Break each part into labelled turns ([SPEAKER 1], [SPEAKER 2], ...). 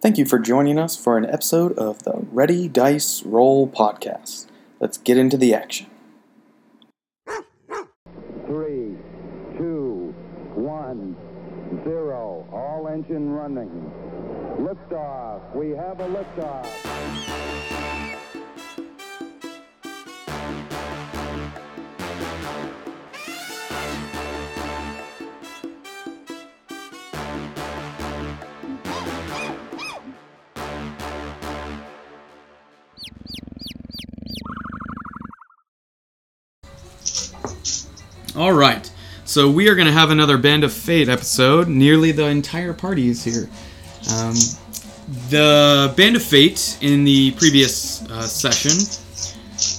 [SPEAKER 1] Thank you for joining us for an episode of the Ready Dice Roll podcast. Let's get into the action.
[SPEAKER 2] three, two, one, zero. All engine running. Liftoff. We have a liftoff.
[SPEAKER 3] All right. So we are going to have another Band of Fate episode. Nearly the entire party is here. Um, the Band of Fate in the previous uh, session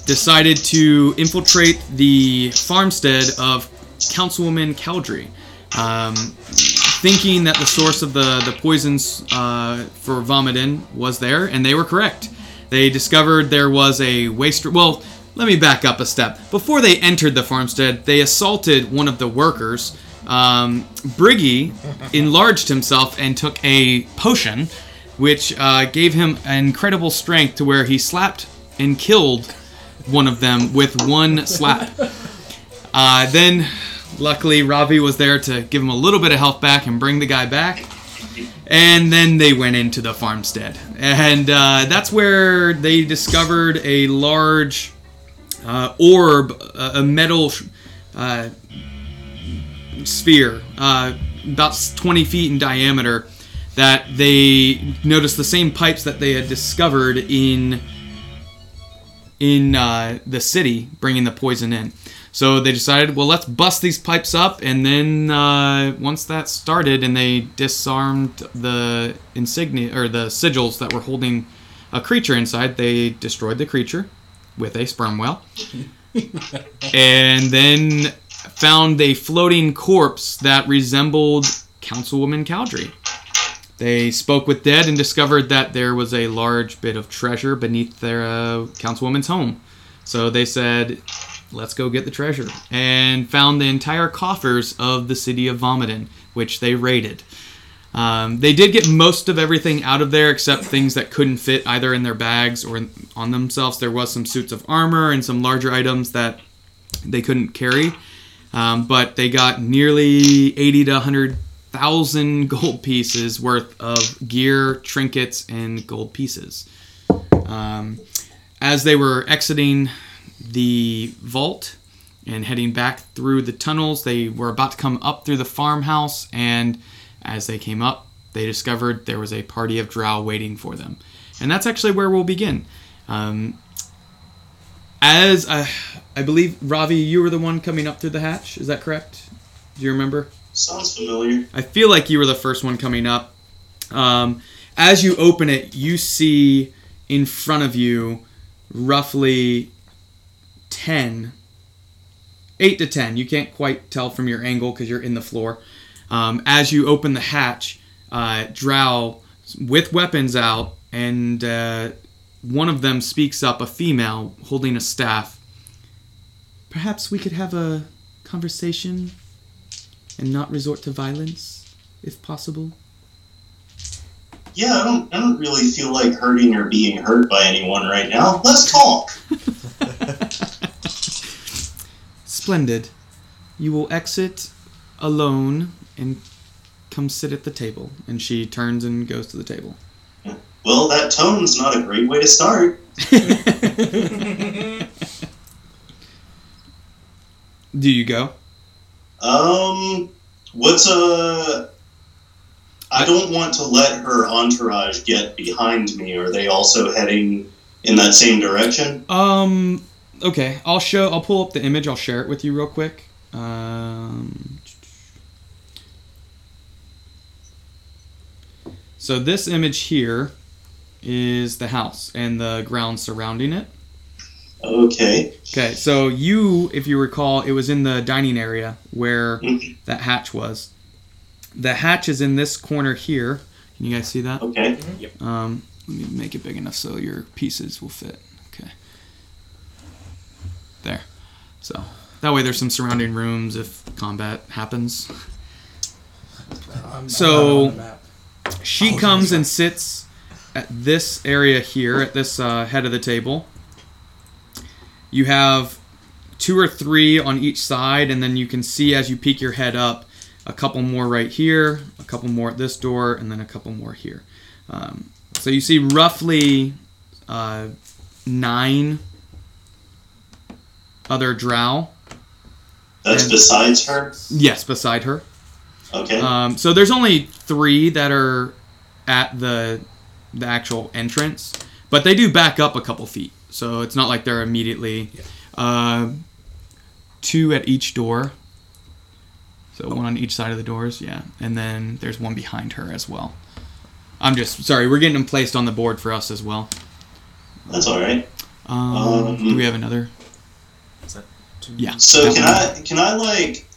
[SPEAKER 3] decided to infiltrate the farmstead of Councilwoman Caldry, um, thinking that the source of the the poisons uh, for vomitin was there, and they were correct. They discovered there was a waste. Well, let me back up a step. Before they entered the farmstead, they assaulted one of the workers. Um, Briggy enlarged himself and took a potion, which uh, gave him incredible strength to where he slapped and killed one of them with one slap. Uh, then, luckily, Ravi was there to give him a little bit of health back and bring the guy back. And then they went into the farmstead. And uh, that's where they discovered a large uh, orb, uh, a metal uh, sphere, uh, about 20 feet in diameter, that they noticed the same pipes that they had discovered in in uh, the city bringing the poison in. So they decided, well, let's bust these pipes up, and then uh, once that started, and they disarmed the insignia or the sigils that were holding a creature inside, they destroyed the creature with a sperm whale, and then found a floating corpse that resembled Councilwoman Caldry. They spoke with dead and discovered that there was a large bit of treasure beneath their uh, councilwoman's home. So they said, "Let's go get the treasure," and found the entire coffers of the city of Vomitin, which they raided. Um, they did get most of everything out of there except things that couldn't fit either in their bags or in, on themselves. There was some suits of armor and some larger items that they couldn't carry, um, but they got nearly eighty to hundred thousand gold pieces worth of gear, trinkets, and gold pieces. Um, as they were exiting the vault and heading back through the tunnels, they were about to come up through the farmhouse, and as they came up, they discovered there was a party of drow waiting for them. And that's actually where we'll begin. Um, as I, I believe, Ravi, you were the one coming up through the hatch. Is that correct? Do you remember?
[SPEAKER 4] Sounds familiar.
[SPEAKER 3] I feel like you were the first one coming up. Um, as you open it, you see in front of you roughly 10, 8 to 10. You can't quite tell from your angle because you're in the floor. Um, as you open the hatch, uh, Drow, with weapons out, and uh, one of them speaks up, a female holding a staff. Perhaps we could have a conversation and not resort to violence, if possible.
[SPEAKER 4] Yeah, I don't, I don't really feel like hurting or being hurt by anyone right now. Let's talk.
[SPEAKER 3] Splendid. You will exit alone and come sit at the table. And she turns and goes to the table.
[SPEAKER 4] Well, that tone's not a great way to start.
[SPEAKER 3] Do you go?
[SPEAKER 4] Um, what's a. I don't want to let her entourage get behind me. Are they also heading in that same direction?
[SPEAKER 3] Um. Okay. I'll show. I'll pull up the image. I'll share it with you real quick. Um. So this image here is the house and the ground surrounding it.
[SPEAKER 4] Okay.
[SPEAKER 3] Okay, so you, if you recall, it was in the dining area where that hatch was. The hatch is in this corner here. Can you guys see that?
[SPEAKER 4] Okay.
[SPEAKER 3] Um, let me make it big enough so your pieces will fit. Okay. There. So that way there's some surrounding rooms if combat happens. So she comes and sits at this area here, at this uh, head of the table, you have two or three on each side, and then you can see as you peek your head up, a couple more right here, a couple more at this door, and then a couple more here. Um, so you see roughly uh, nine other drow.
[SPEAKER 4] That's besides her.
[SPEAKER 3] Yes, beside her.
[SPEAKER 4] Okay.
[SPEAKER 3] Um, so there's only three that are at the the actual entrance, but they do back up a couple feet, so it's not like they're immediately. Uh, two at each door. So one on each side of the doors, yeah, and then there's one behind her as well. I'm just sorry, we're getting them placed on the board for us as well.
[SPEAKER 4] That's all right.
[SPEAKER 3] Um,
[SPEAKER 4] Um,
[SPEAKER 3] do we have another?
[SPEAKER 1] Is that two?
[SPEAKER 3] Yeah.
[SPEAKER 4] So
[SPEAKER 3] that
[SPEAKER 4] can
[SPEAKER 3] one.
[SPEAKER 4] I can I like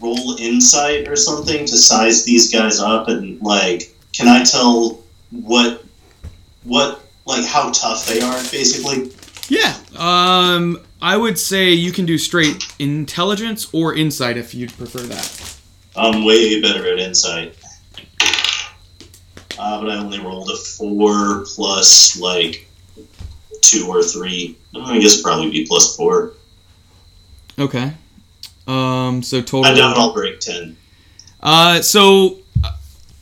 [SPEAKER 4] roll insight or something to size these guys up and like can I tell what what like how tough they are basically?
[SPEAKER 3] Yeah. Um, I would say you can do straight intelligence or insight if you'd prefer that.
[SPEAKER 4] I'm way better at insight. Uh, but I only rolled a four plus like two or three. I guess it'd probably be plus four.
[SPEAKER 3] Okay. Um, so total.
[SPEAKER 4] I doubt I'll break ten.
[SPEAKER 3] Uh, so uh,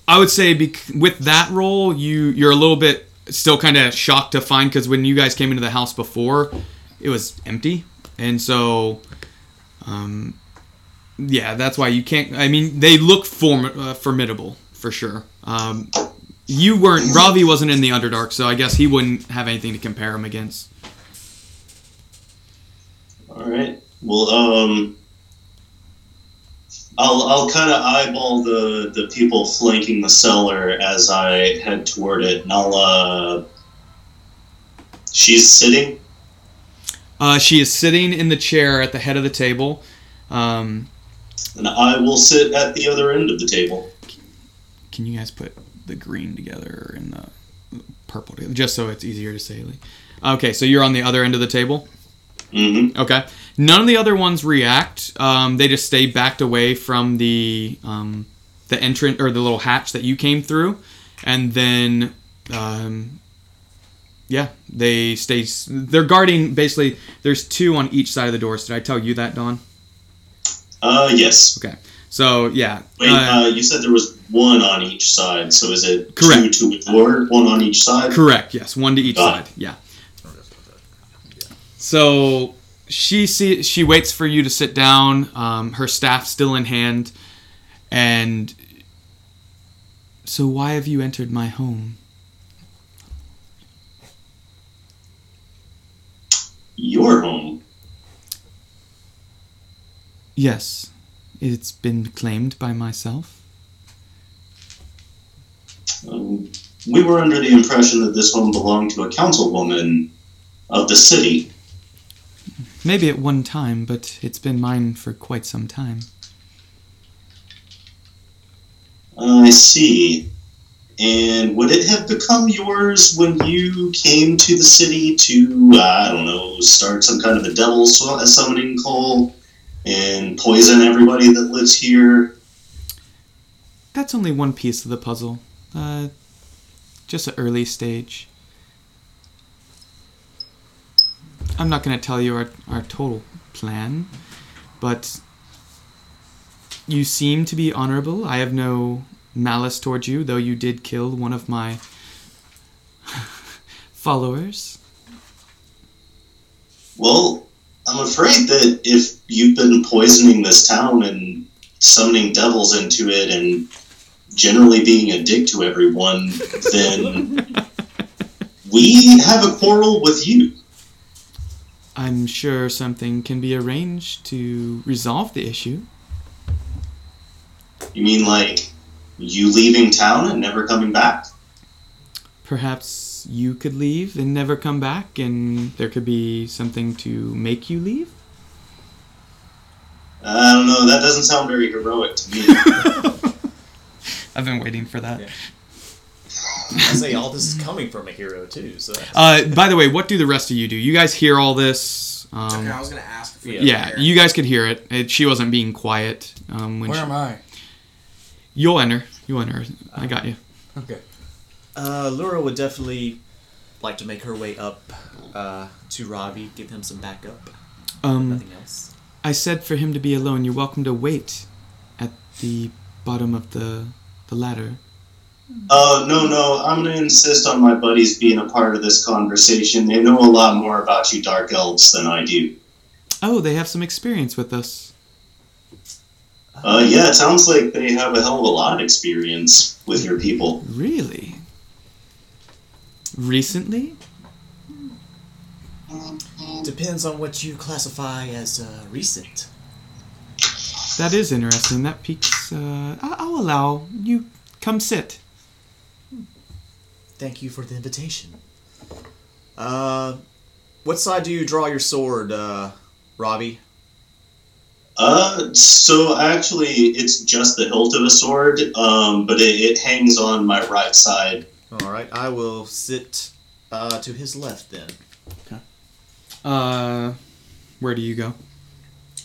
[SPEAKER 3] I would say bec- with that role, you you're a little bit still kind of shocked to find because when you guys came into the house before, it was empty, and so, um, yeah, that's why you can't. I mean, they look form- uh, formidable for sure. Um, you weren't. Ravi wasn't in the Underdark, so I guess he wouldn't have anything to compare him against.
[SPEAKER 4] All right. Well, um, I'll I'll kind of eyeball the the people flanking the cellar as I head toward it, and I'll. Uh, she's sitting.
[SPEAKER 3] Uh, she is sitting in the chair at the head of the table. Um,
[SPEAKER 4] And I will sit at the other end of the table.
[SPEAKER 3] Can you guys put the green together and the purple together, just so it's easier to say? like- Okay, so you're on the other end of the table.
[SPEAKER 4] hmm
[SPEAKER 3] Okay. None of the other ones react. Um, they just stay backed away from the um, the entrance or the little hatch that you came through, and then um, yeah, they stay. s- They're guarding basically. There's two on each side of the doors. Did I tell you that, Don?
[SPEAKER 4] Uh, yes.
[SPEAKER 3] Okay. So yeah.
[SPEAKER 4] Wait,
[SPEAKER 3] uh,
[SPEAKER 4] uh, you said there was one on each side, so is it
[SPEAKER 3] Correct.
[SPEAKER 4] two to a door, one on each side?
[SPEAKER 3] Correct. Yes, one to each
[SPEAKER 4] Got it.
[SPEAKER 3] side. Yeah. So she see she waits for you to sit down. Um, her staff still in hand, and so why have you entered my home?
[SPEAKER 4] Your home.
[SPEAKER 3] Yes, it's been claimed by myself.
[SPEAKER 4] Um, we were under the impression that this home belonged to a councilwoman of the city.
[SPEAKER 3] Maybe at one time, but it's been mine for quite some time.
[SPEAKER 4] I see. And would it have become yours when you came to the city to, I don't know, start some kind of a devil su- summoning call and poison everybody that lives here?
[SPEAKER 3] That's only one piece of the puzzle. Uh, just an early stage. I'm not going to tell you our, our total plan, but you seem to be honorable. I have no malice towards you, though you did kill one of my followers.
[SPEAKER 4] Well, I'm afraid that if you've been poisoning this town and summoning devils into it and generally being a dick to everyone, then we have a quarrel with you.
[SPEAKER 3] I'm sure something can be arranged to resolve the issue.
[SPEAKER 4] You mean like you leaving town and never coming back?
[SPEAKER 3] perhaps you could leave and never come back and there could be something to make you leave
[SPEAKER 4] I don't know. That doesn't sound very heroic to me.
[SPEAKER 3] i've been waiting for that
[SPEAKER 5] Yeah. I say all this is coming from a hero too. So that's-
[SPEAKER 3] uh, by the way what do the rest of you do you guys hear all this um,
[SPEAKER 6] Okay, I was gonna ask. If you
[SPEAKER 5] Yeah.
[SPEAKER 6] were
[SPEAKER 3] yeah
[SPEAKER 6] there.
[SPEAKER 3] you guys could hear it. it she wasn't being quiet um, when
[SPEAKER 6] Where
[SPEAKER 3] she,
[SPEAKER 6] am I?
[SPEAKER 3] you'll enter you'll enter i got you
[SPEAKER 6] Okay.
[SPEAKER 5] Uh, Laura would definitely like to make her way up uh, to Robbie, give him some backup.
[SPEAKER 3] Um,
[SPEAKER 5] Nothing else.
[SPEAKER 3] I said for him to be alone. You're welcome to wait at the bottom of the the ladder.
[SPEAKER 4] Uh, no, no, I'm going to insist on my buddies being a part of this conversation. They know a lot more about you dark elves than I do.
[SPEAKER 3] Oh, they have some experience with us.
[SPEAKER 4] Uh, yeah, it sounds like they have a hell of a lot of experience with your people.
[SPEAKER 3] Really? Recently?
[SPEAKER 5] Depends on what you classify as uh, recent.
[SPEAKER 3] That is interesting. That piques. Uh, I- I'll allow you. Come sit.
[SPEAKER 5] Thank you for the invitation. Uh, what side do you draw your sword, uh, Robbie?
[SPEAKER 4] Uh, so actually, it's just the hilt of a sword, um, but it, it hangs on my right side.
[SPEAKER 5] All right, I will sit uh, to his left then.
[SPEAKER 3] Uh, where do you go?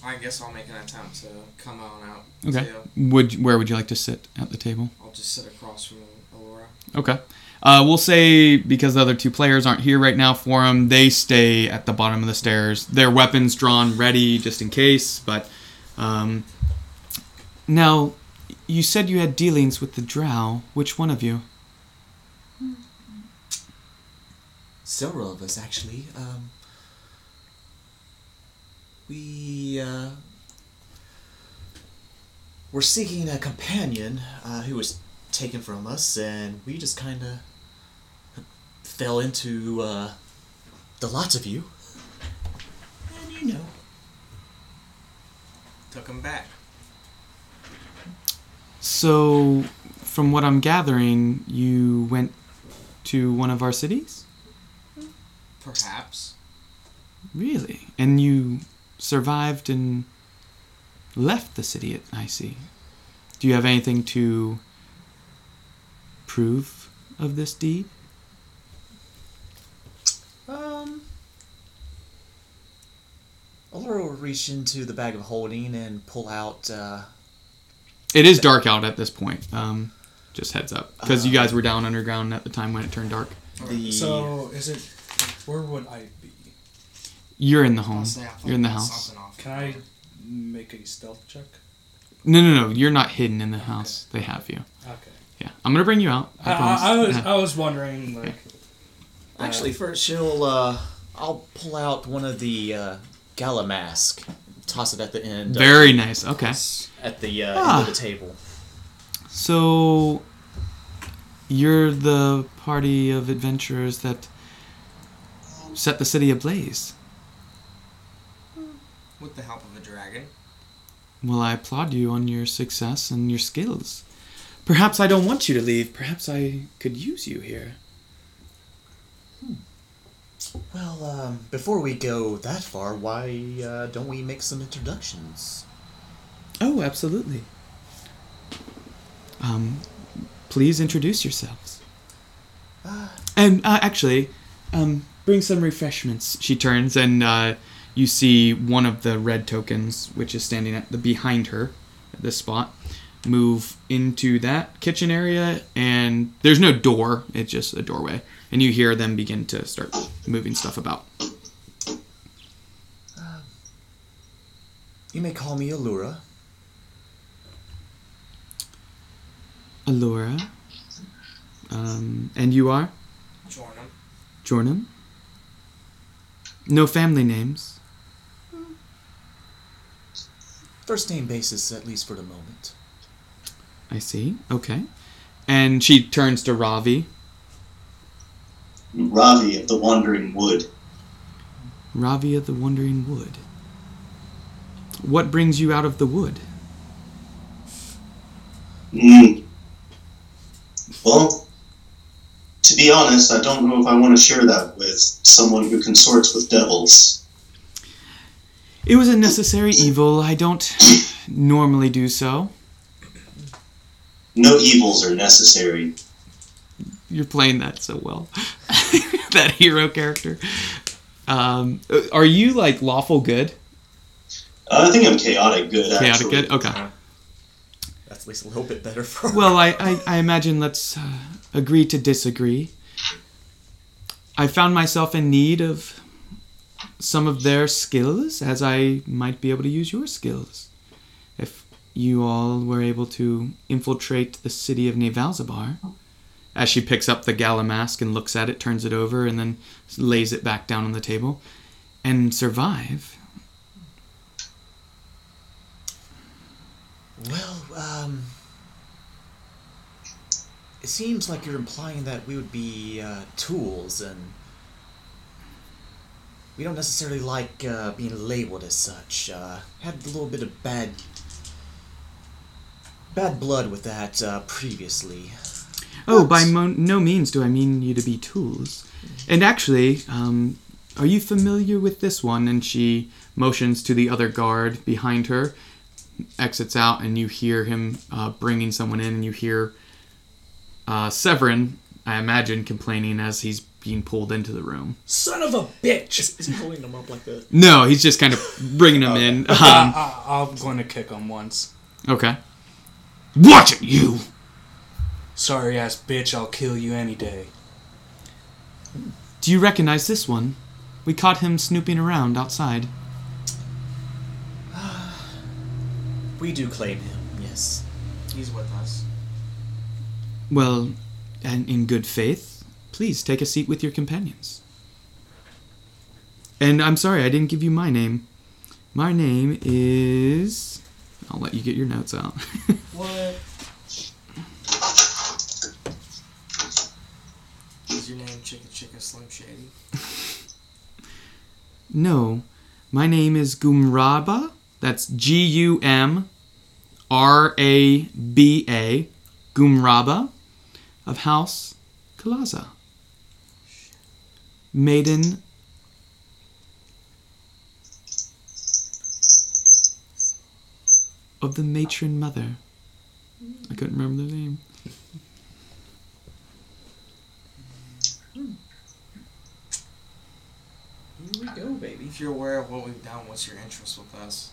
[SPEAKER 6] I guess I'll make an attempt to come on out.
[SPEAKER 3] Okay.
[SPEAKER 6] too.
[SPEAKER 3] Would where would you like to sit at the table?
[SPEAKER 6] I'll just sit across from Alora.
[SPEAKER 3] Okay. Uh, we'll say because the other two players aren't here right now for them, they stay at the bottom of the stairs. Their weapons drawn, ready just in case. But um, now, you said you had dealings with the Drow. Which one of you?
[SPEAKER 5] several of us actually. Um, we uh, were seeking a companion uh, who was taken from us, and we just kind of fell into uh, the lots of you. And you know,
[SPEAKER 6] Took him back.
[SPEAKER 3] So, from what I'm gathering, you went to one of our cities,
[SPEAKER 6] Perhaps.
[SPEAKER 3] really, and you survived and left the city. I see. Do you have anything to prove of this deed?
[SPEAKER 5] um, Allura will reach into the bag of holding and pull out. Uh,
[SPEAKER 3] It is dark out at this point. Um, just heads up, because you guys were down underground at the time when it turned dark.
[SPEAKER 5] The-
[SPEAKER 7] So is it? Where would I be?
[SPEAKER 3] You're in the home.
[SPEAKER 6] I'll stay out
[SPEAKER 3] You're in the house.
[SPEAKER 6] Something off.
[SPEAKER 7] Can I make a stealth check?
[SPEAKER 3] No, no, no. You're not hidden in the house. They have you.
[SPEAKER 7] Okay.
[SPEAKER 3] Yeah, I'm gonna bring you out.
[SPEAKER 7] I,
[SPEAKER 3] promise.
[SPEAKER 7] I, I was
[SPEAKER 3] Yeah.
[SPEAKER 7] I was wondering like
[SPEAKER 5] Actually, first she'll uh, I'll pull out one of the uh, gala mask, toss it at the end. uh,
[SPEAKER 3] Very nice. Okay.
[SPEAKER 5] at the uh,
[SPEAKER 3] Ah.
[SPEAKER 5] end of the table.
[SPEAKER 3] So you're the party of adventurers that set the city ablaze.
[SPEAKER 6] With the help of a dragon.
[SPEAKER 3] Well, I applaud you on your success and your skills. Perhaps I don't want you to leave. Perhaps I could use you here.
[SPEAKER 5] Well, um, before we go that far, why uh, don't we make some introductions?
[SPEAKER 3] Oh, absolutely. Um, please introduce yourselves. And uh, actually, um, bring some refreshments. She turns, and uh, you see one of the red tokens, which is standing at the behind her, at this spot, move into that kitchen area. And there's no door; it's just a doorway. And you hear them begin to start moving stuff about.
[SPEAKER 5] You may call me Allura.
[SPEAKER 3] Allura, um, and you are.
[SPEAKER 6] Join him.
[SPEAKER 3] Jordan? No family names.
[SPEAKER 5] First name basis, at least for the moment.
[SPEAKER 3] I see. Okay. And she turns to Ravi.
[SPEAKER 4] Ravi of the Wandering Wood.
[SPEAKER 3] Ravi of the Wandering Wood. What brings you out of the wood?
[SPEAKER 4] Mm. Well, to be honest, I don't know if I want to share that with someone who consorts with devils.
[SPEAKER 3] It was a necessary evil. I don't normally do so.
[SPEAKER 4] No evils are necessary.
[SPEAKER 3] You're playing that so well. that hero character. Um, are you like lawful good?
[SPEAKER 4] Uh, I think I'm chaotic good, actually.
[SPEAKER 3] Chaotic good? Okay.
[SPEAKER 5] That's least a little bit better for
[SPEAKER 3] Well, I, I, I imagine let's uh, agree to disagree. I found myself in need of some of their skills, as I might be able to use your skills. If you all were able to infiltrate the city of Nevalzabar. As she picks up the gala mask and looks at it, turns it over, and then lays it back down on the table, and survive.
[SPEAKER 5] Well, um, it seems like you're implying that we would be uh, tools, and we don't necessarily like uh, being labeled as such. Uh, had a little bit of bad, bad blood with that uh, previously.
[SPEAKER 3] Oh, by mo- no means do I mean you to be tools. And actually, um, are you familiar with this one? And she motions to the other guard behind her, exits out, and you hear him uh, bringing someone in, and you hear uh, Severin, I imagine, complaining as he's being pulled into the room.
[SPEAKER 7] Son of a bitch!
[SPEAKER 5] Is he holding them up like a?
[SPEAKER 3] No, he's just kind of bringing him in. Um,
[SPEAKER 7] I, I, I'm going to kick him once.
[SPEAKER 3] okay. Watch it, you!
[SPEAKER 7] Sorry ass bitch, I'll kill you any day.
[SPEAKER 3] Do you recognize this one? We caught him snooping around outside.
[SPEAKER 5] We do claim him. Yes.
[SPEAKER 6] He's with us.
[SPEAKER 3] Well, and in good faith, please take a seat with your companions. And I'm sorry, I didn't give you my name. My name is. I'll let you get your notes out.
[SPEAKER 6] What? Is your name Chicken Chicken Slim Shady?
[SPEAKER 3] no, my name is Gumraba. That's G U M R A B A. Gumraba of House Kalaza. Maiden. Of the matron mother. I couldn't remember the name.
[SPEAKER 6] Here we go, baby. If you're aware of what we've done, what's your interest with us?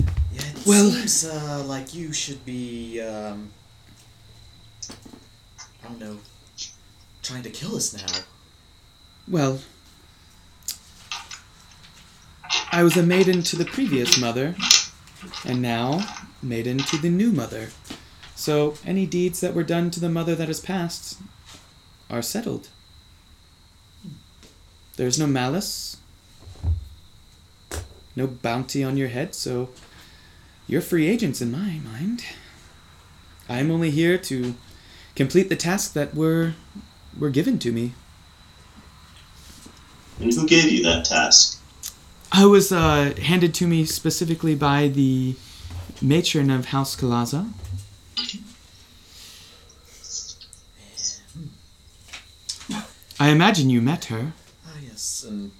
[SPEAKER 5] Yeah, it
[SPEAKER 3] Well-
[SPEAKER 5] seems uh, like you should be, um, I don't know, trying to kill us now.
[SPEAKER 3] Well, I was a maiden to the previous mother, and now maiden to the new mother. So any deeds that were done to the mother that has passed are settled. There's no malice, no bounty on your head, so you're free agents in my mind. I'm only here to complete the task that were were given to me.
[SPEAKER 4] And who gave you that task?
[SPEAKER 3] I was uh, handed to me specifically by the matron of House Kalaza. I imagine you met her.
[SPEAKER 5] Ah, yes, and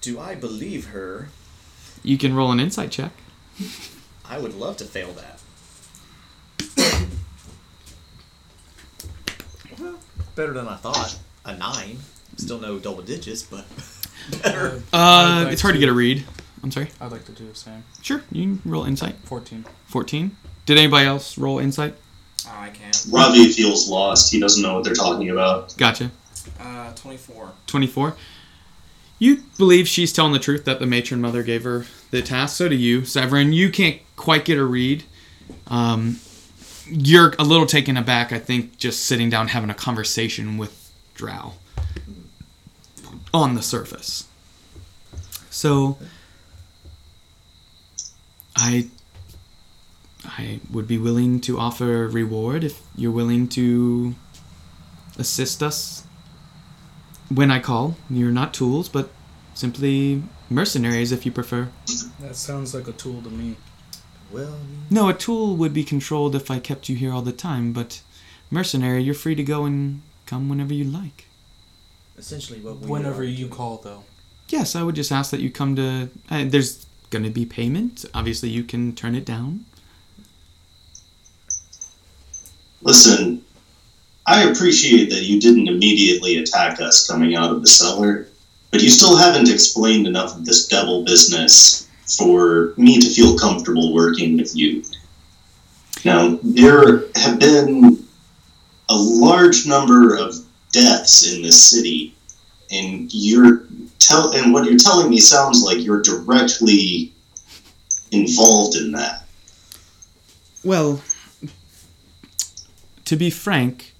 [SPEAKER 5] do I believe her?
[SPEAKER 3] You can roll an insight check.
[SPEAKER 5] I would love to fail that. well, better than I thought. A nine. Still no double digits, but better.
[SPEAKER 3] Uh,
[SPEAKER 7] like
[SPEAKER 3] it's hard to get a read. I'm sorry.
[SPEAKER 7] I'd like to do the same.
[SPEAKER 3] Sure, you can roll insight.
[SPEAKER 7] 14.
[SPEAKER 3] 14. Did anybody else roll insight?
[SPEAKER 6] Oh, I can.
[SPEAKER 4] Ravi feels lost. He doesn't know what they're talking about.
[SPEAKER 3] Gotcha.
[SPEAKER 6] Uh, 24.
[SPEAKER 3] 24. You believe she's telling the truth that the matron mother gave her the task. So do you, Severin. You can't quite get a read. Um, you're a little taken aback, I think, just sitting down having a conversation with Drow on the surface. So I I would be willing to offer reward if you're willing to assist us when I call. You're not tools, but simply mercenaries if you prefer.
[SPEAKER 7] That sounds like a tool to me.
[SPEAKER 5] well, I mean,
[SPEAKER 3] No, a tool would be controlled if I kept you here all the time, but mercenary, you're free to go and come whenever you like.
[SPEAKER 5] essentially what we
[SPEAKER 7] Whenever
[SPEAKER 5] are
[SPEAKER 7] you
[SPEAKER 5] doing-
[SPEAKER 7] call, though.
[SPEAKER 3] Yes, I would just ask that you come to. Uh, there's going to be payment. Obviously, you can turn it down.
[SPEAKER 4] Listen, I appreciate that you didn't immediately attack us coming out of the cellar, but you still haven't explained enough of this devil business for me to feel comfortable working with you. Now, there have been a large number of deaths in this city, and you're tell and what you're telling me sounds like you're directly involved in that.
[SPEAKER 3] Well, to be frank,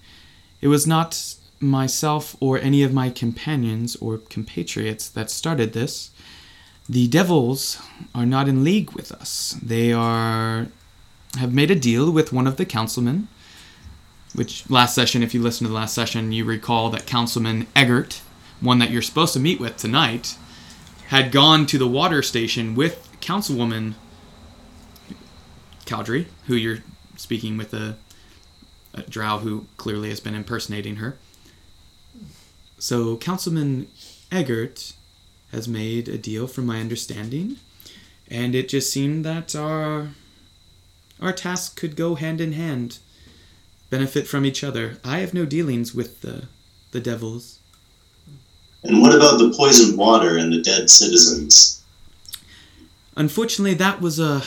[SPEAKER 3] it was not myself or any of my companions or compatriots that started this. The devils are not in league with us. They are have made a deal with one of the councilmen. Which last session, if you listen to the last session, you recall that Councilman Eggert, one that you're supposed to meet with tonight, had gone to the water station with Councilwoman Cowdrey, who you're speaking with a, a drow who clearly has been impersonating her. So Councilman Eggert has made a deal, from my understanding, and it just seemed that our our tasks could go hand in hand, benefit from each other. I have no dealings with the the devils.
[SPEAKER 4] And what about the poisoned water and the dead citizens?
[SPEAKER 3] unfortunately that was a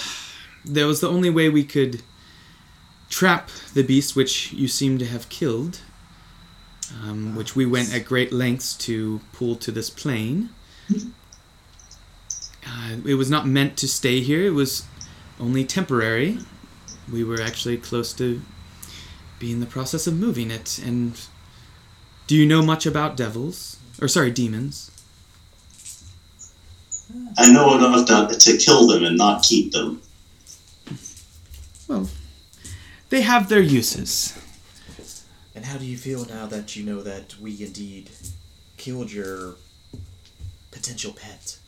[SPEAKER 3] that was the only way we could trap the beast which you seem to have killed um, which we went at great lengths to pull to this plane uh, it was not meant to stay here it was only temporary we were actually close to being in the process of moving it and do you know much about devils or sorry demons
[SPEAKER 4] I know enough to, to kill them and not keep them.
[SPEAKER 3] they have their uses
[SPEAKER 5] And how do you feel now that you know that we indeed killed your potential pet?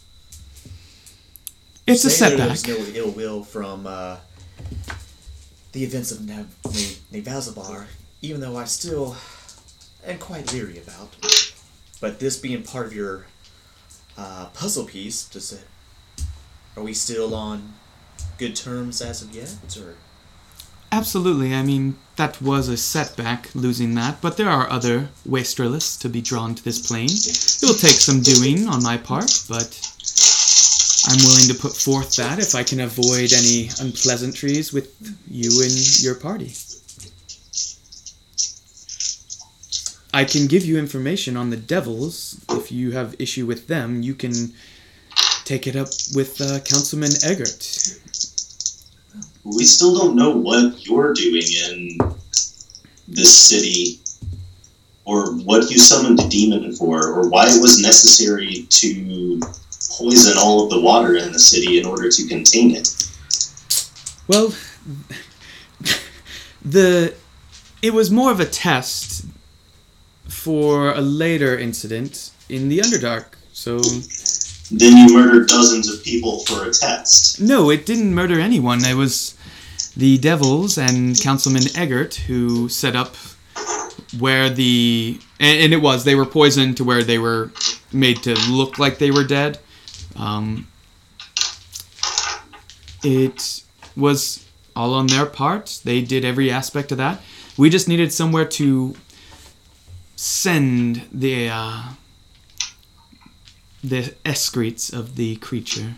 [SPEAKER 3] It's a
[SPEAKER 5] Say
[SPEAKER 3] setback.
[SPEAKER 5] There was no ill will from uh, the events of Nav- Na- Navazabar, even though I still am quite leery about. But this being part of your uh, puzzle piece, does it? Are we still on good terms as of yet, or
[SPEAKER 3] Absolutely. I mean, that was a setback losing that, but there are other wastrelists to be drawn to this plane. It will take some doing on my part, but I'm willing to put forth that if I can avoid any unpleasantries with you and your party. I can give you information on the devils. If you have issue with them, you can take it up with uh, Councilman Eggert.
[SPEAKER 4] We still don't know what you're doing in this city, or what you summoned the demon for, or why it was necessary to poison all of the water in the city in order to contain it.
[SPEAKER 3] Well, the it was more of a test for a later incident in the Underdark. So
[SPEAKER 4] Then you murdered dozens of people for a test.
[SPEAKER 3] no, it didn't murder anyone. It was the devils and Councilman Eggert who set up where the and, and it was they were poisoned to where they were made to look like they were dead. Um, it was all on their part. They did every aspect of that. We just needed somewhere to send the uh, the excretes of the creature.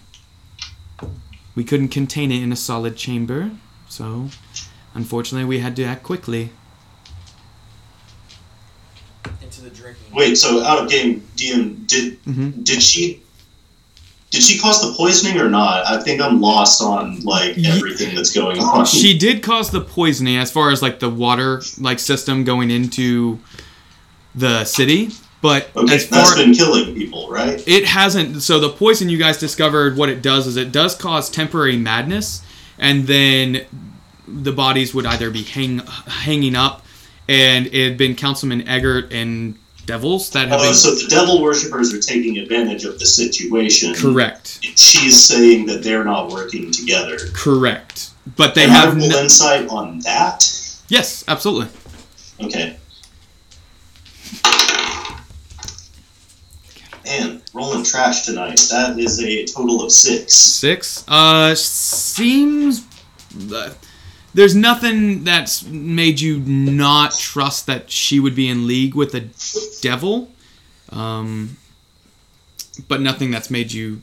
[SPEAKER 3] We couldn't contain it in a solid chamber, so unfortunately we had to act quickly.
[SPEAKER 6] Into the drinking.
[SPEAKER 4] Wait, so out of game, DM, did
[SPEAKER 3] Mhm.
[SPEAKER 4] did she did she cause the poisoning or not? I think I'm lost on like
[SPEAKER 3] Ye-
[SPEAKER 4] everything that's going on.
[SPEAKER 3] She did cause the poisoning as far as like the water like system going into the city, but
[SPEAKER 4] okay,
[SPEAKER 3] as
[SPEAKER 4] that's
[SPEAKER 3] far
[SPEAKER 4] been killing people, right?
[SPEAKER 3] it hasn't so the poison you guys discovered what it does is it does cause temporary madness and then the bodies would either be hang, hanging up and it had been councilman eggert and devils that have
[SPEAKER 4] Oh,
[SPEAKER 3] been
[SPEAKER 4] so the devil worshippers are taking advantage of the situation.
[SPEAKER 3] correct
[SPEAKER 4] She's saying that they're not working together.
[SPEAKER 3] correct but they
[SPEAKER 4] Can I
[SPEAKER 3] have
[SPEAKER 4] roll
[SPEAKER 3] no,
[SPEAKER 4] insight on that.
[SPEAKER 3] yes absolutely
[SPEAKER 4] Okay. Man, rolling trash tonight. That is a total of six.
[SPEAKER 3] six. Uh, seems uh, there's nothing that's made you not trust that she would be in league with the devil, um, but nothing that's made you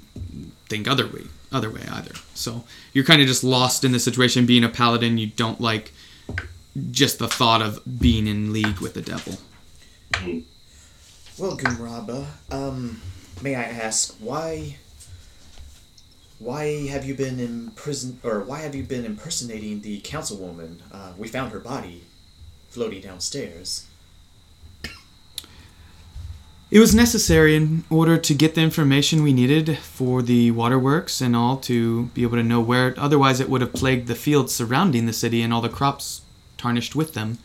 [SPEAKER 3] think otherwise. other way either. So you're kind of just lost in the situation. Being a paladin, you don't like just the thought of being in league with the devil.
[SPEAKER 5] Well, Gumraba, um, may I ask why? Why have you been imprison or why have you been impersonating the councilwoman? Uh, we found her body floating downstairs.
[SPEAKER 3] It was necessary in order to get the information we needed for the waterworks and all to be able to know where. it- Otherwise, it would have plagued the fields surrounding the city and all the crops tarnished with them.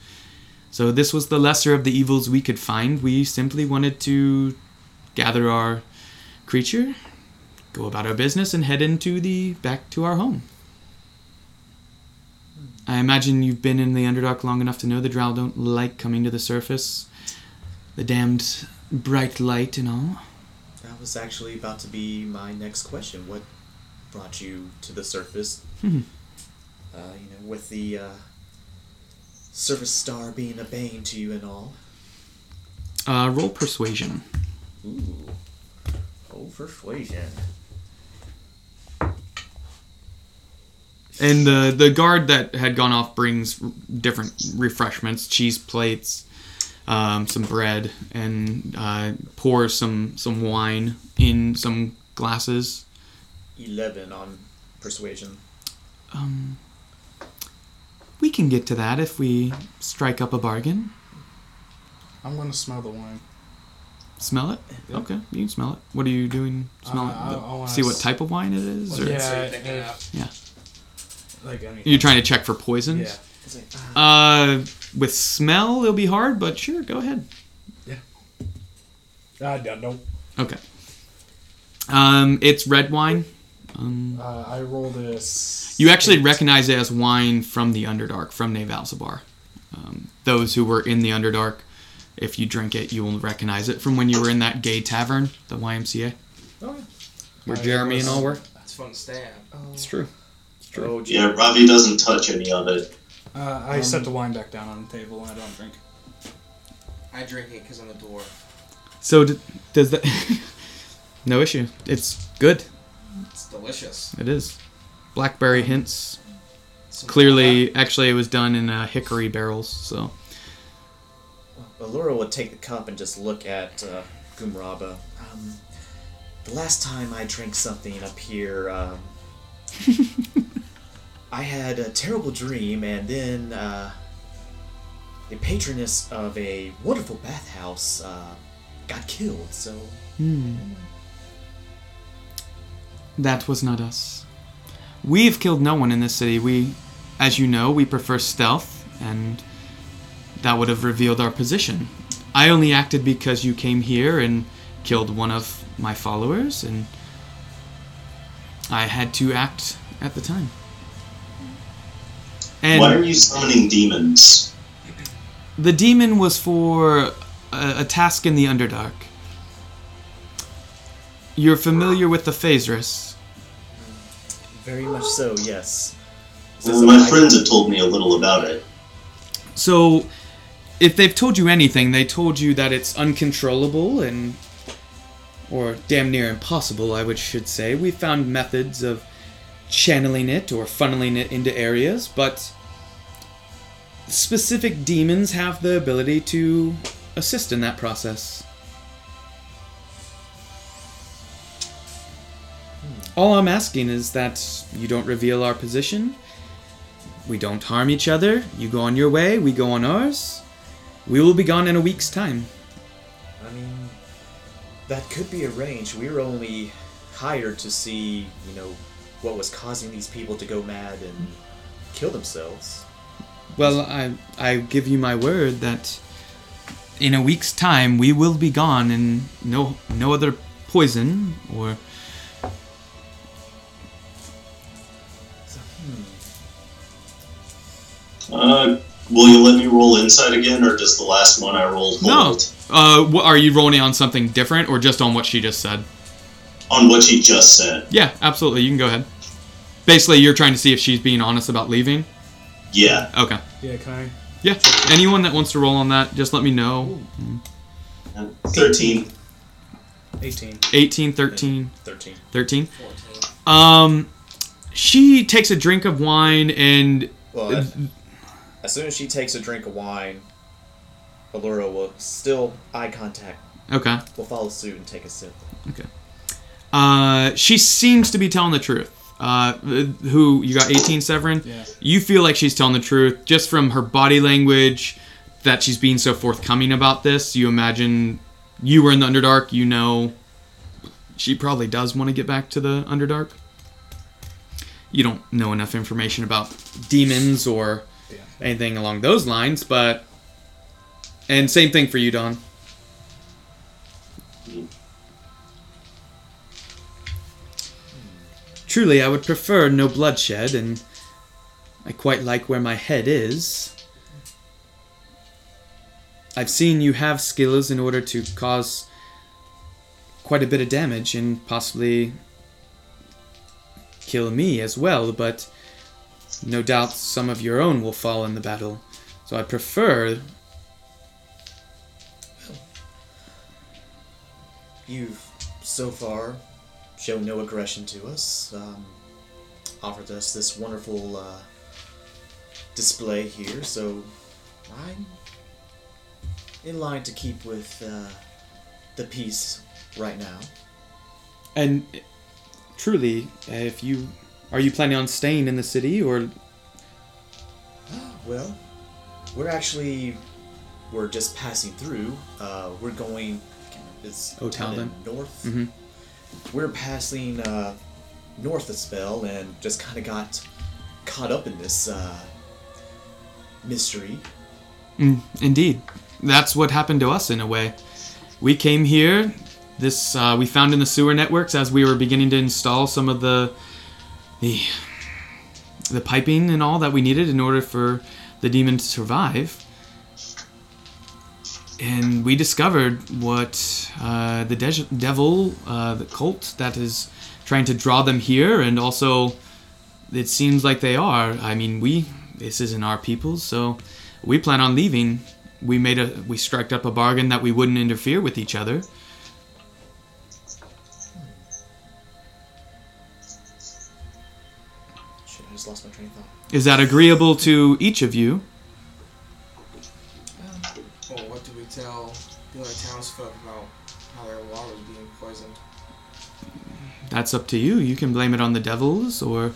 [SPEAKER 3] So, this was the lesser of the evils we could find. We simply wanted to gather our creature, go about our business, and head into the back to our home. I imagine you've been in the Underdark long enough to know the Drow don't like coming to the surface. The damned bright light and all.
[SPEAKER 5] That was actually about to be my next question. What brought you to the surface?
[SPEAKER 3] Hmm.
[SPEAKER 5] Uh, you know, with the uh, surface star being a bane to you and all.
[SPEAKER 3] Uh, roll persuasion.
[SPEAKER 5] Ooh, oh persuasion.
[SPEAKER 3] And the the guard that had gone off brings r- different refreshments, cheese plates, um, some bread, and uh, pours some some wine in some glasses.
[SPEAKER 5] Eleven on persuasion.
[SPEAKER 3] Um, we can get to that if we strike up a bargain.
[SPEAKER 7] I'm gonna smell the wine.
[SPEAKER 3] Smell it. Okay, you can smell it. What are you doing? Smell
[SPEAKER 7] Uh, I- I
[SPEAKER 3] it.
[SPEAKER 7] wanna
[SPEAKER 3] See what
[SPEAKER 7] s-
[SPEAKER 3] type of wine it is. Or
[SPEAKER 7] Yeah,
[SPEAKER 6] So you're thinking
[SPEAKER 7] uh,
[SPEAKER 6] of-
[SPEAKER 7] Like anything.
[SPEAKER 3] You're trying to check for poisons.
[SPEAKER 7] Yeah.
[SPEAKER 5] It's like, ah,
[SPEAKER 3] Uh, with smell, it'll be hard, but sure, go ahead.
[SPEAKER 7] I don't know.
[SPEAKER 3] Okay. Um, it's red wine. Um,
[SPEAKER 7] Uh, I rolled a. s-
[SPEAKER 3] you actually
[SPEAKER 7] eight.
[SPEAKER 3] recognize it as wine from the Underdark, from Nave Alcibar. Um, those who were in the Underdark, if you drink it, you will recognize it from when you were in that gay tavern, the YMCA.
[SPEAKER 5] Oh, yeah.
[SPEAKER 3] Where
[SPEAKER 7] I
[SPEAKER 3] Jeremy and all were.
[SPEAKER 6] It's fun to stay at.
[SPEAKER 3] It's true.
[SPEAKER 5] oh, gee.
[SPEAKER 4] Yeah, Ravi doesn't touch any of it.
[SPEAKER 7] Uh,
[SPEAKER 3] Um,
[SPEAKER 7] I set the wine back down on the table and I don't drink.
[SPEAKER 6] I drink it because I'm a dwarf.
[SPEAKER 5] Oh.
[SPEAKER 3] So d- does that? no issue. It's good.
[SPEAKER 6] It's delicious.
[SPEAKER 3] It is. Blackberry
[SPEAKER 5] Um,
[SPEAKER 3] hints.
[SPEAKER 6] Some
[SPEAKER 3] Clearly, actually, it was done in uh, hickory barrels, so.
[SPEAKER 5] Allura would take the cup and just look at uh, Gumraba. Um, the last time I drank something up here, um, I had a terrible dream, and then uh, the patroness of a wonderful bathhouse uh, got killed. So
[SPEAKER 3] That was not us. We've killed no one in this city. We, as you know, we prefer stealth, and that would have revealed our position. I only acted because you came here and killed one of my followers, and I had to act at the time. And
[SPEAKER 4] Why are you summoning demons?
[SPEAKER 3] The demon was for a, a task in the Underdark. You're familiar with the Phaedrus.
[SPEAKER 5] very much so, yes.
[SPEAKER 4] Well, my friends have told me a little about it.
[SPEAKER 3] So, if they've told you anything, they told you that it's uncontrollable and. or damn near impossible, I would should say. We found methods of channeling it or funneling it into areas, but. specific demons have the ability to assist in that process. All I'm asking is that you don't reveal our position. We don't harm each other. You go on your way, we go on ours. We will be gone in a week's time.
[SPEAKER 5] I mean, that could be arranged. We were only hired to see, you know, what was causing these people to go mad and kill themselves.
[SPEAKER 3] Well, I I give you my word that in a week's time we will be gone and no no other poison or
[SPEAKER 4] Uh, will you let me roll inside again, or does the last one I rolled
[SPEAKER 3] no.
[SPEAKER 4] hold
[SPEAKER 3] Uh, wh- are you rolling on something different or just on what she just said?
[SPEAKER 4] on what you just said?
[SPEAKER 3] Yeah, absolutely. You can go ahead. Basically, you're trying to see if she's being honest about leaving.
[SPEAKER 4] Yeah,
[SPEAKER 3] Okay.
[SPEAKER 7] Yeah, can I?
[SPEAKER 3] Yeah. Anyone that wants to roll on that, just let me know.
[SPEAKER 4] thirteen.
[SPEAKER 7] 18.
[SPEAKER 3] 18, 13,
[SPEAKER 5] 13.
[SPEAKER 3] 13.
[SPEAKER 6] 14.
[SPEAKER 3] Um, she takes a drink of wine and
[SPEAKER 8] Well, as, as soon as she takes a drink of wine, Allura will still eye contact,
[SPEAKER 3] okay.
[SPEAKER 8] will follow suit and take a sip.
[SPEAKER 3] Uh, she seems to be telling the truth. Uh, who you got? 18 Severin.
[SPEAKER 7] Yeah.
[SPEAKER 3] You feel like she's telling the truth just from her body language, that she's being so forthcoming about this. You imagine you were in the Underdark. You know, she probably does want to get back to the Underdark. You don't know enough information about demons or anything along those lines, but and same thing for you, Don. Truly, I would prefer no bloodshed, and I quite like where my head is. I've seen you have skills in order to cause quite a bit of damage and possibly kill me as well, but no doubt some of your own will fall in the battle. So I prefer.
[SPEAKER 5] You've so far shown no aggression to us, um, offered us this wonderful uh, display here, so I'm in line to keep with uh, the peace right now.
[SPEAKER 3] And truly, if you. Are you planning on staying in the city or.
[SPEAKER 5] Well, we're actually we're just passing through. Uh, we're going. It's
[SPEAKER 3] Oh,
[SPEAKER 5] down in
[SPEAKER 3] Taldan.
[SPEAKER 5] north.
[SPEAKER 3] Mhm.
[SPEAKER 5] We're passing uh, north a spell and just kind of got caught up in this uh, mystery.
[SPEAKER 3] Mm, Indeed. That's what happened to us in a way. We came here. This uh, we found in the sewer networks as we were beginning to install some of the the the piping and all that we needed in order for the demon to survive. And we discovered what uh, the de- devil, uh, the cult that is trying to draw them here, and also it seems like they are. I mean, we this isn't our people, so we plan on leaving. We made a we struck up a bargain that we wouldn't interfere with each other.
[SPEAKER 5] Shit, I just lost my train of thought.
[SPEAKER 3] Is that agreeable to each of you?
[SPEAKER 6] Well, what did we tell the other townsfolk about how their water was being poisoned?
[SPEAKER 3] That's up to you. You can blame it on the devils, or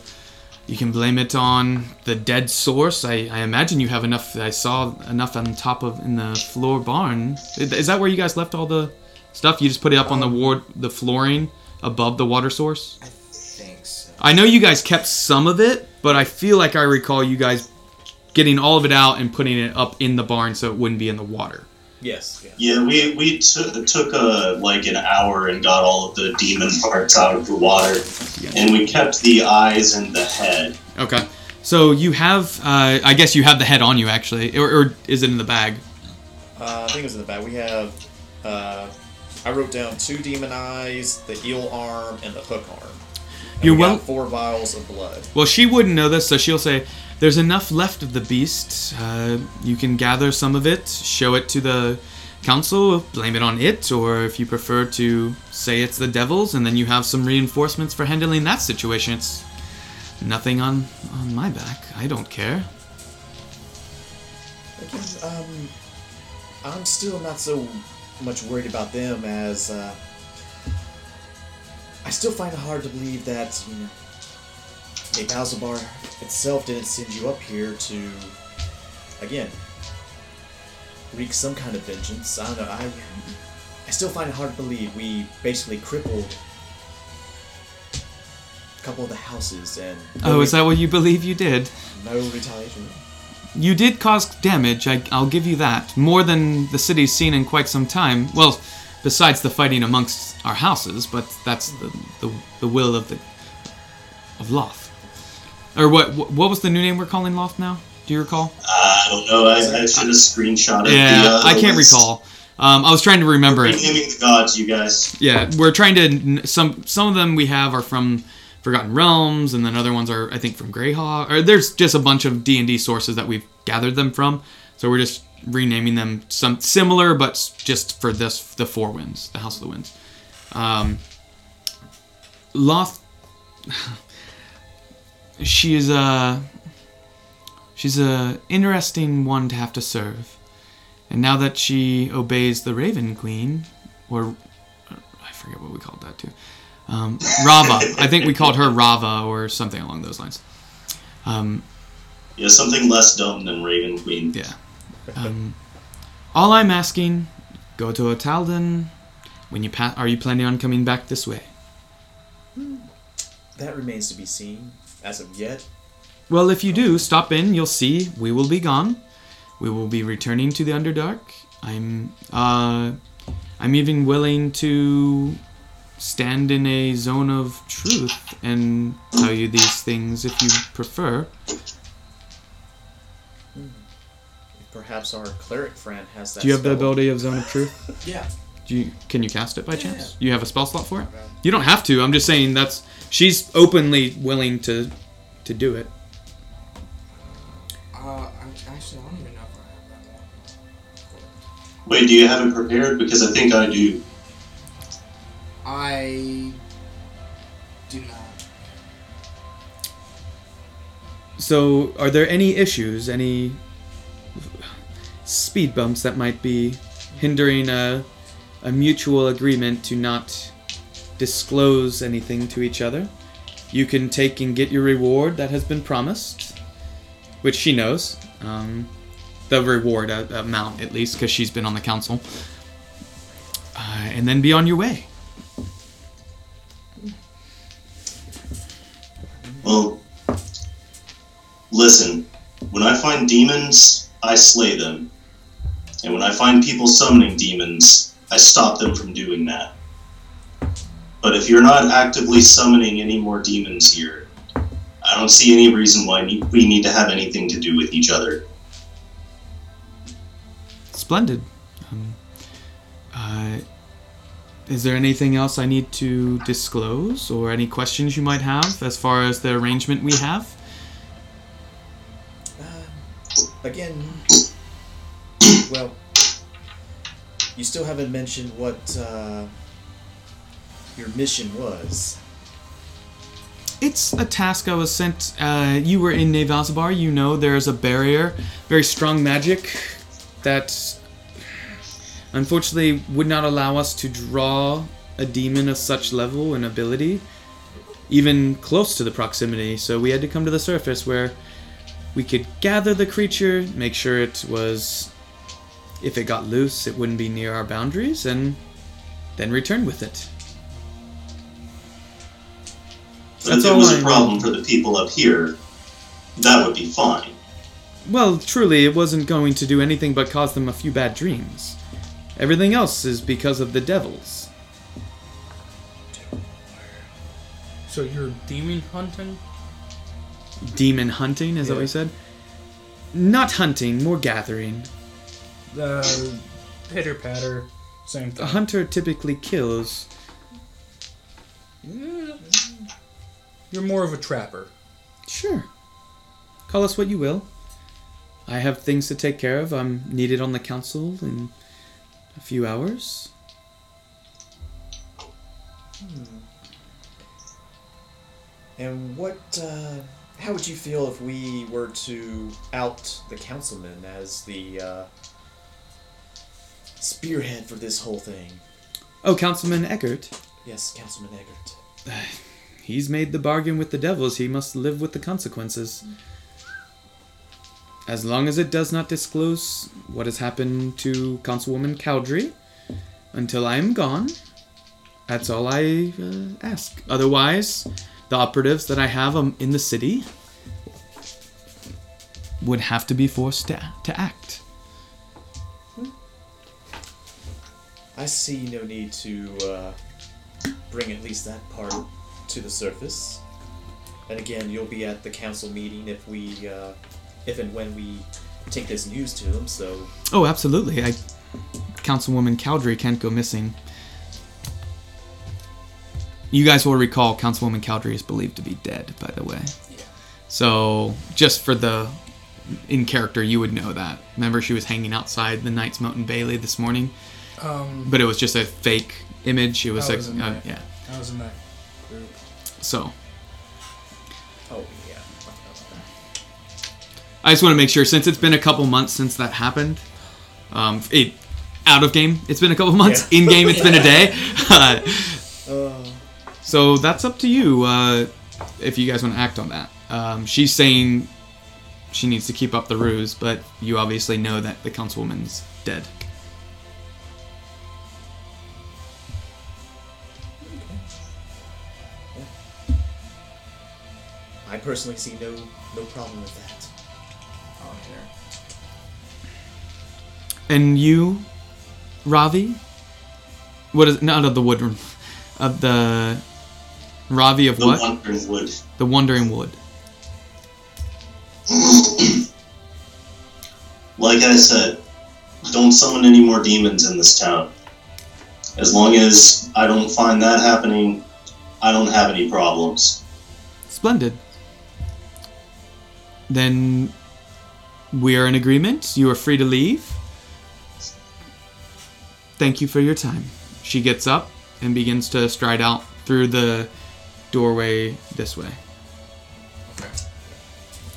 [SPEAKER 3] you can blame it on the dead source. I, I imagine you have enough. I saw enough on top of in the floor barn. Is is that where you guys left all the stuff? You just put it up on the ward, the flooring above the water source.
[SPEAKER 6] I think so.
[SPEAKER 3] I know you guys kept some of it, but I feel like I recall you guys getting all of it out and putting it up in the barn so it wouldn't be in the water.
[SPEAKER 8] Yes, yeah.
[SPEAKER 4] Yeah, we we took took uh like an hour and got all of the demon parts out of the water, and we kept the eyes and the head.
[SPEAKER 3] Okay. So you have, uh, I guess you have the head on you actually, or, or is it in the bag?
[SPEAKER 8] Uh, I think it was in the back. We have. Uh, I wrote down two demon eyes, the eel arm, and the hook arm. And
[SPEAKER 3] You're
[SPEAKER 8] we got
[SPEAKER 3] wel-
[SPEAKER 8] four vials of blood.
[SPEAKER 3] Well, she wouldn't know this, so she'll say, "There's enough left of the beast. Uh, you can gather some of it, show it to the council, blame it on it, or if you prefer to say it's the devil's, and then you have some reinforcements for handling that situation. It's nothing on on my back. I don't care.
[SPEAKER 5] Again,
[SPEAKER 8] Um, I'm still not so much worried about them as uh,
[SPEAKER 5] I still find it hard to believe that you know, a Balzabar itself didn't send you up here to, again, wreak some kind of vengeance. I don't know. I, I still find it hard to believe we basically crippled a couple of the houses and
[SPEAKER 3] Oh, is that what you believe you did?
[SPEAKER 5] no retaliation.
[SPEAKER 3] You did cause damage. I, I'll give you that. More than the city's seen in quite some time. Well, besides the fighting amongst our houses, but that's the the, the will of the of Loth. Or what? What was the new name we're calling Loth now? Do you recall?
[SPEAKER 4] I don't know. I, I should have screenshot it.
[SPEAKER 3] yeah,
[SPEAKER 4] Uh, the, uh,
[SPEAKER 3] I can't
[SPEAKER 4] list.
[SPEAKER 3] recall. Um, I was trying to remember it.
[SPEAKER 4] Renaming the gods, you guys.
[SPEAKER 3] Yeah, we're trying to some some of them we have are from Forgotten Realms, and then other ones are I think from Greyhawk. Or there's just a bunch of D and D sources that we've gathered them from. So we're just renaming them some similar, but s- just for this the Four Winds, the House of the Winds. Um, Loth she is a she's a interesting one to have to serve. And now that she obeys the Raven Queen, or I forget what we called that too, um, Rava. I think we called her Rava or something along those lines. Um,
[SPEAKER 4] Yeah, something less dumb than Raven Queen.
[SPEAKER 3] yeah. Um, all I'm asking, go to Otalden. When you pa- are you planning on coming back this way?
[SPEAKER 8] That remains to be seen. As of yet,
[SPEAKER 3] Well, if you do, stop in. You'll see. We will be gone. We will be returning to the Underdark. I'm. Uh, I'm even willing to stand in a zone of truth and tell you these things if you prefer.
[SPEAKER 8] perhaps our cleric friend has that.
[SPEAKER 3] Do you have the
[SPEAKER 8] spell.
[SPEAKER 3] ability of zone of truth?
[SPEAKER 8] Yeah.
[SPEAKER 3] Do you? Can you cast it by chance? You have a spell slot for it. You don't have to. I'm just saying that's. She's openly willing to, to do it.
[SPEAKER 6] Uh, I, actually, I don't even know if I have that one.
[SPEAKER 4] Wait, do you have it prepared? Because I think I do.
[SPEAKER 6] I do not.
[SPEAKER 3] So, are there any issues, any speed bumps that might be hindering a, a mutual agreement to not disclose anything to each other? You can take and get your reward that has been promised, which she knows. Um, the reward uh, amount, at least, because she's been on the council. Uh, and then be on your way.
[SPEAKER 4] Well, listen. When I find demons, I slay them. And when I find people summoning demons, I stop them from doing that. But if you're not actively summoning any more demons here, I don't see any reason why ne- we need to have anything to do with each other.
[SPEAKER 3] Splendid. Um, uh, is there anything else I need to disclose or any questions you might have as far as the arrangement we have?
[SPEAKER 8] Again, well, you still haven't mentioned what uh, your mission was.
[SPEAKER 3] It's a task I was sent. Uh, you were in Nevasabar. You know there is a barrier, very strong magic that unfortunately would not allow us to draw a demon of such level and ability even close to the proximity. So we had to come to the surface where we could gather the creature, make sure it was. If it got loose, it wouldn't be near our boundaries, and then return with it.
[SPEAKER 4] But
[SPEAKER 3] That's
[SPEAKER 4] if it
[SPEAKER 3] all
[SPEAKER 4] was
[SPEAKER 3] I
[SPEAKER 4] a
[SPEAKER 3] know.
[SPEAKER 4] problem for the people up here, that would be fine.
[SPEAKER 3] Well, truly, it wasn't going to do anything but cause them a few bad dreams. Everything else is because of the devils.
[SPEAKER 7] So you're demon hunting?
[SPEAKER 3] Demon hunting, is that what
[SPEAKER 7] Yeah.
[SPEAKER 3] you said? Not hunting, more gathering.
[SPEAKER 7] The pitter patter, same
[SPEAKER 3] A
[SPEAKER 7] thing.
[SPEAKER 3] hunter typically kills.
[SPEAKER 7] You're more of a trapper.
[SPEAKER 3] Sure. Call us what you will. I have things to take care of. I'm needed on the council in a few hours.
[SPEAKER 8] And what, uh, how would you feel if we were to out the councilman as the uh, spearhead for this whole thing?
[SPEAKER 3] Oh, Councilman Eckert.
[SPEAKER 8] Yes, Councilman Eggert.
[SPEAKER 3] He's made the bargain with the devils. He must live with the consequences. As long as it does not disclose what has happened to Councilwoman Cowdrey, until I am gone, that's all I uh, ask. Otherwise, the operatives that I have um, in the city would have to be forced to, to act.
[SPEAKER 8] I see no need to uh, bring at least that part to the surface. And again, you'll be at the council meeting if we, uh, if and when we take this news to him. So
[SPEAKER 3] Oh, absolutely. I, Councilwoman Cowdrey can't go missing. You guys will recall Councilwoman Cowdrey is believed to be dead, by the way. So, just for the in character, you would know that. Remember, she was hanging outside the Knights Mountain Bailey this morning,
[SPEAKER 7] Um,
[SPEAKER 3] but it was just a fake image. Oh, It was,
[SPEAKER 7] I
[SPEAKER 3] a,
[SPEAKER 7] was in
[SPEAKER 3] uh,
[SPEAKER 7] there.
[SPEAKER 3] yeah.
[SPEAKER 7] I was in that group.
[SPEAKER 3] So,
[SPEAKER 8] Oh yeah, I forgot about that.
[SPEAKER 3] I just want to make sure since it's been a couple months since that happened. Um, it out of game, it's been a couple months. In game, it's been a day. so that's up to you uh, if you guys want to act on that. Um, she's saying she needs to keep up the ruse, but you obviously know that the councilwoman's dead.
[SPEAKER 8] I personally see no no problem with that.
[SPEAKER 6] I don't care.
[SPEAKER 3] And you, Ravi? What is not of the wood of the Ravi of
[SPEAKER 4] The
[SPEAKER 3] what?
[SPEAKER 4] Wandering Wood.
[SPEAKER 3] The Wandering Wood.
[SPEAKER 4] Like I said, don't summon any more demons in this town. As long as I don't find that happening, I don't have any problems.
[SPEAKER 3] Splendid. Then we are in agreement. You are free to leave. Thank you for your time. She gets up and begins to stride out through the doorway this way.
[SPEAKER 6] Okay.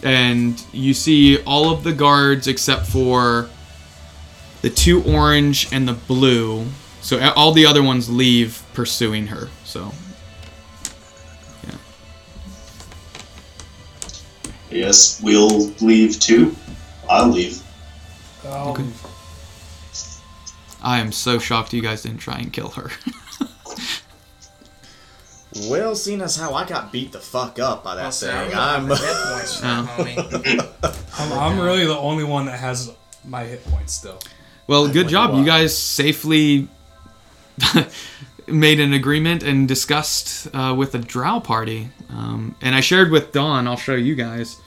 [SPEAKER 3] and you see all of the guards except for the two orange and the blue. So a- all the other ones leave pursuing her. So
[SPEAKER 4] I guess we'll leave too. I'll leave.
[SPEAKER 7] Oh,
[SPEAKER 3] Okay. I am so shocked you guys didn't try and kill her.
[SPEAKER 5] Well, seeing as how I got beat the fuck up by that
[SPEAKER 6] I'll say
[SPEAKER 5] thing,
[SPEAKER 6] I'm at
[SPEAKER 5] I'm.
[SPEAKER 6] that point, shit,
[SPEAKER 3] Oh.
[SPEAKER 6] homie.
[SPEAKER 7] I'm, I'm really the only one that has my hit points still.
[SPEAKER 3] well, good
[SPEAKER 5] like,
[SPEAKER 3] job.
[SPEAKER 5] wow.
[SPEAKER 3] You guys safely made an agreement and discussed uh, with the drow party. Um, and I shared with Dawn. I'll show you guys.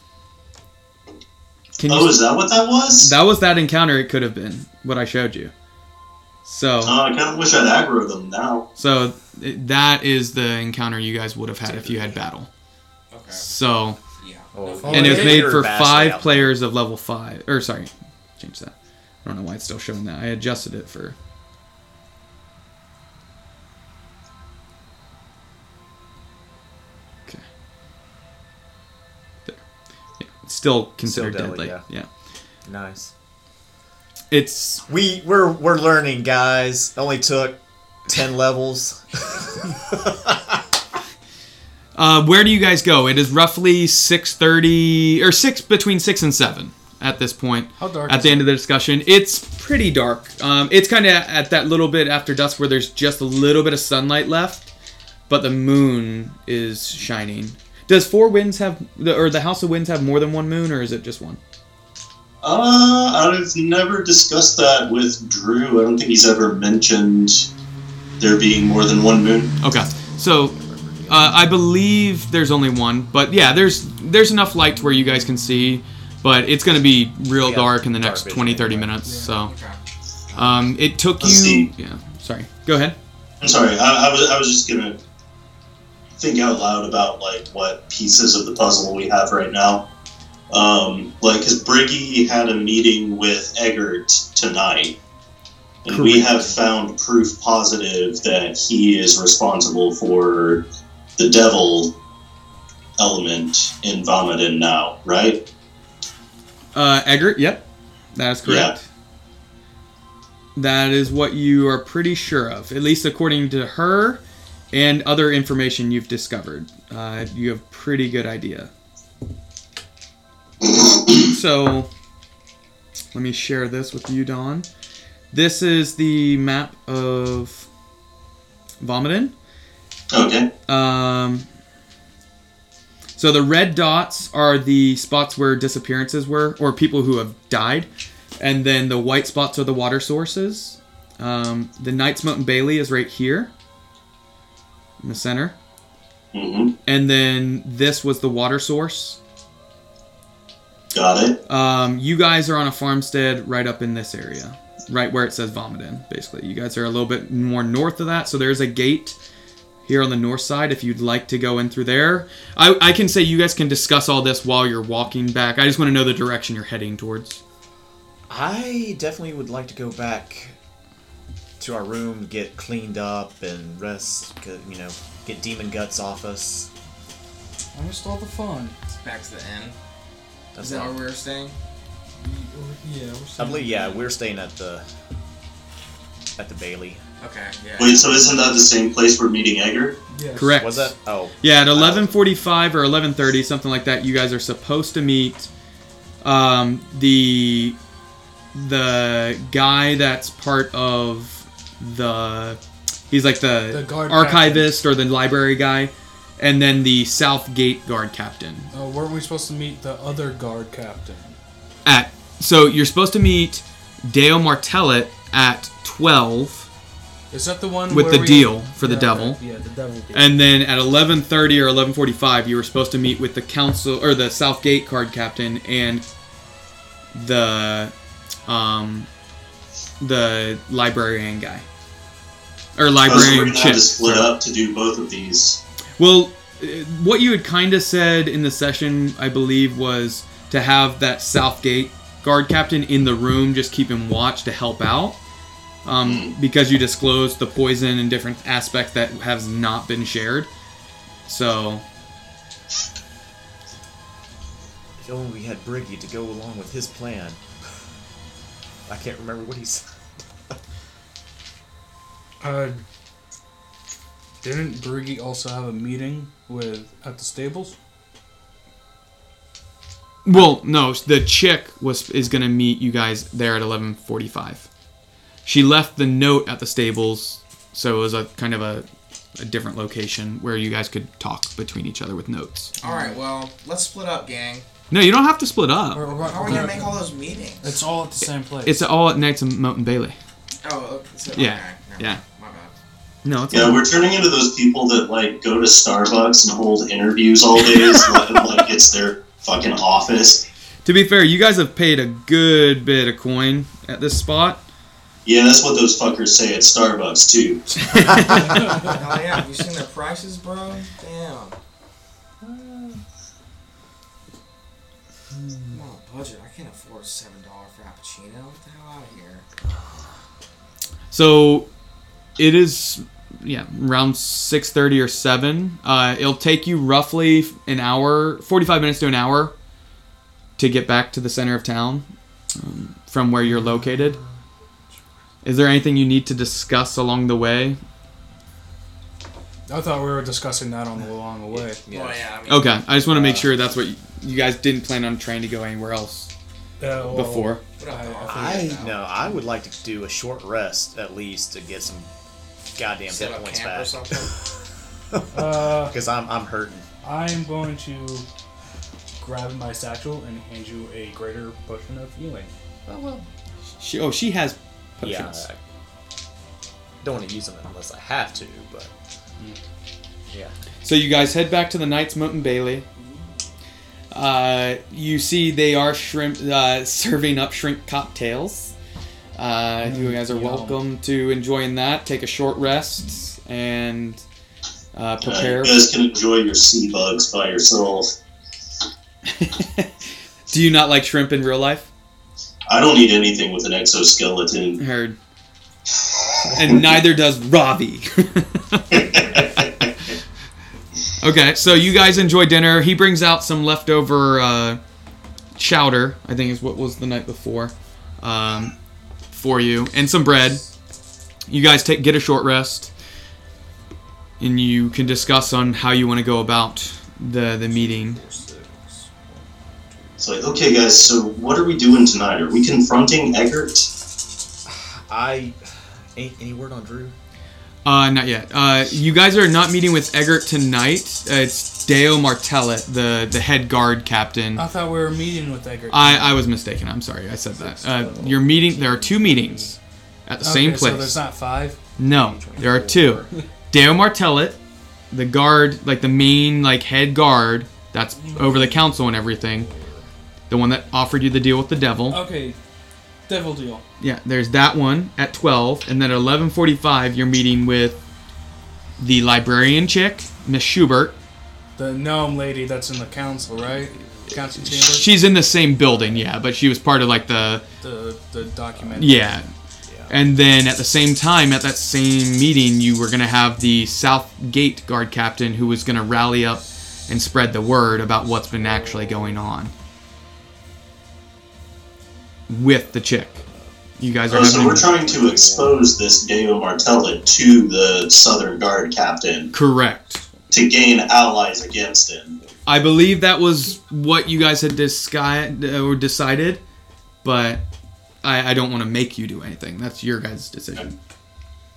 [SPEAKER 3] Can
[SPEAKER 4] Oh, is that what that was?
[SPEAKER 3] That was that encounter. It could have been what I showed you. So,
[SPEAKER 4] Oh, I kind of wish I'd aggro them now.
[SPEAKER 3] so it- that is the encounter you guys would have had if you had battle.
[SPEAKER 6] Okay.
[SPEAKER 3] So,
[SPEAKER 6] Yeah.
[SPEAKER 5] Oh,
[SPEAKER 3] and it was
[SPEAKER 5] yeah,
[SPEAKER 3] made
[SPEAKER 5] you're
[SPEAKER 3] for
[SPEAKER 5] vastly
[SPEAKER 3] five
[SPEAKER 5] out-
[SPEAKER 3] players of level five. Or sorry, change that. I don't know why it's still showing that. I adjusted it for. Okay. There. Yeah, it's still considered deadly.
[SPEAKER 5] deadly, yeah.
[SPEAKER 3] yeah.
[SPEAKER 5] Nice.
[SPEAKER 3] It's
[SPEAKER 5] We we're we're learning, guys. Only took ten levels.
[SPEAKER 3] Uh, where do you guys go? It is roughly six thirty or six between six and seven at this point.
[SPEAKER 7] How dark
[SPEAKER 3] At
[SPEAKER 7] is
[SPEAKER 3] the
[SPEAKER 7] it?
[SPEAKER 3] end of the discussion, it's pretty dark. Um, it's kind of at that little bit after dusk where there's just a little bit of sunlight left, but the moon is shining. Does Four Winds have the or the House of Winds have more than one moon or is it just one?
[SPEAKER 4] Uh, I've never discussed that with Drew. I don't think he's ever mentioned there being more than one moon.
[SPEAKER 3] Okay, so uh, I believe there's only one, but yeah, there's there's enough light to where you guys can see, but it's gonna be real
[SPEAKER 5] Yeah,
[SPEAKER 3] dark in the
[SPEAKER 5] dark
[SPEAKER 3] next
[SPEAKER 5] vision
[SPEAKER 3] 20, 30
[SPEAKER 5] anyway.
[SPEAKER 3] minutes. So.
[SPEAKER 6] Okay.
[SPEAKER 3] Um, it took
[SPEAKER 4] Let's
[SPEAKER 3] you.
[SPEAKER 4] see.
[SPEAKER 3] Yeah. Sorry. Go ahead.
[SPEAKER 4] I'm sorry. I, I was I was just gonna think out loud about like what pieces of the puzzle we have right now. Um, like, because Briggy had a meeting with Eggert tonight, and we have found proof positive that he is responsible for the devil element in Vomitin now, right?
[SPEAKER 3] Uh, Eggert. Yep. That is correct. That is what you are pretty sure of, at least according to her, and other information you've discovered. Uh, you have pretty good idea. so, let me share this with you, Don. This is the map of Vomitin.
[SPEAKER 4] Okay.
[SPEAKER 3] Um, so the red dots are the spots where disappearances were, or people who have died, and then the white spots are the water sources. Um, the Knights Mountain Bailey is right here in the center,
[SPEAKER 4] hmm
[SPEAKER 3] and then this was the water source.
[SPEAKER 4] Got it.
[SPEAKER 3] Um, you guys are on a farmstead right up in this area, right where it says Vomitin. Basically, you guys are a little bit more north of that, so there's a gate here on the north side if you'd like to go in through there. I, I can say you guys can discuss all this while you're walking back. I just want to know the direction you're heading towards.
[SPEAKER 5] I definitely would like to go back to our room, get cleaned up and rest. 'cause, You know, get demon guts off us.
[SPEAKER 7] Where's all the fun?
[SPEAKER 6] It's back to the inn.
[SPEAKER 8] That's
[SPEAKER 6] Is that
[SPEAKER 8] not-
[SPEAKER 6] where we're staying?
[SPEAKER 7] Yeah, we're
[SPEAKER 8] I believe, yeah, we're staying at the at the Bailey.
[SPEAKER 6] Okay, yeah.
[SPEAKER 4] Wait, so isn't that the same place we're meeting Edgar?
[SPEAKER 7] Yes.
[SPEAKER 3] Correct.
[SPEAKER 8] Was that? Oh,
[SPEAKER 3] Yeah, at eleven forty-five or eleven thirty, something like that. You guys are supposed to meet um, the the guy that's part of the he's like the,
[SPEAKER 7] The guard
[SPEAKER 3] archivist or the library guy, and then the South Gate guard captain.
[SPEAKER 7] Uh, weren't we supposed to meet the other guard captain?
[SPEAKER 3] At so you're supposed to meet Deo Martellet at twelve.
[SPEAKER 7] Is that the one
[SPEAKER 3] With
[SPEAKER 7] where
[SPEAKER 3] the
[SPEAKER 7] we-
[SPEAKER 3] deal for the
[SPEAKER 7] Yeah,
[SPEAKER 3] devil.
[SPEAKER 7] Yeah, the devil. Deal.
[SPEAKER 3] And then at 11:30 or 11:45, you were supposed to meet with the council or the Southgate card captain and the um the librarian guy or
[SPEAKER 4] Oh, so we're
[SPEAKER 3] librarian
[SPEAKER 4] gonna have
[SPEAKER 3] chick.
[SPEAKER 4] to split
[SPEAKER 3] sorry.
[SPEAKER 4] up to do both of these.
[SPEAKER 3] Well, uh, what you had kind of said in the session, I believe, was to have that Southgate guard captain in the room, just keep him watch to help out. Um, because you disclosed the poison and different aspects that has not been shared. So,
[SPEAKER 8] if only oh, we had Briggy to go along with his plan. I can't remember what he said.
[SPEAKER 7] Uh, didn't Briggy also have a meeting with at the stables?
[SPEAKER 3] well, no, the chick was is gonna meet you guys there at 11:45. She left the note at the stables, so it was a kind of a, a different location where you guys could talk between each other with notes.
[SPEAKER 6] All right, well, let's split up, gang.
[SPEAKER 3] No, you don't have to split up.
[SPEAKER 7] Or- or-
[SPEAKER 6] How are we gonna make all those meetings?
[SPEAKER 7] It's all at the same place.
[SPEAKER 3] It's all at nights in Mountain Bailey.
[SPEAKER 6] oh, it's, okay,
[SPEAKER 3] Yeah,
[SPEAKER 6] never
[SPEAKER 3] yeah.
[SPEAKER 6] mind, My bad.
[SPEAKER 3] No, it's
[SPEAKER 4] Yeah, we're turning into those people that like go to Starbucks and hold interviews all day, so that, like it's their fucking office.
[SPEAKER 3] to be fair, you guys have paid a good bit of coin at this spot.
[SPEAKER 4] Yeah, that's what those fuckers say at Starbucks too.
[SPEAKER 6] Hell yeah, have you seen their prices, bro? Damn. Hmm. I'm on a budget. I can't afford seven dollar frappuccino. Get the hell out of here.
[SPEAKER 3] So it is yeah, around 6:30 or 7. Uh, it'll take you roughly an hour, 45 minutes to an hour to get back to the center of town um, from where you're located. Is there anything you need to discuss along the way?
[SPEAKER 7] I thought we were discussing that on the long way.
[SPEAKER 8] Yeah.
[SPEAKER 6] Well, yeah. I mean,
[SPEAKER 3] Okay, I just want to make sure that's what you, you guys didn't plan on trying to go anywhere else
[SPEAKER 7] Uh, well,
[SPEAKER 3] before.
[SPEAKER 6] What up,
[SPEAKER 7] I-
[SPEAKER 6] dog?
[SPEAKER 8] I no, I would like to do a short rest at least to get some goddamn
[SPEAKER 6] Set
[SPEAKER 8] hit
[SPEAKER 6] up
[SPEAKER 8] points
[SPEAKER 6] camp or
[SPEAKER 8] back
[SPEAKER 6] something.
[SPEAKER 7] Uh,
[SPEAKER 8] because I'm I'm hurting.
[SPEAKER 7] I'm going to grab my satchel and hand you a greater potion of healing.
[SPEAKER 3] She, oh, she has potions.
[SPEAKER 8] Yeah, I don't want to use them unless I have to, but yeah.
[SPEAKER 3] So you guys head back to the Knights Mountain Bailey. Uh, you see they are shrimp uh, serving up shrimp cocktails. Uh, you guys are
[SPEAKER 7] yum.
[SPEAKER 3] welcome to enjoying that. Take a short rest and uh,
[SPEAKER 4] Uh,
[SPEAKER 3] prepare.
[SPEAKER 4] you guys can enjoy your sea bugs by yourself.
[SPEAKER 3] Do you not like shrimp in real life?
[SPEAKER 4] I don't need anything with an exoskeleton.
[SPEAKER 3] Heard. And neither does Robbie. okay, so you guys enjoy dinner. He brings out some leftover uh, chowder, I think is what was the night before, um, for you, and some bread. You guys take get a short rest, and you can discuss on how you want to go about the the meeting.
[SPEAKER 4] It's like, okay, guys, so what are we doing tonight? Are we confronting Eggert?
[SPEAKER 8] I any, any word on Drew?
[SPEAKER 3] Uh, not yet. Uh, you guys are not meeting with Eggert tonight. Uh, it's Deo Martellet, the the head guard captain.
[SPEAKER 7] I
[SPEAKER 3] I,
[SPEAKER 7] thought we were meeting with Edgar.
[SPEAKER 3] I was mistaken. I'm sorry. I said that. Uh, you're meeting. There are two meetings at the same
[SPEAKER 7] So there's
[SPEAKER 3] place.
[SPEAKER 7] not five.
[SPEAKER 3] no, there are two. Deo Martellet, the guard, like the main like head guard that's over the council and everything. The one that offered you the deal with the devil.
[SPEAKER 7] Okay, devil deal.
[SPEAKER 3] Yeah, there's that one at 12, and then at 11:45 you're meeting with the librarian chick, Miss Schubert.
[SPEAKER 7] The gnome lady that's in the council, right? Council chamber.
[SPEAKER 3] She's in the same building, yeah, but she was part of like the
[SPEAKER 7] the the document.
[SPEAKER 3] yeah. And then at the same time, at that same meeting, you were gonna have the South Gate guard captain who was gonna rally up and spread the word about what's been actually going on with the chick. You guys are
[SPEAKER 4] Oh, so
[SPEAKER 3] having-
[SPEAKER 4] we're trying to expose this Deo Martella to the Southern Guard captain
[SPEAKER 3] correct.
[SPEAKER 4] to gain allies against him.
[SPEAKER 3] I believe that was what you guys had disguised or decided, but I, I don't want to make you do anything. That's your guys' decision.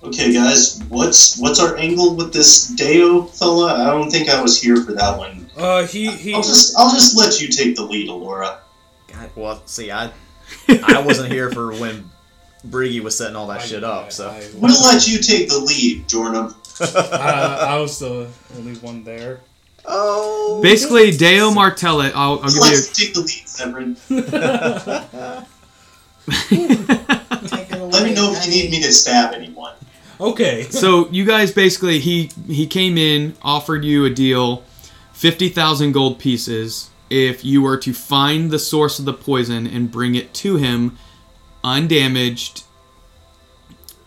[SPEAKER 4] Okay, guys, what's what's our angle with this Deo fella? I don't think I was here for that one.
[SPEAKER 7] Uh, he he.
[SPEAKER 4] I'll just I'll just let you take the lead, Alora.
[SPEAKER 8] God, well, see, I I wasn't here for when Briggy was setting all that shit up, so
[SPEAKER 7] I,
[SPEAKER 4] We'll let you take the lead, Jornum.
[SPEAKER 7] uh, I was the only one there.
[SPEAKER 8] oh,
[SPEAKER 3] Basically, Deo Martella. I'll, I'll give you.
[SPEAKER 4] Let's take the lead, Severin.
[SPEAKER 6] Take it away.
[SPEAKER 4] Let me know if you need me to stab anyone.
[SPEAKER 7] Okay.
[SPEAKER 3] so you guys basically he he came in offered you a deal 50000 gold pieces if you were to find the source of the poison and bring it to him undamaged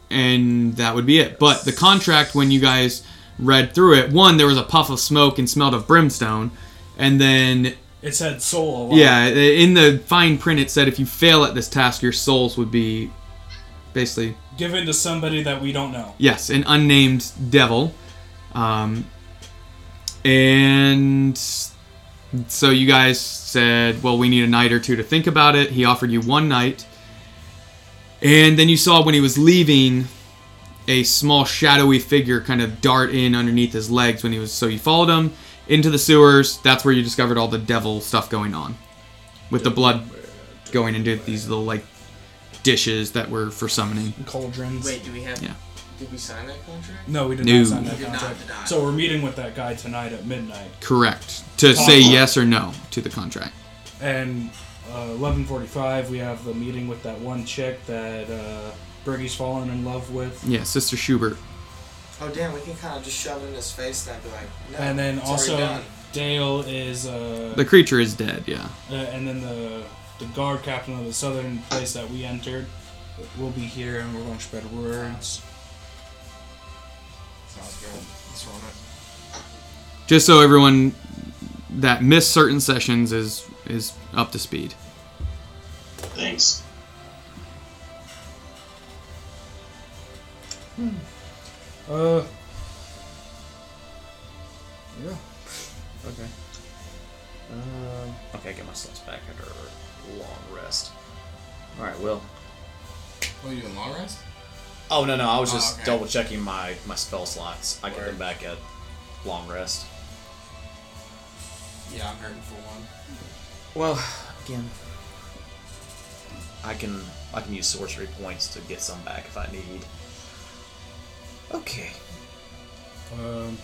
[SPEAKER 3] and that would be it but the contract when you guys read through it one there was a puff of smoke and smelled of brimstone and then
[SPEAKER 7] It said soul a lot.
[SPEAKER 3] yeah, in the fine print it said if you fail at this task, your souls would be basically
[SPEAKER 7] Given to somebody that we don't know.
[SPEAKER 3] Yes, an unnamed devil. Um, and so you guys said, well, we need a night or two to think about it. He offered you one night. And then you saw when he was leaving a small shadowy figure kind of dart in underneath his legs when he was so you followed him into the sewers. That's where you discovered all the devil stuff going on. With the blood going into these little like dishes that were for summoning.
[SPEAKER 7] Cauldrons.
[SPEAKER 6] Wait, do we have?
[SPEAKER 3] Yeah.
[SPEAKER 6] Did we sign that contract?
[SPEAKER 7] No, we did
[SPEAKER 3] No.
[SPEAKER 7] not sign that
[SPEAKER 6] We did not,
[SPEAKER 7] contract.
[SPEAKER 6] did not.
[SPEAKER 7] So we're meeting with that guy tonight at midnight,
[SPEAKER 3] Correct. To say yes or no to the contract.
[SPEAKER 7] and uh, 11:45 we have the meeting with that one chick that uh, Briggy's fallen in love with,
[SPEAKER 3] Yeah, Sister Schubert.
[SPEAKER 6] Oh damn, we can kind of just shove it in his face and I'd be like, no.
[SPEAKER 7] and then
[SPEAKER 6] it's already
[SPEAKER 7] also
[SPEAKER 6] done.
[SPEAKER 7] Dale is, uh,
[SPEAKER 3] The creature is dead, yeah.
[SPEAKER 7] uh, and then the the guard captain of the southern place that we entered will be here, and we're going to spread words.
[SPEAKER 6] Sounds good. Let's run it.
[SPEAKER 3] Just so everyone that missed certain sessions is is up to speed.
[SPEAKER 4] Thanks.
[SPEAKER 7] Uh. Yeah.
[SPEAKER 8] Okay. Um, okay, I get my slots back after a long rest. All right, Will.
[SPEAKER 6] What are you doing, long rest?
[SPEAKER 8] Oh no, no, I was
[SPEAKER 6] Oh,
[SPEAKER 8] just
[SPEAKER 6] okay.
[SPEAKER 8] double checking my my spell slots. I get them
[SPEAKER 6] Word.
[SPEAKER 8] back at long rest.
[SPEAKER 6] Yeah, I'm hurting for one.
[SPEAKER 8] Well, again, I can I can use sorcery points to get some back if I need. Okay.
[SPEAKER 7] Um,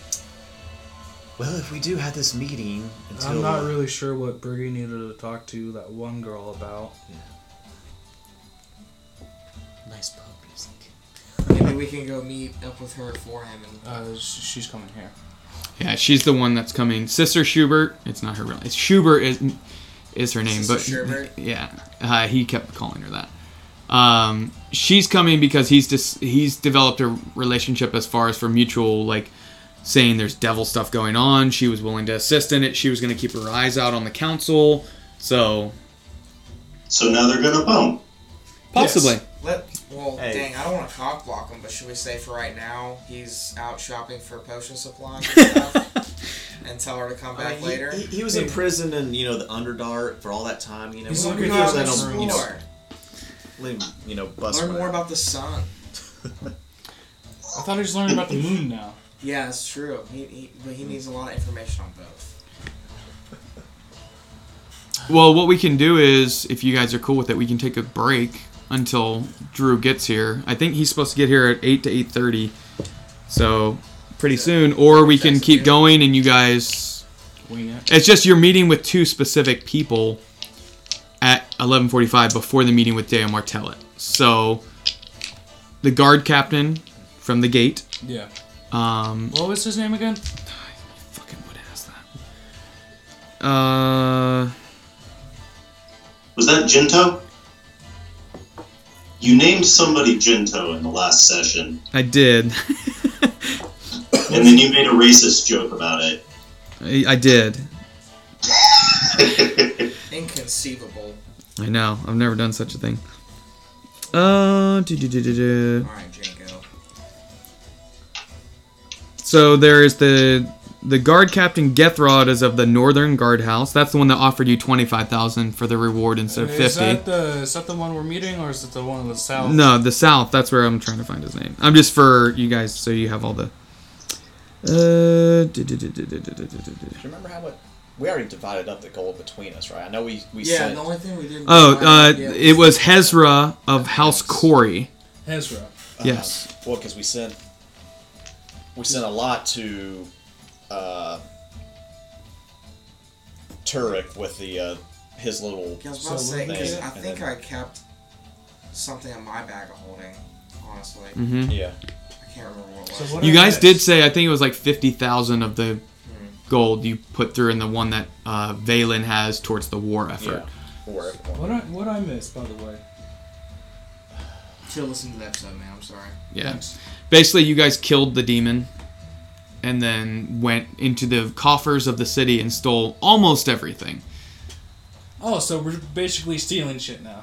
[SPEAKER 8] Well, if we do have this meeting until
[SPEAKER 7] I'm not really sure what Briggy needed to talk to that one girl about.
[SPEAKER 8] nice pub music.
[SPEAKER 6] Maybe we can go meet up with her for him and
[SPEAKER 7] Uh, sh- she's coming here.
[SPEAKER 3] Yeah, she's the one that's coming. Sister Schubert. It's not her real. It's Schubert is is her name,
[SPEAKER 6] Sister
[SPEAKER 3] but
[SPEAKER 6] Schubert?
[SPEAKER 3] yeah, uh, he kept calling her that. Um, she's coming because he's just he's developed a relationship as far as for mutual like saying there's devil stuff going on. She was willing to assist in it. She was going to keep her eyes out on the council. So
[SPEAKER 4] So now they're gonna bump.
[SPEAKER 3] possibly.
[SPEAKER 6] let. Well,
[SPEAKER 8] Hey.
[SPEAKER 6] dang, I don't want to cock block him, but should we say for right now he's out shopping for potion supplies and stuff, and tell her to come back
[SPEAKER 8] Uh, he,
[SPEAKER 6] later?
[SPEAKER 8] he- he was in prison and you know the Underdark for all that time. You know,
[SPEAKER 7] He's
[SPEAKER 8] we-
[SPEAKER 7] looking
[SPEAKER 8] we
[SPEAKER 6] Go
[SPEAKER 7] for
[SPEAKER 8] let
[SPEAKER 6] out
[SPEAKER 7] Here's
[SPEAKER 6] and
[SPEAKER 7] that
[SPEAKER 8] him, you know,
[SPEAKER 6] explore.
[SPEAKER 8] let him, you know, bust
[SPEAKER 6] Learn more
[SPEAKER 8] around.
[SPEAKER 6] about the sun.
[SPEAKER 7] I thought he was learning about the moon now.
[SPEAKER 6] Yeah, it's true. He, he, but he needs a lot of information on both.
[SPEAKER 3] Well, what we can do is, if you guys are cool with it, we can take a break until Drew gets here. I think he's supposed to get here at eight to eight thirty, so pretty soon. Or we can keep going, and you guys.
[SPEAKER 7] Wing it.
[SPEAKER 3] It's just you're meeting with two specific people at eleven forty-five before the meeting with Deo Martellet. So the guard captain from the gate.
[SPEAKER 7] Yeah.
[SPEAKER 3] Um,
[SPEAKER 7] What was his name again?
[SPEAKER 3] fucking would ask that. Uh,
[SPEAKER 4] Was that Jinto? You named somebody Jinto in the last session,
[SPEAKER 3] I did.
[SPEAKER 4] and then you made a racist joke about it.
[SPEAKER 3] I, I did.
[SPEAKER 6] Inconceivable.
[SPEAKER 3] I know. I've never done such a thing. Uh, do, do, do, do, do.
[SPEAKER 6] Alright, Janko.
[SPEAKER 3] So there is the the guard captain Gethrod is of the Northern Guard House. That's the one that offered you twenty five thousand for the reward instead of
[SPEAKER 7] Is
[SPEAKER 3] fifty.
[SPEAKER 7] that, the, is that the one we're meeting, or is it the one in the south?
[SPEAKER 3] No, the South. That's where I'm trying to find his name. I'm just for you guys, so you have all the. Uh, do, do, do, do, do, do, do, do, do.
[SPEAKER 8] Do you remember how it? We already divided up the gold between us, right? I know we we
[SPEAKER 6] Yeah,
[SPEAKER 8] said
[SPEAKER 6] the only thing we didn't.
[SPEAKER 3] Oh, uh,
[SPEAKER 6] find- yeah,
[SPEAKER 3] it was Hezra of House Corey.
[SPEAKER 7] Hezra.
[SPEAKER 8] uh,
[SPEAKER 3] Yes.
[SPEAKER 8] Well, because we sent we sent a lot to uh, Turek with the uh, his little.
[SPEAKER 6] I was about to say, 'cause
[SPEAKER 8] thing,
[SPEAKER 6] I
[SPEAKER 8] and
[SPEAKER 6] think
[SPEAKER 8] then-
[SPEAKER 6] I kept something in my bag of holding, honestly.
[SPEAKER 3] hmm
[SPEAKER 8] Yeah.
[SPEAKER 6] I can't remember what it was.
[SPEAKER 7] So what
[SPEAKER 3] You
[SPEAKER 7] are
[SPEAKER 3] guys
[SPEAKER 7] this?
[SPEAKER 3] did say I think it was like fifty thousand of the gold you put through in the one that uh, Valen has towards the war effort.
[SPEAKER 8] Yeah. Or
[SPEAKER 7] What I, what I missed, by the way.
[SPEAKER 6] Should listen to the episode, man. I'm sorry.
[SPEAKER 3] Yeah.
[SPEAKER 7] Thanks.
[SPEAKER 3] Basically, you guys killed the demon, and then went into the coffers of the city and stole almost everything.
[SPEAKER 7] Oh, so we're basically stealing shit now.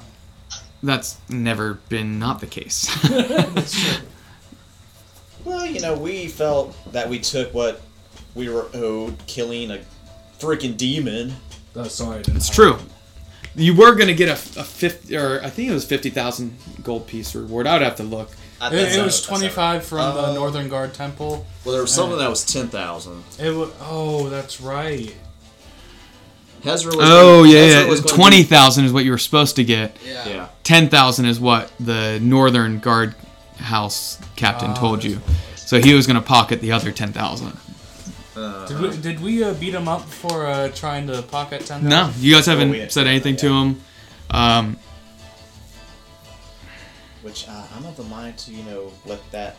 [SPEAKER 3] That's never been not the case.
[SPEAKER 8] Well, you know, we felt that we took what we were owed, killing a freaking demon.
[SPEAKER 7] Oh, sorry. I didn't-
[SPEAKER 3] It's true. You were gonna get a, a fifth, or I think it was fifty thousand gold piece reward. I would have to look.
[SPEAKER 8] I,
[SPEAKER 7] It,
[SPEAKER 8] that's
[SPEAKER 7] it
[SPEAKER 8] how-
[SPEAKER 7] was
[SPEAKER 8] that's how-
[SPEAKER 7] 25 from
[SPEAKER 8] Uh,
[SPEAKER 7] the Northern Guard Temple.
[SPEAKER 8] Well, there was something that was ten thousand.
[SPEAKER 7] It was, oh, that's right.
[SPEAKER 8] Hezra was.
[SPEAKER 3] Oh
[SPEAKER 8] gonna-
[SPEAKER 3] yeah,
[SPEAKER 8] Hezra was gonna
[SPEAKER 3] twenty thousand is what you were supposed to get.
[SPEAKER 6] Yeah.
[SPEAKER 8] be- Yeah.
[SPEAKER 3] Ten thousand is what the Northern Guard House
[SPEAKER 8] Ah.
[SPEAKER 3] captain told you. So he was gonna pocket the other ten thousand.
[SPEAKER 7] Did we, did we uh, beat him up for uh, trying to pocket 10
[SPEAKER 3] No, you guys haven't
[SPEAKER 8] Oh, we had
[SPEAKER 3] said
[SPEAKER 8] done that,
[SPEAKER 3] anything to
[SPEAKER 8] yeah.
[SPEAKER 3] him. Um,
[SPEAKER 8] Which uh, I'm of the mind to, you know, let that.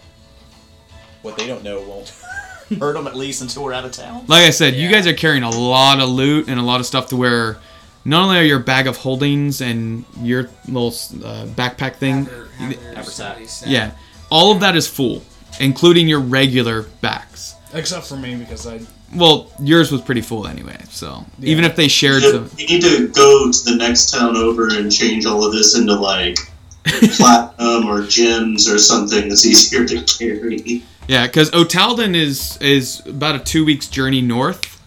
[SPEAKER 8] What they don't know won't hurt them at least until we're out of town.
[SPEAKER 3] like I said, you
[SPEAKER 6] Yeah.
[SPEAKER 3] guys are carrying a lot of loot and a lot of stuff to where. Not only are your bag of holdings and your little uh, backpack thing,
[SPEAKER 6] Haver- Haver-
[SPEAKER 8] Haversack.
[SPEAKER 6] somebody said-
[SPEAKER 3] Yeah. All of that is full, including your regular backs.
[SPEAKER 7] Except for me, because I.
[SPEAKER 3] Well, yours was pretty full anyway, so even if they shared
[SPEAKER 4] You
[SPEAKER 3] some
[SPEAKER 4] need to go to the next town over and change all of this into like platinum or gems or something that's easier to carry.
[SPEAKER 3] Yeah, cuz Otaldon is is about a 2 weeks journey north.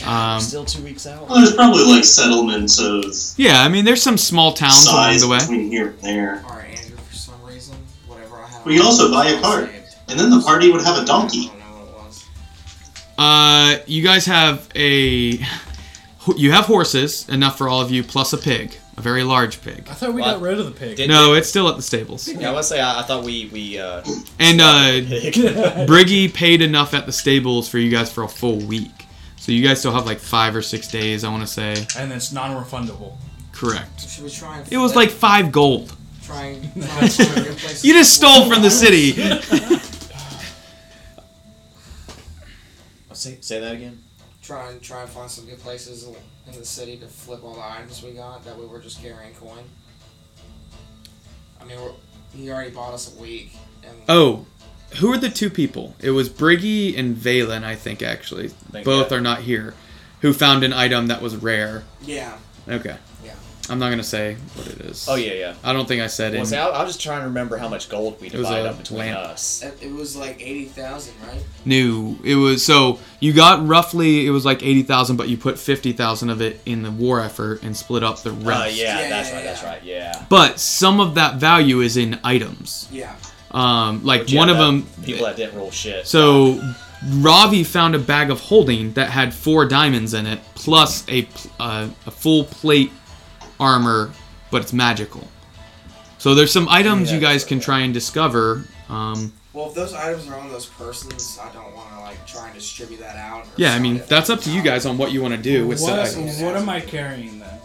[SPEAKER 8] God,
[SPEAKER 3] Um,
[SPEAKER 8] we're still two weeks out.
[SPEAKER 3] Uh,
[SPEAKER 4] Well, there's probably like settlements of
[SPEAKER 3] Yeah, I mean there's some small towns along
[SPEAKER 4] size
[SPEAKER 3] the way.
[SPEAKER 4] between here and there.
[SPEAKER 6] Alright, Andrew, for some reason, whatever I had.
[SPEAKER 4] We could also buy a
[SPEAKER 6] I
[SPEAKER 4] cart,
[SPEAKER 6] saved.
[SPEAKER 4] and then the party would have a donkey.
[SPEAKER 6] I don't know what it was.
[SPEAKER 3] Uh you guys have a you have horses enough for all of you plus a pig, a very large pig.
[SPEAKER 7] I thought we
[SPEAKER 8] What?
[SPEAKER 7] got rid of the pig.
[SPEAKER 8] Did-
[SPEAKER 3] No, it's still at the stables.
[SPEAKER 8] Yeah, I was say I, I thought we we. Uh,
[SPEAKER 3] And uh
[SPEAKER 8] yeah,
[SPEAKER 3] Briggy paid enough at the stables for you guys for a full week. So you guys still have like 5 or 6 days, I want to say.
[SPEAKER 7] And it's non refundable.
[SPEAKER 3] Correct.
[SPEAKER 6] Should we try and
[SPEAKER 3] It was like
[SPEAKER 6] flip-
[SPEAKER 3] five gold.
[SPEAKER 6] Try and, try and find a good place
[SPEAKER 3] You
[SPEAKER 6] to-
[SPEAKER 3] just stole from the city.
[SPEAKER 8] say say that again.
[SPEAKER 6] try and try and find some good places in the city to flip all the items we got. That way, we're just carrying coin. I mean, we're, he already bought us a week, and
[SPEAKER 3] Oh, who are the two people? It was Briggy and Valen, I think, actually.
[SPEAKER 8] Thank
[SPEAKER 3] Both
[SPEAKER 8] God.
[SPEAKER 3] are not here. Who found an item that was rare.
[SPEAKER 6] yeah,
[SPEAKER 3] Okay.
[SPEAKER 6] Yeah.
[SPEAKER 3] I'm not going to say what it is.
[SPEAKER 8] Oh yeah, yeah.
[SPEAKER 3] I don't think I said
[SPEAKER 8] Well,
[SPEAKER 3] it.
[SPEAKER 8] see, I, I was just trying to remember how much gold we
[SPEAKER 3] was
[SPEAKER 8] divided
[SPEAKER 3] a
[SPEAKER 8] up between
[SPEAKER 3] lamp.
[SPEAKER 8] us.
[SPEAKER 6] it, it was like eighty thousand, right?
[SPEAKER 3] No, it was so you got roughly it was like 80,000 but you put 50,000 of it in the war effort and split up the
[SPEAKER 8] Uh,
[SPEAKER 3] rest.
[SPEAKER 8] yeah,
[SPEAKER 6] Yeah,
[SPEAKER 8] that's
[SPEAKER 6] yeah,
[SPEAKER 8] right. That's
[SPEAKER 6] yeah.
[SPEAKER 8] right. Yeah.
[SPEAKER 3] But some of that value is in items.
[SPEAKER 6] Yeah,
[SPEAKER 3] Um like
[SPEAKER 8] But yeah,
[SPEAKER 3] one of
[SPEAKER 8] that-
[SPEAKER 3] them
[SPEAKER 8] People that didn't roll shit.
[SPEAKER 3] So Ravi found a bag of holding that had four diamonds in it, plus a pl- uh, a full plate armor, but it's magical. So there's some items you
[SPEAKER 8] Yeah,
[SPEAKER 3] guys
[SPEAKER 8] that's
[SPEAKER 3] can
[SPEAKER 8] right.
[SPEAKER 3] try and discover. Um,
[SPEAKER 6] Well, if those items are on those persons, I don't want to like try and distribute that out. or
[SPEAKER 3] yeah, I
[SPEAKER 6] sell
[SPEAKER 3] mean
[SPEAKER 6] it.
[SPEAKER 3] that's up to you guys on what you want to do with
[SPEAKER 7] What,
[SPEAKER 3] said
[SPEAKER 6] item.
[SPEAKER 3] items.
[SPEAKER 7] what am I carrying then?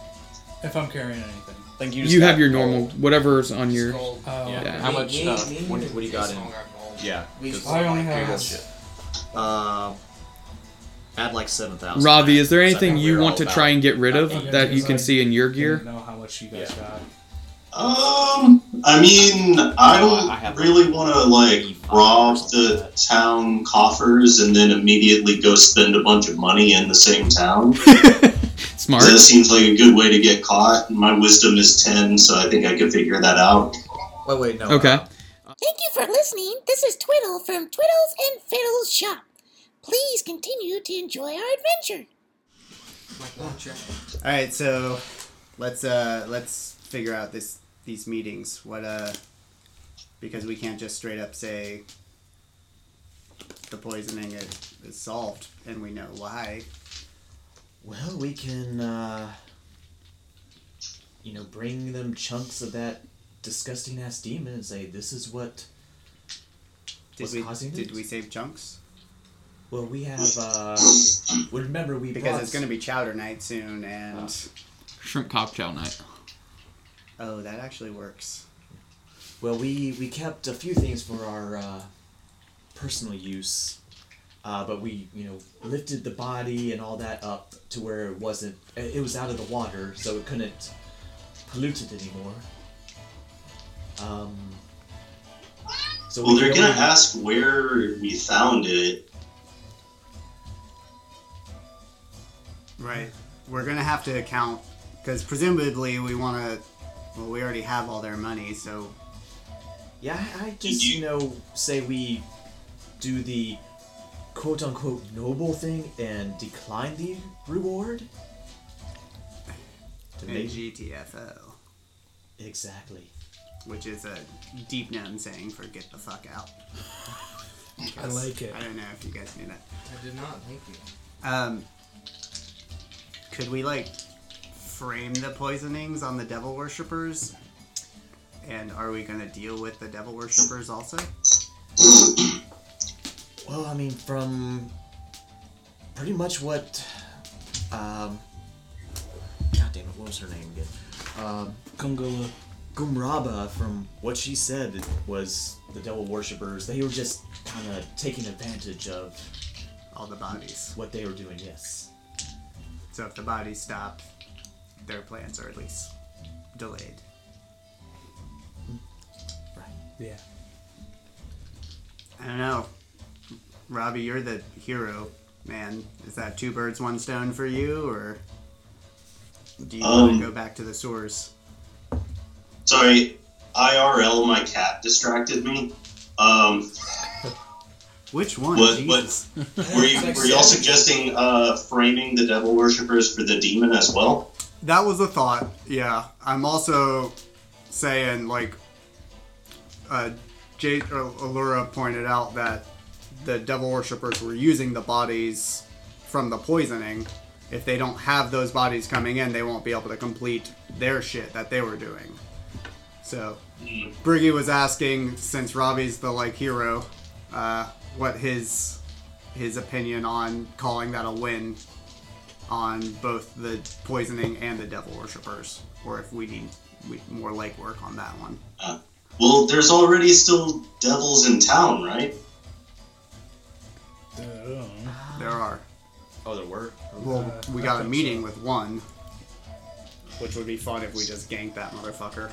[SPEAKER 7] If I'm carrying anything.
[SPEAKER 8] I think you, just
[SPEAKER 3] You
[SPEAKER 8] got
[SPEAKER 3] have your
[SPEAKER 8] gold.
[SPEAKER 3] normal whatever's on your.
[SPEAKER 6] Gold.
[SPEAKER 7] Oh,
[SPEAKER 8] Yeah.
[SPEAKER 7] okay.
[SPEAKER 8] How
[SPEAKER 6] Me-
[SPEAKER 8] much,
[SPEAKER 6] me-
[SPEAKER 8] uh,
[SPEAKER 6] me
[SPEAKER 8] what-
[SPEAKER 6] and
[SPEAKER 8] what do you got
[SPEAKER 6] Jason
[SPEAKER 8] in-
[SPEAKER 6] all got gold.
[SPEAKER 8] Yeah.
[SPEAKER 6] We
[SPEAKER 8] just
[SPEAKER 6] just bought,
[SPEAKER 7] I only
[SPEAKER 6] like,
[SPEAKER 7] have-
[SPEAKER 6] gas.
[SPEAKER 7] Shit.
[SPEAKER 8] Uh, add like seven thousand.
[SPEAKER 3] Ravi, is there anything you want to try and get rid of
[SPEAKER 7] Yeah,
[SPEAKER 3] that you
[SPEAKER 7] because
[SPEAKER 3] can
[SPEAKER 7] I
[SPEAKER 3] see in your
[SPEAKER 7] Didn't
[SPEAKER 3] gear?
[SPEAKER 7] know how much you guys
[SPEAKER 8] Yeah.
[SPEAKER 7] got.
[SPEAKER 4] Um, I mean, I don't
[SPEAKER 8] I have, like,
[SPEAKER 4] really want to like
[SPEAKER 8] five
[SPEAKER 4] rob
[SPEAKER 8] or something
[SPEAKER 4] the
[SPEAKER 8] like
[SPEAKER 4] town coffers and then immediately go spend a bunch of money in the same town.
[SPEAKER 3] Smart.
[SPEAKER 4] That seems like a good way to get caught. My wisdom is ten, so I think I could figure that out.
[SPEAKER 5] Wait, wait, no.
[SPEAKER 3] Okay.
[SPEAKER 9] Thank you for listening. This is Twiddle from Twiddles and Fiddles Shop. Please continue to enjoy our adventure.
[SPEAKER 6] Like, one check.
[SPEAKER 10] All right, so let's uh let's figure out this these meetings. What uh because we can't just straight up say the poisoning is, is solved and we know why.
[SPEAKER 5] Well, we can, uh, you know, bring them chunks of that disgusting ass demon and say, this is what.
[SPEAKER 10] Did
[SPEAKER 5] Was
[SPEAKER 10] we
[SPEAKER 5] causing
[SPEAKER 10] did
[SPEAKER 5] it?
[SPEAKER 10] we save chunks?
[SPEAKER 5] Well, we have, uh. well, remember, we
[SPEAKER 10] Because
[SPEAKER 5] brought-
[SPEAKER 10] it's going to be chowder night soon and
[SPEAKER 3] Shrimp cocktail night.
[SPEAKER 10] oh, that actually works.
[SPEAKER 5] Well, we, we kept a few things for our, uh, personal use. Uh, but we, you know, lifted the body and all that up to where it wasn't. It it was out of the water, so it couldn't pollute it anymore. Um. So
[SPEAKER 4] Well,
[SPEAKER 5] we
[SPEAKER 4] they're
[SPEAKER 5] can
[SPEAKER 4] gonna
[SPEAKER 5] only-
[SPEAKER 4] ask where we found it.
[SPEAKER 10] Right. We're going to have to account cuz presumably we want to well, we already have all their money, so
[SPEAKER 5] Yeah, I I just, you know, say we do the quote unquote noble thing and decline the reward? To make-
[SPEAKER 10] GTFO,
[SPEAKER 5] Exactly.
[SPEAKER 10] which is a deep known saying for get the fuck out.
[SPEAKER 7] I like it.
[SPEAKER 10] I don't know if you guys knew that.
[SPEAKER 6] I did not. Thank you.
[SPEAKER 10] Um, could we like frame the poisonings on the devil worshippers? And are we gonna deal with the devil worshippers also?
[SPEAKER 5] Well, I mean, from pretty much what. Um, God damn it, what was her name again? Um,
[SPEAKER 7] Kungula.
[SPEAKER 5] Gumraba, from what she said, it was the devil worshippers. They were just kind of taking advantage of
[SPEAKER 10] All the bodies.
[SPEAKER 5] what they were doing, yes.
[SPEAKER 10] So if the bodies stop, their plans are at least delayed.
[SPEAKER 5] Right.
[SPEAKER 7] Yeah.
[SPEAKER 10] I don't know. Robbie, you're the hero, man. Is that two birds, one stone for you, or do you want
[SPEAKER 4] Um,
[SPEAKER 10] to go back to the source?
[SPEAKER 4] Sorry, IRL, my cat distracted me. Um,
[SPEAKER 10] Which one?
[SPEAKER 4] What- what-
[SPEAKER 10] Jesus.
[SPEAKER 4] were you were y'all suggesting uh, framing the devil worshippers for the demon as well?
[SPEAKER 10] That was a thought. Yeah, I'm also saying like, uh, Jay or Allura pointed out that the devil worshippers were using the bodies from the poisoning. If they don't have those bodies coming in, they won't be able to complete their shit that they were doing. So, Briggy was asking since Robbie's the like hero, uh, what his his opinion on calling that a win on both the poisoning and the devil worshippers, or if we need we, more legwork on that one.
[SPEAKER 4] Well, there's already still devils in town, right?
[SPEAKER 7] I don't know.
[SPEAKER 10] There are.
[SPEAKER 8] Oh, there were.
[SPEAKER 10] Well,
[SPEAKER 7] Uh,
[SPEAKER 10] we
[SPEAKER 7] I
[SPEAKER 10] got a
[SPEAKER 7] think
[SPEAKER 10] meeting
[SPEAKER 7] so.
[SPEAKER 10] with one, which would be fun if we just ganked that motherfucker.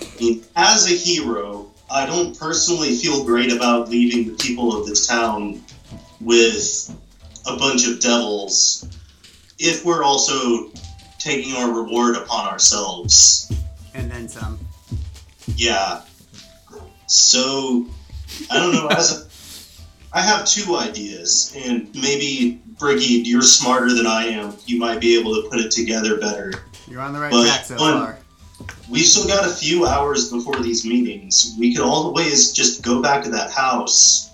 [SPEAKER 4] I mean, as a hero, I don't personally feel great about leaving the people of this town with a bunch of devils if we're also taking our reward upon ourselves.
[SPEAKER 10] And then some.
[SPEAKER 4] Yeah. So, I don't know. as a, I have two ideas, and maybe Briggy, you're smarter than I am. You might be able to put it together better.
[SPEAKER 10] You're on the right
[SPEAKER 4] But
[SPEAKER 10] track so
[SPEAKER 4] one-
[SPEAKER 10] far.
[SPEAKER 4] We've still got a few hours before these meetings. We could always just go back to that house.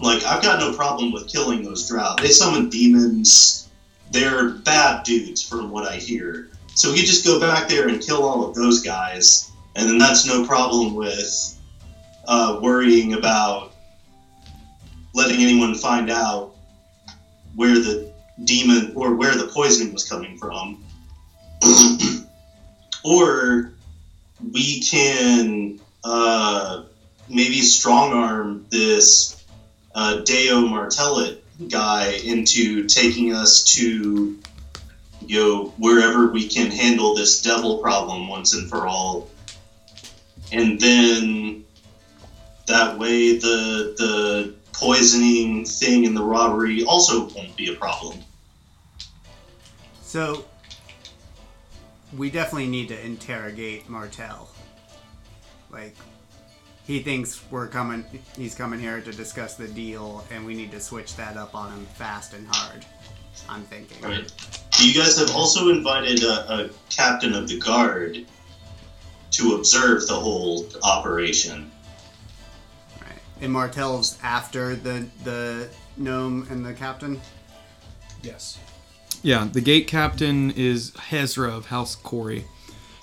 [SPEAKER 4] Like, I've got no problem with killing those drow. They summon demons. They're bad dudes, from what I hear. So we could just go back there and kill all of those guys, and then that's no problem with uh, worrying about letting anyone find out where the demon or where the poisoning was coming from. or we can uh, maybe strong arm this uh, Deo Martellet guy into taking us to you know wherever we can handle this devil problem once and for all. and then that way the the poisoning thing and the robbery also won't be a problem.
[SPEAKER 10] So we definitely need to interrogate Martell. Like he thinks we're coming he's coming here to discuss the deal and we need to switch that up on him fast and hard. I'm thinking.
[SPEAKER 4] Right. You guys have also invited a, a captain of the guard to observe the whole operation.
[SPEAKER 10] Right. And Martell's after the the gnome and the captain.
[SPEAKER 7] Yes.
[SPEAKER 3] Yeah, the gate captain is Hezra of House Corey.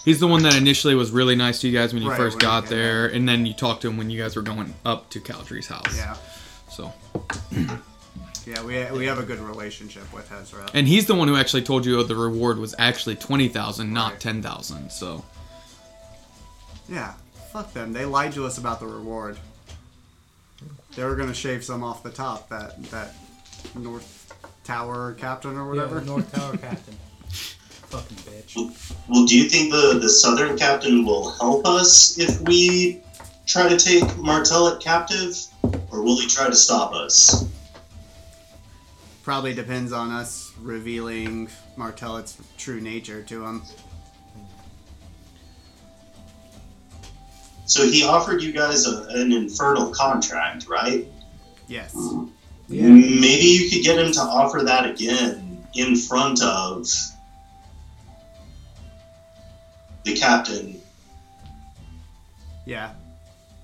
[SPEAKER 3] He's the one that initially was really nice to you guys when you
[SPEAKER 10] Right,
[SPEAKER 3] first
[SPEAKER 10] when I
[SPEAKER 3] got
[SPEAKER 10] came
[SPEAKER 3] there, and then you talked to him when you guys were going up to Caldry's house.
[SPEAKER 10] Yeah.
[SPEAKER 3] So,
[SPEAKER 10] Yeah, we, we have a good relationship with Hezra.
[SPEAKER 3] and he's the one who actually told you the reward was actually twenty thousand, not ten thousand. So,
[SPEAKER 10] Yeah, fuck them. They lied to us about the reward. They were gonna shave some off the top. That that North Tower captain or
[SPEAKER 7] Whatever.
[SPEAKER 10] whatever.
[SPEAKER 7] North Tower captain. Fucking bitch.
[SPEAKER 4] Well, do you think the, the southern captain will help us if we try to take Martellet captive, or will he try to stop us?
[SPEAKER 10] Probably depends on us revealing Martellet's true nature to him.
[SPEAKER 4] So he offered you guys a, an infernal contract, right?
[SPEAKER 10] Yes.
[SPEAKER 4] Maybe you could get him to offer that again in front of the captain,
[SPEAKER 10] Yeah.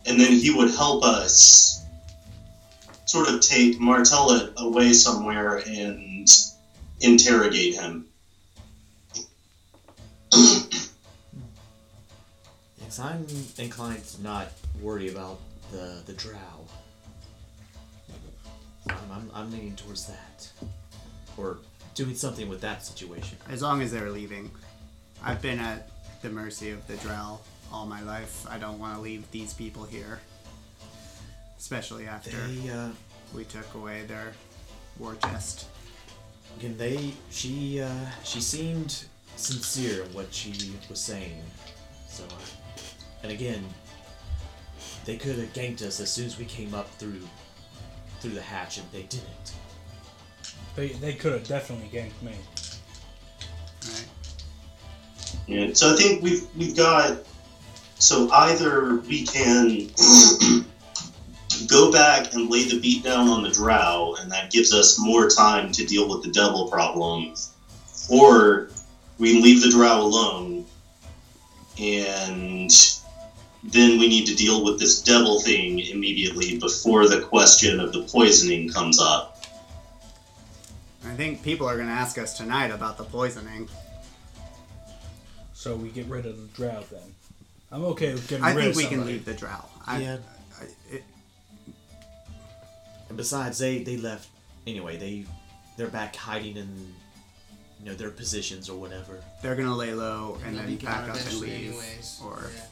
[SPEAKER 4] and then he would help us sort of take Martellet away somewhere and interrogate him.
[SPEAKER 5] Yes, I'm inclined to not worry about the the drow. I'm, I'm, I'm leaning towards that. Or doing something with that situation.
[SPEAKER 10] As long as they're leaving. I've been at the mercy of the drow all my life. I don't want to leave these people here. Especially after
[SPEAKER 5] They, uh,
[SPEAKER 10] we took away their war chest.
[SPEAKER 5] again, they, she, uh, she seemed sincere in what she was saying. So, uh, and again, they could have ganked us as soon as we came up through, through the hatch, and they didn't.
[SPEAKER 7] They, they could have definitely ganked me.
[SPEAKER 10] Right.
[SPEAKER 4] Yeah, so I think we've we've got so either we can go back and lay the beat down on the drow, and that gives us more time to deal with the devil problem, or we leave the drow alone, and then we need to deal with this devil thing immediately before the question of the poisoning comes up.
[SPEAKER 10] I think people are going to ask us tonight about the poisoning.
[SPEAKER 7] So we get rid of the drought then. I'm okay with getting
[SPEAKER 10] I
[SPEAKER 7] rid
[SPEAKER 10] think
[SPEAKER 7] of
[SPEAKER 10] we can
[SPEAKER 7] somebody.
[SPEAKER 10] leave the drow. I,
[SPEAKER 5] Yeah.
[SPEAKER 10] I, it,
[SPEAKER 5] And besides, they they left anyway. They they're back hiding in you know their positions or whatever.
[SPEAKER 10] they're gonna lay low and
[SPEAKER 6] They'll
[SPEAKER 10] then
[SPEAKER 6] be gone
[SPEAKER 10] pack up and
[SPEAKER 6] eventually
[SPEAKER 10] leave.
[SPEAKER 6] anyways.
[SPEAKER 10] Or
[SPEAKER 6] Yeah.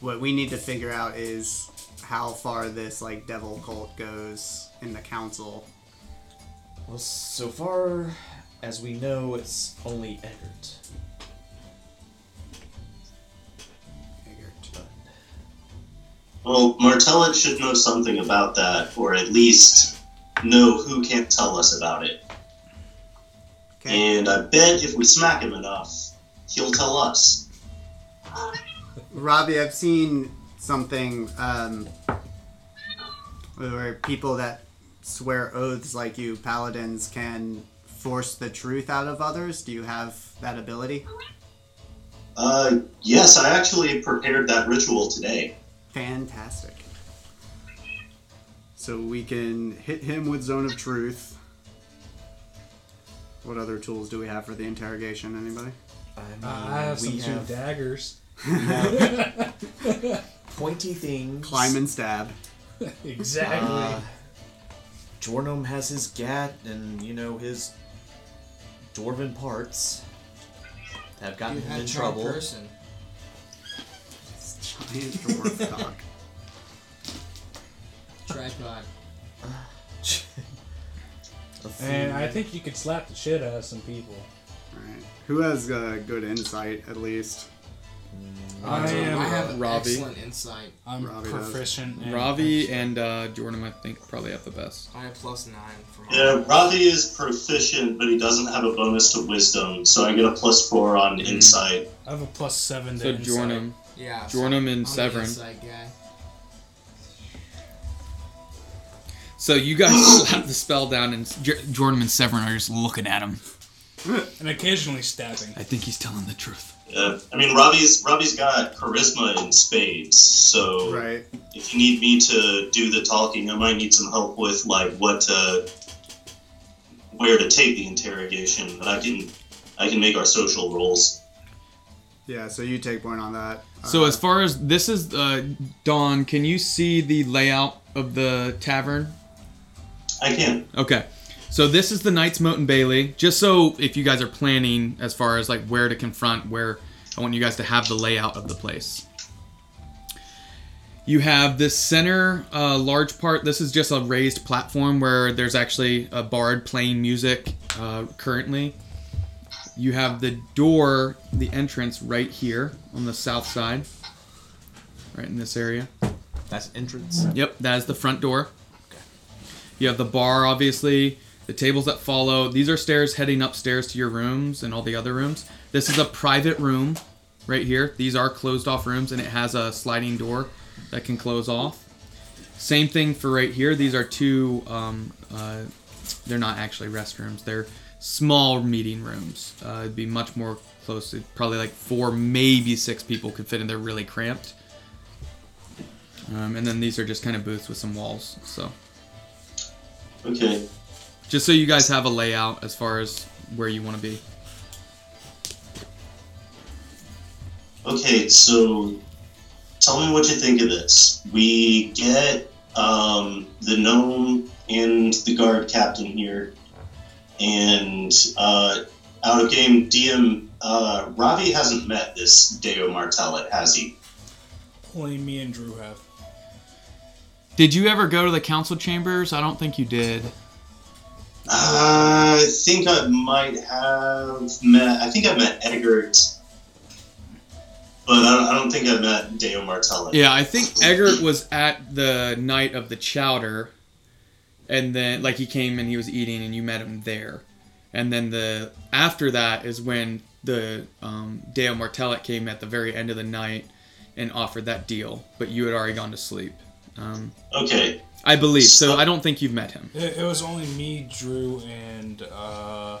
[SPEAKER 10] what we need to figure out is how far this like devil cult goes in the council.
[SPEAKER 5] Well, so far as we know, it's only Eggert.
[SPEAKER 4] Well, Martellet should know something about that, or at least know who can't tell us about it.
[SPEAKER 10] Okay.
[SPEAKER 4] And I bet if we smack him enough, he'll tell us.
[SPEAKER 10] Robbie, I've seen something um, where people that swear oaths like you paladins can force the truth out of others. Do you have that ability?
[SPEAKER 4] Uh, yes, I actually prepared that ritual today.
[SPEAKER 10] Fantastic. So we can hit him with Zone of Truth. What other tools do we have for the interrogation? Anybody?
[SPEAKER 5] I mean,
[SPEAKER 7] Uh, I have some
[SPEAKER 5] we
[SPEAKER 7] two
[SPEAKER 5] have
[SPEAKER 7] daggers.
[SPEAKER 5] pointy things.
[SPEAKER 10] Climb and stab.
[SPEAKER 7] Exactly.
[SPEAKER 5] Uh, Jornum has his gat and you know his dwarven parts that have gotten
[SPEAKER 6] You
[SPEAKER 5] him
[SPEAKER 6] had
[SPEAKER 5] in
[SPEAKER 6] charmed
[SPEAKER 5] trouble.
[SPEAKER 6] person.
[SPEAKER 10] Giant dwarf dog.
[SPEAKER 6] Tripod.
[SPEAKER 7] and I think you could slap the shit out of some people.
[SPEAKER 10] Alright. Who has uh, good insight, at least?
[SPEAKER 7] I am
[SPEAKER 6] I have
[SPEAKER 3] Robbie.
[SPEAKER 6] excellent insight.
[SPEAKER 7] I'm
[SPEAKER 10] Robbie does.
[SPEAKER 7] proficient. in
[SPEAKER 3] Ravi
[SPEAKER 7] extra.
[SPEAKER 3] and uh, Jordan, I think, probably have the best.
[SPEAKER 6] I have plus nine from
[SPEAKER 4] Yeah, Uh, Ravi is proficient, but he doesn't have a bonus to wisdom, so I get a plus four on
[SPEAKER 10] Hmm.
[SPEAKER 4] insight.
[SPEAKER 7] I have a plus seven to
[SPEAKER 3] So
[SPEAKER 7] insight.
[SPEAKER 3] Jornum,
[SPEAKER 6] Yeah. so
[SPEAKER 3] Jornum
[SPEAKER 6] I'm
[SPEAKER 3] and
[SPEAKER 6] the
[SPEAKER 3] Severin.
[SPEAKER 6] insight guy.
[SPEAKER 3] So you guys slap the spell down, and J- Jornum and Severin are just looking at him.
[SPEAKER 7] and occasionally stabbing.
[SPEAKER 3] I think he's telling the truth.
[SPEAKER 4] Yeah. Uh, I mean, Ravi's Ravi's got charisma in spades, so
[SPEAKER 10] Right.
[SPEAKER 4] if you need me to do the talking, I might need some help with like what to, where to take the interrogation. But I can, I can make our social roles.
[SPEAKER 10] Yeah, so you take point on that.
[SPEAKER 3] So
[SPEAKER 10] Uh,
[SPEAKER 3] as far as this is uh, Dawn, can you see the layout of the tavern?
[SPEAKER 4] I can.
[SPEAKER 3] Okay. So this is the Knights Moat and Bailey. Just so if you guys are planning as far as like where to confront, where I want you guys to have the layout of the place. You have this center uh, large part. This is just a raised platform where there's actually a bard playing music uh, currently. You have the door, the entrance right here on the south side, right in this area.
[SPEAKER 5] That's entrance.
[SPEAKER 3] Yep, that is the front door. You have the bar, obviously, the tables that follow. These are stairs heading upstairs to your rooms and all the other rooms. This is a private room right here. These are closed off rooms, and it has a sliding door that can close off. Same thing for right here. These are two, um, uh, they're not actually restrooms, they're small meeting rooms. Uh, it'd be much more close to probably like four, maybe six people could fit in. They're really cramped. Um, and then these are just kind of booths with some walls. So
[SPEAKER 4] Okay.
[SPEAKER 3] just so you guys have a layout as far as where you want to be.
[SPEAKER 4] Okay, so tell me what you think of this. We get um, the gnome and the guard captain here, and uh, out of game DM uh, Ravi hasn't met this Deo Martellet, has he?
[SPEAKER 7] Only me and Drew have.
[SPEAKER 3] Did you ever go to the council chambers? I don't think you did.
[SPEAKER 4] Uh, I think I might have met. I think I met Eggert, but I don't, I don't think I met Deo Martellet.
[SPEAKER 3] Yeah, I think Eggert was at the night of the chowder, and then like he came and he was eating, and you met him there. And then the after that is when the um, Deo Martellet came at the very end of the night and offered that deal, but you had already gone to sleep. Um,
[SPEAKER 4] Okay.
[SPEAKER 3] I believe so. I don't think you've met him,
[SPEAKER 7] It, it was only me, Drew, and uh,
[SPEAKER 3] uh,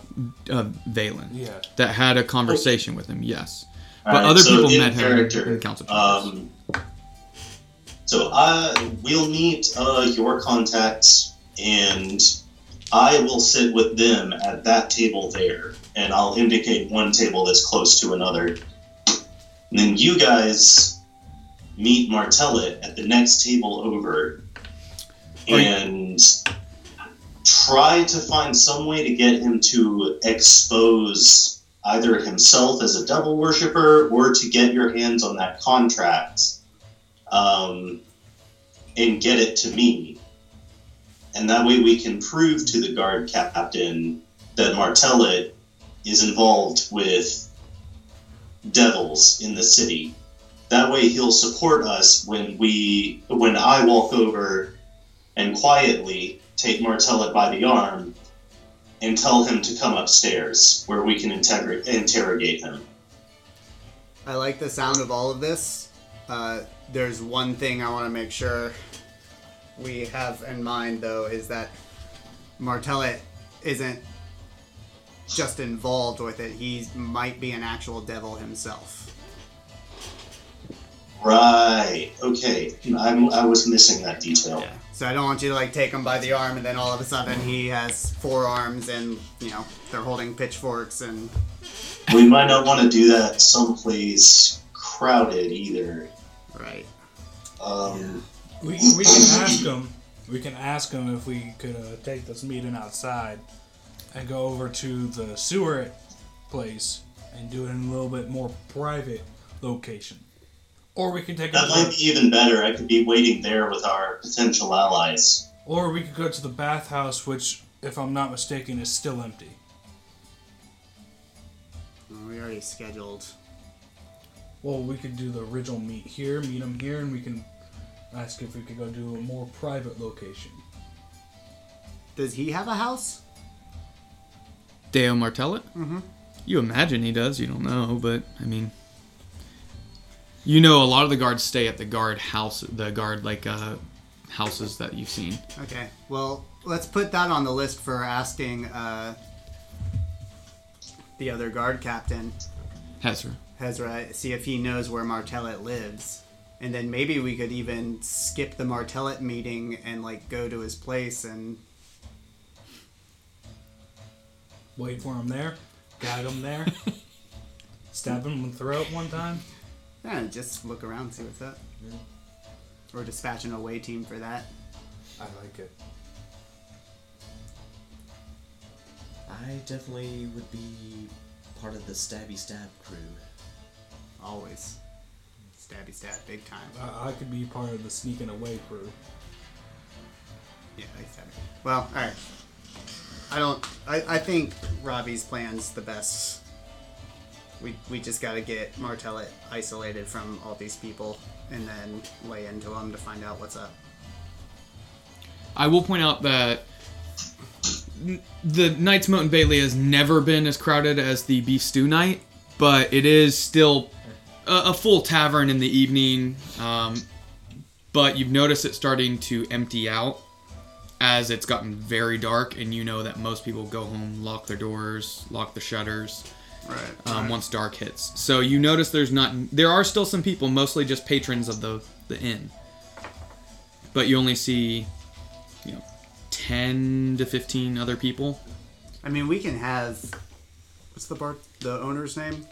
[SPEAKER 3] Valen.
[SPEAKER 7] yeah.
[SPEAKER 3] that had a conversation with him. Yes,
[SPEAKER 4] All
[SPEAKER 3] but
[SPEAKER 4] right,
[SPEAKER 3] other
[SPEAKER 4] so
[SPEAKER 3] people
[SPEAKER 4] in
[SPEAKER 3] met him in-
[SPEAKER 4] character,
[SPEAKER 3] in council chambers.
[SPEAKER 4] Um, so I we'll meet uh, your contacts, and I will sit with them at that table there, and I'll indicate one table that's close to another. And then you guys meet Martellet at the next table over,
[SPEAKER 3] Are you-
[SPEAKER 4] and try to find some way to get him to expose either himself as a devil worshiper or to get your hands on that contract um, and get it to me. And that way we can prove to the guard captain that Martellet is involved with devils in the city. That way he'll support us when we when I walk over and quietly take Martellet by the arm and tell him to come upstairs where we can integra- interrogate him.
[SPEAKER 10] I like the sound of all of this. Uh, there's one thing I want to make sure we have in mind, though, is that Martellet isn't just involved with it. He might be an actual devil himself.
[SPEAKER 4] Right. Okay. I'm, I was missing that detail.
[SPEAKER 10] So I don't want you to like take him by the arm and then all of a sudden he has four arms and you know they're holding pitchforks and
[SPEAKER 4] We might not want to do that someplace crowded either.
[SPEAKER 10] right.
[SPEAKER 4] Um,
[SPEAKER 7] We, we can ask him. We can ask him if we could uh, take this meeting outside and go over to the sewer place and do it in a little bit more private location. Or we could take
[SPEAKER 4] That might
[SPEAKER 7] a
[SPEAKER 4] be even better. I could be waiting there with our potential allies.
[SPEAKER 7] or we could go to the bathhouse, which, if I'm not mistaken, is still empty.
[SPEAKER 10] Well, we already scheduled
[SPEAKER 7] well, we could do the original meet here, meet them here, and we can ask if we could go do a more private location.
[SPEAKER 10] Does he have a house?
[SPEAKER 3] Deo Martellet? Mm-hmm. You imagine he does. You don't know, but I mean, you know, a lot of the guards stay at the guard house, the guard like uh, houses that you've seen.
[SPEAKER 10] Okay. Well, let's put that on the list for asking uh, the other guard captain,
[SPEAKER 3] Hezra.
[SPEAKER 10] Hezra, see if he knows where Martellet lives. And then maybe we could even skip the Martellet meeting and like go to his place and
[SPEAKER 7] Wait for him there, gag him there, stab him in the throat one time.
[SPEAKER 10] eh, just look around, see what's up. Or dispatch an away team for that.
[SPEAKER 7] I like it.
[SPEAKER 5] I definitely would be part of the stabby stab crew.
[SPEAKER 10] Always. Stabby stab, big time.
[SPEAKER 7] I, I could be part of the sneaking away crew.
[SPEAKER 10] Yeah, big time. Well, alright. I don't I, I think Robbie's plan's the best. We we just gotta get Martellet isolated from all these people and then lay into them to find out what's up.
[SPEAKER 3] I will point out that n- the Knights Mountain Bailey has never been as crowded as the Beef Stew Night, but it is still a, a full tavern in the evening. Um, but you've noticed it starting to empty out as it's gotten very dark, and you know that most people go home, lock their doors, lock the shutters
[SPEAKER 10] Right.
[SPEAKER 3] um, once dark hits. So you notice there's not there are still some people, mostly just patrons of the the inn. But you only see, you know, ten to fifteen other people.
[SPEAKER 10] I mean, we can have. What's the bar? The owner's name?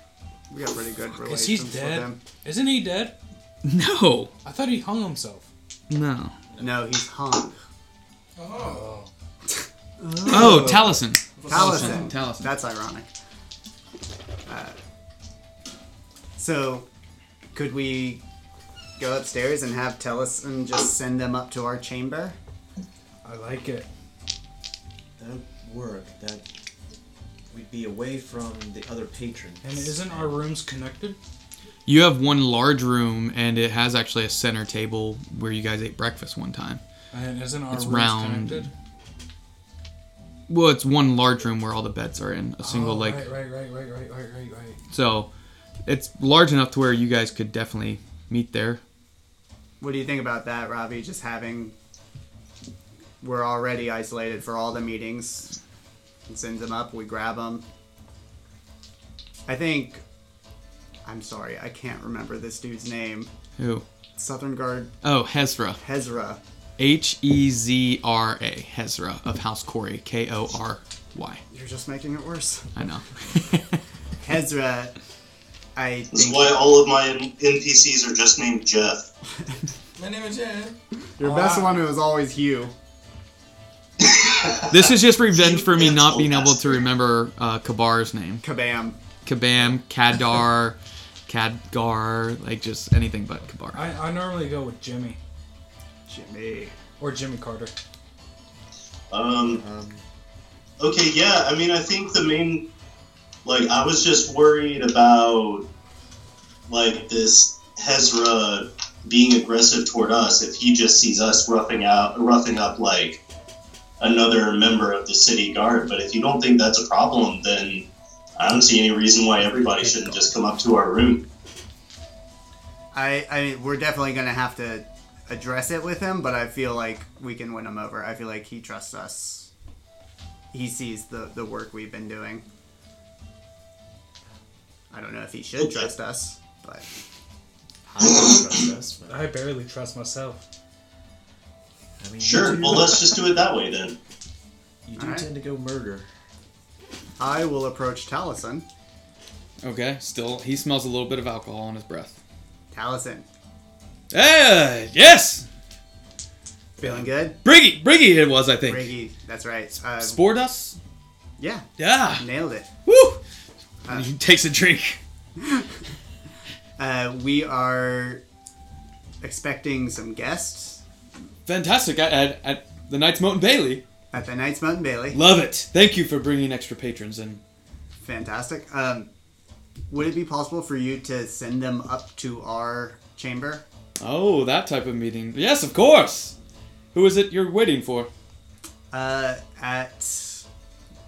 [SPEAKER 10] We got pretty good
[SPEAKER 7] Is
[SPEAKER 10] relations
[SPEAKER 7] he
[SPEAKER 10] with
[SPEAKER 7] dead?
[SPEAKER 10] him.
[SPEAKER 7] Isn't he dead?
[SPEAKER 3] No,
[SPEAKER 7] I thought he hung himself.
[SPEAKER 3] no.
[SPEAKER 10] No, he's hung.
[SPEAKER 3] Oh, Taliesin.
[SPEAKER 10] Taliesin.
[SPEAKER 3] Taliesin.
[SPEAKER 10] That's ironic. Uh, so, could we go upstairs and have Tellison just send them up to our chamber?
[SPEAKER 7] I like it.
[SPEAKER 5] That would work. That we'd be away from the other patrons.
[SPEAKER 7] And isn't our rooms connected?
[SPEAKER 3] You have one large room, and it has actually a center table where you guys ate breakfast one time.
[SPEAKER 7] And isn't our
[SPEAKER 3] It's
[SPEAKER 7] rooms
[SPEAKER 3] round.
[SPEAKER 7] connected?
[SPEAKER 3] Well, it's one large room where all the beds are in a single
[SPEAKER 7] Oh,
[SPEAKER 3] like
[SPEAKER 7] Right, right, right, right, right, right, right, right.
[SPEAKER 3] so. It's large enough to where you guys could definitely meet there.
[SPEAKER 10] What do you think about that, Robbie? Just having. We're already isolated for all the meetings. He sends them up, we grab them. I think. I'm sorry, I can't remember this dude's name.
[SPEAKER 3] Who?
[SPEAKER 10] Southern Guard
[SPEAKER 3] Oh, Hezra.
[SPEAKER 10] Hezra.
[SPEAKER 3] H E Z R A, Hezra of House Corey, K O R Y.
[SPEAKER 10] You're just making it worse.
[SPEAKER 3] I know.
[SPEAKER 10] Hezra, I
[SPEAKER 4] This is
[SPEAKER 10] think
[SPEAKER 4] why all of my NPCs are just named Jeff.
[SPEAKER 6] My name is Jeff.
[SPEAKER 10] your best one was always Hugh.
[SPEAKER 3] this is just revenge for me not being able to remember uh, Kabar's name.
[SPEAKER 10] Kabam.
[SPEAKER 3] Kabam, Kadar, Kadgar, like just anything but Kabar.
[SPEAKER 7] I, I normally go with Jimmy
[SPEAKER 10] Jimmy.
[SPEAKER 7] or Jimmy Carter.
[SPEAKER 4] Um,
[SPEAKER 5] Um,
[SPEAKER 4] okay, yeah, I mean, I think the main. Like, I was just worried about, like, this Hezra being aggressive toward us if he just sees us roughing out, roughing up, like, another member of the city guard. But if you don't think that's a problem, then I don't see any reason why everybody shouldn't just come up to our room.
[SPEAKER 10] I, I mean, we're definitely going to have to address it with him, but I feel like we can win him over. I feel like he trusts us. He sees the, the work we've been doing. I don't know if he should
[SPEAKER 4] Okay.
[SPEAKER 10] trust us, but
[SPEAKER 5] I don't trust us, but
[SPEAKER 7] I barely trust myself.
[SPEAKER 5] I mean,
[SPEAKER 4] Sure,
[SPEAKER 5] You do,
[SPEAKER 4] well, let's just do it that way then.
[SPEAKER 5] you do
[SPEAKER 10] Alright.
[SPEAKER 5] tend to go murder.
[SPEAKER 10] I will approach Taliesin.
[SPEAKER 3] Okay, still, he smells a little bit of alcohol on his breath.
[SPEAKER 10] Taliesin,
[SPEAKER 3] Ah, yes!
[SPEAKER 10] feeling good?
[SPEAKER 3] Briggy, Briggy it was, I think.
[SPEAKER 10] Riggy, that's right. Uh,
[SPEAKER 3] Sport us?
[SPEAKER 10] yeah,
[SPEAKER 3] Yeah.
[SPEAKER 10] nailed it.
[SPEAKER 3] Woo! And he takes a drink.
[SPEAKER 10] Uh, we are expecting some guests
[SPEAKER 3] Fantastic at, at, at the Knights Mountain Bailey.
[SPEAKER 10] at the Knights Mountain Bailey.
[SPEAKER 3] Love it. Thank you for bringing extra patrons in.
[SPEAKER 10] Fantastic. Um, Would it be possible for you to send them up to our chamber?
[SPEAKER 3] Oh, that type of meeting. Yes, of course. Who is it you're waiting for?
[SPEAKER 10] Uh, at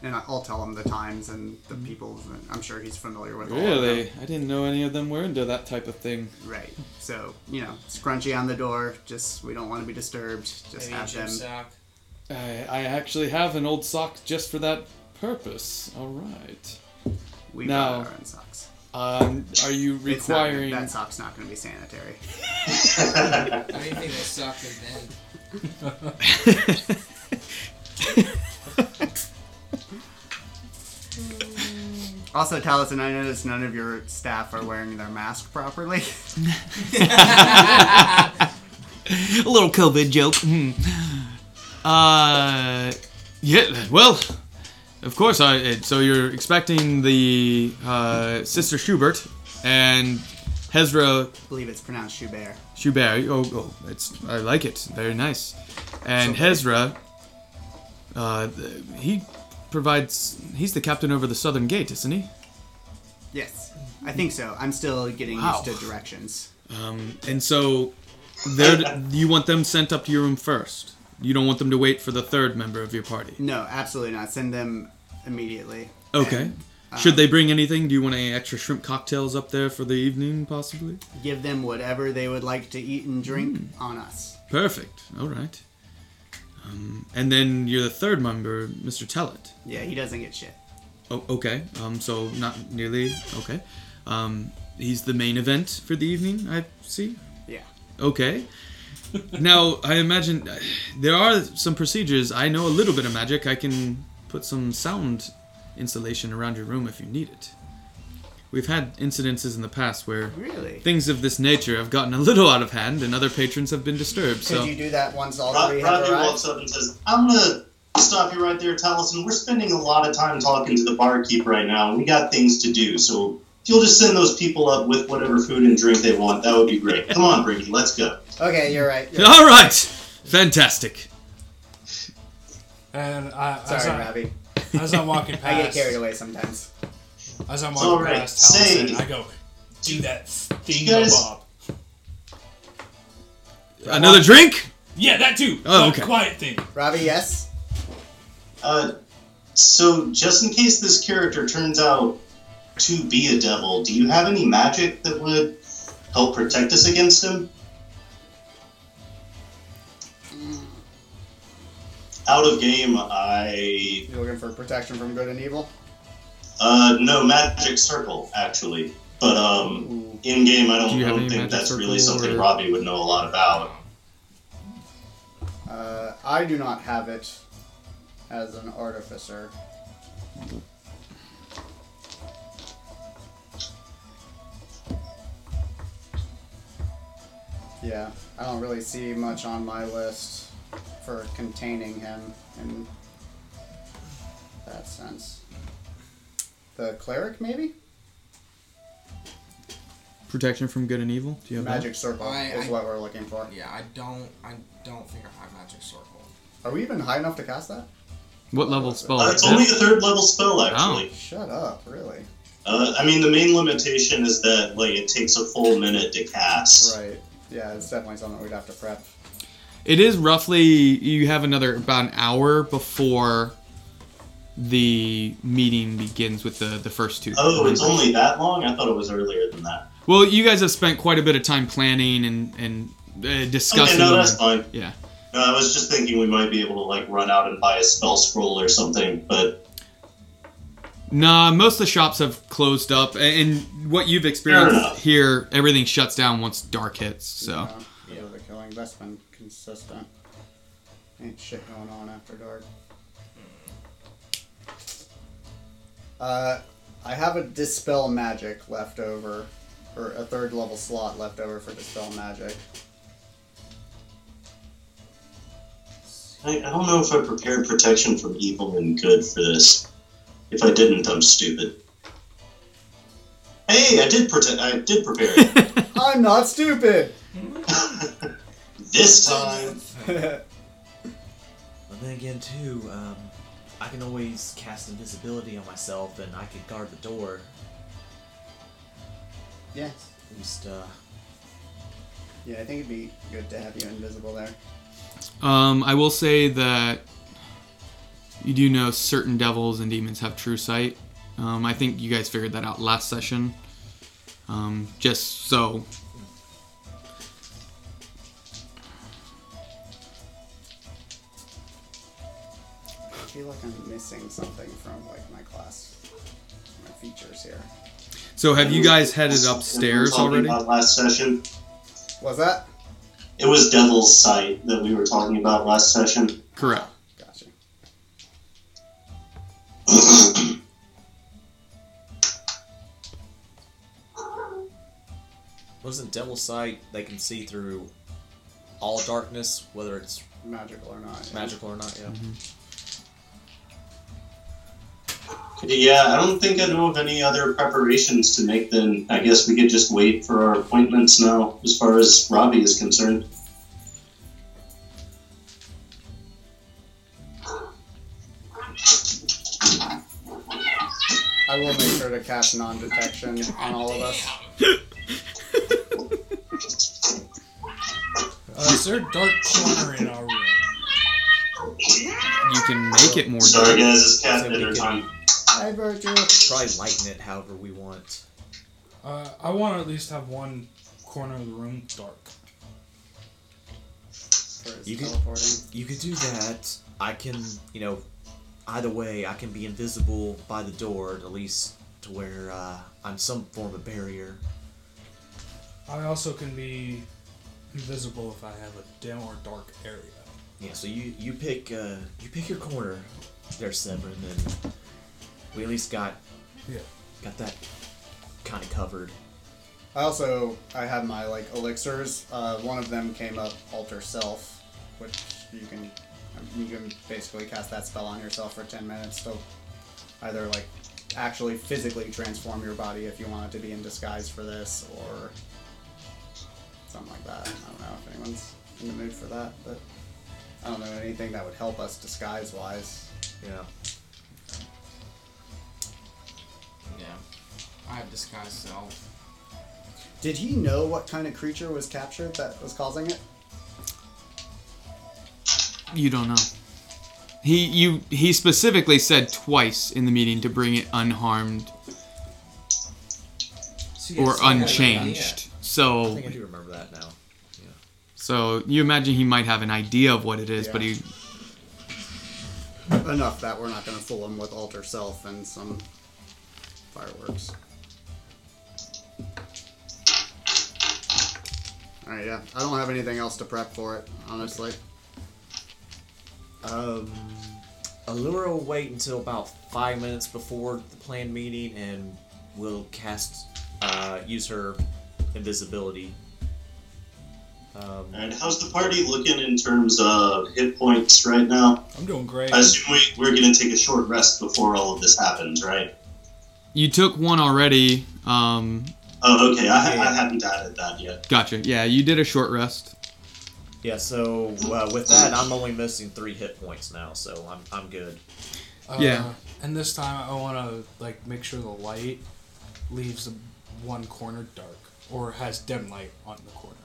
[SPEAKER 10] and I- I'll tell him the times and the people. and I'm sure he's familiar with. all of them.
[SPEAKER 3] Really? I didn't know any of them were into that type of thing.
[SPEAKER 10] Right. So you know, scrunchy on the door. Just we don't want to be disturbed. Just
[SPEAKER 6] Maybe a
[SPEAKER 10] have
[SPEAKER 6] gym
[SPEAKER 10] them.
[SPEAKER 6] sock.
[SPEAKER 3] I, I actually have an old sock just for that purpose. All right.
[SPEAKER 10] We
[SPEAKER 3] No.
[SPEAKER 10] brought our own socks.
[SPEAKER 3] Um, are you
[SPEAKER 10] It's not-
[SPEAKER 3] requiring?
[SPEAKER 10] that sock's not going to be sanitary.
[SPEAKER 6] I didn't think they sucked in then.
[SPEAKER 10] Also, Taliesin, I noticed none of your staff are wearing their mask properly.
[SPEAKER 3] a little COVID joke. Hmm. Uh, yeah. Well, of course. I it- so you're expecting the uh, sister Schubert and Hezra
[SPEAKER 10] I believe it's pronounced Schubert.
[SPEAKER 3] Schubert. Oh, oh, it's I like it. Very nice. And Hezra, uh, th- he provides. He's the captain over the southern gate, isn't he?
[SPEAKER 10] Yes, I think so. I'm still getting
[SPEAKER 3] Wow.
[SPEAKER 10] used to directions.
[SPEAKER 3] Um, and so, they're- you want them sent up to your room first. You don't want them to wait for the third member of your party.
[SPEAKER 10] No, absolutely not. Send them immediately.
[SPEAKER 3] Okay. Should they bring anything? Do you want any extra shrimp cocktails up there for the evening, possibly?
[SPEAKER 10] Give them whatever they would like to eat and drink
[SPEAKER 3] Hmm.
[SPEAKER 10] on us.
[SPEAKER 3] Perfect. All right. Um, and then you're the third member, Mr. Tellett.
[SPEAKER 10] Yeah, he doesn't get shit.
[SPEAKER 3] Oh, okay. Um, so not nearly. Okay. Um, he's the main event for the evening. I see.
[SPEAKER 10] Yeah.
[SPEAKER 3] Okay. now I imagine uh, there are some procedures. I know a little bit of magic. I can put some sound installation around your room if you need it. We've had incidences in the past where
[SPEAKER 10] Really?
[SPEAKER 3] things of this nature have gotten a little out of hand and other patrons have been disturbed.
[SPEAKER 10] Could
[SPEAKER 3] So
[SPEAKER 10] you do that once all
[SPEAKER 4] Rod-
[SPEAKER 10] three have
[SPEAKER 4] Rodney
[SPEAKER 10] arrived?
[SPEAKER 4] walks up and says, I'm going to stop you right there, Taliesin. We're spending a lot of time talking to the barkeep right now, and we got things to do. So if you'll just send those people up with whatever food and drink they want, that would be great. Come on, Briggy, let's go.
[SPEAKER 10] Okay, you're right. You're
[SPEAKER 3] all right, fantastic.
[SPEAKER 7] And I,
[SPEAKER 10] Sorry,
[SPEAKER 7] as, I,
[SPEAKER 10] Robbie.
[SPEAKER 7] as I'm walking past,
[SPEAKER 10] I get carried away sometimes.
[SPEAKER 7] as I'm
[SPEAKER 4] It's
[SPEAKER 7] walking
[SPEAKER 4] alright,
[SPEAKER 7] past Taliesin,
[SPEAKER 4] save.
[SPEAKER 7] I go, do that thing,
[SPEAKER 4] You guys-
[SPEAKER 7] Bob.
[SPEAKER 3] Another drink?
[SPEAKER 7] Yeah, that too.
[SPEAKER 3] Oh,
[SPEAKER 7] That
[SPEAKER 3] okay.
[SPEAKER 7] Quiet thing.
[SPEAKER 10] Robbie, yes?
[SPEAKER 4] Uh, so just in case this character turns out to be a devil, do you have any magic that would help protect us against him? Out of game, I
[SPEAKER 10] You're looking for protection from good and evil?
[SPEAKER 4] Uh, no, Magic Circle, actually. But um, in game, I
[SPEAKER 3] Do
[SPEAKER 4] don't,
[SPEAKER 3] you have
[SPEAKER 4] I don't
[SPEAKER 3] any
[SPEAKER 4] think
[SPEAKER 3] Magic
[SPEAKER 4] that's really
[SPEAKER 3] Circle
[SPEAKER 4] something
[SPEAKER 3] or-
[SPEAKER 4] Robbie would know a lot about.
[SPEAKER 10] Uh, I do not have it as an artificer. Yeah, I don't really see much on my list for containing him in that sense. The cleric, maybe?
[SPEAKER 3] Protection from good and evil. Do you have
[SPEAKER 10] Magic circle
[SPEAKER 6] I-
[SPEAKER 10] is
[SPEAKER 6] I-
[SPEAKER 10] what we're looking for.
[SPEAKER 6] Yeah, I don't. I don't think I have magic circle.
[SPEAKER 10] Are we even high enough to cast that?
[SPEAKER 3] That? What level spell?
[SPEAKER 4] Uh,
[SPEAKER 3] is
[SPEAKER 4] it's only a
[SPEAKER 3] that?
[SPEAKER 4] third level
[SPEAKER 3] Oh.
[SPEAKER 4] spell, actually.
[SPEAKER 10] Shut up, really?
[SPEAKER 4] Uh, I mean, the main limitation is that like it takes a full minute to cast.
[SPEAKER 10] Right. Yeah, it's definitely something we'd have to prep.
[SPEAKER 3] It is roughly you have another about an hour before the meeting begins with the the first two.
[SPEAKER 4] Oh, it's only that long? I thought it was earlier than that.
[SPEAKER 3] Well, you guys have spent quite a bit of time planning and and uh,
[SPEAKER 4] Okay,
[SPEAKER 3] discussing.
[SPEAKER 4] no, that's fine.
[SPEAKER 3] Yeah.
[SPEAKER 4] No, I was just thinking we might be able to like run out and buy a spell scroll or something, but
[SPEAKER 3] Nah, most of the shops have closed up, a- and what you've experienced
[SPEAKER 4] enough.
[SPEAKER 3] here, everything shuts down once dark hits. So
[SPEAKER 10] Uh, yeah. The killing. That's been consistent. Ain't shit going on after dark. Uh, I have a dispel magic left over, or a third level slot left over for dispel magic.
[SPEAKER 4] I, I don't know if I prepared protection from evil and good for this. If I didn't, I'm stupid. Hey, I did protect. I did prepare it.
[SPEAKER 10] I'm not stupid.
[SPEAKER 4] this time.
[SPEAKER 8] But then again, too, um, I can always cast invisibility on myself, and I can guard the door.
[SPEAKER 10] Yes.
[SPEAKER 11] At least, uh,
[SPEAKER 10] Yeah, I think it'd be good to have you invisible there.
[SPEAKER 3] Um, I will say that you do know certain devils and demons have true sight. Um, I think you guys figured that out last session. Um, just so.
[SPEAKER 10] I feel like I'm missing something from like my class, my features here.
[SPEAKER 3] So have you guys headed
[SPEAKER 4] We were
[SPEAKER 3] upstairs
[SPEAKER 4] talking
[SPEAKER 3] already?
[SPEAKER 4] About last session,
[SPEAKER 10] Was that?
[SPEAKER 4] it was Devil's Sight that we were talking about last session.
[SPEAKER 3] Correct.
[SPEAKER 10] Gotcha.
[SPEAKER 8] Wasn't Devil Sight they can see through all darkness, whether it's
[SPEAKER 10] Magical or not? yeah.
[SPEAKER 8] magical or not? Yeah.
[SPEAKER 4] Yeah, I don't think I know of any other preparations to make. Then I guess we could just wait for our appointments now, as far as Robbie is concerned.
[SPEAKER 10] I will make sure to cast non-detection on all of us.
[SPEAKER 7] Uh, is there a dark corner in our room?
[SPEAKER 3] You can make it more dark.
[SPEAKER 4] Sorry, guys, it's cat
[SPEAKER 8] So we
[SPEAKER 4] dinner
[SPEAKER 8] can-
[SPEAKER 4] time.
[SPEAKER 10] Hi, Virgil.
[SPEAKER 8] Try lighten it however we want.
[SPEAKER 7] Uh, I want to at least have one corner of the room dark.
[SPEAKER 10] For his
[SPEAKER 8] You can-
[SPEAKER 10] teleporting.
[SPEAKER 8] You could do that. I can, you know, either way, I can be invisible by the door, at least to where uh, I'm some form of barrier.
[SPEAKER 7] I also can be invisible if I have a dim or dark area.
[SPEAKER 8] Yeah. So you you pick uh, you pick your corner, there, Severin, and we at least got
[SPEAKER 7] Yeah.
[SPEAKER 8] got that kind of covered.
[SPEAKER 10] I also I have my like elixirs. Uh, one of them came up alter self, which you can you can basically cast that spell on yourself for ten minutes. So either like actually physically transform your body if you wanted to be in disguise for this, or something like that. I don't know if anyone's in the mood for that, but I don't know anything that would help us disguise wise.
[SPEAKER 8] Yeah.
[SPEAKER 6] Yeah. I have disguised self.
[SPEAKER 10] Did he know what kind of creature was captured that was causing it?
[SPEAKER 3] You don't know. He you he specifically said twice in the meeting to bring it unharmed or unchanged.
[SPEAKER 8] I
[SPEAKER 3] So
[SPEAKER 8] think I do remember that now.
[SPEAKER 3] so you imagine he might have an idea of what it is, but
[SPEAKER 10] Yeah.
[SPEAKER 3] he
[SPEAKER 10] enough that we're not going to fool him with alter self and some fireworks. All right, yeah. I don't have anything else to prep for it, honestly.
[SPEAKER 8] Um, Allura will wait until about five minutes before the planned meeting, and will cast, uh, use her invisibility. Um,
[SPEAKER 4] And how's the party looking in terms of hit points right now?
[SPEAKER 7] I'm doing great.
[SPEAKER 4] I assume we, we're going to take a short rest before all of this happens, right?
[SPEAKER 3] you took one already. Um
[SPEAKER 4] Oh, okay. I,
[SPEAKER 8] Yeah.
[SPEAKER 4] I haven't added that yet.
[SPEAKER 3] gotcha. Yeah, you did a short rest.
[SPEAKER 8] yeah, so uh, with that, I'm only missing three hit points now, so I'm, I'm good.
[SPEAKER 7] Uh,
[SPEAKER 3] Yeah.
[SPEAKER 7] And this time I want to like make sure the light leaves the one corner dark or has dim light on the corner.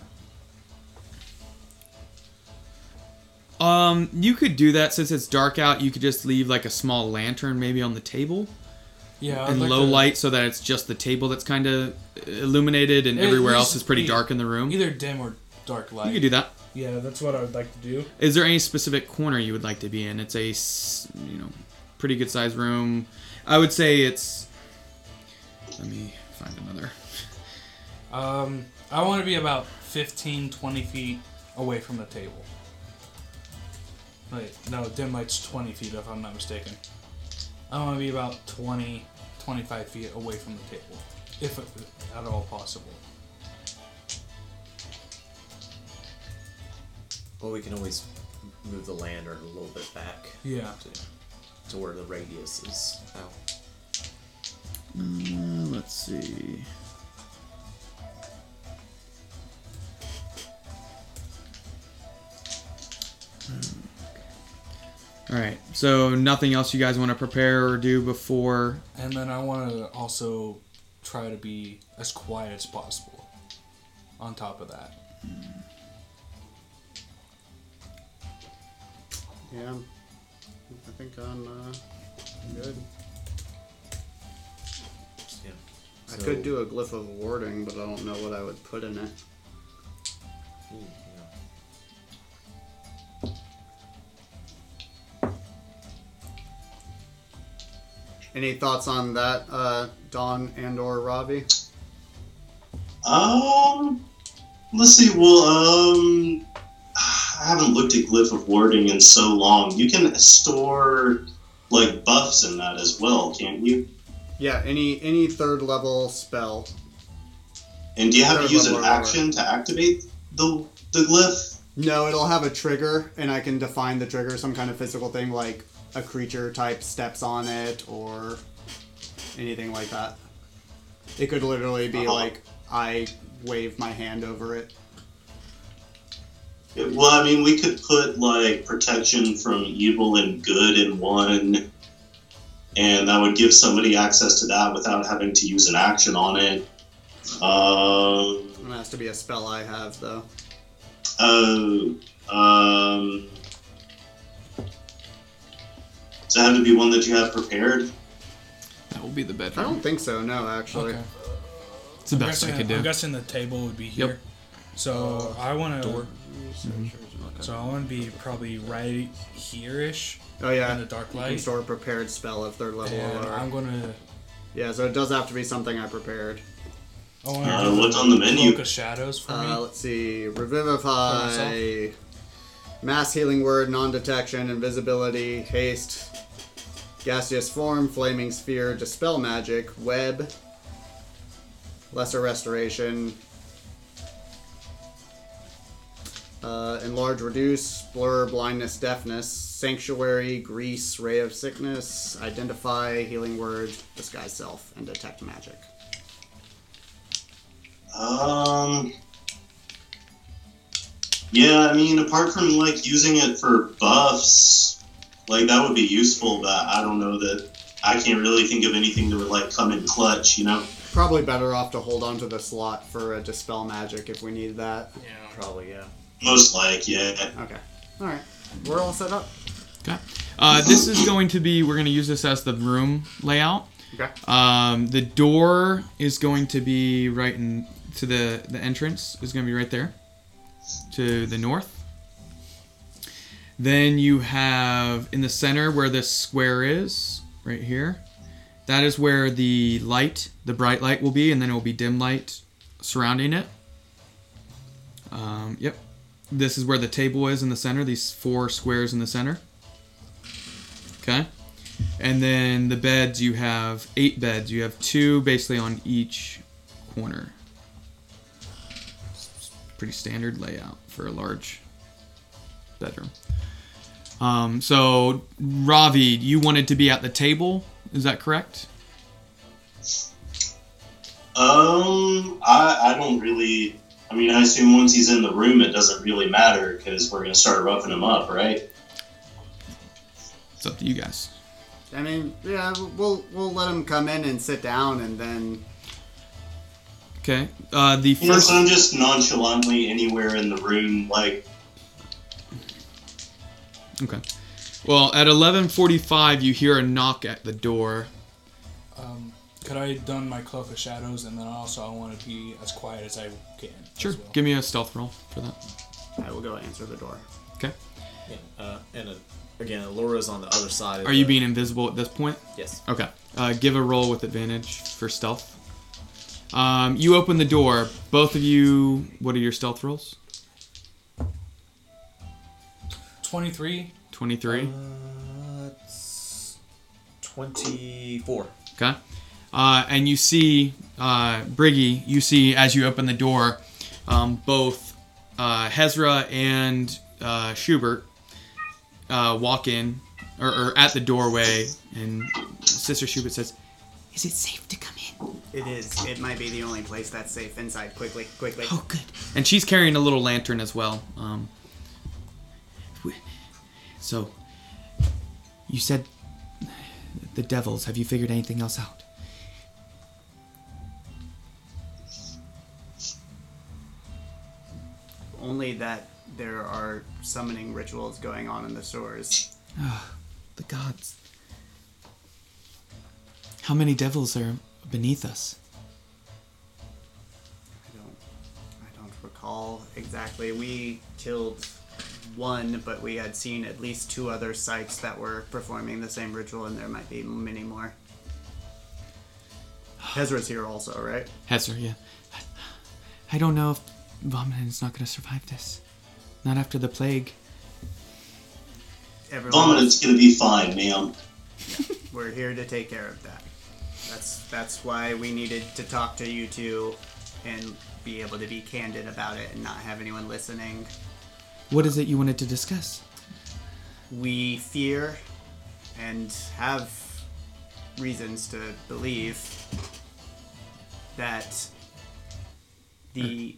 [SPEAKER 3] Um, you could do that since it's dark out. You could just leave like a small lantern maybe on the table
[SPEAKER 7] Yeah. I'd
[SPEAKER 3] and
[SPEAKER 7] like
[SPEAKER 3] low
[SPEAKER 7] to-
[SPEAKER 3] light so that it's just the table that's kind of illuminated and
[SPEAKER 7] It
[SPEAKER 3] everywhere
[SPEAKER 7] needs
[SPEAKER 3] else
[SPEAKER 7] to
[SPEAKER 3] is pretty
[SPEAKER 7] be
[SPEAKER 3] dark in the room.
[SPEAKER 7] Either dim or dark light.
[SPEAKER 3] You could do that.
[SPEAKER 7] Yeah, that's what I would like to do.
[SPEAKER 3] Is there any specific corner you would like to be in? It's a s- you know pretty good sized room. I would say it's. Let me find another.
[SPEAKER 7] Um, I want to be about 15, 20 feet away from the table. Wait, no, dim light's 20 feet if I'm not mistaken. I want to be about 20, 25 feet away from the table, if at all possible.
[SPEAKER 8] Well, we can always move the lantern a little bit back
[SPEAKER 7] Yeah.
[SPEAKER 8] to, to where the radius is.
[SPEAKER 10] Oh.
[SPEAKER 8] Ow.
[SPEAKER 3] Mm, let's see. Um, All right. So nothing else you guys want to prepare or do before
[SPEAKER 7] And then I want to also try to be as quiet as possible. On top of that,
[SPEAKER 10] Yeah. I think I'm uh, good.
[SPEAKER 8] Yeah.
[SPEAKER 10] I could do a glyph of warding, but I don't know what I would put in it.
[SPEAKER 8] Ooh, yeah.
[SPEAKER 10] Any thoughts on that, uh, Don and or Robbie?
[SPEAKER 4] Um, let's see. Well, um, I haven't looked at Glyph of Warding in so long. You can store like buffs in that as well, can't you?
[SPEAKER 10] Yeah, any any third level spell.
[SPEAKER 4] And do you have
[SPEAKER 10] Third
[SPEAKER 4] to use an
[SPEAKER 10] level or lower.
[SPEAKER 4] action to activate the the glyph?
[SPEAKER 10] No, it'll have a trigger, and I can define the trigger, some kind of physical thing like a creature type steps on it or anything like that. It could literally be
[SPEAKER 4] Uh-huh.
[SPEAKER 10] like I wave my hand over it.
[SPEAKER 4] It- well, I mean, we could put like protection from evil and good in one, and that would give somebody access to that without having to use an action on it. Um.
[SPEAKER 10] It has to be a spell I have though.
[SPEAKER 4] Oh, um, does that have to be one that you have prepared?
[SPEAKER 3] That will be the
[SPEAKER 10] I
[SPEAKER 3] bedroom.
[SPEAKER 10] don't think so. No, actually.
[SPEAKER 7] okay.
[SPEAKER 3] It's the best
[SPEAKER 7] I'm
[SPEAKER 3] I could
[SPEAKER 7] guessing,
[SPEAKER 3] do.
[SPEAKER 7] I'm guessing the table would be here. So I want to. So I want to be probably right here ish
[SPEAKER 10] Oh yeah.
[SPEAKER 7] in the dark
[SPEAKER 10] You can
[SPEAKER 7] light.
[SPEAKER 10] store a prepared spell of third level or
[SPEAKER 7] And
[SPEAKER 10] lower.
[SPEAKER 7] I'm gonna.
[SPEAKER 10] Yeah, so it does have to be something I prepared.
[SPEAKER 7] I want to
[SPEAKER 4] Uh, what's on the menu?
[SPEAKER 7] Cloak of shadows for
[SPEAKER 10] Uh,
[SPEAKER 7] me.
[SPEAKER 10] let's see.
[SPEAKER 7] For
[SPEAKER 10] Revivify.
[SPEAKER 7] myself?
[SPEAKER 10] Mass healing word, non detection, invisibility, haste, gaseous form, flaming sphere, dispel magic, web, lesser restoration, uh, enlarge, reduce, blur, blindness, deafness, sanctuary, grease, ray of sickness, identify, healing word, disguise self, and detect magic.
[SPEAKER 4] Um, yeah, I mean, apart from like using it for buffs, like that would be useful, but I don't know that I can't really think of anything that would like come in clutch, you know?
[SPEAKER 10] Probably better off to hold on to the slot for a dispel magic if we need that.
[SPEAKER 8] Probably, yeah.
[SPEAKER 4] Most like, yeah.
[SPEAKER 10] Okay. All right. We're all set up.
[SPEAKER 3] Okay. Uh, this is going to be. We're going to use this as the room layout.
[SPEAKER 10] Okay.
[SPEAKER 3] Um, the door is going to be right in to the the entrance is going to be right there to the north. Then you have in the center where this square is, right here. That is where the light, the bright light, will be, and then it will be dim light surrounding it. Um, yep. This is where the table is in the center. These four squares in the center. Okay. And then the beds, you have eight beds. You have two basically on each corner. It's Pretty standard layout for a large bedroom. Um, so, Ravi, you wanted to be at the table. Is that correct?
[SPEAKER 4] Um, I, I don't really. I mean, I assume once he's in the room, it doesn't really matter because we're gonna start roughing him up, right?
[SPEAKER 3] It's up to you guys.
[SPEAKER 10] I mean, yeah, we'll we'll let him come in and sit down, and then
[SPEAKER 3] Okay. Uh, the
[SPEAKER 4] You know,
[SPEAKER 3] first.
[SPEAKER 4] so I'm just nonchalantly anywhere in the room, like,
[SPEAKER 3] Okay. Well, at 11:45, you hear a knock at the door.
[SPEAKER 7] Um, could I done my cloak of shadows and then also I want to be as quiet as I can.
[SPEAKER 3] Sure.
[SPEAKER 7] as well.
[SPEAKER 3] Give me a stealth roll for that.
[SPEAKER 10] I will go answer the door.
[SPEAKER 3] Okay.
[SPEAKER 8] yeah. Uh, and uh, again, Laura's on the other side. of
[SPEAKER 3] Are you
[SPEAKER 8] the-
[SPEAKER 3] being invisible at this point?
[SPEAKER 8] Yes.
[SPEAKER 3] Okay. Uh, give a roll with advantage for stealth. Um, you open the door. Both of you, what are your stealth rolls?
[SPEAKER 7] 23.
[SPEAKER 3] 23.
[SPEAKER 8] Uh, it's 24.
[SPEAKER 3] Okay. Uh, and you see, uh, Briggy, you see as you open the door, um, both uh, Hezra and uh, Schubert uh, walk in or, or at the doorway, and Sister Schubert says, Is it safe to come in?
[SPEAKER 10] It is. It might be the only place that's safe inside. Quickly, quickly.
[SPEAKER 3] Oh, good. And she's carrying a little lantern as well. Um, we- so, you said the devils. Have you figured anything else out?
[SPEAKER 10] only that there are summoning rituals going on in the stores.
[SPEAKER 3] The gods. How many devils are beneath us?
[SPEAKER 10] I don't, I don't recall exactly. We killed one, but we had seen at least two other sites that were performing the same ritual, and there might be many more. Hezra's here also, right?
[SPEAKER 3] Hezzer, yeah. I don't know if Vominin's not going to survive this. Not after the plague.
[SPEAKER 10] Everyone,
[SPEAKER 4] Vomitin's gonna be fine, ma'am.
[SPEAKER 10] we're here to take care of that. That's that's why we needed to talk to you two, and be able to be candid about it, and not have anyone listening.
[SPEAKER 3] What is it you wanted to discuss?
[SPEAKER 10] we fear and have reasons to believe that the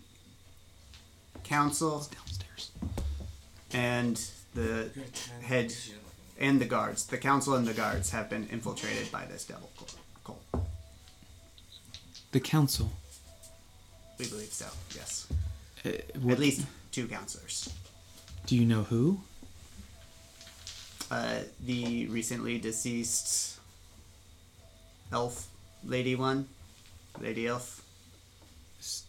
[SPEAKER 10] council
[SPEAKER 3] Downstairs.
[SPEAKER 10] and the head and the guards, the council and the guards have been infiltrated by this devil cult.
[SPEAKER 3] The council.
[SPEAKER 10] We believe so, yes.
[SPEAKER 3] Uh,
[SPEAKER 10] At
[SPEAKER 3] what-
[SPEAKER 10] least two counselors.
[SPEAKER 3] Do you know who?
[SPEAKER 10] Uh, the recently deceased elf lady one, lady elf.
[SPEAKER 3] S-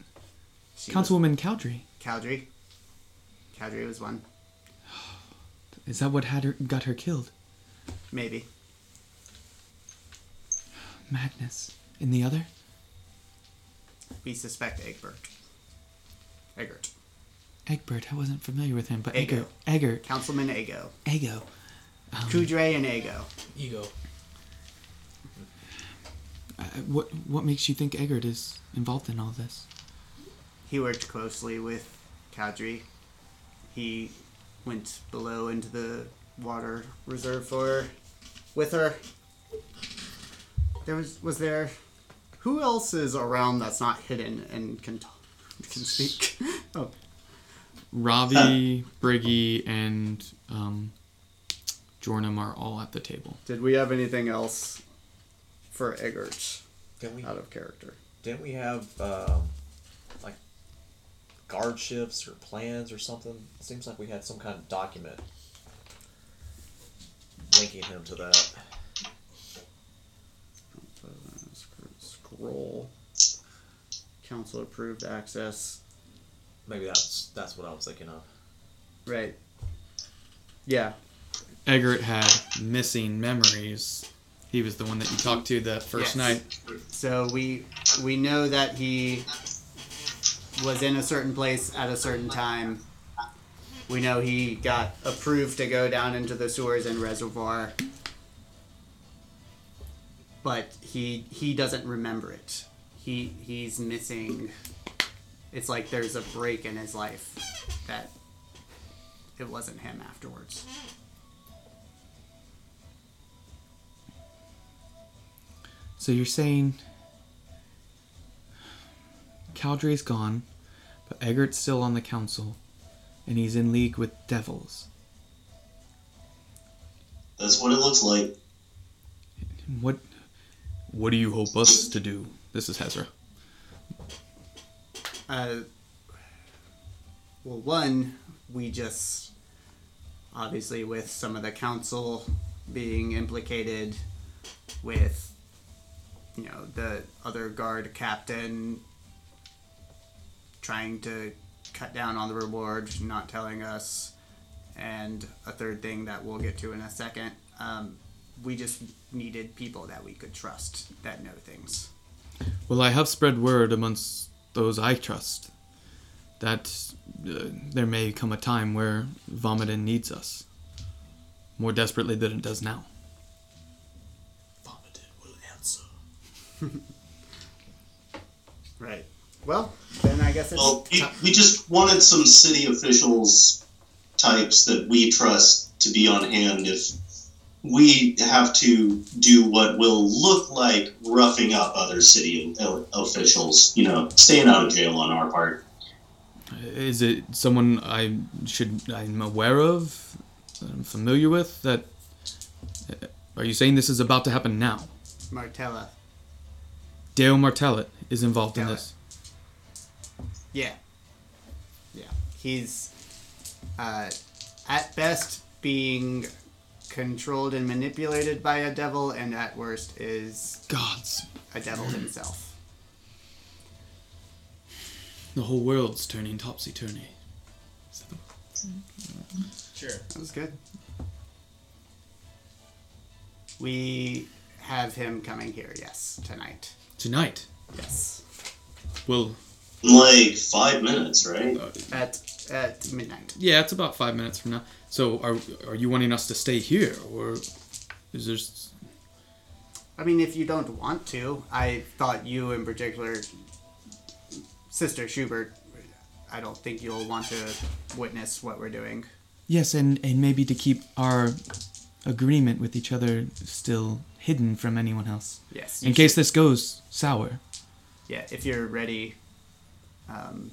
[SPEAKER 10] She was-
[SPEAKER 3] Councilwoman Cowdrey.
[SPEAKER 10] Cowdrey. Cowdrey was one,
[SPEAKER 3] Is that what had her, got her killed?
[SPEAKER 10] maybe.
[SPEAKER 3] Madness. And the other?
[SPEAKER 10] We suspect Egbert. Egbert.
[SPEAKER 3] Egbert. I wasn't familiar with him, but
[SPEAKER 10] Ego.
[SPEAKER 3] Egbert. Egbert.
[SPEAKER 10] Councilman Ego.
[SPEAKER 3] Ego. Um,
[SPEAKER 10] Kudre and Ego.
[SPEAKER 7] Ego.
[SPEAKER 3] Uh, what what makes you think Egbert is involved in all this?
[SPEAKER 10] He worked closely with Cowdrey. He went below into the water reserve for her, with her. There was was there. Who else is around that's not hidden and can talk, can speak? Oh,
[SPEAKER 3] Ravi, Briggy, and um, Jornum are all at the table.
[SPEAKER 10] did we have anything else for Egbert
[SPEAKER 8] Didn't we,
[SPEAKER 10] out of character?
[SPEAKER 8] didn't we have, um, like, guard ships or plans or something? It seems like we had some kind of document linking him to that.
[SPEAKER 10] Scroll. Council approved access.
[SPEAKER 8] Maybe that's that's what I was thinking of.
[SPEAKER 10] Right. Yeah.
[SPEAKER 3] Egbert had missing memories. He was the one that you talked to the first
[SPEAKER 10] Yes.
[SPEAKER 3] night.
[SPEAKER 10] So we we know that he was in a certain place at a certain time. We know he got approved to go down into the sewers and reservoir. But he he doesn't remember it. He he's missing it's like there's a break in his life that it wasn't him afterwards.
[SPEAKER 3] So you're saying Caldry's gone, but Eggert's still on the council, and he's in league with devils.
[SPEAKER 4] That's what it looks like.
[SPEAKER 3] And what what do you hope us to do? This is Hezra.
[SPEAKER 10] Uh, well, one, we just obviously with some of the council being implicated, with you know the other guard captain trying to cut down on the reward, not telling us, and a third thing that we'll get to in a second. Um, we just needed people that we could trust that know things.
[SPEAKER 3] Well, I have spread word amongst those I trust that uh, there may come a time where Vomitin needs us more desperately than it does now.
[SPEAKER 7] Vomited will answer.
[SPEAKER 10] Right. Well, then I guess it's
[SPEAKER 4] Well, we,
[SPEAKER 10] ti-
[SPEAKER 4] we just wanted some city officials types that we trust to be on hand if we have to do what will look like roughing up other city o- officials. You know, staying out of jail on our part.
[SPEAKER 3] Is it someone I should I'm aware of, that I'm familiar with? That uh, are you saying this is about to happen now?
[SPEAKER 10] Martella.
[SPEAKER 3] Deo Martellet is involved in
[SPEAKER 10] Martellet.
[SPEAKER 3] this.
[SPEAKER 10] Yeah. Yeah. he's uh, at best being controlled and manipulated by a devil, and at worst is
[SPEAKER 12] Gods,
[SPEAKER 10] a devil himself.
[SPEAKER 12] the whole world's turning topsy turvy.
[SPEAKER 13] Sure.
[SPEAKER 10] That was good. We have him coming here, yes, tonight.
[SPEAKER 12] Tonight,
[SPEAKER 10] Yes.
[SPEAKER 12] will
[SPEAKER 4] In like five minutes, right?
[SPEAKER 10] At at midnight.
[SPEAKER 12] yeah, it's about five minutes from now. So are are you wanting us to stay here or is there? s-
[SPEAKER 10] I mean, if you don't want to, I thought you in particular, Sister Schubert, I don't think you'll want to witness what we're doing.
[SPEAKER 3] Yes, and, and maybe to keep our agreement with each other still hidden from anyone else.
[SPEAKER 10] Yes.
[SPEAKER 3] In case this goes sour.
[SPEAKER 10] Yeah, if you're ready. Um,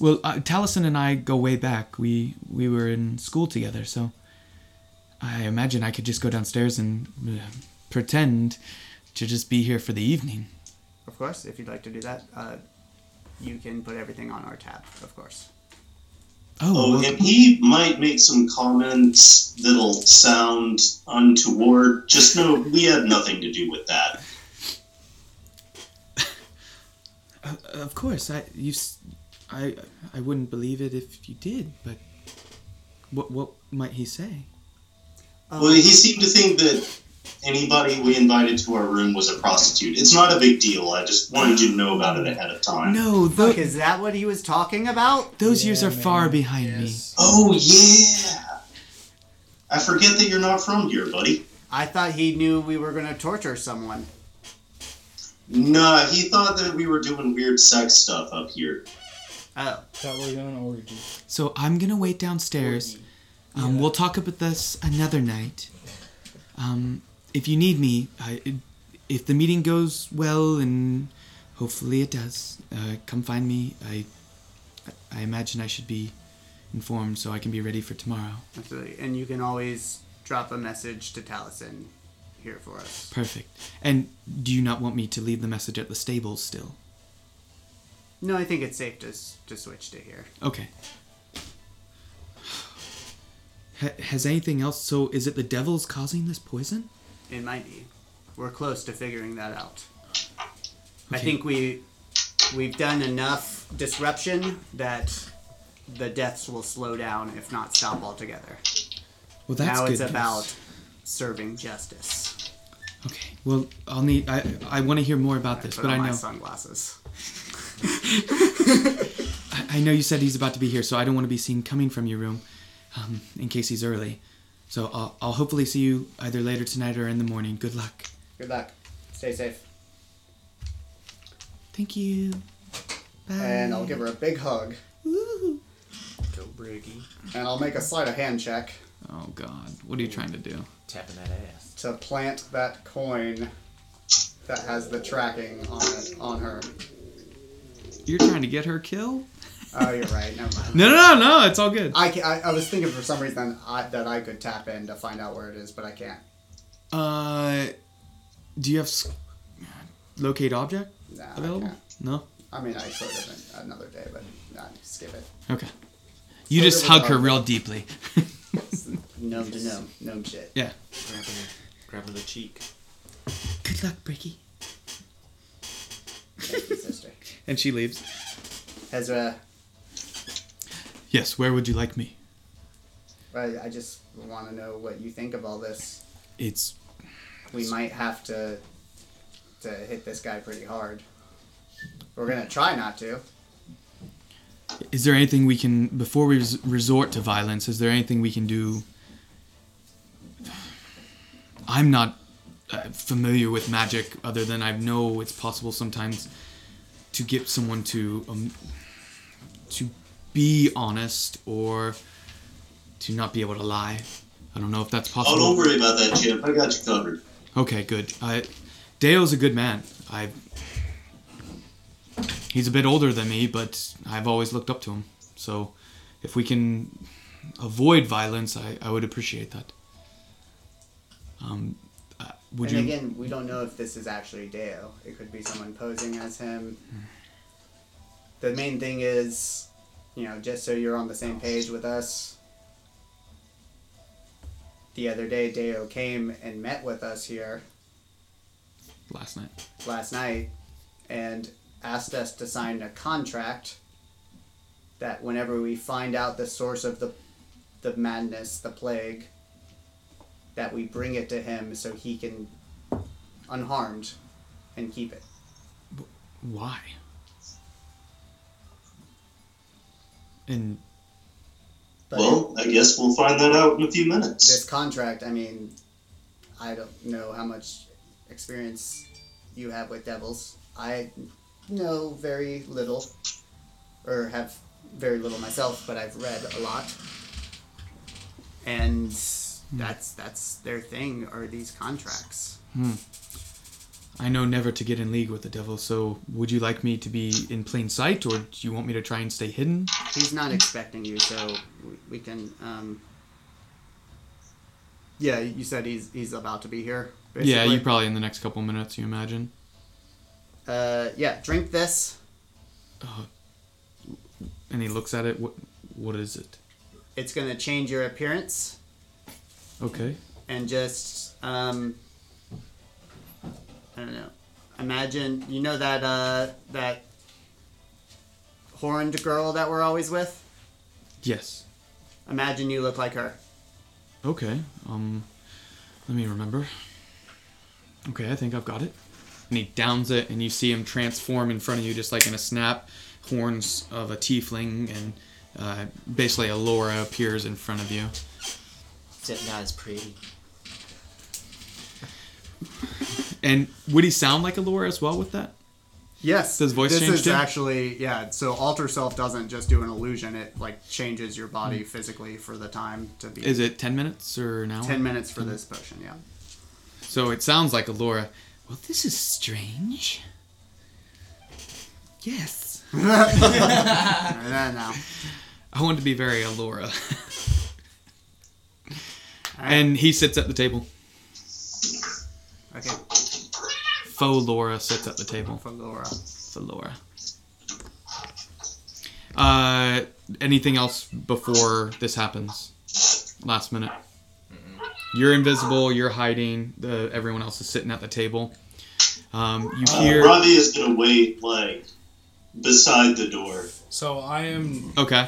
[SPEAKER 3] Well, uh, Taliesin and I go way back. We we were in school together, so I imagine I could just go downstairs and uh, pretend to just be here for the evening.
[SPEAKER 10] of course, if you'd like to do that, uh, you can put everything on our tab, of course.
[SPEAKER 3] Oh,
[SPEAKER 4] Oh,
[SPEAKER 3] well,
[SPEAKER 4] and he might make some comments that'll sound untoward. Just know we had nothing to do with that.
[SPEAKER 3] Uh, of course. I you s- I I wouldn't believe it if you did, but what what might he say?
[SPEAKER 4] Well, he seemed to think that anybody we invited to our room was a prostitute. It's not a big deal. I just wanted you to know about it ahead of time.
[SPEAKER 3] No, tho-
[SPEAKER 10] Fuck, is that what he was talking about?
[SPEAKER 3] those years are far behind me.
[SPEAKER 4] Oh yeah. I forget that you're not from here, buddy.
[SPEAKER 10] I thought he knew we were going to torture someone.
[SPEAKER 4] Nah, he thought that we were doing weird sex stuff up here.
[SPEAKER 10] Oh,
[SPEAKER 7] Thought we were doing orgy.
[SPEAKER 3] So I'm gonna wait downstairs. Um, We'll talk about this another night. Um, if you need me, I, if the meeting goes well, and hopefully it does, uh, come find me. I, I imagine I should be informed so I can be ready for tomorrow.
[SPEAKER 10] absolutely. And you can always drop a message to Taliesin here for us.
[SPEAKER 3] Perfect. And do you not want me to leave the message at the stables still?
[SPEAKER 10] No, I think it's safe to, s- to switch to here.
[SPEAKER 3] Okay. Ha- has anything else? So is it the devil's causing this poison?
[SPEAKER 10] It might be. We're close to figuring that out. I
[SPEAKER 3] Okay.
[SPEAKER 10] think we we've done enough disruption that the deaths will slow down, if not stop altogether.
[SPEAKER 3] Well, that's
[SPEAKER 10] now
[SPEAKER 3] good
[SPEAKER 10] it's
[SPEAKER 3] news.
[SPEAKER 10] about serving justice.
[SPEAKER 3] Okay. Well, I'll need. I I want to hear more about this,
[SPEAKER 10] Put
[SPEAKER 3] but
[SPEAKER 10] on
[SPEAKER 3] I
[SPEAKER 10] my
[SPEAKER 3] know.
[SPEAKER 10] sunglasses.
[SPEAKER 3] I, I know you said he's about to be here, so I don't want to be seen coming from your room, um, in case he's early. So I'll I'll hopefully see you either later tonight or in the morning. Good luck.
[SPEAKER 10] Good luck. Stay safe.
[SPEAKER 3] Thank you. Bye.
[SPEAKER 10] And I'll give her a big hug.
[SPEAKER 3] Woo.
[SPEAKER 8] Go Briggy.
[SPEAKER 10] And I'll make a sleight of hand check
[SPEAKER 12] Oh God, what are you trying to do?
[SPEAKER 8] Tapping that ass.
[SPEAKER 10] to plant that coin that has the tracking on it on her.
[SPEAKER 12] You're trying to get her killed?
[SPEAKER 10] Oh, you're right. Never mind.
[SPEAKER 12] No, no, no, no. It's all good.
[SPEAKER 10] I, ca- I, I was thinking for some reason I, that I could tap in to find out where it is, but I can't.
[SPEAKER 12] Uh, do you have s- locate object
[SPEAKER 10] Nah, I
[SPEAKER 12] available?
[SPEAKER 10] can't.
[SPEAKER 12] No.
[SPEAKER 10] I mean, I could have another day, but nah, skip it.
[SPEAKER 12] Okay. You just
[SPEAKER 10] Whatever
[SPEAKER 12] hug her
[SPEAKER 10] object.
[SPEAKER 12] real deeply.
[SPEAKER 10] Gnome to gnome. Gnome shit.
[SPEAKER 12] yeah.
[SPEAKER 8] Grabbing her, grabbing the cheek.
[SPEAKER 3] Good luck, Bricky.
[SPEAKER 10] Thank you, sister. uh,
[SPEAKER 12] And she leaves.
[SPEAKER 10] Ezra,
[SPEAKER 12] Yes. Where would you like me?
[SPEAKER 10] I, I just want to know what you think of all this.
[SPEAKER 3] It's
[SPEAKER 10] We might have to to hit this guy pretty hard. We're going to try not to.
[SPEAKER 3] Is there anything we can before we res- resort to violence? Is there anything we can do? I'm not uh, familiar with magic, other than I know it's possible sometimes to get someone to um, to be honest or to not be able to lie. I don't know if that's
[SPEAKER 4] Oh,
[SPEAKER 3] possible.
[SPEAKER 4] don't worry about that, Chip. I got you covered.
[SPEAKER 3] Okay, good. I, Dale's a good man. I he's a bit older than me, but I've always looked up to him. So, if we can avoid violence, I, I would appreciate that. Um, uh, would
[SPEAKER 10] and
[SPEAKER 3] you?
[SPEAKER 10] again, we don't know if this is actually Dale. It could be someone posing as him. The main thing is you know, just so you're on the same page with us. The other day, Deo came and met with us here
[SPEAKER 3] last night.
[SPEAKER 10] last night and asked us to sign a contract that whenever we find out the source of the the madness, the plague, that we bring it to him so he can unharmed and keep it.
[SPEAKER 3] Why? And
[SPEAKER 10] But
[SPEAKER 4] Well, I guess we'll find that out in a few
[SPEAKER 10] this
[SPEAKER 4] minutes.
[SPEAKER 10] contract, I mean, I don't know how much experience you have with devils. I know very little, or have very little myself, but I've read a lot. And
[SPEAKER 3] Hmm.
[SPEAKER 10] that's that's their thing are these contracts.
[SPEAKER 3] I know never to get in league with the devil, so would you like me to be in plain sight, or do you want me to try and stay hidden?
[SPEAKER 10] He's not expecting you, so we, we can. Um,
[SPEAKER 14] Yeah, you said he's he's about to be here.
[SPEAKER 3] Yeah,
[SPEAKER 14] basically.
[SPEAKER 3] you probably in the next couple minutes, you imagine.
[SPEAKER 10] uh, yeah, drink this.
[SPEAKER 3] And he looks at it. What? What is it?
[SPEAKER 10] It's gonna change your appearance.
[SPEAKER 3] Okay.
[SPEAKER 10] and just um, I don't know. Imagine you know that uh, that horned girl that we're always with.
[SPEAKER 3] Yes.
[SPEAKER 10] Imagine you look like her.
[SPEAKER 3] Okay. Um, let me remember. Okay, I think I've got it. And he downs it, and you see him transform in front of you, just like in a snap. Horns of a tiefling, and uh, basically a Laura appears in front of you.
[SPEAKER 15] Except not as pretty.
[SPEAKER 3] And would he sound like a Laura as well with that?
[SPEAKER 14] Yes.
[SPEAKER 3] Does voice
[SPEAKER 14] this
[SPEAKER 3] change
[SPEAKER 14] is
[SPEAKER 3] too?
[SPEAKER 14] actually yeah. So alter self doesn't just do an illusion; it like changes your body physically for the time to be.
[SPEAKER 3] Hmm. Is it ten minutes or an hour?
[SPEAKER 14] ten minutes for this potion? Yeah.
[SPEAKER 3] So it sounds like a Laura. Well, this is strange. Yes.
[SPEAKER 14] And then now,
[SPEAKER 3] I want to be very Allura. and he sits at the table.
[SPEAKER 14] okay,
[SPEAKER 3] Faux Laura sits at the table.
[SPEAKER 14] for Laura.
[SPEAKER 3] For Laura. Uh, anything else before this happens? Last minute. You're invisible. You're hiding. The everyone else is sitting at the table. Um, you
[SPEAKER 4] Uh,
[SPEAKER 3] hear.
[SPEAKER 4] Robbie is going to wait, like, beside the door.
[SPEAKER 7] So I am.
[SPEAKER 3] Okay.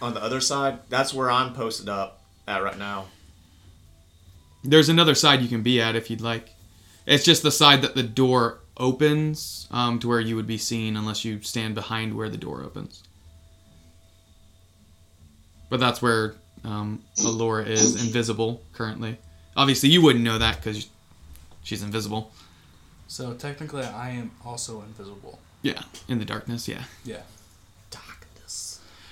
[SPEAKER 8] On the other side, that's where I'm posted up at right now.
[SPEAKER 3] There's another side you can be at if you'd like. It's just the side that the door opens um, to where you would be seen unless you stand behind where the door opens. But that's where um, Allura is invisible currently. Obviously, you wouldn't know that because she's invisible.
[SPEAKER 7] So technically, I am also invisible.
[SPEAKER 3] Yeah, in the darkness, yeah.
[SPEAKER 7] Yeah.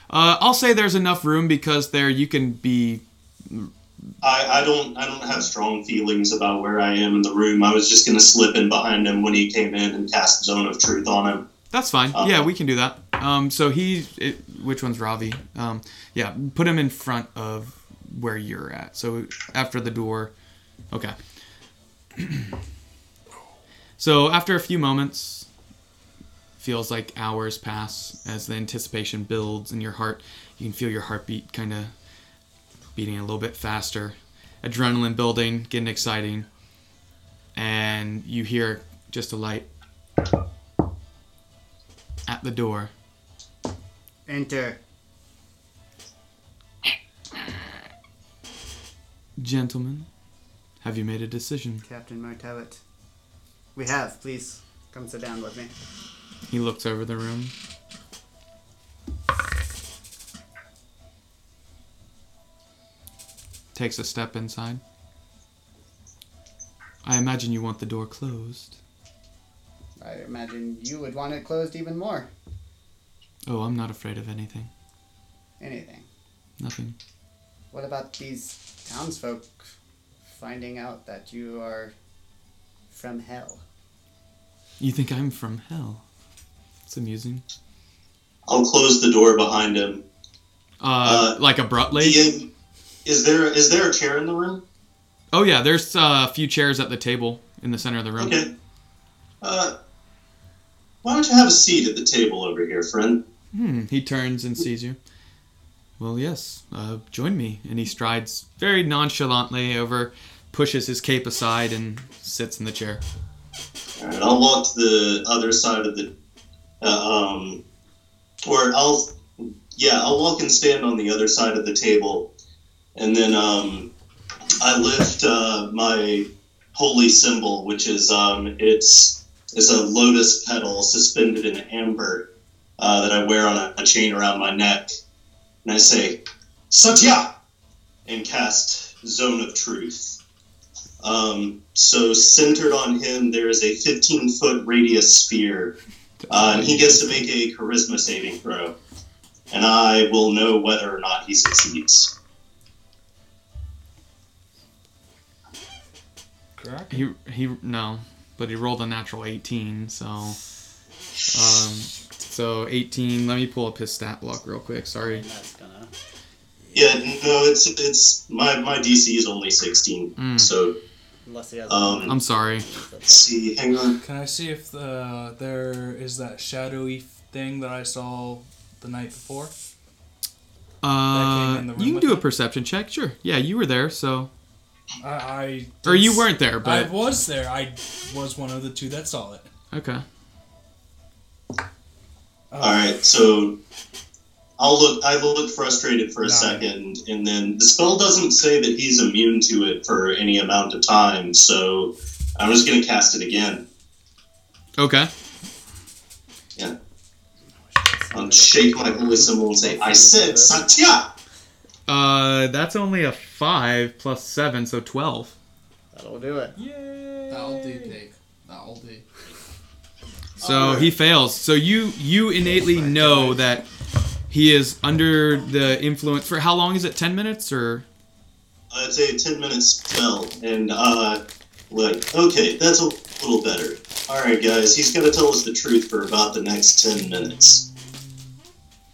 [SPEAKER 3] Uh, I'll say there's enough room because there you can be.
[SPEAKER 4] I, I don't I don't have strong feelings about where I am in the room. I was just gonna slip in behind him when he came in and cast Zone of Truth on him.
[SPEAKER 3] That's fine. Yeah, we can do that. Um, so he, it, which one's Ravi? Um, yeah, put him in front of where you're at. So after the door, okay. so after a few moments, feels like hours pass as the anticipation builds in your heart. You can feel your heartbeat kind of beating a little bit faster, adrenaline building, getting exciting, and you hear just a light at the door.
[SPEAKER 10] Enter.
[SPEAKER 3] Gentlemen, have you made a decision?
[SPEAKER 10] Captain Martellet. We have, please come sit down with me.
[SPEAKER 3] He looks over the room. Takes a step inside. I imagine you want the door closed.
[SPEAKER 10] I imagine you would want it closed even more.
[SPEAKER 3] Oh, I'm not afraid of anything.
[SPEAKER 10] Anything.
[SPEAKER 3] Nothing.
[SPEAKER 10] What about these townsfolk finding out that you are from hell?
[SPEAKER 3] You think I'm from hell? It's amusing.
[SPEAKER 4] I'll close the door behind him.
[SPEAKER 3] Uh,
[SPEAKER 4] Uh,
[SPEAKER 3] like abruptly.
[SPEAKER 4] Ian, is there is there a chair in the room?
[SPEAKER 3] Oh yeah, there's uh, a few chairs at the table in the center of the room.
[SPEAKER 4] Okay. Uh, why don't you have a seat at the table over here, friend?
[SPEAKER 3] Hmm. He turns and sees you. Well, yes, uh, join me. And he strides very nonchalantly over, pushes his cape aside, and sits in the chair.
[SPEAKER 4] All right, I'll walk to the other side of the, uh, um, or I'll, yeah, I'll walk and stand on the other side of the table, and then um, I lift uh, my holy symbol, which is um, it's it's a lotus petal suspended in amber uh, that I wear on a, a chain around my neck, and I say, Satya, and cast Zone of Truth. Um, so centered on him, there is a 15 foot radius sphere, uh, and he gets to make a charisma saving throw, and I will know whether or not he succeeds.
[SPEAKER 7] Correct.
[SPEAKER 3] He he no, but he rolled a natural 18, so um so 18, let me pull up his stat block real quick. Sorry.
[SPEAKER 16] That's gonna.
[SPEAKER 4] Yeah, no, it's it's my my DC is only 16,
[SPEAKER 3] Mm.
[SPEAKER 4] so
[SPEAKER 16] Unless he has.
[SPEAKER 4] um,
[SPEAKER 3] I'm sorry.
[SPEAKER 4] let's see, hang on.
[SPEAKER 7] Can I see if uh, there is that shadowy thing that I saw the night before?
[SPEAKER 3] Uh,
[SPEAKER 7] in the room
[SPEAKER 3] you can
[SPEAKER 7] with
[SPEAKER 3] do a
[SPEAKER 7] me?
[SPEAKER 3] perception check, sure. Yeah, you were there, so
[SPEAKER 7] I, I
[SPEAKER 3] or
[SPEAKER 7] did
[SPEAKER 3] you
[SPEAKER 7] s-
[SPEAKER 3] weren't there,
[SPEAKER 7] I
[SPEAKER 3] but
[SPEAKER 7] was there. I was one of the two that saw it.
[SPEAKER 3] okay.
[SPEAKER 7] Uh,
[SPEAKER 4] All right, so I'll look. I will look frustrated for a
[SPEAKER 7] Nine.
[SPEAKER 4] second, and then the spell doesn't say that he's immune to it for any amount of time. So I'm just gonna cast it again
[SPEAKER 3] Okay.
[SPEAKER 4] and shake my holy symbol and say, "I said Satya."
[SPEAKER 3] Uh, that's only a five plus seven, so twelve.
[SPEAKER 8] That'll do it.
[SPEAKER 6] That'll do, pig. That'll do.
[SPEAKER 10] Oh,
[SPEAKER 3] So he fails. So you you innately know that he is under the influence for how long is it? Ten minutes or
[SPEAKER 4] Uh, It's a ten minute spell, and uh, like, okay, that's a little better. All right, guys, he's gonna tell us the truth for about the next ten minutes.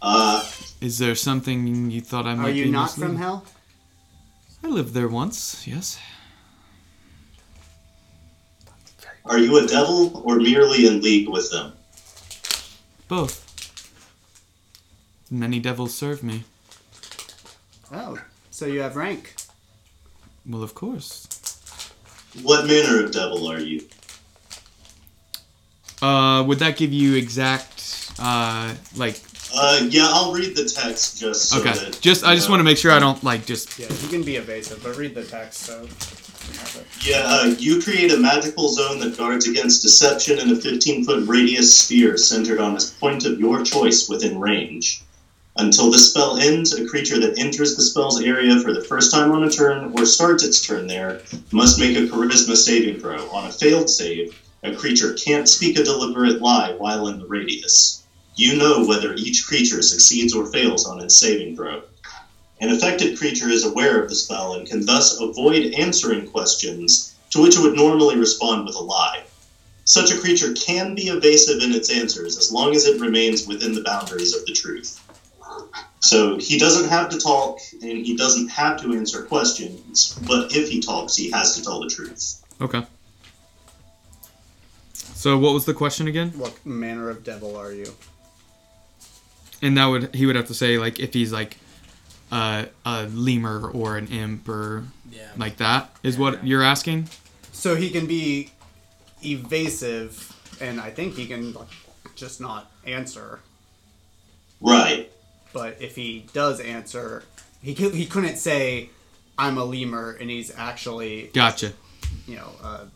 [SPEAKER 4] Uh,
[SPEAKER 3] is there something you thought I might
[SPEAKER 10] Are you
[SPEAKER 3] be
[SPEAKER 10] not
[SPEAKER 3] misleading?
[SPEAKER 10] from hell?
[SPEAKER 3] I lived there once. Yes.
[SPEAKER 4] are you a devil or merely in league with them?
[SPEAKER 3] Both. Many devils serve me.
[SPEAKER 10] Oh, so you have rank.
[SPEAKER 3] Well, of course.
[SPEAKER 4] What manner of devil are you?
[SPEAKER 3] Uh, would that give you exact uh like?
[SPEAKER 4] Uh, yeah, I'll read the text just so
[SPEAKER 3] Okay.
[SPEAKER 4] that.
[SPEAKER 3] Just I just want to make sure I don't like just.
[SPEAKER 17] Yeah, you can be evasive, but read the text. So
[SPEAKER 4] Yeah, uh, you create a magical zone that guards against deception in a 15 foot radius sphere centered on a point of your choice within range. Until the spell ends, a creature that enters the spell's area for the first time on a turn or starts its turn there must make a charisma saving throw. On a failed save, a creature can't speak a deliberate lie while in the radius. You know whether each creature succeeds or fails on its saving throw. An affected creature is aware of the spell and can thus avoid answering questions to which it would normally respond with a lie. Such a creature can be evasive in its answers as long as it remains within the boundaries of the truth. So he doesn't have to talk and he doesn't have to answer questions, but if he talks, he has to tell the truth.
[SPEAKER 3] Okay. So what was the question again?
[SPEAKER 10] What manner of devil are you?
[SPEAKER 3] And that would he would have to say like if he's like uh, a lemur or an imp or
[SPEAKER 5] Yeah.
[SPEAKER 3] like that is what you're asking.
[SPEAKER 10] So he can be evasive, and I think he can like, just not answer.
[SPEAKER 4] Right.
[SPEAKER 10] But if he does answer, he cou- he couldn't say, "I'm a lemur," and he's actually
[SPEAKER 3] Gotcha.
[SPEAKER 10] you know a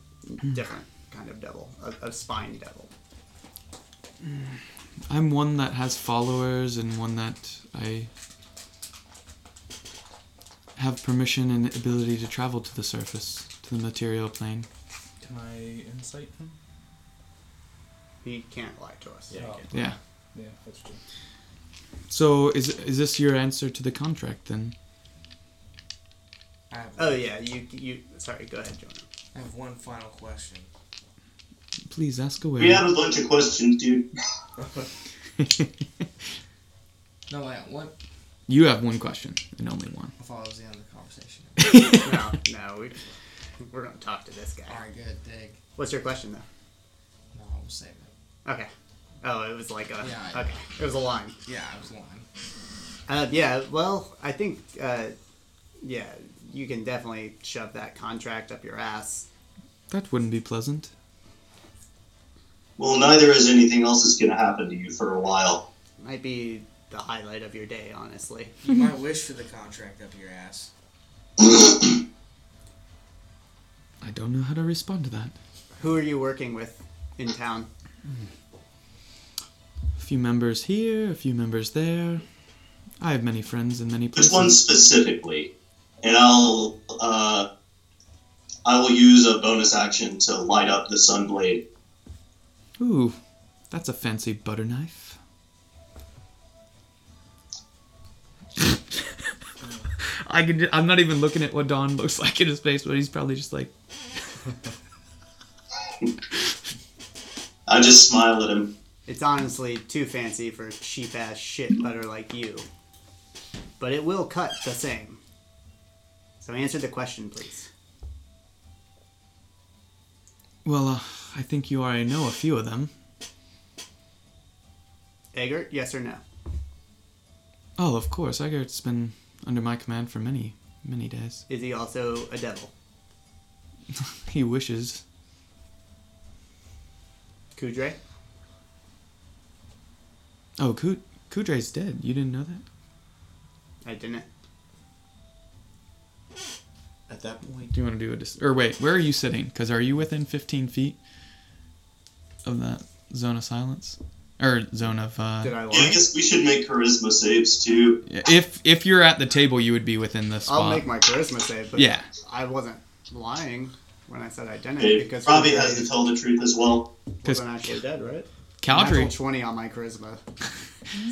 [SPEAKER 6] Hmm.
[SPEAKER 10] different kind of devil, a, a spine devil.
[SPEAKER 3] I'm one that has followers and one that I have permission and ability to travel to the surface to the material plane.
[SPEAKER 7] Can I insight him?
[SPEAKER 10] He can't lie to us.
[SPEAKER 7] Oh,
[SPEAKER 3] Yeah.
[SPEAKER 7] yeah, that's true.
[SPEAKER 3] So is is this your answer to the contract then?
[SPEAKER 6] I have,
[SPEAKER 10] Oh yeah, you you. Sorry, go ahead, Jonah.
[SPEAKER 6] I have one final question.
[SPEAKER 3] Please ask away.
[SPEAKER 4] We have a bunch of questions, dude.
[SPEAKER 6] No, I what?
[SPEAKER 3] you have one question and only one.
[SPEAKER 6] I thought it was the end of the conversation.
[SPEAKER 10] no, no, we, we're gonna talk to this guy.
[SPEAKER 6] All right, good, dig.
[SPEAKER 10] What's your question though?
[SPEAKER 6] No, I will save it.
[SPEAKER 10] Okay. Oh, it was like a.
[SPEAKER 6] Yeah, I-
[SPEAKER 10] okay, it was a line.
[SPEAKER 6] Yeah, I was lying.
[SPEAKER 10] Uh, yeah, well, I think, uh, yeah, you can definitely shove that contract up your ass.
[SPEAKER 3] That wouldn't be pleasant.
[SPEAKER 4] Well, neither is anything else that's going to happen to you for a while.
[SPEAKER 10] Might be the highlight of your day, honestly.
[SPEAKER 6] You might wish for the contract up your ass.
[SPEAKER 3] I don't know how to respond to that.
[SPEAKER 10] Who are you working with in town?
[SPEAKER 3] A few members here, a few members there. I have many friends in many
[SPEAKER 4] There's
[SPEAKER 3] places.
[SPEAKER 4] one specifically, and I'll uh, I will use a bonus action to light up the sunblade.
[SPEAKER 3] Ooh, that's a fancy butter knife. I can. ju- I'm not even looking at what Don looks like in his face, but he's probably just like,
[SPEAKER 4] I just smile at him.
[SPEAKER 10] It's honestly too fancy for cheap ass shit butter like you. But it will cut the same. So answer the question, please.
[SPEAKER 3] "Well, uh, I think you already know a few of them."
[SPEAKER 10] Eggert, yes or no?
[SPEAKER 3] Oh, of course, Eggert's been under my command for many, many days.
[SPEAKER 10] Is he also a devil?
[SPEAKER 3] He wishes.
[SPEAKER 10] Kudre?
[SPEAKER 3] Oh, Kud- Kudre's dead. You didn't know that?
[SPEAKER 10] I didn't.
[SPEAKER 5] At that point,
[SPEAKER 3] Do you want to do a dis- or wait? Where are you sitting? Because are you within 15 feet of that zone of silence or zone of? Uh,
[SPEAKER 10] Did I
[SPEAKER 4] Yeah, I
[SPEAKER 10] lie?
[SPEAKER 4] guess we should make charisma saves too.
[SPEAKER 3] If if you're at the table, you would be within the spot.
[SPEAKER 10] I'll make my charisma save, but
[SPEAKER 3] yeah,
[SPEAKER 10] I wasn't lying when I said I didn't
[SPEAKER 4] It
[SPEAKER 10] because
[SPEAKER 4] probably
[SPEAKER 10] Kudre
[SPEAKER 4] has to tell the truth as well.
[SPEAKER 10] wasn't actually dead, right?
[SPEAKER 3] Caldry.
[SPEAKER 10] Natural 20 on my charisma.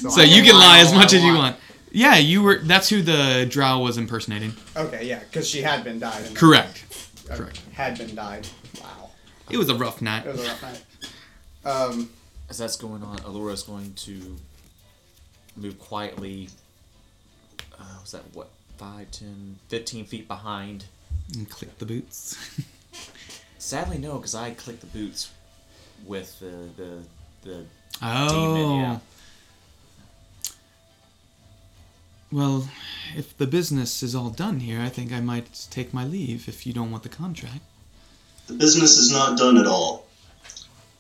[SPEAKER 3] So you can lie as
[SPEAKER 10] all I
[SPEAKER 3] much as you want. Yeah, you were. That's who the drow was impersonating.
[SPEAKER 17] Okay, yeah, because she had been died. and-
[SPEAKER 3] Correct.
[SPEAKER 17] uh,
[SPEAKER 3] correct.
[SPEAKER 17] Had been died. Wow.
[SPEAKER 3] It was a rough night.
[SPEAKER 17] It was a rough night. Um,
[SPEAKER 5] as that's going on, Alora's going to move quietly. Uh, was that what? 5, 10, 15 feet behind.
[SPEAKER 3] And click the boots.
[SPEAKER 5] Sadly, no, because I clicked the boots with the the the.
[SPEAKER 3] Oh.
[SPEAKER 5] Demon, yeah.
[SPEAKER 3] Well, if the business is all done here, I think I might take my leave if you don't want the contract.
[SPEAKER 4] The business is not done at all.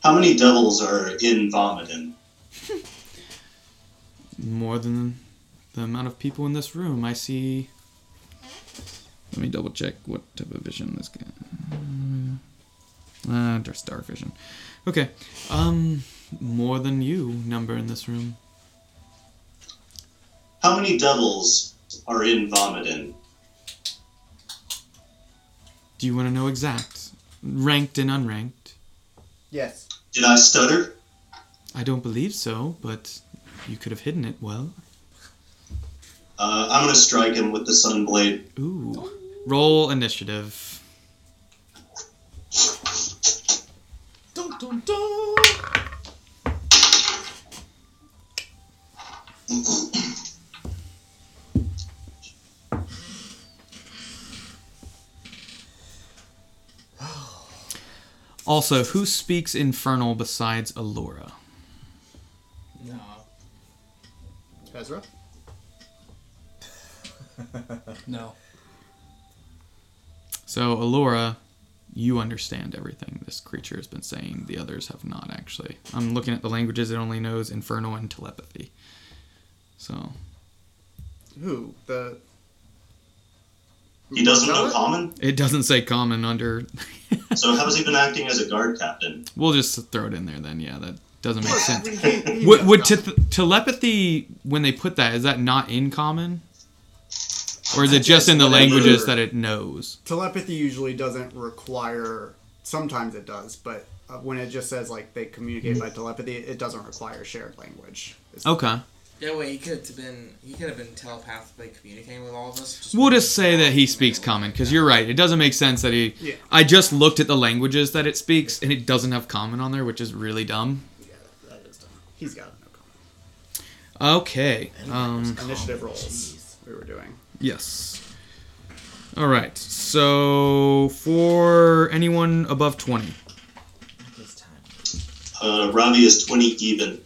[SPEAKER 4] How many devils are in Vomitin?
[SPEAKER 3] More than the amount of people in this room, I see. Let me double check what type of vision this guy. Ah, uh, dark vision. Okay, um, more than you number in this room.
[SPEAKER 4] How many devils are in Vomitin?
[SPEAKER 3] Do you want to know exact, ranked and unranked?
[SPEAKER 17] yes.
[SPEAKER 4] Did I stutter?
[SPEAKER 3] I don't believe so, but you could have hidden it well.
[SPEAKER 4] Uh, I'm gonna strike him with the sunblade.
[SPEAKER 3] Ooh. Roll initiative.
[SPEAKER 5] Dun, dun, dun.
[SPEAKER 3] Also, who speaks Infernal besides Alora?
[SPEAKER 6] No.
[SPEAKER 10] Ezra?
[SPEAKER 7] No.
[SPEAKER 3] So, Alora, you understand everything this creature has been saying. The others have not, actually. I'm looking at the languages, it only knows Infernal and Telepathy. So,
[SPEAKER 10] Who? The.
[SPEAKER 4] He doesn't know
[SPEAKER 10] Zealot?
[SPEAKER 4] common,
[SPEAKER 3] it doesn't say common under.
[SPEAKER 4] so how's he been acting as a guard captain?
[SPEAKER 3] we'll just throw it in there then, yeah, that doesn't make sense.
[SPEAKER 10] He-
[SPEAKER 3] Would, would te- telepathy, when they put that, is that not in common? Or is it just in the languages that it knows?
[SPEAKER 10] telepathy usually doesn't require. Sometimes it does, but uh, when it just says like they communicate by telepathy, it doesn't require shared language. It's-
[SPEAKER 3] Okay.
[SPEAKER 6] That way he could have been he could have been telepathically communicating with all of us. Just
[SPEAKER 3] We'll just say that he speaks common, because you're right. It doesn't make sense that he.
[SPEAKER 10] Yeah.
[SPEAKER 3] I just looked at the languages that it speaks, and it doesn't have common on there, which is really dumb.
[SPEAKER 10] that is dumb. He's got no comment.
[SPEAKER 3] Okay. Um,
[SPEAKER 10] Initiative rolls. We were doing.
[SPEAKER 3] yes. All right. So for anyone above twenty,
[SPEAKER 5] This time.
[SPEAKER 4] Uh, Ravi is 20 even.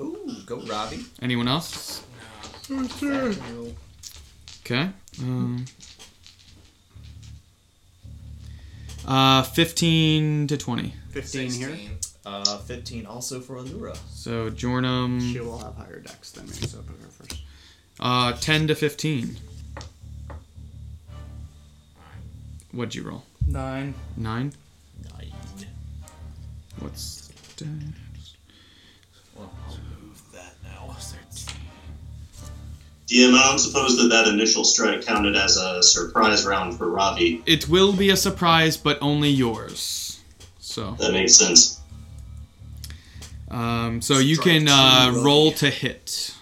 [SPEAKER 5] Ooh, go Robbie.
[SPEAKER 3] anyone else?
[SPEAKER 6] No.
[SPEAKER 3] Okay. Um, uh, 15 to 20.
[SPEAKER 10] 15 here.
[SPEAKER 8] Uh, 15 also for Allura.
[SPEAKER 3] So Jornum,
[SPEAKER 10] She will have higher decks than me, so put her first.
[SPEAKER 3] uh, 10 to 15. What'd you roll?
[SPEAKER 7] Nine.
[SPEAKER 3] Nine?
[SPEAKER 8] Nine.
[SPEAKER 3] What's that?
[SPEAKER 8] Well, I'll move that now.
[SPEAKER 4] Yeah, I don't suppose that that initial strike counted as a surprise round for Ravi.
[SPEAKER 3] It will be a surprise, but only yours. So,
[SPEAKER 4] That makes sense.
[SPEAKER 3] um, so you can uh, roll to hit.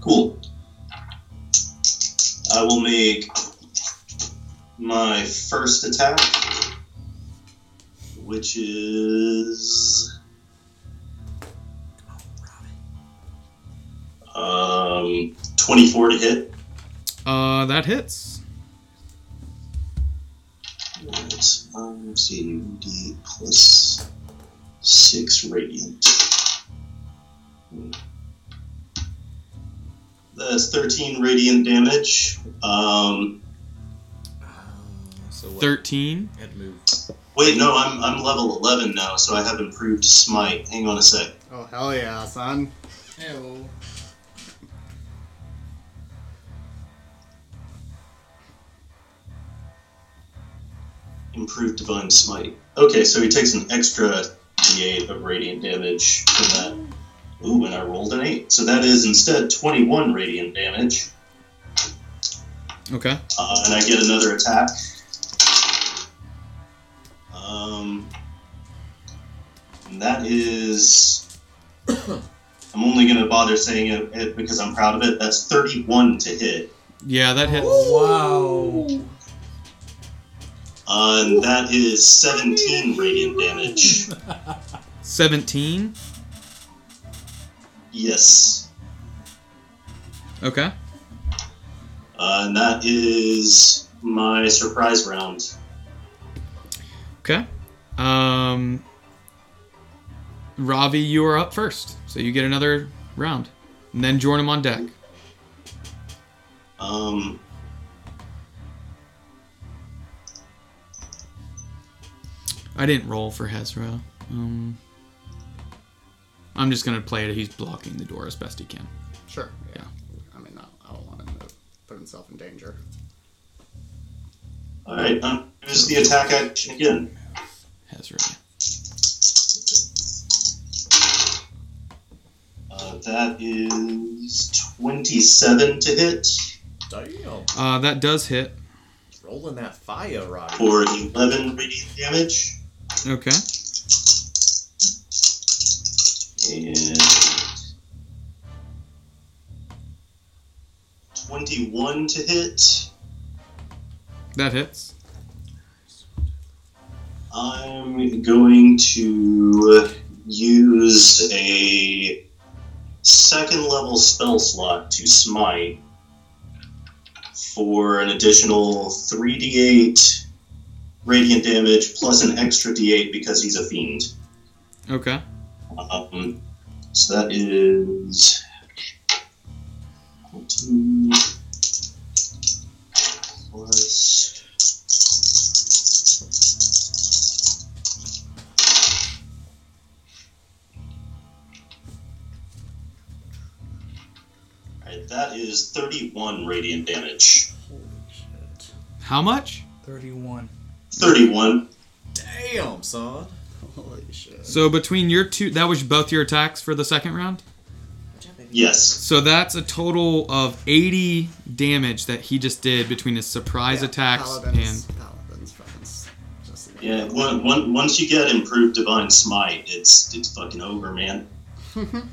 [SPEAKER 4] Cool. I will make my first attack, which is. Um, 24 to hit.
[SPEAKER 3] Uh, that hits.
[SPEAKER 4] Right. Um, let's see, D plus 6 radiant. That's 13 radiant damage. Um,
[SPEAKER 8] So what?
[SPEAKER 3] Thirteen.
[SPEAKER 8] And move.
[SPEAKER 4] Wait, no, I'm, I'm level 11 now, so I have improved smite. Hang on a sec.
[SPEAKER 10] Oh, hell yeah, son.
[SPEAKER 6] Ew.
[SPEAKER 4] Improved divine smite. Okay, so he takes an extra d8 of radiant damage from that. Ooh, and I rolled an 8. So that is instead 21 radiant damage.
[SPEAKER 3] Okay.
[SPEAKER 4] Uh, and I get another attack. Um, and that is. I'm only going to bother saying it, it because I'm proud of it. That's 31 to hit.
[SPEAKER 3] Yeah, that hits.
[SPEAKER 7] Wow.
[SPEAKER 4] Uh, and that is 17 radiant damage.
[SPEAKER 3] Seventeen.
[SPEAKER 4] Yes.
[SPEAKER 3] Okay.
[SPEAKER 4] Uh, and that is my surprise round.
[SPEAKER 3] Okay. Um, Ravi, you are up first, so you get another round, and then Jornum on deck.
[SPEAKER 4] Um,
[SPEAKER 3] I didn't roll for Hezra. Um, I'm just gonna play it. He's blocking the door as best he can.
[SPEAKER 10] Sure.
[SPEAKER 3] Yeah.
[SPEAKER 10] I mean, I I don't want him to put himself in danger.
[SPEAKER 4] alright, um, here's the attack action again.
[SPEAKER 3] Hezra.
[SPEAKER 4] Uh, that is 27 to hit
[SPEAKER 8] Damn.
[SPEAKER 3] Uh, that does hit.
[SPEAKER 8] Rolling that fire rod.
[SPEAKER 4] for 11 radiant damage.
[SPEAKER 3] Okay.
[SPEAKER 4] And 21 to hit.
[SPEAKER 3] That hits.
[SPEAKER 4] I'm going to use a second level spell slot to smite for an additional 3d8 radiant damage plus an extra d8 because he's a fiend.
[SPEAKER 3] Okay.
[SPEAKER 4] Um, so that is. 14 Plus. Alright, that is 31 radiant damage.
[SPEAKER 3] How much?
[SPEAKER 7] 31.
[SPEAKER 4] 31.
[SPEAKER 8] Damn, son.
[SPEAKER 10] Holy shit.
[SPEAKER 3] So between your two, that was both your attacks for the second round.
[SPEAKER 4] Yes.
[SPEAKER 3] So that's a total of 80 damage that he just did between his surprise
[SPEAKER 10] Yeah,
[SPEAKER 3] attacks
[SPEAKER 10] Paladins, paladins, fuckins. Just
[SPEAKER 4] Yeah, one, one, once you get improved divine smite, it's it's fucking over, man.
[SPEAKER 8] Game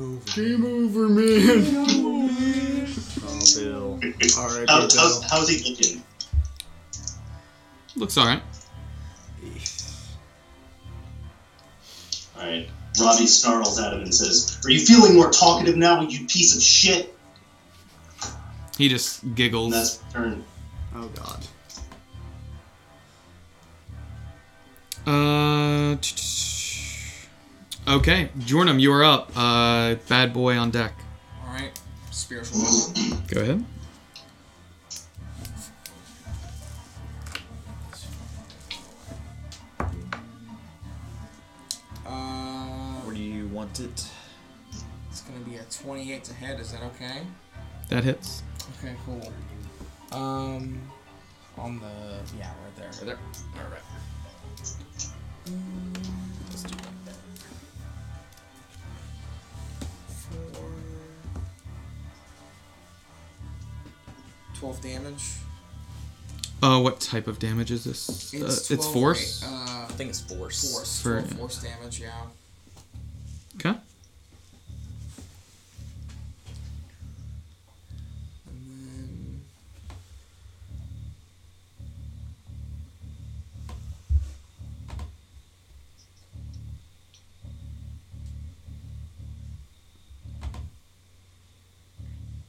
[SPEAKER 8] over.
[SPEAKER 10] Game over, man.
[SPEAKER 8] Oh, Bill.
[SPEAKER 10] Alright,
[SPEAKER 4] How,
[SPEAKER 10] Bill.
[SPEAKER 4] how's, how's he looking?
[SPEAKER 3] and looks all right.
[SPEAKER 4] Alright. Robbie snarls at him and says, Are you feeling more talkative now, you piece of shit?
[SPEAKER 3] He just
[SPEAKER 4] And
[SPEAKER 3] giggles.
[SPEAKER 4] that's my turn.
[SPEAKER 10] Oh god.
[SPEAKER 3] Uh, tch, tch. okay, Jornum, you are up. Uh, bad boy on deck.
[SPEAKER 6] spiritual weapon.
[SPEAKER 3] Go ahead.
[SPEAKER 6] Uh,
[SPEAKER 8] Where do you want it?
[SPEAKER 6] Uh, it's gonna be a 28 to hit. Is that okay?
[SPEAKER 3] That hits.
[SPEAKER 6] Okay, cool. Um, on the yeah, right there, right there. All right. Let's do like that. Four. Twelve damage.
[SPEAKER 3] Uh, what type of damage is this? Uh, It's,
[SPEAKER 6] 12
[SPEAKER 3] force.
[SPEAKER 6] ra- uh,
[SPEAKER 8] I think it's force.
[SPEAKER 6] force.
[SPEAKER 3] For-
[SPEAKER 6] 12 force damage. Yeah.
[SPEAKER 3] Okay.
[SPEAKER 6] And then.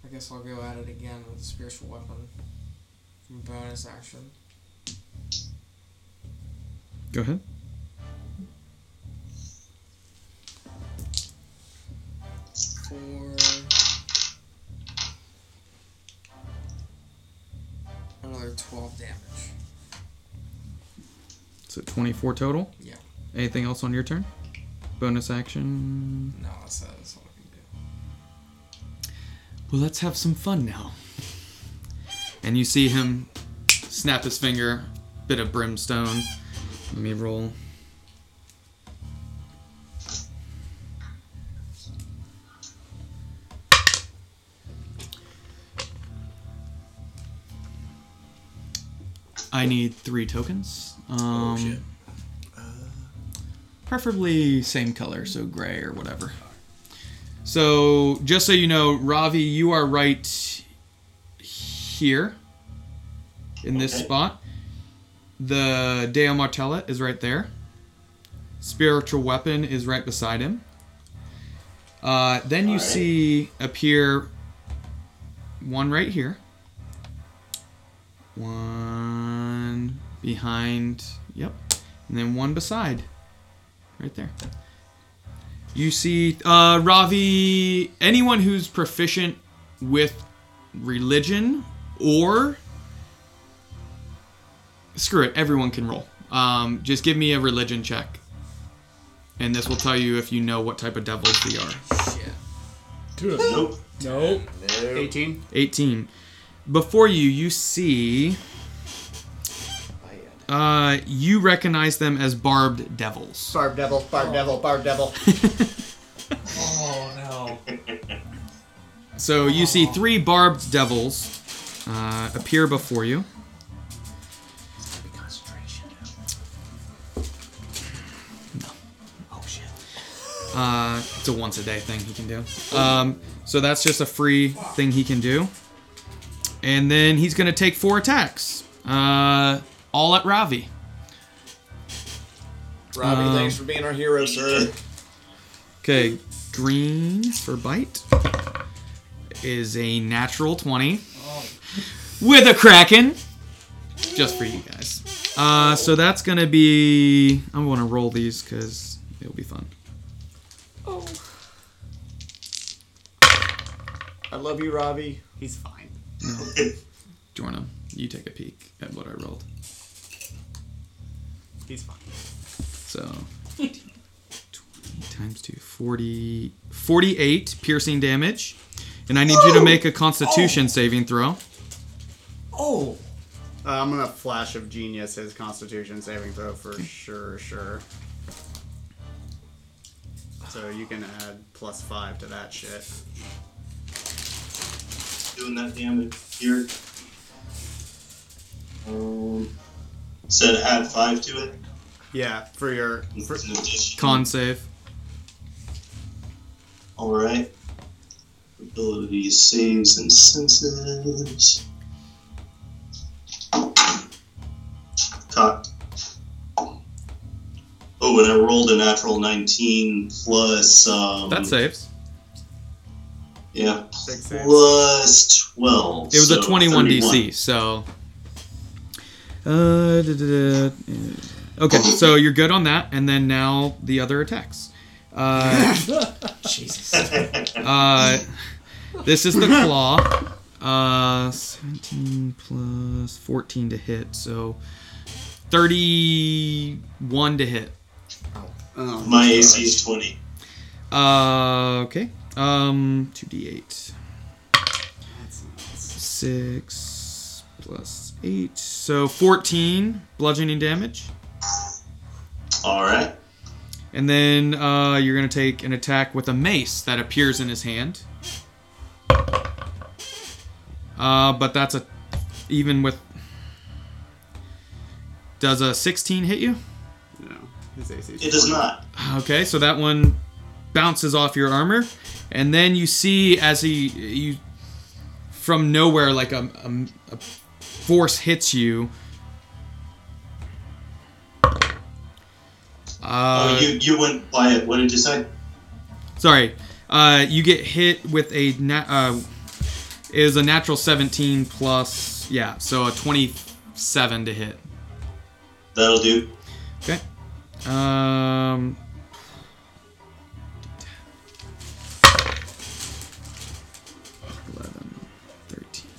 [SPEAKER 6] I guess I'll go at it again with the spiritual weapon. Bonus action.
[SPEAKER 3] Go ahead.
[SPEAKER 6] Four. Another 12 damage.
[SPEAKER 3] So 24 total.
[SPEAKER 6] Yeah.
[SPEAKER 3] Anything else on your turn? Bonus action.
[SPEAKER 6] No, that's, that's all I can do.
[SPEAKER 3] Well, let's have some fun now. And you see him snap his finger, bit of brimstone. Let me roll. I need three tokens. Um,
[SPEAKER 8] shit.
[SPEAKER 3] preferably same color, so gray or whatever. So, just so you know, Ravi, you are right here in this
[SPEAKER 4] Okay.
[SPEAKER 3] spot. The Deo Martella is right there. Spiritual Weapon is right beside him. Uh, then you
[SPEAKER 4] Alright.
[SPEAKER 3] see appear one right here, one behind, yep, and then one beside, right there. You see, uh, Ravi, anyone who's proficient with religion or. Screw it, everyone can roll. Um, just give me a religion check. And this will tell you if you know what type of devils they are.
[SPEAKER 6] Shit.
[SPEAKER 7] Two of them.
[SPEAKER 4] Nope.
[SPEAKER 7] Nope.
[SPEAKER 10] 18.
[SPEAKER 3] 18. Before you, you see. Uh, you recognize them as barbed devils.
[SPEAKER 17] Barb devil, barb devil, barb devil.
[SPEAKER 7] Oh no.
[SPEAKER 3] So you see three barbed devils uh, appear before you. Uh, it's a once a day thing he can do. Um, so that's just a free thing he can do. And then he's going to take four attacks. Uh, all at Ravi.
[SPEAKER 8] Robbie,
[SPEAKER 3] Um,
[SPEAKER 8] thanks for being our hero, sir.
[SPEAKER 3] Okay, green for bite is a natural 20 with a kraken. Just for you guys. Uh, so that's going to be. I'm going to roll these because it'll be fun.
[SPEAKER 8] I love you, Robbie.
[SPEAKER 10] He's fine.
[SPEAKER 3] No. Jorna, you take a peek at what I rolled.
[SPEAKER 10] He's fine.
[SPEAKER 3] So 20 times 2 40 48 piercing damage. And I need you to make a constitution saving throw.
[SPEAKER 7] Oh.
[SPEAKER 10] Uh, I'm gonna flash of genius his Constitution saving throw for sure, sure. So you can add plus five to that shit.
[SPEAKER 4] doing that damage here. Um, said add five to it.
[SPEAKER 10] Yeah, for your
[SPEAKER 4] It's
[SPEAKER 10] for,
[SPEAKER 4] an addition.
[SPEAKER 3] Con save.
[SPEAKER 4] All right. Abilities, saves, and senses. Cocked. Oh, and I rolled a natural 19 plus. Um,
[SPEAKER 3] That saves.
[SPEAKER 4] Yeah.
[SPEAKER 10] six saves.
[SPEAKER 4] Plus 12.
[SPEAKER 3] It was a
[SPEAKER 4] so
[SPEAKER 3] 21
[SPEAKER 4] 31.
[SPEAKER 3] DC, so. Uh, da, da, da, uh, okay, so you're good on that, and then now the other attacks. Uh,
[SPEAKER 5] Jesus.
[SPEAKER 3] uh, This is the claw. Uh, 17 plus 14 to hit, so 31 to hit.
[SPEAKER 10] Oh,
[SPEAKER 4] My AC is 20.
[SPEAKER 3] Uh, okay. Um, 2d8.
[SPEAKER 10] that's- that's-
[SPEAKER 3] 6 plus 8, so 14 bludgeoning damage.
[SPEAKER 4] Alright.
[SPEAKER 3] And then uh, you're going to take an attack with a mace that appears in his hand. Uh, but that's a. Even with. Does a 16 hit you?
[SPEAKER 10] no, his AC.
[SPEAKER 4] It does not.
[SPEAKER 3] Okay, so that one bounces off your armor, and then you see as he you from nowhere like a, a, a force hits you. Uh,
[SPEAKER 4] oh, you, you went quiet. What did you say?
[SPEAKER 3] sorry, uh, you get hit with a na- uh, is a natural seventeen plus yeah, so a twenty seven to hit.
[SPEAKER 4] That'll do.
[SPEAKER 3] Okay. Um. Eleven, thirteen,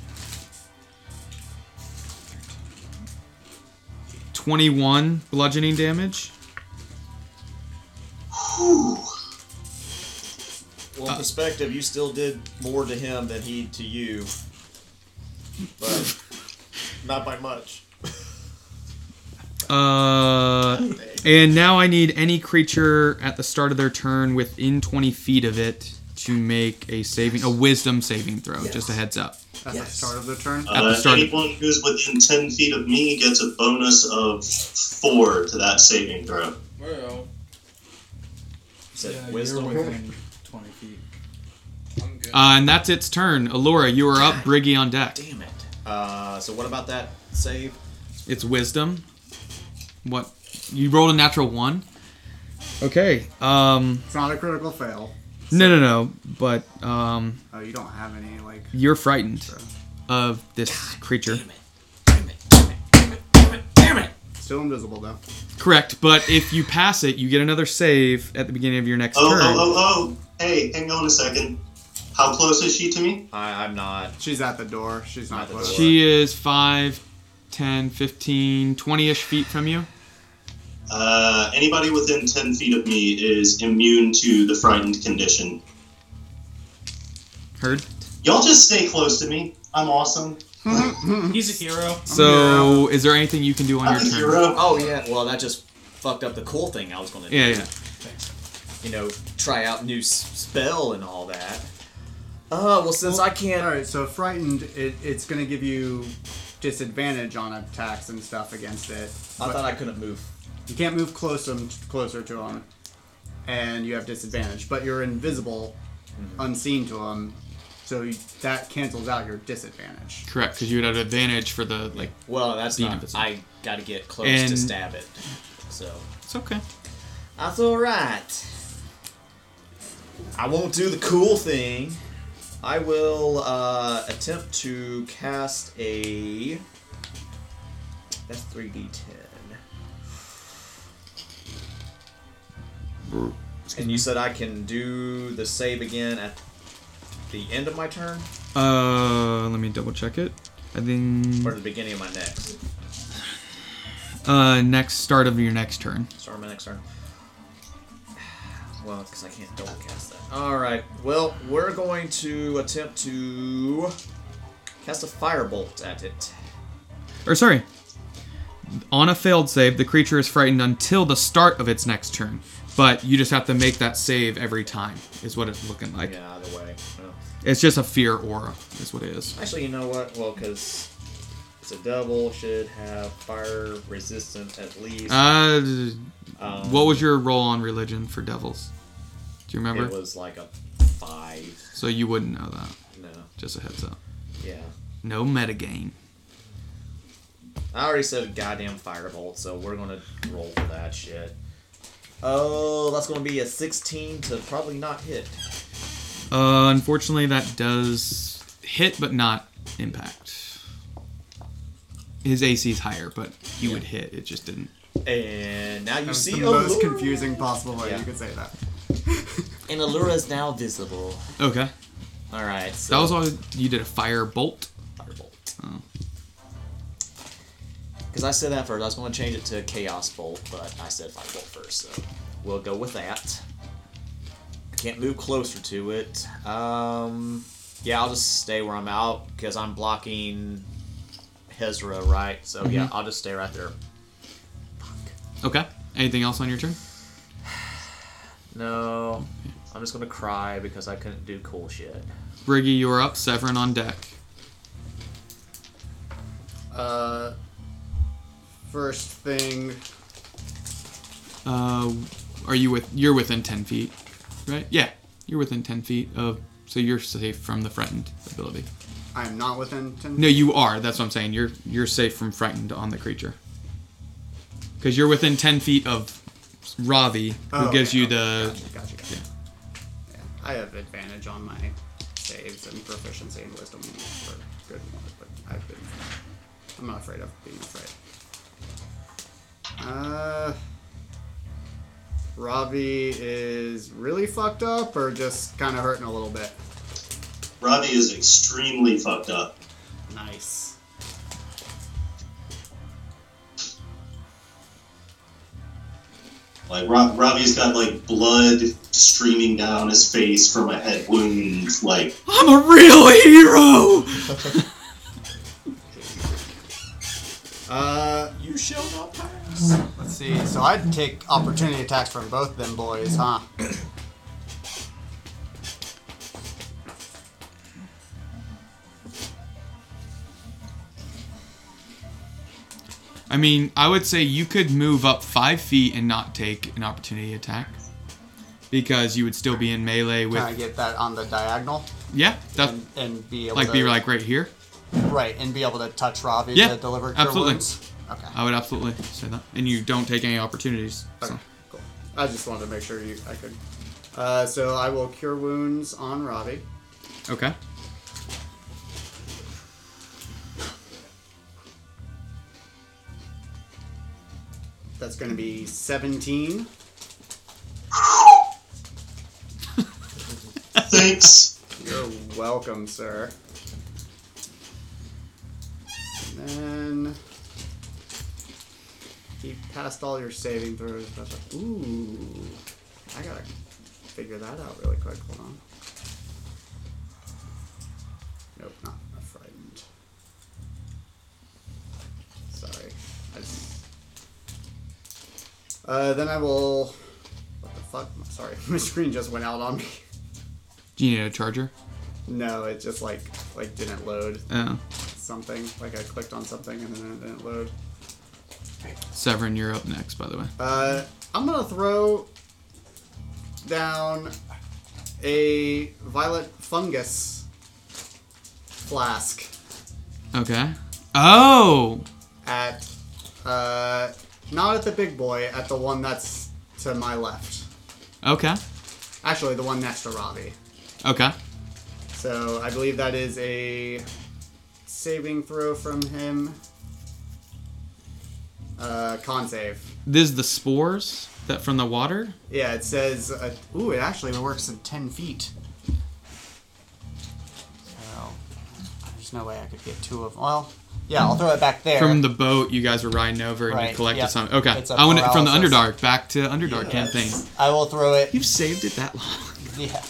[SPEAKER 3] twenty-one bludgeoning damage.
[SPEAKER 8] Well, in perspective, you still did more to him than he to you, but not by much.
[SPEAKER 3] Uh, and now I need any creature at the start of their turn within 20 feet of it to make a saving, a wisdom saving throw. Just a heads up.
[SPEAKER 10] At the start of the turn.
[SPEAKER 3] At the
[SPEAKER 4] Uh,
[SPEAKER 3] start of-
[SPEAKER 4] anyone who's within 10 feet of me gets a bonus of 4 to that saving throw.
[SPEAKER 6] Well,
[SPEAKER 8] Said
[SPEAKER 7] Yeah,
[SPEAKER 8] wisdom.
[SPEAKER 7] You're within 20 feet.
[SPEAKER 6] I'm good.
[SPEAKER 3] Uh, and that's its turn. Alora, you are up. Briggy on deck.
[SPEAKER 8] Damn it. Uh, so what about that save?
[SPEAKER 3] It's wisdom. What? You rolled a natural one. Okay. Um.
[SPEAKER 10] It's not a critical fail.
[SPEAKER 3] No, no, no. But um,
[SPEAKER 10] Oh, you don't have any like.
[SPEAKER 3] you're frightened of this creature.
[SPEAKER 5] Damn it, damn it, damn it, damn it, damn it!
[SPEAKER 10] Still invisible though.
[SPEAKER 3] Correct. But if you pass it, you get another save at the beginning of your next
[SPEAKER 4] Oh,
[SPEAKER 3] turn.
[SPEAKER 4] oh, oh, oh! Hey, hang on a second. How close is she to me?
[SPEAKER 8] I, I'm not.
[SPEAKER 10] She's at the door. She's not
[SPEAKER 8] At the
[SPEAKER 10] close.
[SPEAKER 8] door.
[SPEAKER 3] She is 5, 10, 15, 20-ish feet from you.
[SPEAKER 4] Uh, anybody within 10 feet of me is immune to the frightened condition.
[SPEAKER 3] Heard.
[SPEAKER 4] Y'all just stay close to me. I'm awesome.
[SPEAKER 7] He's a hero.
[SPEAKER 3] So is there anything you can do on
[SPEAKER 4] I'm a
[SPEAKER 3] your turn?
[SPEAKER 4] hero.
[SPEAKER 8] Oh yeah. Well, that just fucked up the cool thing I was gonna do.
[SPEAKER 3] Yeah, yeah.
[SPEAKER 8] You know, try out new s- spell and all that. Uh, well, since I can't.
[SPEAKER 10] All right, so frightened, it, it's going to give you disadvantage on attacks and stuff against it.
[SPEAKER 8] I thought I couldn't move.
[SPEAKER 10] You can't move close to 'em- closer to him, and you have disadvantage. But you're invisible,
[SPEAKER 8] Mm-hmm.
[SPEAKER 10] unseen to him, so you, that cancels out your disadvantage.
[SPEAKER 3] Correct, because you would have advantage for the like.
[SPEAKER 8] Well, that's
[SPEAKER 3] Being
[SPEAKER 8] not.
[SPEAKER 3] invisible.
[SPEAKER 8] I got to get close to
[SPEAKER 3] And-
[SPEAKER 8] stab it. So
[SPEAKER 3] It's okay.
[SPEAKER 8] that's all right. I won't do the cool thing. I will uh, attempt to cast a. That's three d ten. And you said I can do the save again at the end of my turn
[SPEAKER 3] Uh, let me double check it. I think
[SPEAKER 8] or the beginning of my next.
[SPEAKER 3] uh next start of your next turn.
[SPEAKER 8] Start my next turn. Well, because I can't double cast that. All right. Well, we're going to attempt to cast a firebolt at it.
[SPEAKER 3] Or sorry. On a failed save, the creature is frightened until the start of its next turn. But you just have to make that save every time, is what it's looking like.
[SPEAKER 8] Yeah, either way. Well,
[SPEAKER 3] It's just a fear aura, is what it is.
[SPEAKER 8] actually, you know what? Well, because it's a double, should have fire resistance at least.
[SPEAKER 3] Uh,
[SPEAKER 8] um,
[SPEAKER 3] What was your roll on religion for devils? Do you
[SPEAKER 8] It
[SPEAKER 3] remember?
[SPEAKER 8] was like a five.
[SPEAKER 3] So you wouldn't know that.
[SPEAKER 8] No.
[SPEAKER 3] Just a heads up.
[SPEAKER 8] Yeah.
[SPEAKER 3] No metagame.
[SPEAKER 8] I already said goddamn firebolt, so we're gonna roll for that shit. Oh, that's gonna be a 16 to probably not hit.
[SPEAKER 3] Uh, unfortunately, that does hit, but not impact. His AC is higher, but you would hit. It just didn't.
[SPEAKER 8] And now you
[SPEAKER 10] That was
[SPEAKER 8] see
[SPEAKER 10] the most
[SPEAKER 8] Allura.
[SPEAKER 10] confusing possible way
[SPEAKER 8] Yeah.
[SPEAKER 10] you could say that.
[SPEAKER 8] And Allura is now visible.
[SPEAKER 3] Okay.
[SPEAKER 8] All right. So
[SPEAKER 3] That was all you did a fire bolt.
[SPEAKER 8] firebolt. Because I said that first. I was going to change it to chaos bolt, but I said firebolt first, so we'll go with that. I can't move closer to it. Um, yeah, I'll just stay where I'm out because I'm blocking Hezra, right? So yeah, I'll just stay right there.
[SPEAKER 3] Okay. Anything else on your turn?
[SPEAKER 8] No, I'm just gonna cry because I couldn't do cool shit.
[SPEAKER 3] Briggy, you're up. Severin on deck.
[SPEAKER 10] Uh, first thing,
[SPEAKER 3] Uh, are you with? You're within ten feet, right? Yeah, you're within ten feet of. So you're safe from the frightened ability.
[SPEAKER 10] I'm not within ten.
[SPEAKER 3] No, you are. That's what I'm saying. You're you're safe from frightened on the creature. Because you're within ten feet of Ravi, who
[SPEAKER 10] Oh,
[SPEAKER 3] gives
[SPEAKER 10] okay,
[SPEAKER 3] you
[SPEAKER 10] okay,
[SPEAKER 3] the.
[SPEAKER 10] Gotcha, gotcha, gotcha. Yeah. I have advantage on my saves and proficiency and wisdom for good ones, but I've been. I'm not afraid of being afraid. Uh. Robbie is really fucked up or just kind of hurting a little bit.
[SPEAKER 4] Robbie is extremely fucked up.
[SPEAKER 10] Nice.
[SPEAKER 4] Like Rob, Robbie's got like blood streaming down his face from a head wound. Like
[SPEAKER 3] I'm a real hero.
[SPEAKER 10] Uh, you shall not pass. Let's see. So I'd take opportunity attacks from both them boys, huh?
[SPEAKER 3] I mean, I would say you could move up five feet and not take an opportunity attack, because you would still be in melee with.
[SPEAKER 10] Can I get that on the diagonal
[SPEAKER 3] Yeah, that's
[SPEAKER 10] and, and be able
[SPEAKER 3] like
[SPEAKER 10] to
[SPEAKER 3] be like right here.
[SPEAKER 10] right and be able to touch Robbie
[SPEAKER 3] Yeah,
[SPEAKER 10] to deliver cure
[SPEAKER 3] absolutely.
[SPEAKER 10] wounds? Okay.
[SPEAKER 3] I would absolutely say that, and you don't take any opportunities. So.
[SPEAKER 10] Okay, cool. I just wanted to make sure you I could. Uh, so I will cure wounds on Robbie.
[SPEAKER 3] Okay.
[SPEAKER 10] That's going to be 17.
[SPEAKER 4] thanks.
[SPEAKER 10] You're welcome, sir. And then he passed all your saving throws. That's a- Ooh, I gotta figure that out really quick. Hold on. Nope, not frightened. Sorry. I just... Uh, then I will. What the fuck? Sorry, my screen just went out on me.
[SPEAKER 3] Do you need a charger?
[SPEAKER 10] No, it just like like didn't load
[SPEAKER 3] Oh.
[SPEAKER 10] something. Like I clicked on something and then it didn't load.
[SPEAKER 3] Severin, you're up next, by the way.
[SPEAKER 10] Uh, I'm gonna throw down a violet fungus flask
[SPEAKER 3] Okay. Oh!
[SPEAKER 10] at uh, not at the big boy, at the one that's to my left.
[SPEAKER 3] Okay.
[SPEAKER 10] Actually, the one next to Robbie.
[SPEAKER 3] Okay.
[SPEAKER 10] So I believe that is a saving throw from him. Uh, con save.
[SPEAKER 3] This is the spores that from the water.
[SPEAKER 10] Yeah, it says. Uh, ooh, it actually works at ten feet. So there's no way I could get two of. Well, yeah, I'll throw it back there.
[SPEAKER 3] From the boat you guys were riding over and you
[SPEAKER 10] Right,
[SPEAKER 3] collected
[SPEAKER 10] yeah.
[SPEAKER 3] some. Okay.
[SPEAKER 10] It's a
[SPEAKER 3] I want it from the
[SPEAKER 10] paralysis.
[SPEAKER 3] Underdark back to Underdark campaign.
[SPEAKER 10] I will throw it.
[SPEAKER 3] You've saved it that long.
[SPEAKER 10] Yeah,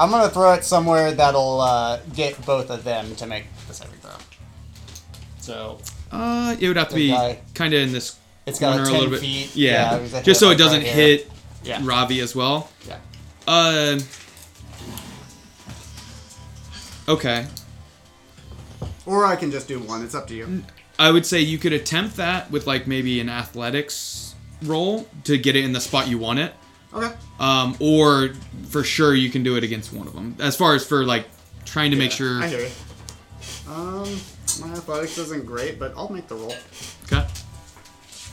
[SPEAKER 10] I'm gonna throw it somewhere that'll uh, get both of them to make the saving throw. So
[SPEAKER 3] Uh, it would have to
[SPEAKER 10] The
[SPEAKER 3] be
[SPEAKER 10] guy-
[SPEAKER 3] kind of in this
[SPEAKER 10] It's got a
[SPEAKER 3] corner a
[SPEAKER 10] 10
[SPEAKER 3] little bit.
[SPEAKER 10] feet. Yeah,
[SPEAKER 3] Yeah.
[SPEAKER 10] it was a
[SPEAKER 3] Just
[SPEAKER 10] hit
[SPEAKER 3] so it
[SPEAKER 10] like right
[SPEAKER 3] doesn't
[SPEAKER 10] here.
[SPEAKER 3] hit
[SPEAKER 10] yeah,
[SPEAKER 3] Ravi as well.
[SPEAKER 10] yeah.
[SPEAKER 3] Um. Okay.
[SPEAKER 10] Or I can just do one. It's up to
[SPEAKER 3] Mm.
[SPEAKER 10] you.
[SPEAKER 3] I would say you could attempt that with like maybe an athletics roll to get it in the spot you want it.
[SPEAKER 10] Okay.
[SPEAKER 3] Um, or for sure you can do it against one of them. As far as for like trying to make sure.
[SPEAKER 10] I hear you. Um, my athletics isn't great, but I'll make the roll.
[SPEAKER 3] Okay.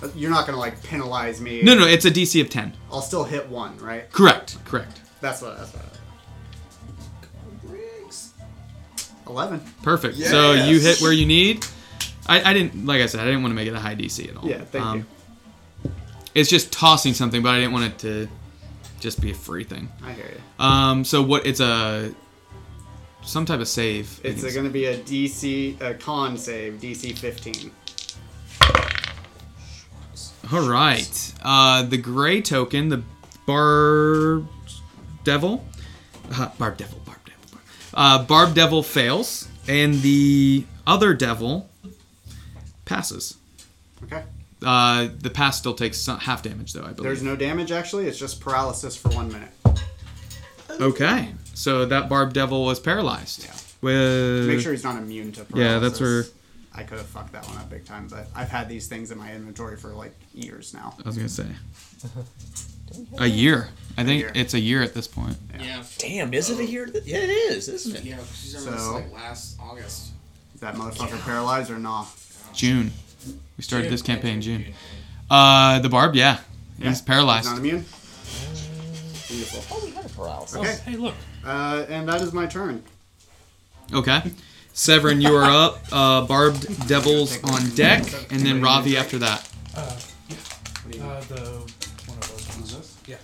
[SPEAKER 10] Uh, You're not gonna like penalize me.
[SPEAKER 3] No, no, it's a DC of ten.
[SPEAKER 10] I'll still hit one, right?
[SPEAKER 3] Correct. Correct.
[SPEAKER 10] That's what. That's what. Eleven.
[SPEAKER 3] Perfect. So you hit where you need. I, I didn't like I said I didn't want to make it a high DC at all. Um,
[SPEAKER 10] Yeah, thank you.
[SPEAKER 3] It's just tossing something, but I didn't want it to just be a free thing.
[SPEAKER 10] I hear you.
[SPEAKER 3] Um, so what? It's a some type of save. I
[SPEAKER 10] It's
[SPEAKER 3] think
[SPEAKER 10] going to be a DC a con save, DC 15.
[SPEAKER 3] All right. Uh, the gray token, the barb devil, uh, barb devil, barb devil, barb. Uh, barb devil fails, and the other devil passes.
[SPEAKER 10] Okay.
[SPEAKER 3] Uh, the pass still takes some, half damage, though I believe.
[SPEAKER 10] There's no damage actually. It's just paralysis for one minute.
[SPEAKER 3] okay, so that barb devil was paralyzed.
[SPEAKER 10] Yeah.
[SPEAKER 3] With
[SPEAKER 10] Make sure he's not immune to paralysis.
[SPEAKER 3] Yeah, that's where-
[SPEAKER 10] I could have fucked that one up big time, but I've had these things in my inventory for like years now.
[SPEAKER 3] I was gonna say a year. I think
[SPEAKER 10] year.
[SPEAKER 3] it's a year at this point.
[SPEAKER 6] Yeah.
[SPEAKER 8] Damn, is it a year? Yeah, it is, isn't it?
[SPEAKER 6] Yeah, she's
[SPEAKER 10] So-
[SPEAKER 6] already like last August.
[SPEAKER 10] Is that motherfucker paralyzed or not?
[SPEAKER 3] June. We started this campaign in June. Uh, the barb, yeah, he's paralyzed.
[SPEAKER 10] He's not immune. Beautiful.
[SPEAKER 8] Oh, we had a paralysis.
[SPEAKER 10] Okay,
[SPEAKER 7] Hey, look.
[SPEAKER 10] uh, and that is my turn.
[SPEAKER 3] Okay. Severin, you are up. Uh, barbed devils on deck, and then Ravi after that.
[SPEAKER 7] Uh, the one of those ones. Yeah.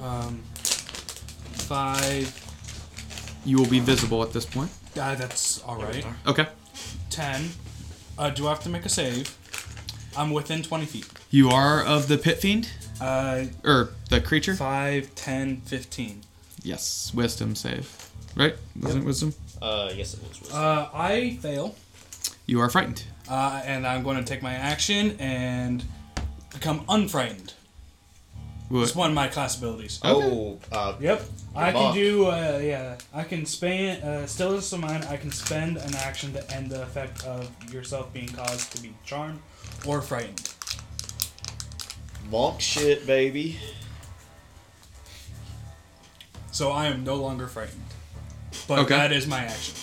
[SPEAKER 7] Um, five.
[SPEAKER 3] You will be visible at this point.
[SPEAKER 7] Uh, that's all right.
[SPEAKER 3] Okay.
[SPEAKER 7] Ten. Uh, do I have to make a save? I'm within twenty feet.
[SPEAKER 3] You are of the pit fiend
[SPEAKER 7] Uh,
[SPEAKER 3] or the creature.
[SPEAKER 7] five, ten, fifteen.
[SPEAKER 3] Yes, wisdom save. Right? Wasn't it wisdom?
[SPEAKER 8] Uh, yes, it was. was.
[SPEAKER 7] Uh, I fail,
[SPEAKER 3] You are frightened.
[SPEAKER 7] uh, and I'm going to take my action and become unfrightened.
[SPEAKER 3] What?
[SPEAKER 7] It's one of my class abilities.
[SPEAKER 8] oh, uh,
[SPEAKER 7] Yep. I
[SPEAKER 8] Come
[SPEAKER 7] can
[SPEAKER 8] on.
[SPEAKER 7] do, uh, yeah, I can spend, uh, still as of mine, I can spend an action to end the effect of yourself being caused to be charmed or frightened.
[SPEAKER 8] monk shit, baby.
[SPEAKER 7] So I am no longer frightened. But
[SPEAKER 3] Okay.
[SPEAKER 7] that is my action.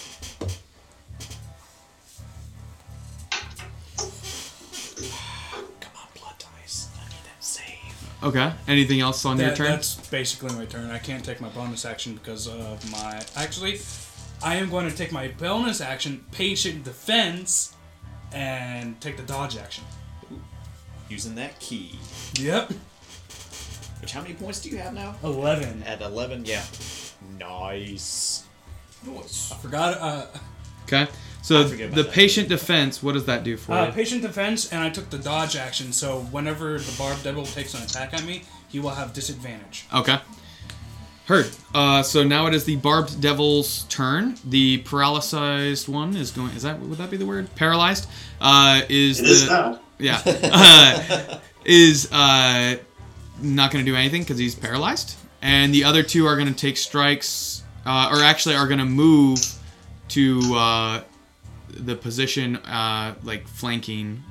[SPEAKER 8] Come on, blood dice. I need that save.
[SPEAKER 3] Okay. Anything else on your
[SPEAKER 7] That-
[SPEAKER 3] turn?
[SPEAKER 7] That's basically my turn. I can't take my bonus action because of my. Actually, I am going to take my bonus action, patient defense, and take the dodge action.
[SPEAKER 8] Using that key.
[SPEAKER 7] Yep.
[SPEAKER 8] Which how many points do you have now?
[SPEAKER 7] 11.
[SPEAKER 8] At eleven. Yeah. Nice.
[SPEAKER 7] I forgot, uh,
[SPEAKER 3] Okay. So
[SPEAKER 8] I forget about
[SPEAKER 3] the
[SPEAKER 8] that.
[SPEAKER 3] patient defense, what does that do for
[SPEAKER 7] Uh,
[SPEAKER 3] you?
[SPEAKER 7] patient defense, and I took the dodge action, so whenever the barb devil takes an attack at me, he will have disadvantage.
[SPEAKER 3] Okay. Heard. Uh, so now it is the barbed devil's turn. The paralyzed one is going. Is that would that be the word? Paralyzed. Uh, is
[SPEAKER 4] It is
[SPEAKER 3] the
[SPEAKER 4] now.
[SPEAKER 3] yeah uh, is uh, not going to do anything because he's paralyzed. And the other two are going to take strikes, uh, or actually are going to move to uh, the position uh, like flanking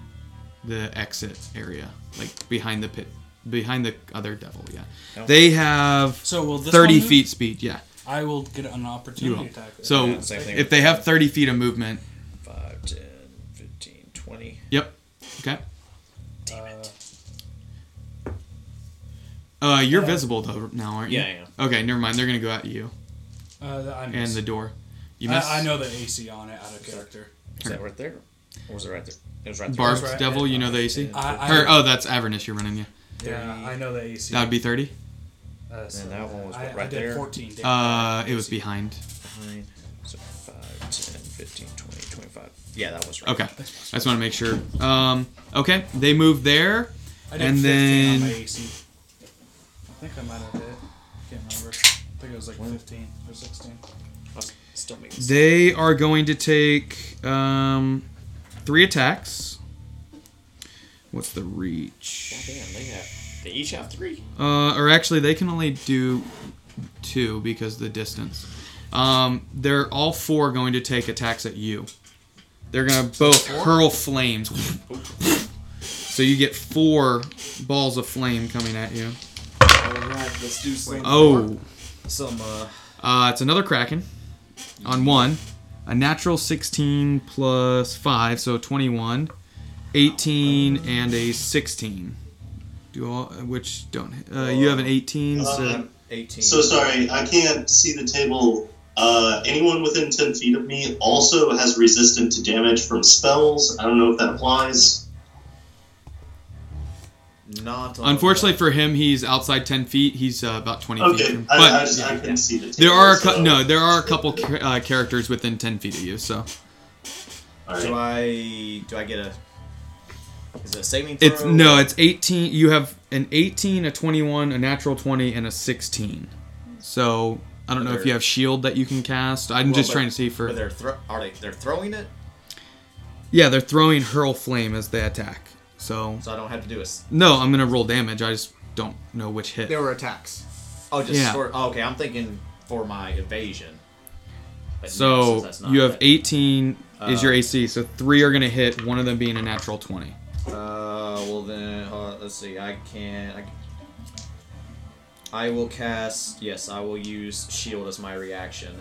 [SPEAKER 3] the exit area, like behind the pit, behind the other devil. Yeah,
[SPEAKER 8] Oh.
[SPEAKER 3] they have
[SPEAKER 7] So will this
[SPEAKER 3] thirty
[SPEAKER 7] one move?
[SPEAKER 3] feet speed. Yeah,
[SPEAKER 7] I will get an
[SPEAKER 3] you
[SPEAKER 7] opportunity
[SPEAKER 3] will.
[SPEAKER 7] attack.
[SPEAKER 3] So
[SPEAKER 8] Yeah, same thing
[SPEAKER 3] if
[SPEAKER 8] with-
[SPEAKER 3] they have thirty feet of movement,
[SPEAKER 8] 5, 10, 15, 20.
[SPEAKER 3] yep. Okay.
[SPEAKER 8] Damn it.
[SPEAKER 3] Uh, you're visible though now, aren't you?
[SPEAKER 8] Yeah, I am.
[SPEAKER 3] Okay, never mind. They're gonna go at you
[SPEAKER 7] uh, th- I
[SPEAKER 3] and
[SPEAKER 7] miss.
[SPEAKER 3] the door. You miss.
[SPEAKER 7] I, I know the AC on it out of character.
[SPEAKER 8] Is that right there? Or was it right there? It was right there.
[SPEAKER 3] Barb's
[SPEAKER 7] That's right.
[SPEAKER 3] devil. You know the AC.
[SPEAKER 7] I, I,
[SPEAKER 3] Or, oh, that's Avernus you're running. Yeah,
[SPEAKER 7] yeah, I know the AC.
[SPEAKER 3] that would be thirty.
[SPEAKER 7] uh, so
[SPEAKER 8] And that one was
[SPEAKER 7] I,
[SPEAKER 8] what,
[SPEAKER 7] I
[SPEAKER 8] right
[SPEAKER 7] did
[SPEAKER 8] there?
[SPEAKER 7] 14 damage.
[SPEAKER 3] Uh, it was behind.
[SPEAKER 8] Nine, so 5, 10, 15, 20, 25. Yeah, that was right.
[SPEAKER 3] Okay, I just want to make sure. Um, okay, they move there.
[SPEAKER 7] I did
[SPEAKER 3] and
[SPEAKER 7] 15
[SPEAKER 3] then-
[SPEAKER 7] on my AC. I think I might have hit. Can't remember. I think it was like 15 or 16.
[SPEAKER 8] I'll s- Still make this.
[SPEAKER 3] They are going to take um, three attacks. What's the reach?
[SPEAKER 8] Damn, they have. They each have three.
[SPEAKER 3] Uh, or actually, they can only do two because the distance. Um, they're all four going to take attacks at you. They're gonna both hurl flames. so you get four balls of flame coming at you.
[SPEAKER 8] Alright, let's do some.
[SPEAKER 3] Oh,
[SPEAKER 8] Some, uh.
[SPEAKER 3] uh, it's another kraken on one. A natural 16 plus 5, so 21, 18, and a 16. Do all which don't uh, you have an 18? So
[SPEAKER 4] Um,
[SPEAKER 8] 18.
[SPEAKER 4] So sorry, I can't see the table. Uh, anyone within 10 feet of me also has resistant to damage from spells. I don't know if that applies.
[SPEAKER 8] Not on
[SPEAKER 3] Unfortunately for him, he's outside ten feet. He's uh, about twenty feet.
[SPEAKER 4] Okay,
[SPEAKER 3] From,
[SPEAKER 4] I,
[SPEAKER 3] but
[SPEAKER 4] I, just, I couldn't see the.
[SPEAKER 3] there
[SPEAKER 4] table,
[SPEAKER 3] are a
[SPEAKER 4] so-
[SPEAKER 3] cou- no, there are a couple ca- uh, characters within ten feet of you. So
[SPEAKER 4] All
[SPEAKER 8] Do
[SPEAKER 4] right.
[SPEAKER 8] I do I get a? Is it a saving throw?
[SPEAKER 3] it's no, it's eighteen. You have an eighteen, a twenty-one, a natural twenty, and a sixteen. So I don't know if you have shield that you can cast. I'm
[SPEAKER 8] Well,
[SPEAKER 3] just
[SPEAKER 8] but-
[SPEAKER 3] trying to see for
[SPEAKER 8] But they're thro- are they they're throwing it,
[SPEAKER 3] yeah, they're throwing hurl flame as they attack. So
[SPEAKER 8] so I don't have to do a. s-
[SPEAKER 3] no, I'm gonna roll damage. I just don't know which hit.
[SPEAKER 10] There were attacks.
[SPEAKER 8] Oh, just
[SPEAKER 3] Yeah.
[SPEAKER 8] for, oh, okay. I'm thinking for my evasion. But no, since
[SPEAKER 3] So
[SPEAKER 8] that's not
[SPEAKER 3] you have
[SPEAKER 8] it.
[SPEAKER 3] 18 is your
[SPEAKER 8] Uh,
[SPEAKER 3] AC. So three are gonna hit. One of them being a natural 20.
[SPEAKER 8] Uh, well then, uh, let's see. I can. I, can- I will cast. Yes, I will use shield as my reaction.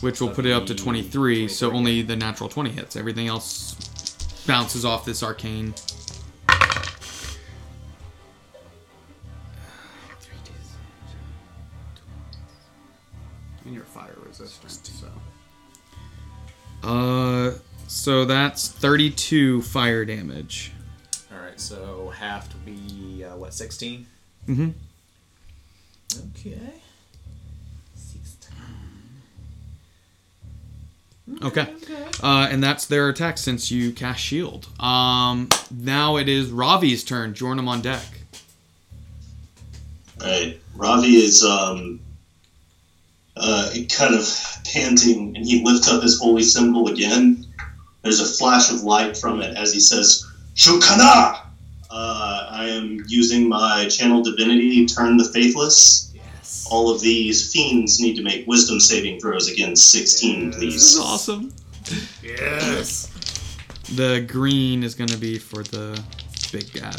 [SPEAKER 3] which will put it up to
[SPEAKER 8] That'd be
[SPEAKER 3] 23 so
[SPEAKER 8] 23,
[SPEAKER 3] only the natural 20 hits everything else bounces off this arcane
[SPEAKER 10] And you're fire resistant, so.
[SPEAKER 3] uh so that's 32 fire damage
[SPEAKER 8] All right, so half to be uh, what 16.
[SPEAKER 3] mm-hmm
[SPEAKER 8] Okay.
[SPEAKER 3] okay uh and that's their attack since you cast shield um now it is ravi's turn join him on deck
[SPEAKER 4] All right. Ravi is um, uh, kind of panting, and he lifts up his holy symbol again. There's a flash of light from it as he says, "Shukana." Uh, I am using my channel divinity, turn the faithless. Yes. All of these fiends need to make wisdom saving throws against 16, please.
[SPEAKER 3] this is awesome
[SPEAKER 10] Yes!
[SPEAKER 3] the green is gonna be for the big guy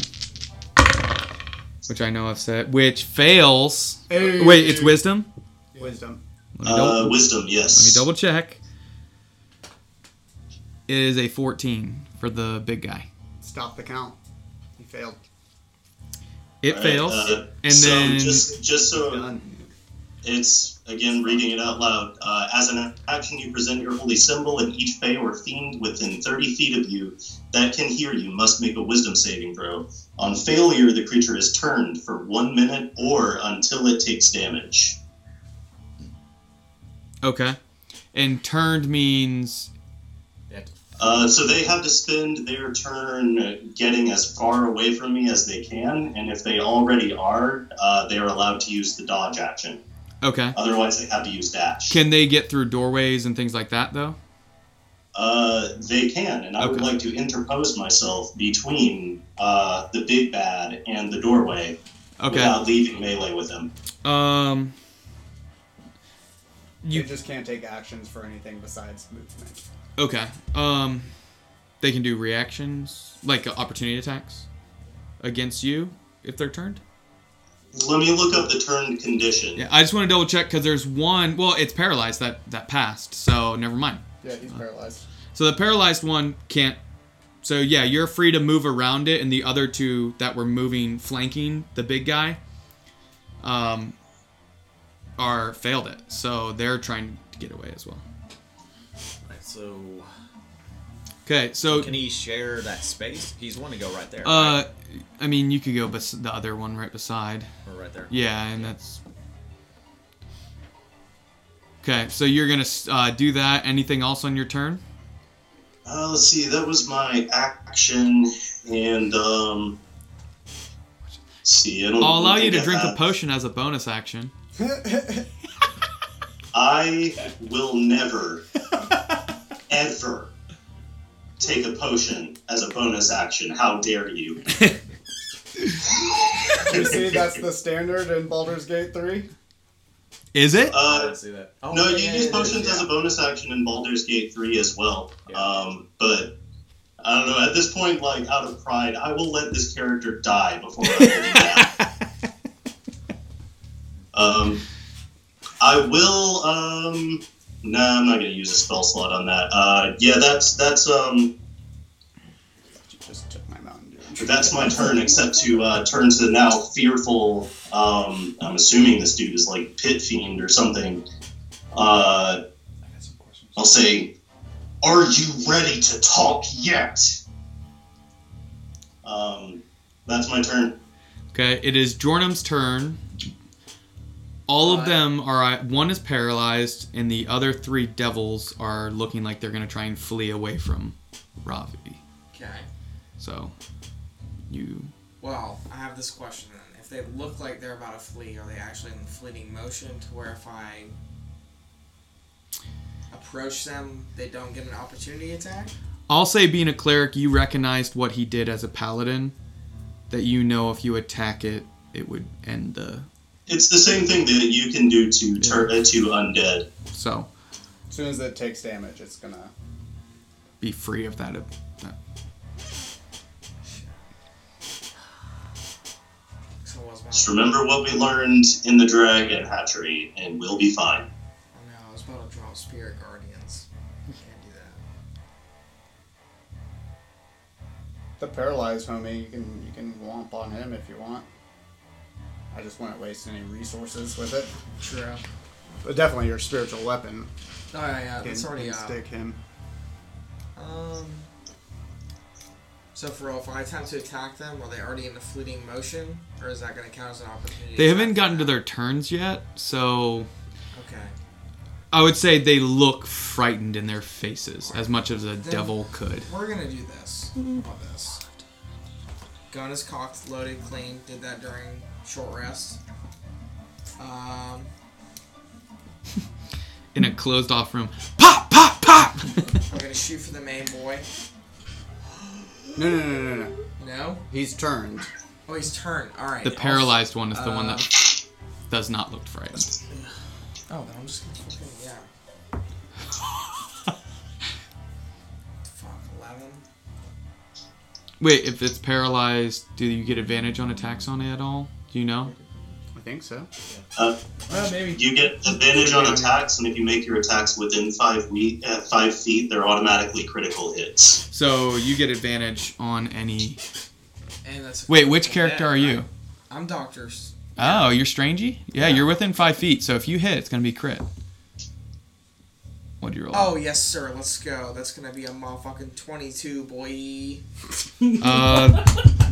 [SPEAKER 3] which i know i've said which fails
[SPEAKER 10] Hey.
[SPEAKER 3] wait it's wisdom
[SPEAKER 10] Wisdom.
[SPEAKER 3] Let me double-
[SPEAKER 4] Uh, wisdom,
[SPEAKER 3] Let me
[SPEAKER 4] yes.
[SPEAKER 3] double check. It is a 14 for the big guy.
[SPEAKER 10] Stop the count. He failed.
[SPEAKER 3] It
[SPEAKER 4] All right,
[SPEAKER 3] fails.
[SPEAKER 4] uh,
[SPEAKER 3] and
[SPEAKER 4] so
[SPEAKER 3] then
[SPEAKER 4] just, just so
[SPEAKER 10] Done.
[SPEAKER 4] It's again reading it out loud. Uh, as an action, you present your holy symbol, and each fey or fiend within 30 feet of you that can hear you must make a wisdom saving throw. On failure, the creature is turned for one minute or until it takes damage.
[SPEAKER 3] okay. And turned means
[SPEAKER 4] Uh, so they have to spend their turn getting as far away from me as they can, and if they already are, uh, they are allowed to use the dodge action.
[SPEAKER 3] okay.
[SPEAKER 4] Otherwise, they have to use dash.
[SPEAKER 3] Can they get through doorways and things like that though?
[SPEAKER 4] Uh, they can, and I would
[SPEAKER 3] Okay.
[SPEAKER 4] like to interpose myself between uh, the big bad and the doorway
[SPEAKER 3] Okay.
[SPEAKER 4] without leaving melee with them.
[SPEAKER 3] Um
[SPEAKER 10] You
[SPEAKER 3] You-
[SPEAKER 10] just can't take actions for anything besides movement.
[SPEAKER 3] okay. Um they can do reactions like uh, opportunity attacks against you if they're turned.
[SPEAKER 4] Let me look up the turned condition.
[SPEAKER 3] Yeah, I just want to double check cuz there's one, well, it's paralyzed that that passed. So never mind.
[SPEAKER 17] Yeah, he's paralyzed.
[SPEAKER 3] So the paralyzed one can't. So yeah, you're free to move around it, and the other two that were moving, flanking the big guy, um, are failed it. So they're trying to get away as well.
[SPEAKER 8] Right, so
[SPEAKER 3] Okay, so
[SPEAKER 8] can he share that space? He's wanting to go right there.
[SPEAKER 3] uh, I mean, you could go bes- the other one right beside.
[SPEAKER 8] right? Or right there.
[SPEAKER 3] Yeah, and that's. Okay, so you're gonna uh, do that. Anything else on your turn?
[SPEAKER 4] Uh, let's see, that was my action, and um, let's see, I don't
[SPEAKER 3] I'll allow
[SPEAKER 4] think
[SPEAKER 3] you to
[SPEAKER 4] I
[SPEAKER 3] drink a
[SPEAKER 4] have-
[SPEAKER 3] potion as a bonus action.
[SPEAKER 4] I will never, ever take a potion as a bonus action. How dare you?
[SPEAKER 17] You see, that's the standard in Baldur's Gate 3.
[SPEAKER 3] Is it?
[SPEAKER 8] I
[SPEAKER 4] Uh,
[SPEAKER 8] didn't see that. Oh,
[SPEAKER 4] No,
[SPEAKER 8] yeah,
[SPEAKER 4] you
[SPEAKER 8] yeah,
[SPEAKER 4] use
[SPEAKER 8] yeah,
[SPEAKER 4] potions
[SPEAKER 8] yeah.
[SPEAKER 4] as a bonus action in Baldur's Gate 3 as well.
[SPEAKER 8] Yeah.
[SPEAKER 4] Um, but I don't know. At this point, like out of pride, I will let this character die before I let him down. Um, I will. Um, no, I'm not going to use a spell slot on that. Uh, yeah, that's that's um,
[SPEAKER 10] Just took my Mountain Dew.
[SPEAKER 4] that's my turn. Except to uh, turn to the now fearful. Um, I'm assuming this dude is like pit fiend or something. Uh,
[SPEAKER 7] I got some questions.
[SPEAKER 4] I'll say, Are you ready to talk yet? Um, that's my turn.
[SPEAKER 3] Okay, it is Jornum's turn. All of them are uh, one is paralyzed, and the other three devils are looking like they're gonna try and flee away from Ravi.
[SPEAKER 6] Okay.
[SPEAKER 3] So you
[SPEAKER 6] Well, I have this question then. If they look like they're about to flee, are they actually in fleeting motion to where if I approach them, they don't get an opportunity attack?
[SPEAKER 3] I'll say being a cleric, you recognized what he did as a paladin. That you know if you attack it, it would end the
[SPEAKER 4] It's the same thing that you can do to turn uh, to undead.
[SPEAKER 3] so
[SPEAKER 17] As soon as it takes damage, it's gonna.
[SPEAKER 3] be free of that. uh, that-
[SPEAKER 6] So I was about
[SPEAKER 4] Just
[SPEAKER 6] to,
[SPEAKER 4] remember what we learned in the dragon hatchery, and we'll be fine.
[SPEAKER 6] oh no, I was about to drop spirit guardians. I can't do that.
[SPEAKER 17] The paralyzed homie, you can you can womp on him if you want. I just wouldn't waste any resources with it.
[SPEAKER 6] True.
[SPEAKER 17] But definitely your spiritual weapon
[SPEAKER 6] Oh yeah, yeah,
[SPEAKER 10] Can,
[SPEAKER 6] that's already
[SPEAKER 10] can
[SPEAKER 6] up.
[SPEAKER 10] stick him.
[SPEAKER 6] Um. So for real, if I attempt to attack them, are they already in the fleeting motion, or is that going to count as an opportunity?
[SPEAKER 3] They
[SPEAKER 6] attack
[SPEAKER 3] haven't gotten to
[SPEAKER 6] for
[SPEAKER 3] their turns yet, so
[SPEAKER 6] that? Okay.
[SPEAKER 3] I would say they look frightened in their faces as much as a devil could.
[SPEAKER 6] We're gonna do this. On this. Gun is cocked, loaded, clean. Did that during short rest. Um,
[SPEAKER 3] In a closed off room. Pop, pop, pop!
[SPEAKER 6] I'm gonna shoot for the main boy.
[SPEAKER 10] No, no, no, no, no, no.
[SPEAKER 6] No.
[SPEAKER 10] He's turned.
[SPEAKER 6] Oh, he's turned. All right.
[SPEAKER 3] the
[SPEAKER 6] I'll-
[SPEAKER 3] paralyzed one is the one
[SPEAKER 6] Uh,
[SPEAKER 3] that does not look frightened.
[SPEAKER 7] Oh, then I'm just gonna.
[SPEAKER 6] Okay, yeah. Fuck eleven.
[SPEAKER 3] Wait, if it's paralyzed, do you get advantage on attacks on it at all? Do you know?
[SPEAKER 10] I think so.
[SPEAKER 4] Uh,
[SPEAKER 7] Well, maybe.
[SPEAKER 4] you get advantage on attacks, and if you make your attacks within five me- uh, five feet, they're automatically critical hits.
[SPEAKER 3] So you get advantage on any.
[SPEAKER 6] And that's.
[SPEAKER 3] Wait, which character are you?
[SPEAKER 6] I'm doctors.
[SPEAKER 3] Oh, you're strangey. Yeah, you're within five feet. So if you hit, it's gonna be crit. What'd you roll?
[SPEAKER 6] Oh yes, sir. Let's go. That's gonna be a motherfucking twenty-two, boy.
[SPEAKER 3] Uh,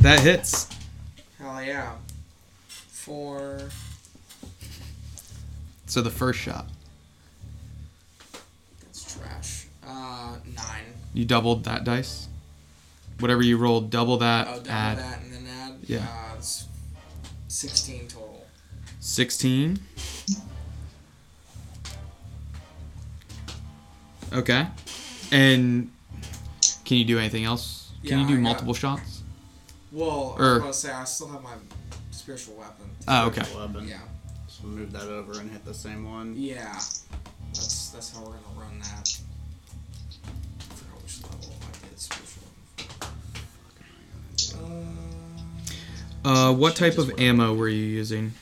[SPEAKER 3] that hits.
[SPEAKER 6] Hell yeah. Four.
[SPEAKER 3] So the first shot,
[SPEAKER 6] That's trash. Uh, nine.
[SPEAKER 3] you doubled that dice. Whatever you rolled, double that.
[SPEAKER 6] Oh, double
[SPEAKER 3] add
[SPEAKER 6] that and then add.
[SPEAKER 3] Yeah.
[SPEAKER 6] Uh, it's 16 total.
[SPEAKER 3] sixteen. Okay. And can you do anything else? Can
[SPEAKER 6] Yeah,
[SPEAKER 3] you do
[SPEAKER 6] I got-
[SPEAKER 3] multiple shots?
[SPEAKER 6] Well, I
[SPEAKER 3] Or-
[SPEAKER 6] was gonna say I still have my spiritual weapon.
[SPEAKER 3] Oh, okay.
[SPEAKER 10] Weapon.
[SPEAKER 6] Yeah.
[SPEAKER 10] So move that over and hit the same one.
[SPEAKER 6] Yeah. That's that's how we're gonna run that. I forgot which level I did spiritual. Uh,
[SPEAKER 3] Uh, what type of ammo were you using?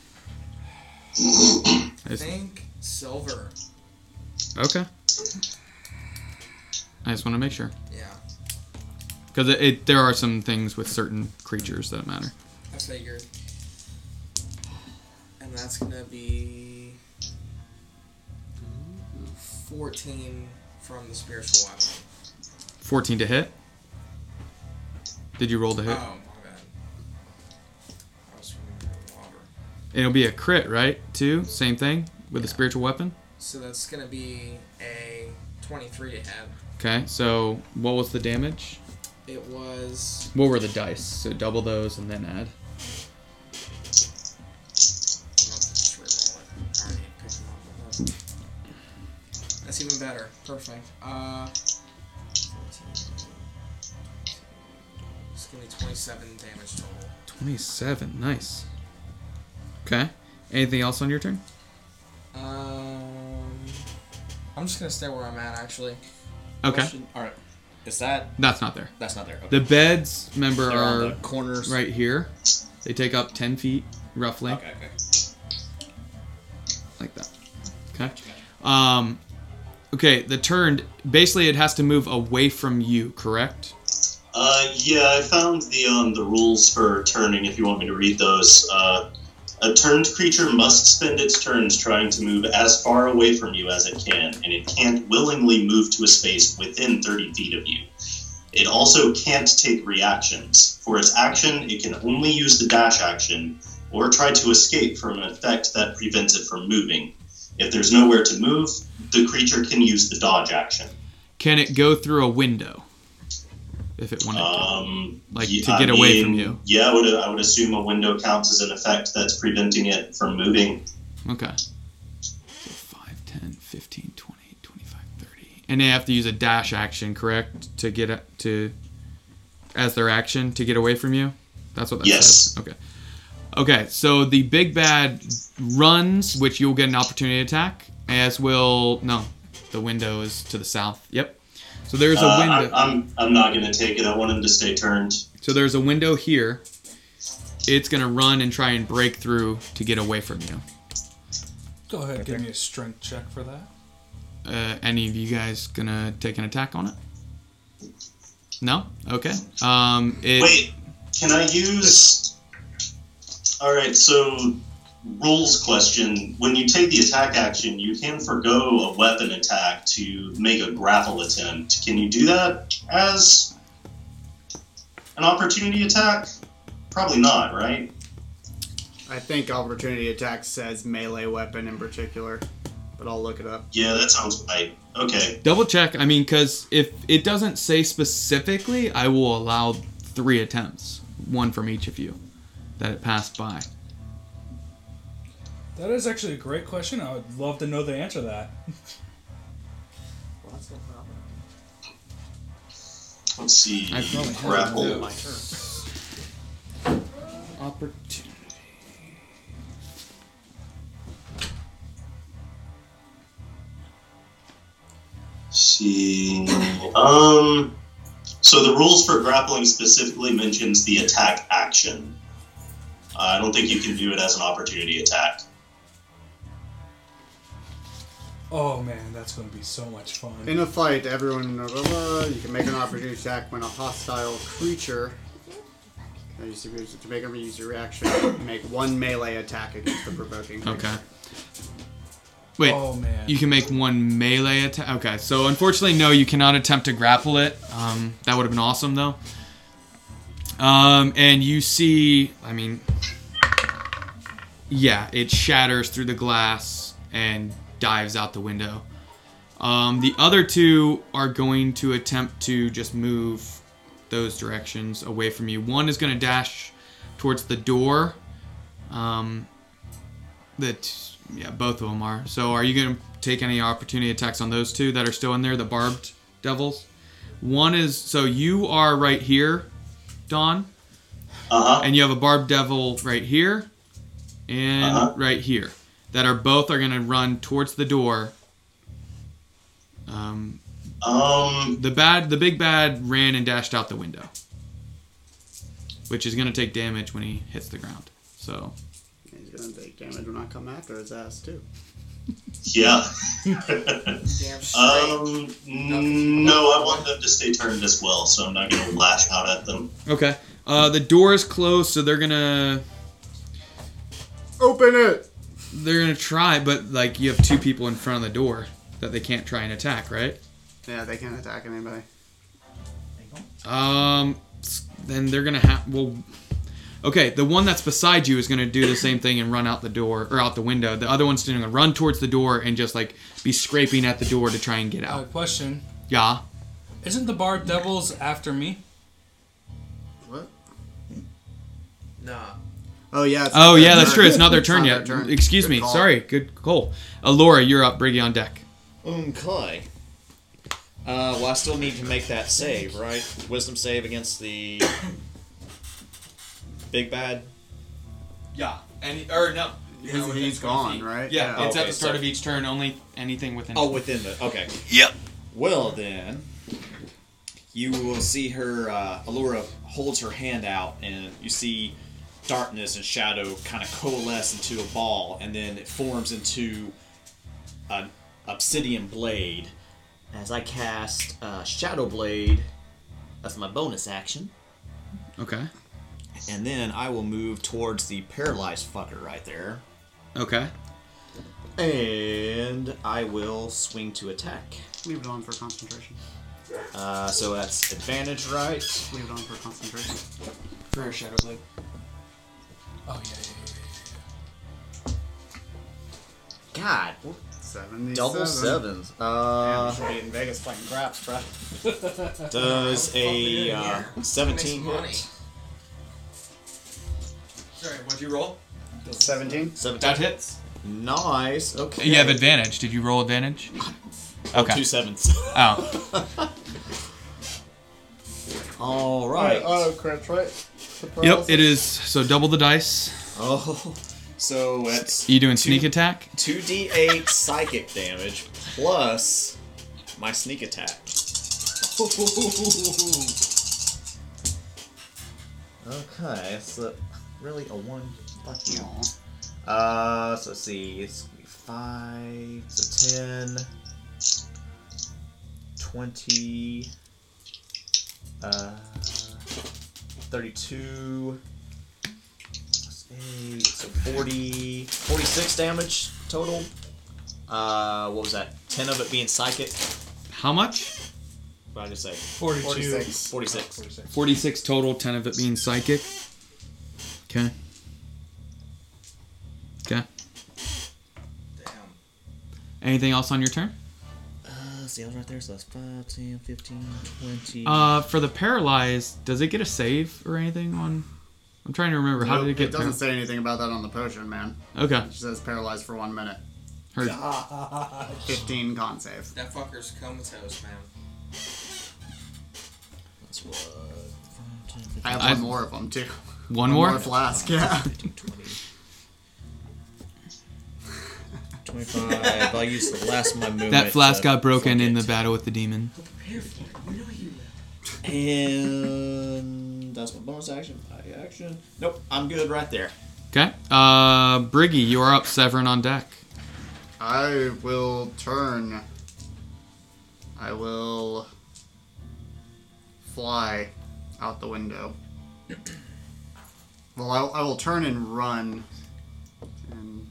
[SPEAKER 6] I think silver.
[SPEAKER 3] Okay. I just want to make sure
[SPEAKER 6] Yeah.
[SPEAKER 3] because it, it there are some things with certain creatures that matter.
[SPEAKER 6] I figured. And that's gonna be fourteen from the spiritual weapon.
[SPEAKER 3] Fourteen to hit. Did you roll to
[SPEAKER 6] Oh, my
[SPEAKER 3] hit?
[SPEAKER 6] bad. I was remembering water.
[SPEAKER 3] It'll be a crit, right? Two, same thing with a spiritual weapon.
[SPEAKER 6] So that's gonna be a twenty-three to hit.
[SPEAKER 3] Okay, so what was the damage?
[SPEAKER 6] It was
[SPEAKER 3] What were the dice? So double those and then add.
[SPEAKER 6] I'm gonna just reroll it. I already picked them up, but that's- That's even better. Perfect. Uh, 14. It's gonna be twenty-seven damage total.
[SPEAKER 3] Twenty-seven. Nice. Okay. Anything else on your turn?
[SPEAKER 6] Um, I'm just gonna stay where I'm at actually.
[SPEAKER 3] Okay,
[SPEAKER 8] All right. Is that?
[SPEAKER 3] that's not there.
[SPEAKER 8] That's not there. Okay.
[SPEAKER 3] The beds, remember,
[SPEAKER 8] They're on the
[SPEAKER 3] are
[SPEAKER 8] corners.
[SPEAKER 3] right here. They take up 10 feet, roughly,
[SPEAKER 8] Okay. Okay.
[SPEAKER 3] like that. Okay. Um, okay, the turned, basically, it has to move away from you, correct?
[SPEAKER 4] Uh, yeah, I found the um, the rules for turning. If you want me to read those, uh, a turned creature must spend its turns trying to move as far away from you as it can, and it can't willingly move to a space within 30 feet of you. It also can't take reactions. For its action, it can only use the dash action or try to escape from an effect that prevents it from moving. If there's nowhere to move, the creature can use the dodge action.
[SPEAKER 3] Can it go through a window? If it wanted
[SPEAKER 4] Um,
[SPEAKER 3] to. Like,
[SPEAKER 4] yeah,
[SPEAKER 3] to get
[SPEAKER 4] I
[SPEAKER 3] away from
[SPEAKER 4] mean,
[SPEAKER 3] you.
[SPEAKER 4] Yeah, I would, I would assume a window counts as an effect that's preventing it from moving.
[SPEAKER 3] Okay. So 5, 10, 15, 20, 25, 30. And they have to use a dash action, correct? To get a- to. As their action to get away from you? That's what that
[SPEAKER 4] Yes.
[SPEAKER 3] says. Okay. Okay, so the big bad runs, which you'll get an opportunity attack, as will. No. The window is to the south. Yep. So there's a
[SPEAKER 4] Uh,
[SPEAKER 3] window.
[SPEAKER 4] I, I'm, I'm not going to take it. I want him to stay turned.
[SPEAKER 3] So there's a window here. It's gonna run and try and break through to get away from you.
[SPEAKER 7] Go ahead, give me a strength check for that.
[SPEAKER 3] Uh, any of you guys gonna take an attack on it? No. Okay. Um. It,
[SPEAKER 4] Wait, can I use? All right. So, rules question: When you take the attack action, you can forego a weapon attack to make a grapple attempt. Can you do that as an opportunity attack? Probably not, right?
[SPEAKER 10] I think opportunity attack says melee weapon in particular, but I'll look it up.
[SPEAKER 4] Yeah, that sounds right. Okay.
[SPEAKER 3] Double check. I mean, because if it doesn't say specifically, I will allow three attempts, one from each of you, that it passed by.
[SPEAKER 7] That is actually a great question. I would love to know the answer to that.
[SPEAKER 4] Let's see.
[SPEAKER 3] I probably have
[SPEAKER 4] Grapple.
[SPEAKER 3] Opportunity.
[SPEAKER 4] See. Um. So the rules for grappling specifically mentions the attack action. I don't think you can do it as an opportunity attack.
[SPEAKER 7] Oh man, that's going to be so much fun.
[SPEAKER 10] In a fight, everyone blah, blah, blah, you can make an opportunity attack when a hostile creature. Now you see, To make them use your reaction, make one melee attack against the provoking. creature.
[SPEAKER 3] Okay. Wait.
[SPEAKER 7] Oh man.
[SPEAKER 3] You can make one melee attack. Okay, so unfortunately, no, you cannot attempt to grapple it. Um, that would have been awesome, though. Um, and you see, I mean, yeah, it shatters through the glass and dives out the window. Um, the other two are going to attempt to just move those directions away from you. One is going to dash towards the door. Um, that yeah, both of them are. So are you going to take any opportunity attacks on those two that are still in there, the barbed devils? One is so you are right here, Don,
[SPEAKER 4] Uh huh.
[SPEAKER 3] and you have a barbed devil right here and
[SPEAKER 4] Uh-huh.
[SPEAKER 3] right here that are both are going to run towards the door. Um,
[SPEAKER 4] Um.
[SPEAKER 3] the bad, the big bad ran and dashed out the window, which is going to take damage when he hits the ground. So
[SPEAKER 10] He's gonna take damage when I come after his ass too.
[SPEAKER 4] Yeah.
[SPEAKER 6] Damn straight.
[SPEAKER 4] um. No, I want them to stay turned as well, so I'm not going to lash out at them.
[SPEAKER 3] okay, uh, the door is closed, so they're gonna
[SPEAKER 10] Open it.
[SPEAKER 3] They're gonna try, but like you have two people in front of the door that they can't try and attack, right?
[SPEAKER 10] Yeah, they can't attack anybody.
[SPEAKER 3] Um, s- then they're gonna have well, okay. The one that's beside you is gonna do the same thing and run out the door or out the window. The other one's gonna run towards the door and just like be scraping at the door to try and get
[SPEAKER 7] Uh,
[SPEAKER 3] out.
[SPEAKER 7] question:
[SPEAKER 3] Yeah.
[SPEAKER 7] Isn't the Bar Devils after me?
[SPEAKER 10] What?
[SPEAKER 5] Nah.
[SPEAKER 10] Oh yeah. it's
[SPEAKER 3] Oh
[SPEAKER 10] not
[SPEAKER 3] yeah,
[SPEAKER 10] their
[SPEAKER 3] that's
[SPEAKER 10] turn.
[SPEAKER 3] true. It's not their turn
[SPEAKER 10] not
[SPEAKER 3] yet.
[SPEAKER 10] their turn.
[SPEAKER 3] Excuse
[SPEAKER 10] Good
[SPEAKER 3] me.
[SPEAKER 10] call.
[SPEAKER 3] Sorry. Good call. Alora, you're up. Briggy on deck.
[SPEAKER 8] Um, Kai. Uh, well, I still need to make that save, right? Wisdom save against the big bad.
[SPEAKER 3] Yeah. Any or no?
[SPEAKER 10] He's, he's gone, right?
[SPEAKER 8] it's at the start of
[SPEAKER 3] each turn. Only anything within.
[SPEAKER 8] Oh, within the okay.
[SPEAKER 3] Yep.
[SPEAKER 8] Well then, you will see her. Uh, Allura holds her hand out, and you see darkness and shadow kind of coalesce into a ball, and then it forms into an obsidian blade.
[SPEAKER 5] As I cast uh, Shadow Blade as my bonus action,
[SPEAKER 3] Okay.
[SPEAKER 8] And then I will move towards the paralyzed fucker right there.
[SPEAKER 3] Okay.
[SPEAKER 8] And I will swing to attack.
[SPEAKER 10] Leave it on for concentration.
[SPEAKER 5] Uh, so that's advantage, right?
[SPEAKER 10] Leave it on for concentration.
[SPEAKER 6] For a shadow blade.
[SPEAKER 7] Oh, yeah, yeah,
[SPEAKER 5] God, we're
[SPEAKER 10] Seventy.
[SPEAKER 5] double sevens. Uh,
[SPEAKER 18] should be in Vegas playing craps, bro.
[SPEAKER 5] does a uh, seventeen
[SPEAKER 6] Makes money.
[SPEAKER 5] hit?
[SPEAKER 6] Sorry, what'd you roll?
[SPEAKER 18] Seventeen.
[SPEAKER 5] Seventeen.
[SPEAKER 3] That hits.
[SPEAKER 5] Nice. Okay.
[SPEAKER 3] You have advantage. Did you roll advantage? Okay.
[SPEAKER 5] Two sevens.
[SPEAKER 18] Uh,
[SPEAKER 3] Oh.
[SPEAKER 5] All right.
[SPEAKER 10] Oh,
[SPEAKER 18] Auto crits, right?
[SPEAKER 3] Yep, it is. So double the dice.
[SPEAKER 5] Oh. So that's
[SPEAKER 3] You doing sneak attack?
[SPEAKER 5] 2d8 psychic damage plus my sneak attack. Okay, that's a, really a one. Fuck you. Uh, so let's see, it's gonna be five, so 10, 20, uh, 32, plus 8, so 40, 46 damage total. Uh, what was that? 10 of it being psychic.
[SPEAKER 3] How much?
[SPEAKER 5] What did I just say?
[SPEAKER 7] 42.
[SPEAKER 18] 46.
[SPEAKER 5] 46.
[SPEAKER 7] 46.
[SPEAKER 3] 46 total, 10 of it being psychic. Okay. Okay.
[SPEAKER 6] Damn.
[SPEAKER 3] Anything else on your turn?
[SPEAKER 5] Uh, see, I was right there, so that's 5, 10, 15, 20.
[SPEAKER 3] Uh, for the paralyzed, does it get a save or anything on? I'm trying to remember. How did it
[SPEAKER 10] Nope,
[SPEAKER 3] get?
[SPEAKER 10] it doesn't
[SPEAKER 3] par-
[SPEAKER 10] say anything about that on the potion, man.
[SPEAKER 3] okay.
[SPEAKER 10] It says paralyzed for one minute.
[SPEAKER 3] Heard.
[SPEAKER 10] 15 con save.
[SPEAKER 6] That fucker's comatose, man.
[SPEAKER 5] That's what? 5, 10, 15,
[SPEAKER 10] I have
[SPEAKER 3] I've-
[SPEAKER 10] one more of them, too.
[SPEAKER 3] One more.
[SPEAKER 10] flask, yeah.
[SPEAKER 5] 20. 25. I'll use the last of my movement.
[SPEAKER 3] That flask
[SPEAKER 5] to
[SPEAKER 3] got broken in the
[SPEAKER 5] forget.
[SPEAKER 3] battle with the demon.
[SPEAKER 6] Prepare for it. You know you will.
[SPEAKER 5] And that's my bonus action. My action. Nope, I'm good right there.
[SPEAKER 3] Okay. Uh, Briggy, you are up. Severin on deck.
[SPEAKER 10] I will turn. I will fly out the window. Well, I, I will turn and run. 10,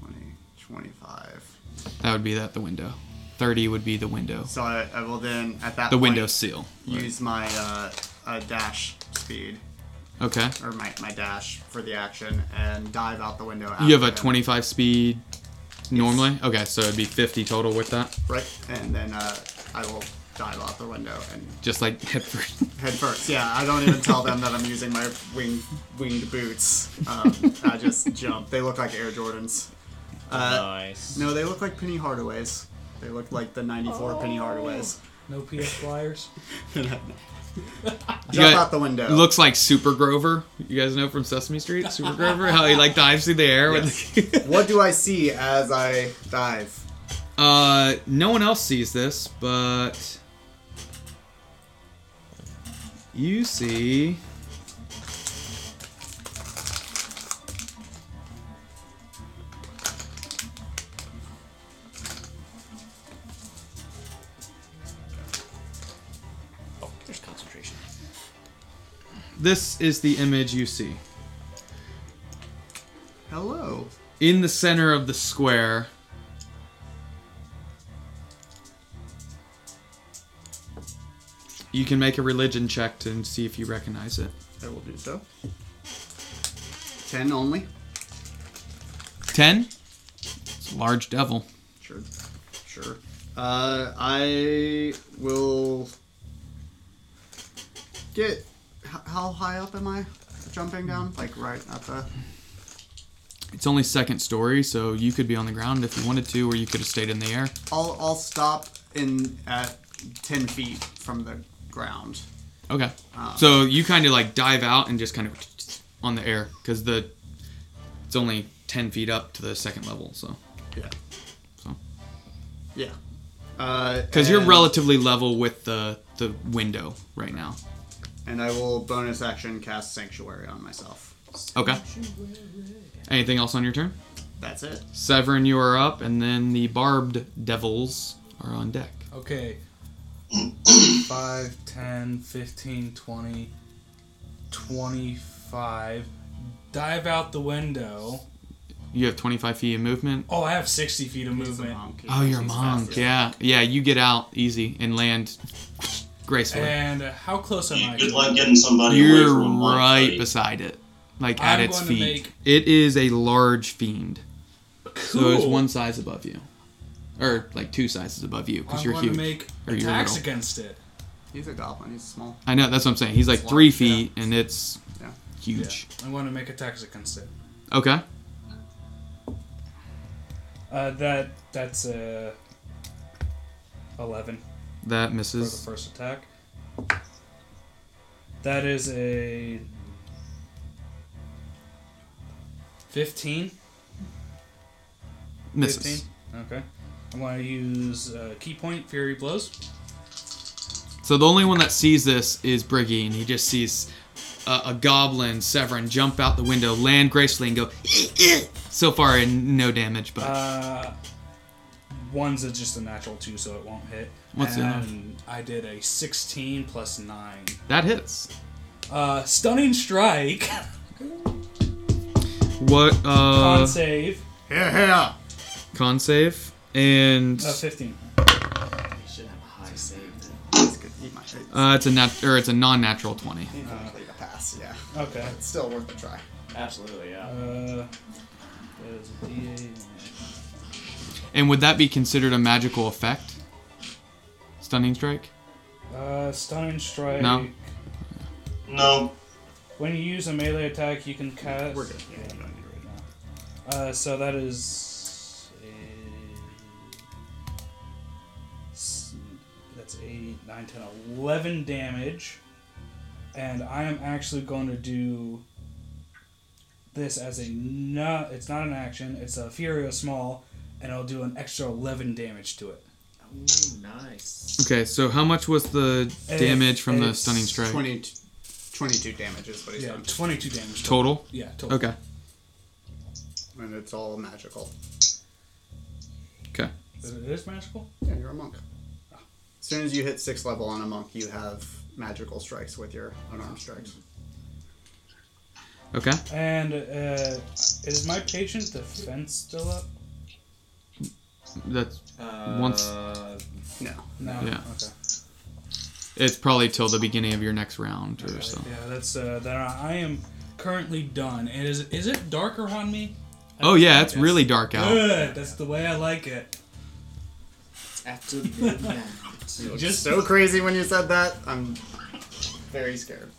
[SPEAKER 10] 20, 25.
[SPEAKER 3] That would be that the window. Thirty would be the window.
[SPEAKER 10] So I, I will then, at that
[SPEAKER 3] The
[SPEAKER 10] point,
[SPEAKER 3] window seal.
[SPEAKER 10] use my uh, uh, dash speed,
[SPEAKER 3] Okay.
[SPEAKER 10] or my, my dash for the action, and dive out the window.
[SPEAKER 3] You have
[SPEAKER 10] after
[SPEAKER 3] a
[SPEAKER 10] him.
[SPEAKER 3] 25 speed normally. Okay, so it'd be 50 total with that.
[SPEAKER 10] Right, and then uh, I will dive out the window and
[SPEAKER 3] Just like Hipford.
[SPEAKER 10] head first. Yeah, I don't even tell them that I'm using my wing, winged boots. Um, I just jump. They look like Air Jordans. Uh,
[SPEAKER 5] nice.
[SPEAKER 10] no, they look like Penny Hardaways. They look like the 94 Penny Hardaways.
[SPEAKER 7] No PS Flyers.
[SPEAKER 10] Jump
[SPEAKER 3] got-
[SPEAKER 10] out the window.
[SPEAKER 3] Looks like Super Grover. You guys know from Sesame Street, Super Grover, how he like dives through the air. With
[SPEAKER 10] What do I see as I dive?
[SPEAKER 3] uh, no one else sees this, but you see.
[SPEAKER 5] Oh, there's concentration.
[SPEAKER 3] This is the image you see.
[SPEAKER 10] Hello.
[SPEAKER 3] in the center of the square you can make a religion check to see if you recognize it
[SPEAKER 10] I will do so. 10 only.
[SPEAKER 3] 10 it's a large devil
[SPEAKER 10] Sure. Sure. Uh, I will get. h- How high up am I jumping down? Like right at the.
[SPEAKER 3] it's only second story so you could be on the ground if you wanted to or you could have stayed in the air
[SPEAKER 10] I'll, I'll stop in at 10 feet from the ground.
[SPEAKER 3] okay so you kind of like dive out and just kind of on the air because the it's only 10 feet up to the second level so
[SPEAKER 10] Yeah.
[SPEAKER 3] So.
[SPEAKER 10] Yeah. Uh, Because
[SPEAKER 3] because you're relatively level with the the window right now
[SPEAKER 10] And I will bonus action cast Sanctuary on myself.
[SPEAKER 3] okay anything else on your turn
[SPEAKER 10] That's it.
[SPEAKER 3] Severn, you are up, and then the barbed devils are on deck.
[SPEAKER 7] Okay. 5, 10, 15, 20, 25. Dive out the window.
[SPEAKER 3] you have 25 feet of movement.
[SPEAKER 7] Oh, I have 60 feet of movement.
[SPEAKER 3] Oh, you're a monk. Yeah, yeah. You get out easy and land gracefully.
[SPEAKER 7] And uh, how close am I?
[SPEAKER 4] Good luck getting somebody away
[SPEAKER 3] You're
[SPEAKER 4] from a monk,
[SPEAKER 3] right
[SPEAKER 4] buddy.
[SPEAKER 3] beside it, like at
[SPEAKER 7] I'm
[SPEAKER 3] its
[SPEAKER 7] going to
[SPEAKER 3] feet.
[SPEAKER 7] make-
[SPEAKER 3] It is a large fiend, so it's
[SPEAKER 7] Cool.
[SPEAKER 3] one size above you, or like two sizes above you because
[SPEAKER 7] I'm
[SPEAKER 3] you're
[SPEAKER 7] going
[SPEAKER 3] huge.
[SPEAKER 7] to make
[SPEAKER 3] or you're
[SPEAKER 7] attacks
[SPEAKER 3] little.
[SPEAKER 7] against it.
[SPEAKER 10] He's a goblin. He's small.
[SPEAKER 3] I know that's what I'm saying. He's like
[SPEAKER 10] It's
[SPEAKER 3] three
[SPEAKER 10] large, yeah.
[SPEAKER 3] feet, and it's
[SPEAKER 10] Yeah.
[SPEAKER 7] Yeah,
[SPEAKER 3] huge.
[SPEAKER 7] I'm going to make attacks against it.
[SPEAKER 3] Okay.
[SPEAKER 7] Uh, that that's uh, 11
[SPEAKER 3] That
[SPEAKER 7] for the
[SPEAKER 3] misses.
[SPEAKER 7] first attack. That is a 15.
[SPEAKER 3] Misses.
[SPEAKER 7] 15? Okay. I'm going to use uh, key point, Fury Blows.
[SPEAKER 3] So the only one that sees this is Briggy, and he just sees a, a goblin, Severin, jump out the window, land gracefully, and go. "Eh, so far, and no damage, but
[SPEAKER 7] Uh, one's a, just a natural two, so it won't hit.
[SPEAKER 3] What's the other
[SPEAKER 7] and I did a 16 plus 9.
[SPEAKER 3] that hits.
[SPEAKER 7] Uh, stunning Strike,
[SPEAKER 3] Uh, What?
[SPEAKER 7] con
[SPEAKER 3] Uh,
[SPEAKER 7] save,
[SPEAKER 10] Here, here.
[SPEAKER 3] con save and
[SPEAKER 7] uh, 15.
[SPEAKER 8] should have a high save.
[SPEAKER 10] That's good. He might.
[SPEAKER 3] uh, it's a nat or it's a non-natural twenty.
[SPEAKER 10] He's gonna complete a pass. Yeah.
[SPEAKER 7] Okay.
[SPEAKER 10] It's still worth a try.
[SPEAKER 8] Absolutely, yeah.
[SPEAKER 7] Uh, there's a D8.
[SPEAKER 3] And would that be considered a magical effect? Stunning strike.
[SPEAKER 7] Uh, stunning Strike.
[SPEAKER 3] No.
[SPEAKER 4] No,
[SPEAKER 7] When you use a melee attack, you can cast. We're good. Uh, so that is. a- s- That's 8, 9, 10, 11 damage. And I am actually going to do this as a. No, it's not an action, it's a Furio Small, and I'll do an extra 11 damage to it.
[SPEAKER 8] Ooh, nice.
[SPEAKER 3] Okay, so how much was the
[SPEAKER 7] Eh,
[SPEAKER 3] damage from the
[SPEAKER 7] it's
[SPEAKER 3] stunning strike
[SPEAKER 10] 20, 22 damage is what he's
[SPEAKER 7] Yeah,
[SPEAKER 10] done,
[SPEAKER 7] 22 damage.
[SPEAKER 3] total?
[SPEAKER 7] Yeah, total.
[SPEAKER 3] Okay.
[SPEAKER 10] and it's all magical.
[SPEAKER 3] Okay.
[SPEAKER 7] Is it is magical?
[SPEAKER 10] Yeah, you're a monk. As soon as you hit sixth level on a monk, you have magical strikes with your unarmed strikes.
[SPEAKER 3] Okay.
[SPEAKER 7] And uh, is my patient defense still up?
[SPEAKER 3] That's
[SPEAKER 8] Uh,
[SPEAKER 3] Once-
[SPEAKER 10] No.
[SPEAKER 7] No.
[SPEAKER 3] Yeah.
[SPEAKER 7] Okay.
[SPEAKER 3] it's probably till the beginning of your next round or so.
[SPEAKER 7] Yeah, that's uh, that. I am currently done. And is is it dark around me?
[SPEAKER 3] Oh yeah, it's really dark out.
[SPEAKER 7] Good. That's the way I like it.
[SPEAKER 8] After midnight.
[SPEAKER 7] Just
[SPEAKER 10] So crazy when you said that. I'm very scared.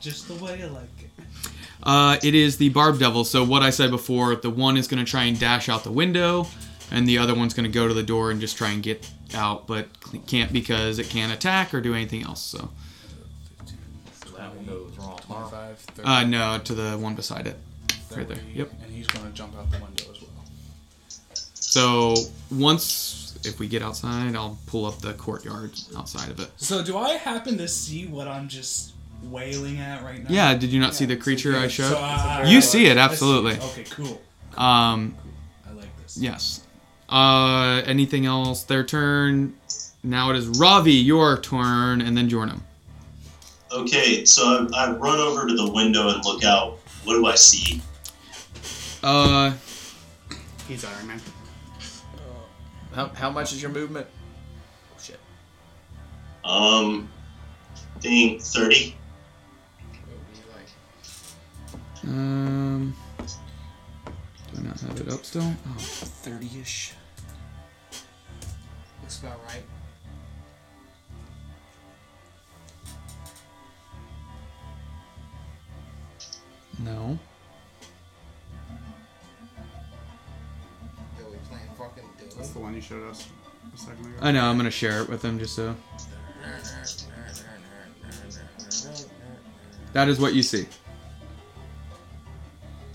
[SPEAKER 7] just the way I like it.
[SPEAKER 3] Uh, it is the barb devil. So what I said before, the one is going to try and dash out the window, and the other one's going to go to the door and just try and get out, but can't because it can't attack or do anything else. So
[SPEAKER 8] that one goes wrong.
[SPEAKER 7] Twenty-five, thirty,
[SPEAKER 3] uh, no, to the one beside it. right there.
[SPEAKER 7] 30,
[SPEAKER 3] Yep.
[SPEAKER 7] And he's gonna jump out the window as well.
[SPEAKER 3] So once if we get outside, I'll pull up the courtyard outside of it.
[SPEAKER 7] So do I happen to see what I'm just wailing at right now?
[SPEAKER 3] Yeah, did you not see the creature I
[SPEAKER 7] So,
[SPEAKER 3] showed?
[SPEAKER 7] uh,
[SPEAKER 3] You see it,
[SPEAKER 7] I see
[SPEAKER 3] absolutely.
[SPEAKER 7] Okay, cool.
[SPEAKER 3] Um,
[SPEAKER 7] I like this.
[SPEAKER 3] Yes. Uh, anything else? Their turn. Now it is Ravi, your turn, and then Jornum.
[SPEAKER 4] Okay, so I, I run over to the window and look out. What do I see?
[SPEAKER 3] Uh,
[SPEAKER 10] He's Iron Man.
[SPEAKER 8] How, how much is your movement? Oh, shit.
[SPEAKER 4] Um, think 30.
[SPEAKER 3] um, do I not have it up still? Oh,
[SPEAKER 8] 30 ish.
[SPEAKER 6] Looks about right.
[SPEAKER 3] no.
[SPEAKER 6] Yo, we playing fucking
[SPEAKER 10] That's the
[SPEAKER 6] Doom.
[SPEAKER 10] one you showed us a second ago.
[SPEAKER 3] I know. I'm gonna share it with them just so. That is what you see.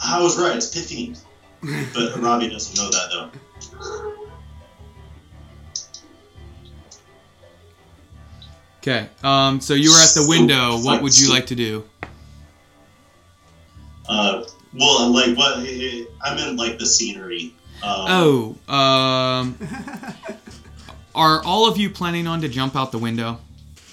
[SPEAKER 4] I was right, it's Pithine. But Robbie doesn't know that, though.
[SPEAKER 3] Okay. Um, so you were at the window. What would you like to do?
[SPEAKER 4] Uh, well, like, what? I'm in, like, the scenery. Um,
[SPEAKER 3] Oh. Um. Are all of you planning on to jump out the window,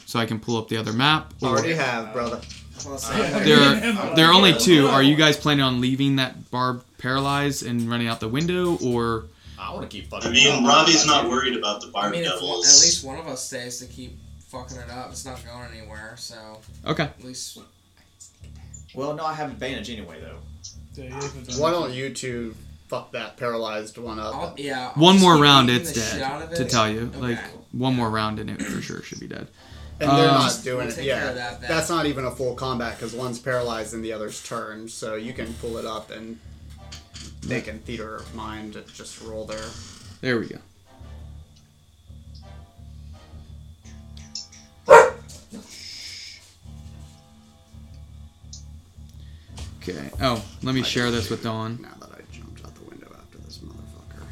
[SPEAKER 3] so I can pull up the other map? or-
[SPEAKER 10] Already have, brother.
[SPEAKER 6] That's what I was saying.
[SPEAKER 3] There are, there are only two. Are you guys planning on leaving that barb paralyzed and running out the window, or
[SPEAKER 8] I want to keep fucking.
[SPEAKER 4] I mean,
[SPEAKER 8] up.
[SPEAKER 4] Robbie's not worried about the
[SPEAKER 6] I
[SPEAKER 4] Bar
[SPEAKER 6] mean, if one, at
[SPEAKER 4] Devils.
[SPEAKER 6] least one of us stays to keep fucking it up, it's not going anywhere. So
[SPEAKER 3] okay,
[SPEAKER 6] at least
[SPEAKER 8] Well, no, I have advantage anyway, though.
[SPEAKER 10] Why don't you two fuck that paralyzed one up?
[SPEAKER 6] I'll, yeah. I'll
[SPEAKER 3] one
[SPEAKER 6] just
[SPEAKER 3] more
[SPEAKER 6] keep
[SPEAKER 3] round,
[SPEAKER 6] beating
[SPEAKER 3] it's
[SPEAKER 6] the shit out
[SPEAKER 3] dead.
[SPEAKER 6] of
[SPEAKER 3] To
[SPEAKER 6] it.
[SPEAKER 3] tell you,
[SPEAKER 6] Okay.
[SPEAKER 3] like one more round in it for sure should be dead.
[SPEAKER 10] And they're
[SPEAKER 3] Um,
[SPEAKER 10] not doing
[SPEAKER 6] We'll
[SPEAKER 10] it.
[SPEAKER 6] take care
[SPEAKER 10] Yeah,
[SPEAKER 6] of that then.
[SPEAKER 10] that's not even a full combat because one's paralyzed and the other's turned, so you can pull it up and they can theater of mind to just roll their
[SPEAKER 3] There we go. Okay. Oh, let me share this with Dawn.
[SPEAKER 10] Now that I jumped out the window after this motherfucker.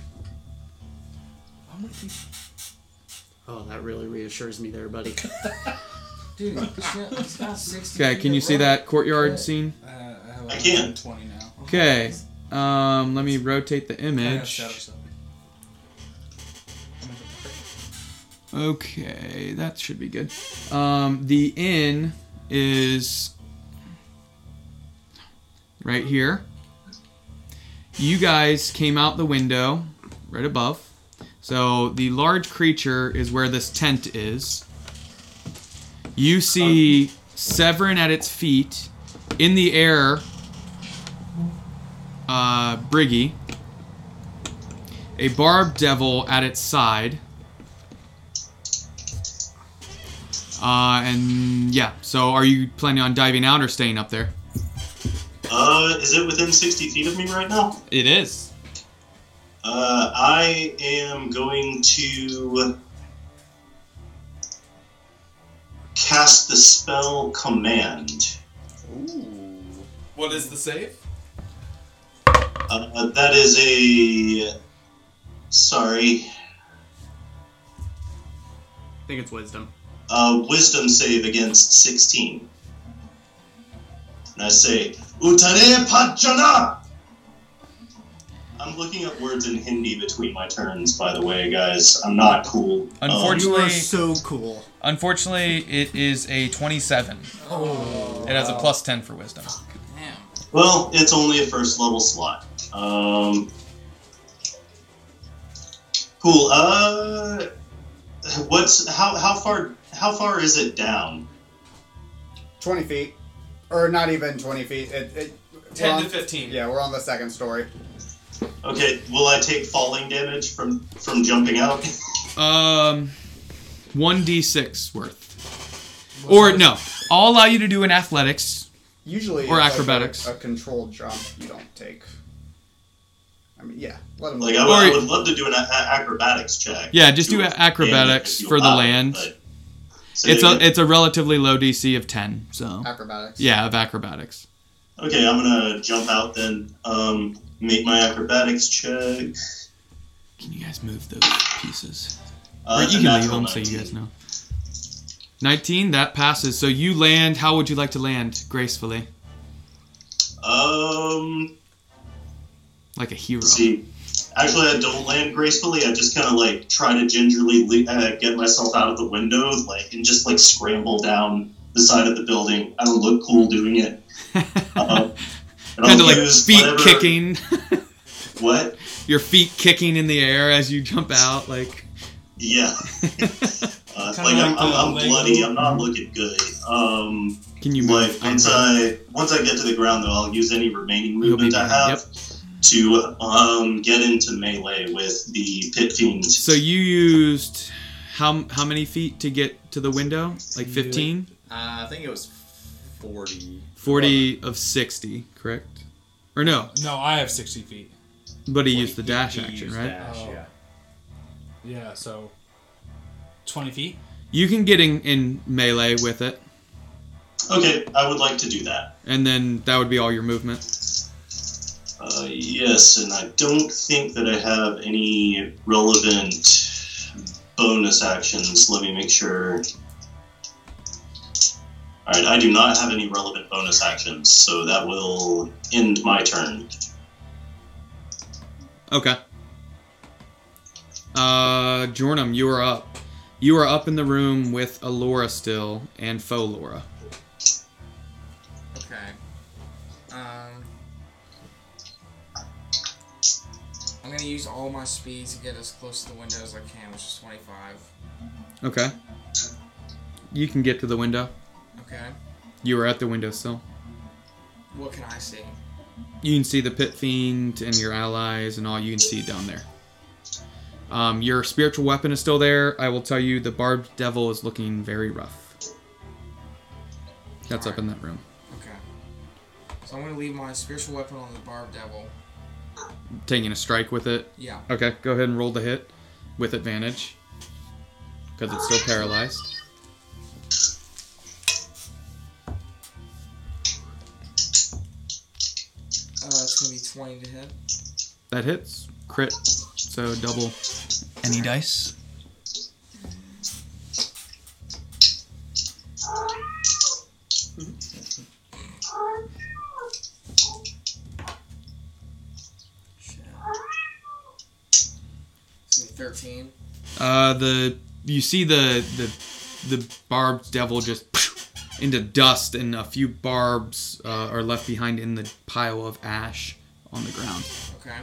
[SPEAKER 10] Oh, that really reassures me there, buddy.
[SPEAKER 6] Dude, shit, it's got 60
[SPEAKER 3] Okay,
[SPEAKER 6] feet
[SPEAKER 3] can you
[SPEAKER 6] of
[SPEAKER 3] see
[SPEAKER 6] rope.
[SPEAKER 3] that courtyard scene?
[SPEAKER 7] Uh, I have
[SPEAKER 4] I can't.
[SPEAKER 7] 120 now.
[SPEAKER 3] Okay. Um, let me rotate the
[SPEAKER 7] I have
[SPEAKER 3] image.
[SPEAKER 7] shadow something.
[SPEAKER 3] Okay, that should be good. Um, the inn is right here. You guys came out the window right above. So the large creature is where this tent is. You see Severin at its feet. In the air, uh, Briggy. A barbed devil at its side. Uh, and yeah, so are you planning on diving out or staying up there?
[SPEAKER 4] Uh, is it within 60 feet of me right now?
[SPEAKER 3] It is.
[SPEAKER 4] Uh, I am going to cast the spell command.
[SPEAKER 16] What is the save?
[SPEAKER 4] Uh, that is a. Sorry.
[SPEAKER 10] I think it's wisdom.
[SPEAKER 4] Uh, wisdom save against 16. And I say, Uttare Pajana! I'm looking up words in Hindi between my turns, by the way, guys. I'm not cool. Um,
[SPEAKER 10] You
[SPEAKER 3] Unfortunately,
[SPEAKER 10] are so cool.
[SPEAKER 3] unfortunately, it is a 27.
[SPEAKER 16] Oh.
[SPEAKER 3] It has a plus 10 for wisdom.
[SPEAKER 6] Damn.
[SPEAKER 4] well, it's only a first level slot. Um, cool. Uh, what's how how far how far is it down?
[SPEAKER 17] 20 feet. Or not even 20 feet. It, it, we're
[SPEAKER 16] 10
[SPEAKER 17] on-
[SPEAKER 16] to 15.
[SPEAKER 17] Yeah, we're on the second story.
[SPEAKER 4] Okay, will I take falling damage from from jumping out?
[SPEAKER 3] Um, 1d6 worth. Or no, I'll allow you to do an athletics.
[SPEAKER 17] Usually,
[SPEAKER 3] Or
[SPEAKER 17] it's like
[SPEAKER 3] acrobatics.
[SPEAKER 17] a, a controlled jump you don't take. I mean, yeah, let him.
[SPEAKER 4] Like I,
[SPEAKER 3] Or-
[SPEAKER 4] would- I would love to do an a- a- acrobatics check.
[SPEAKER 3] Yeah, just do
[SPEAKER 4] To
[SPEAKER 3] a- acrobatics
[SPEAKER 4] damage if
[SPEAKER 3] for
[SPEAKER 4] you
[SPEAKER 3] the
[SPEAKER 4] allow it,
[SPEAKER 3] land.
[SPEAKER 4] but- So
[SPEAKER 3] It's a
[SPEAKER 4] yeah.
[SPEAKER 3] it's a relatively low DC of 10, so
[SPEAKER 17] acrobatics.
[SPEAKER 3] yeah, of acrobatics.
[SPEAKER 4] okay. I'm gonna jump out then. Um, make my acrobatics check.
[SPEAKER 3] Can you guys move those pieces?
[SPEAKER 4] Uh,
[SPEAKER 3] or you
[SPEAKER 4] a
[SPEAKER 3] can leave
[SPEAKER 4] natural
[SPEAKER 3] them so you
[SPEAKER 4] 19.
[SPEAKER 3] guys know. 19, that passes. So you land. How would you like to land gracefully?
[SPEAKER 4] Um,
[SPEAKER 3] Like a hero.
[SPEAKER 4] let's see, actually, I don't land gracefully. I just kind of like try to gingerly le- uh, get myself out of the window, like and just like scramble down the side of the building. I don't look cool doing it. Uh, and I'll
[SPEAKER 3] kind of like
[SPEAKER 4] use
[SPEAKER 3] feet
[SPEAKER 4] whatever-
[SPEAKER 3] kicking.
[SPEAKER 4] What?
[SPEAKER 3] Your feet kicking in the air as you jump out. Like,
[SPEAKER 4] Yeah. uh, like,
[SPEAKER 7] Kinda
[SPEAKER 4] I'm,
[SPEAKER 7] like
[SPEAKER 4] I'm,
[SPEAKER 7] the
[SPEAKER 4] I'm
[SPEAKER 7] Lego.
[SPEAKER 4] bloody. I'm not looking good. Um,
[SPEAKER 3] can you move?
[SPEAKER 4] like once I once I get to the ground, though, I'll use any remaining
[SPEAKER 3] You'll be
[SPEAKER 4] movement I
[SPEAKER 3] back,
[SPEAKER 4] have to um, get into melee with the pit fiends.
[SPEAKER 3] so you used how how many feet to get to the window? Like 15?
[SPEAKER 8] Uh, I think it was forty.
[SPEAKER 3] 40 of 60, correct? Or no,
[SPEAKER 7] No, I have 60 feet.
[SPEAKER 3] but he
[SPEAKER 8] He
[SPEAKER 3] used the dash
[SPEAKER 8] he
[SPEAKER 3] action,
[SPEAKER 8] used
[SPEAKER 3] right?
[SPEAKER 8] dash,
[SPEAKER 7] Oh.
[SPEAKER 8] yeah.
[SPEAKER 7] Yeah, so 20 feet.
[SPEAKER 3] You can get in, in melee with it,
[SPEAKER 4] okay, I would like to do that.
[SPEAKER 3] and then that would be all your movement.
[SPEAKER 4] Uh, yes, and I don't think that I have any relevant bonus actions. Let me make sure. All right, I do not have any relevant bonus actions, so that will end my turn.
[SPEAKER 3] Okay. Uh, Jornum, you are up. You are up in the room with Alora still and faux Laura.
[SPEAKER 6] Okay. Um. I'm gonna use all my speed to get as close to the window as I can, which is 25.
[SPEAKER 3] Okay. You can get to the window.
[SPEAKER 6] Okay.
[SPEAKER 3] You are at the window sill.
[SPEAKER 6] What can I see?
[SPEAKER 3] You can see the pit fiend and your allies and all you can see down there. Um, your spiritual weapon is still there. I will tell you the barbed devil is looking very rough. That's up in that room.
[SPEAKER 6] Okay. So I'm gonna leave my spiritual weapon on the barb devil.
[SPEAKER 3] Taking a strike with it.
[SPEAKER 6] Yeah.
[SPEAKER 3] Okay, go ahead and roll the hit with advantage because it's still paralyzed.
[SPEAKER 6] Uh, it's gonna be 20 to hit.
[SPEAKER 3] That hits. Crit. So double any dice.
[SPEAKER 6] It's gonna be 13.
[SPEAKER 3] Uh, the you see the the the barbed devil just into dust, and a few barbs uh, are left behind in the pile of ash on the ground.
[SPEAKER 6] Okay.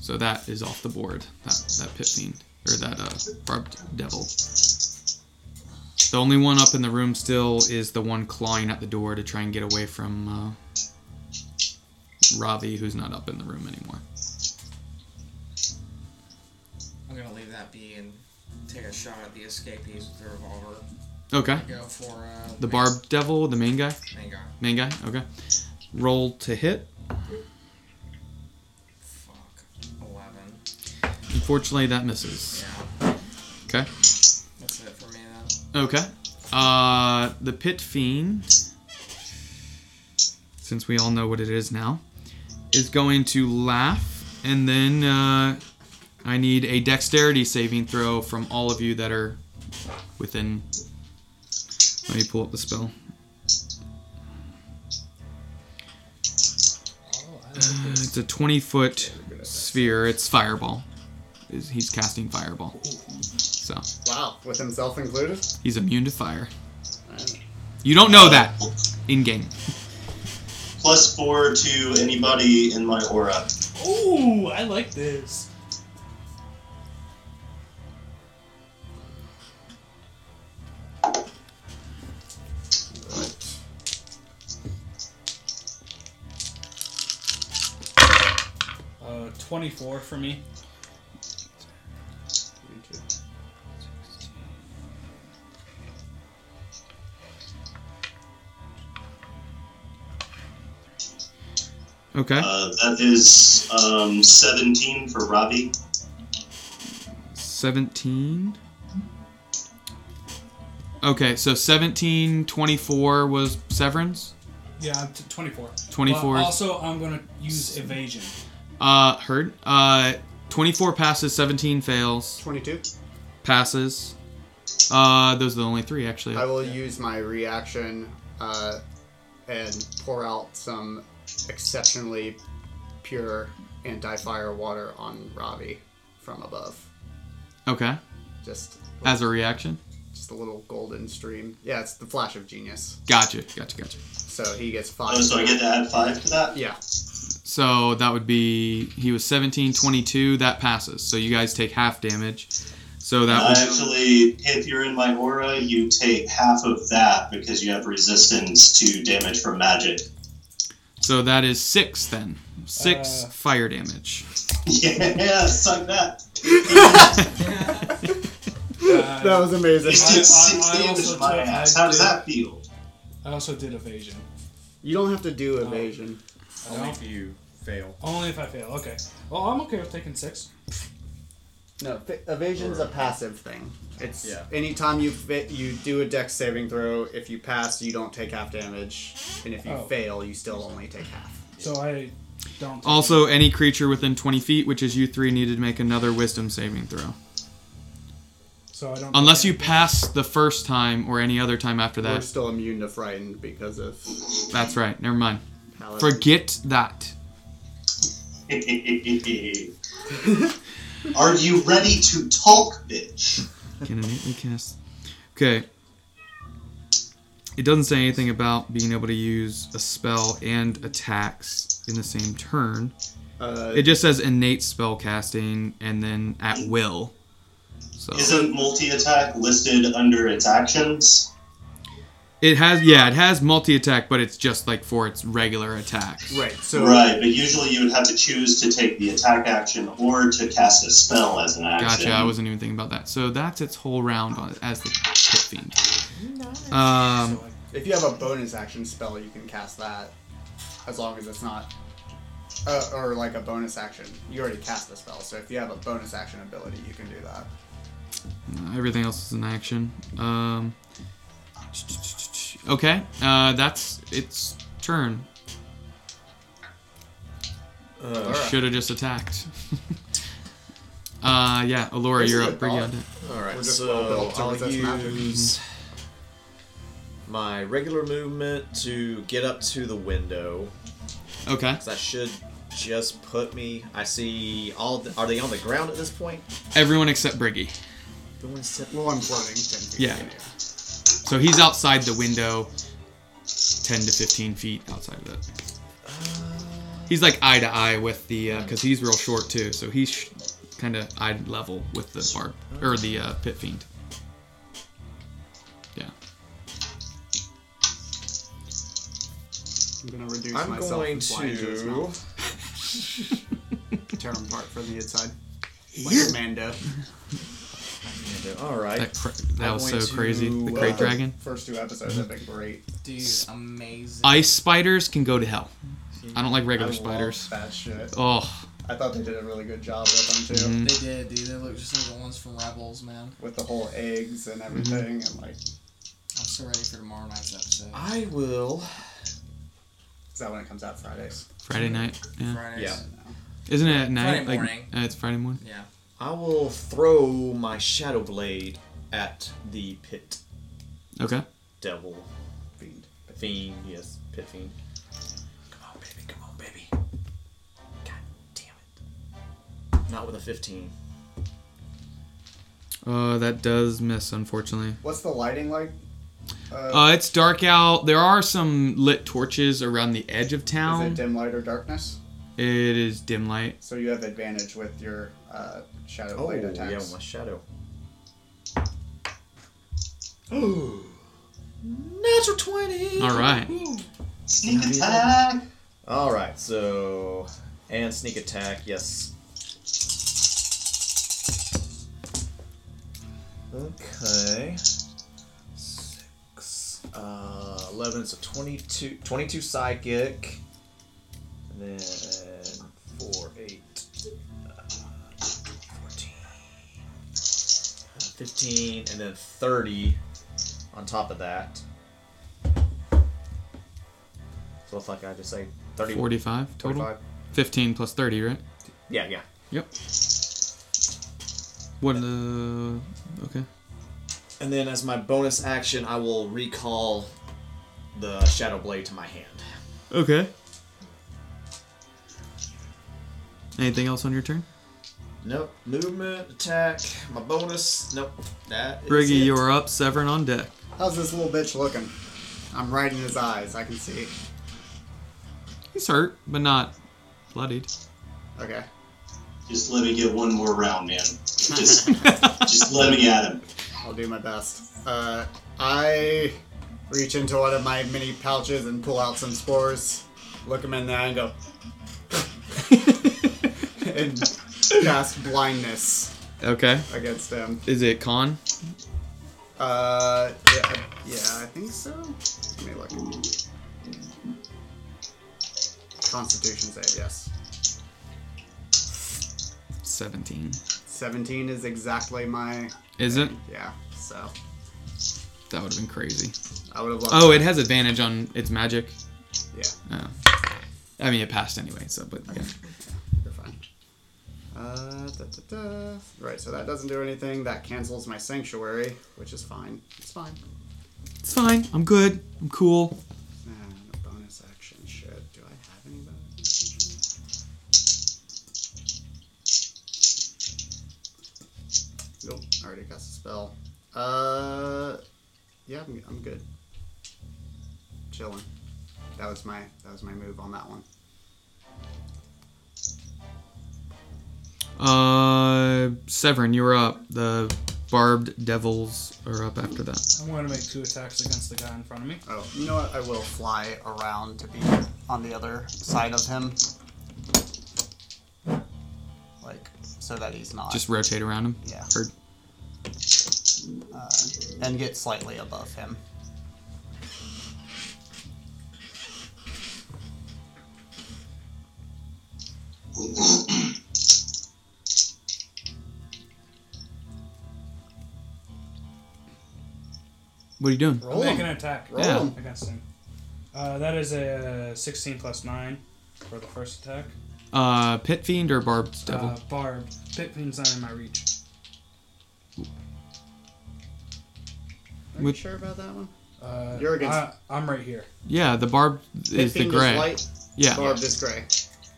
[SPEAKER 3] So that is off the board. That that pit fiend or that uh, barbed devil. The only one up in the room still is the one clawing at the door to try and get away from uh, Ravi, who's not up in the room anymore.
[SPEAKER 6] I'm gonna leave that be and take a shot at the escapees with the revolver.
[SPEAKER 3] Okay.
[SPEAKER 6] Go for uh,
[SPEAKER 3] The barb devil, the main guy.
[SPEAKER 6] Main guy.
[SPEAKER 3] Main guy. Okay. Roll to hit.
[SPEAKER 6] Fuck. 11.
[SPEAKER 3] Unfortunately, that misses.
[SPEAKER 6] Yeah.
[SPEAKER 3] Okay.
[SPEAKER 6] That's it for me then.
[SPEAKER 3] Okay. Uh, the pit fiend, since we all know what it is now, is going to laugh, and then uh, I need a dexterity saving throw from all of you that are within. Let me pull up the spell. Uh, it's a 20 foot sphere. It's fireball. Is- He's casting fireball. So.
[SPEAKER 17] Wow, with himself included.
[SPEAKER 3] He's immune to fire. You don't know that in game.
[SPEAKER 4] Plus four to anybody in my aura.
[SPEAKER 16] Ooh, I like this.
[SPEAKER 7] Uh, 24 for me.
[SPEAKER 3] Okay.
[SPEAKER 4] Uh, that is um, 17 for Robbie.
[SPEAKER 3] 17. Okay, so 17, 24 was Severance.
[SPEAKER 7] Yeah, I'm t- 24.
[SPEAKER 3] 24
[SPEAKER 7] But
[SPEAKER 3] is-
[SPEAKER 7] also, I'm going to use evasion.
[SPEAKER 3] Uh, heard. Uh, 24 passes, 17 fails,
[SPEAKER 17] Twenty-two.
[SPEAKER 3] passes. Uh, those are the only three, actually.
[SPEAKER 17] I will use my reaction uh, and pour out some exceptionally pure anti-fire water on Robbie from above.
[SPEAKER 3] Okay.
[SPEAKER 17] Just
[SPEAKER 3] As a reaction.
[SPEAKER 17] just a little golden stream. Yeah, it's the flash of genius.
[SPEAKER 3] Gotcha, gotcha, gotcha.
[SPEAKER 17] So he gets five.
[SPEAKER 4] Oh, so I get to add five to that?
[SPEAKER 17] Yeah.
[SPEAKER 3] So that would be he was 17, 22. That passes. So you guys take half damage. So that
[SPEAKER 4] Uh,
[SPEAKER 3] would
[SPEAKER 4] actually, if you're in my aura, you take half of that because you have resistance to damage from magic.
[SPEAKER 3] so that is six then. Six
[SPEAKER 7] Uh.
[SPEAKER 3] fire damage.
[SPEAKER 4] yeah, suck that.
[SPEAKER 7] Uh,
[SPEAKER 17] That was amazing.
[SPEAKER 4] It's did
[SPEAKER 7] I- I
[SPEAKER 4] six damage
[SPEAKER 7] also
[SPEAKER 4] to my
[SPEAKER 7] took-
[SPEAKER 4] ass.
[SPEAKER 7] I
[SPEAKER 4] How does
[SPEAKER 7] did-
[SPEAKER 4] that feel?
[SPEAKER 7] I also did evasion.
[SPEAKER 17] You don't have to do evasion.
[SPEAKER 7] I
[SPEAKER 8] Only
[SPEAKER 7] don't-
[SPEAKER 8] if you fail.
[SPEAKER 7] Only if I fail. Okay. Well, I'm okay with taking six.
[SPEAKER 17] No, fa- evasion's a passive thing. It's
[SPEAKER 8] Yeah.
[SPEAKER 17] anytime you fa- you do a dex saving throw, if you pass, you don't take half damage, and if you
[SPEAKER 7] Oh.
[SPEAKER 17] fail, you still only take half.
[SPEAKER 7] So I don't. take-
[SPEAKER 3] Also, any creature within 20 feet, which is you three, needed to make another Wisdom saving throw.
[SPEAKER 7] So I don't.
[SPEAKER 3] Unless you pass the first time or any other time after
[SPEAKER 17] We're
[SPEAKER 3] that.
[SPEAKER 17] still immune to frightened because of
[SPEAKER 3] That's right. Never mind.
[SPEAKER 17] paladin.
[SPEAKER 3] Forget that.
[SPEAKER 4] Are you ready to talk, bitch?
[SPEAKER 3] Can innately cast. Okay. It doesn't say anything about being able to use a spell and attacks in the same turn.
[SPEAKER 10] Uh,
[SPEAKER 3] It just says innate spell casting and then at will. So
[SPEAKER 4] Isn't multi attack listed under its actions?
[SPEAKER 3] it has yeah, it has multi attack, but it's just like for its regular attack.
[SPEAKER 10] right. So
[SPEAKER 4] right, but usually you would have to choose to take the attack action or to cast a spell as an action.
[SPEAKER 3] Gotcha. I wasn't even thinking about that. So that's its whole round on, as the pit fiend. Um,
[SPEAKER 10] if you have a bonus action spell, you can cast that, as long as it's not, uh, or like a bonus action. You already cast the spell, so if you have a bonus action ability, you can do that.
[SPEAKER 3] everything else is in action. Um, okay, uh, that's its turn.
[SPEAKER 10] Uh,
[SPEAKER 3] Should have just attacked. uh, yeah, Alora,
[SPEAKER 10] This
[SPEAKER 3] you're
[SPEAKER 10] is
[SPEAKER 3] up.
[SPEAKER 10] a
[SPEAKER 3] Bring it
[SPEAKER 10] ball.
[SPEAKER 3] on.
[SPEAKER 8] All
[SPEAKER 10] We're
[SPEAKER 8] right,
[SPEAKER 10] just well
[SPEAKER 8] so
[SPEAKER 10] built to
[SPEAKER 8] I'll
[SPEAKER 10] resist magic.
[SPEAKER 8] use my regular movement to get up to the window.
[SPEAKER 3] Okay.
[SPEAKER 8] 'cause that should just put me. I see all. The, are they on the ground at this point?
[SPEAKER 3] Everyone except Briggy.
[SPEAKER 8] The one step-
[SPEAKER 10] Well, I'm floating. 10 feet.
[SPEAKER 3] Yeah. So he's outside the window, 10 to 15 feet outside of it.
[SPEAKER 10] Uh,
[SPEAKER 3] He's like eye to eye with the, because he's real short too, so he's sh- kind of eye level with the barb, or the uh, pit fiend. Yeah.
[SPEAKER 10] I'm gonna reduce
[SPEAKER 8] I'm
[SPEAKER 10] myself
[SPEAKER 8] going
[SPEAKER 10] and fly into his
[SPEAKER 8] to.
[SPEAKER 10] mouth. tear him apart from the inside. Like Mando.
[SPEAKER 8] All right.
[SPEAKER 3] That, cra- that
[SPEAKER 8] I'm
[SPEAKER 3] was so
[SPEAKER 8] going
[SPEAKER 3] crazy.
[SPEAKER 8] to,
[SPEAKER 3] The Great
[SPEAKER 8] uh,
[SPEAKER 3] Dragon.
[SPEAKER 10] First two episodes have been great.
[SPEAKER 6] Dude, amazing.
[SPEAKER 3] Ice spiders can go to hell. I don't like
[SPEAKER 10] I
[SPEAKER 3] regular
[SPEAKER 10] love
[SPEAKER 3] spiders.
[SPEAKER 10] that shit.
[SPEAKER 3] Oh,
[SPEAKER 10] I thought they did a really good job with them too,
[SPEAKER 3] mhm.
[SPEAKER 6] They did, dude. They look just like the ones from Rebels, man.
[SPEAKER 10] with the whole eggs and everything, and like,
[SPEAKER 6] I'm so ready for tomorrow night's episode.
[SPEAKER 8] I will.
[SPEAKER 10] is that when it comes out Fridays?
[SPEAKER 3] Friday night. Yeah.
[SPEAKER 6] Fridays.
[SPEAKER 8] Yeah.
[SPEAKER 3] Isn't it at night?
[SPEAKER 6] Friday
[SPEAKER 3] like,
[SPEAKER 6] morning.
[SPEAKER 3] uh, it's Friday morning.
[SPEAKER 6] Yeah.
[SPEAKER 8] I will throw my shadow blade at the pit
[SPEAKER 3] Okay.
[SPEAKER 8] devil
[SPEAKER 10] Fiend.
[SPEAKER 8] fiend. Yes, pit fiend. Come on, baby. Come on, baby. God damn it. Not with a 15.
[SPEAKER 3] Uh, that does miss, unfortunately.
[SPEAKER 10] What's the lighting like?
[SPEAKER 3] Uh, it's dark out. There are some lit torches around the edge of
[SPEAKER 10] Is
[SPEAKER 3] town.
[SPEAKER 10] it dim light or darkness?
[SPEAKER 3] it is dim light.
[SPEAKER 10] So you have advantage with your uh, shadow
[SPEAKER 8] Oh,
[SPEAKER 10] blade
[SPEAKER 8] yeah,
[SPEAKER 10] attacks.
[SPEAKER 8] my shadow. Natural 20!
[SPEAKER 3] All right.
[SPEAKER 4] Sneak attack!
[SPEAKER 8] Alright, so. And sneak attack, yes. Okay. Six. Uh, 11, so 22, 22 psychic. And then 4, 8, uh, 14, uh, 15, and then 30 on top of that. So it's like I just say 30,
[SPEAKER 3] 45 total.
[SPEAKER 8] 25.
[SPEAKER 3] 15 plus 30, right?
[SPEAKER 8] Yeah, yeah.
[SPEAKER 3] Yep. What the? Okay.
[SPEAKER 8] And then as my bonus action, I will recall the Shadow Blade to my hand.
[SPEAKER 3] Okay. Anything else on your turn?
[SPEAKER 8] Nope. Movement, attack, my bonus. Nope. That is
[SPEAKER 3] Briggy,
[SPEAKER 8] it.
[SPEAKER 3] you are up. Severin on deck.
[SPEAKER 10] How's this little bitch looking? I'm right in his eyes. I can see.
[SPEAKER 3] He's hurt, but not bloodied.
[SPEAKER 10] Okay.
[SPEAKER 4] Just let me get one more round, man. Just, just let me at him.
[SPEAKER 10] I'll do my best. Uh, I reach into one of my mini pouches and pull out some spores, look him in the eye, and go, and cast blindness
[SPEAKER 3] Okay.
[SPEAKER 10] against him.
[SPEAKER 3] Is it con?
[SPEAKER 10] Uh, yeah, yeah, I think so. Let me look. Constitution save, yes.
[SPEAKER 3] 17.
[SPEAKER 10] 17 is exactly my,
[SPEAKER 3] Is it?
[SPEAKER 10] yeah, so.
[SPEAKER 3] That would have been crazy.
[SPEAKER 10] I would have loved
[SPEAKER 3] Oh, it has advantage on its magic.
[SPEAKER 10] Yeah,
[SPEAKER 3] Oh. I mean, it passed anyway, so, but yeah.
[SPEAKER 10] you're fine. Uh, da, da, da. Right, so that doesn't do anything. That cancels my sanctuary, which is fine. It's fine.
[SPEAKER 3] It's fine. I'm good. I'm cool.
[SPEAKER 10] And a bonus action shit. Do I have any bonus action? Nope, I already cast a spell. Uh, yeah, I'm, I'm good. Chilling. That was my that was my move on that one.
[SPEAKER 3] Uh, Severin, you're up. The barbed devils are up after that.
[SPEAKER 7] I'm going to make two attacks against the guy in front of me.
[SPEAKER 17] Oh, you know what? I will fly around to be on the other side of him. Like, so that he's not.
[SPEAKER 3] Just rotate around him.
[SPEAKER 17] Yeah.
[SPEAKER 3] Heard.
[SPEAKER 17] uh, and get slightly above him.
[SPEAKER 3] What are you doing?
[SPEAKER 7] I'll make an attack
[SPEAKER 17] Roll
[SPEAKER 3] Yeah.
[SPEAKER 17] 'em.
[SPEAKER 7] against him. Uh, that is a 16 plus 9 for the first attack.
[SPEAKER 3] Uh, pit fiend or barbed devil?
[SPEAKER 7] Uh, barb. Pit fiend's not in my reach.
[SPEAKER 17] Are you
[SPEAKER 3] Which-
[SPEAKER 17] sure about that one?
[SPEAKER 7] Uh,
[SPEAKER 17] You're against-
[SPEAKER 7] I, I'm right here.
[SPEAKER 3] yeah, the barbed is the
[SPEAKER 17] Fifteen
[SPEAKER 3] gray.
[SPEAKER 17] light,
[SPEAKER 3] yeah,
[SPEAKER 17] Barb is gray.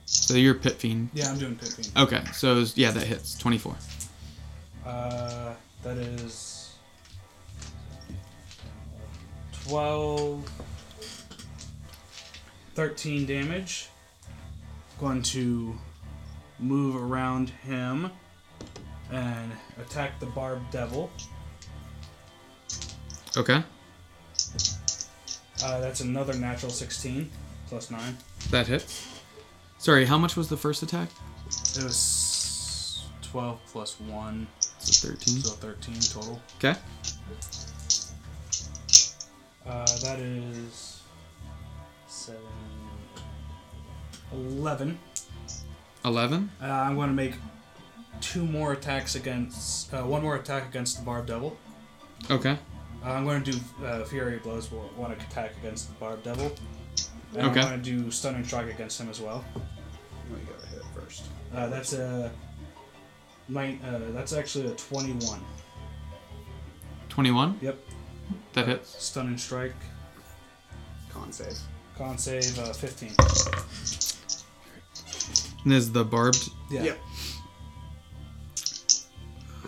[SPEAKER 3] so you're pit fiend.
[SPEAKER 7] Yeah, I'm doing pit fiend.
[SPEAKER 3] Okay, so yeah, that hits. 24.
[SPEAKER 7] Uh, that is 12 13 damage going to move around him and attack the barb devil
[SPEAKER 3] Okay,
[SPEAKER 7] uh, that's another natural 16 plus 9
[SPEAKER 3] that hits. Sorry, how much was the first attack?
[SPEAKER 7] it was 12 plus 1
[SPEAKER 3] It's a 13.
[SPEAKER 7] so 13 total
[SPEAKER 3] Okay.
[SPEAKER 7] Uh, that is seven, 11.
[SPEAKER 3] 11.
[SPEAKER 7] Uh, I'm going to make two more attacks against, uh, one more attack against the Barb Devil.
[SPEAKER 3] Okay.
[SPEAKER 7] Uh, I'm going to do uh, Fury Blows, wa- one attack against the Barb Devil. And
[SPEAKER 3] Okay.
[SPEAKER 7] I'm going to do Stunning Strike against him as well.
[SPEAKER 17] Let me go hit it first.
[SPEAKER 7] Uh, that's a. Nine, uh, that's actually a 21.
[SPEAKER 3] 21.
[SPEAKER 7] Yep.
[SPEAKER 3] That hits.
[SPEAKER 7] Stunning Strike.
[SPEAKER 17] Con save.
[SPEAKER 7] Con save uh, 15.
[SPEAKER 3] And is the barbed
[SPEAKER 7] Yeah.
[SPEAKER 17] Yep.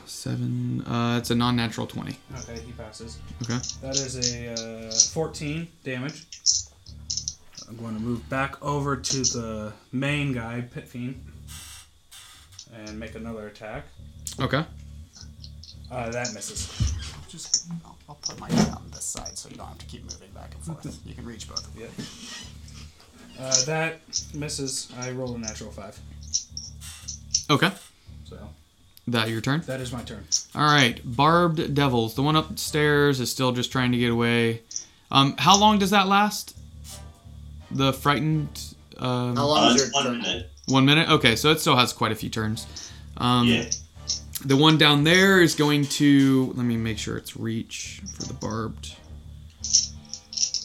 [SPEAKER 3] seven? Uh, it's a non-natural 20.
[SPEAKER 7] Okay, he passes.
[SPEAKER 3] Okay.
[SPEAKER 7] That is a uh, 14 damage. I'm going to move back over to the main guy, Pit Fiend, and make another attack.
[SPEAKER 3] Okay.
[SPEAKER 7] Uh, that misses.
[SPEAKER 17] Just, I'll, I'll put my hand on this side so you don't have to keep moving back and forth. You can reach both. of them.
[SPEAKER 7] Uh, that misses. I rolled a natural 5.
[SPEAKER 3] Okay.
[SPEAKER 7] So
[SPEAKER 3] That your turn.
[SPEAKER 7] that is my turn.
[SPEAKER 3] All right. Barbed devils. The one upstairs is still just trying to get away. Um, how long does that last? The frightened. Um,
[SPEAKER 17] How long
[SPEAKER 4] Uh,
[SPEAKER 17] is your
[SPEAKER 4] one
[SPEAKER 17] turn?
[SPEAKER 4] minute.
[SPEAKER 3] One minute. Okay, so it still has quite a few turns. Um,
[SPEAKER 4] Yeah.
[SPEAKER 3] The one down there is going to. Let me make sure it's reach for the barbed.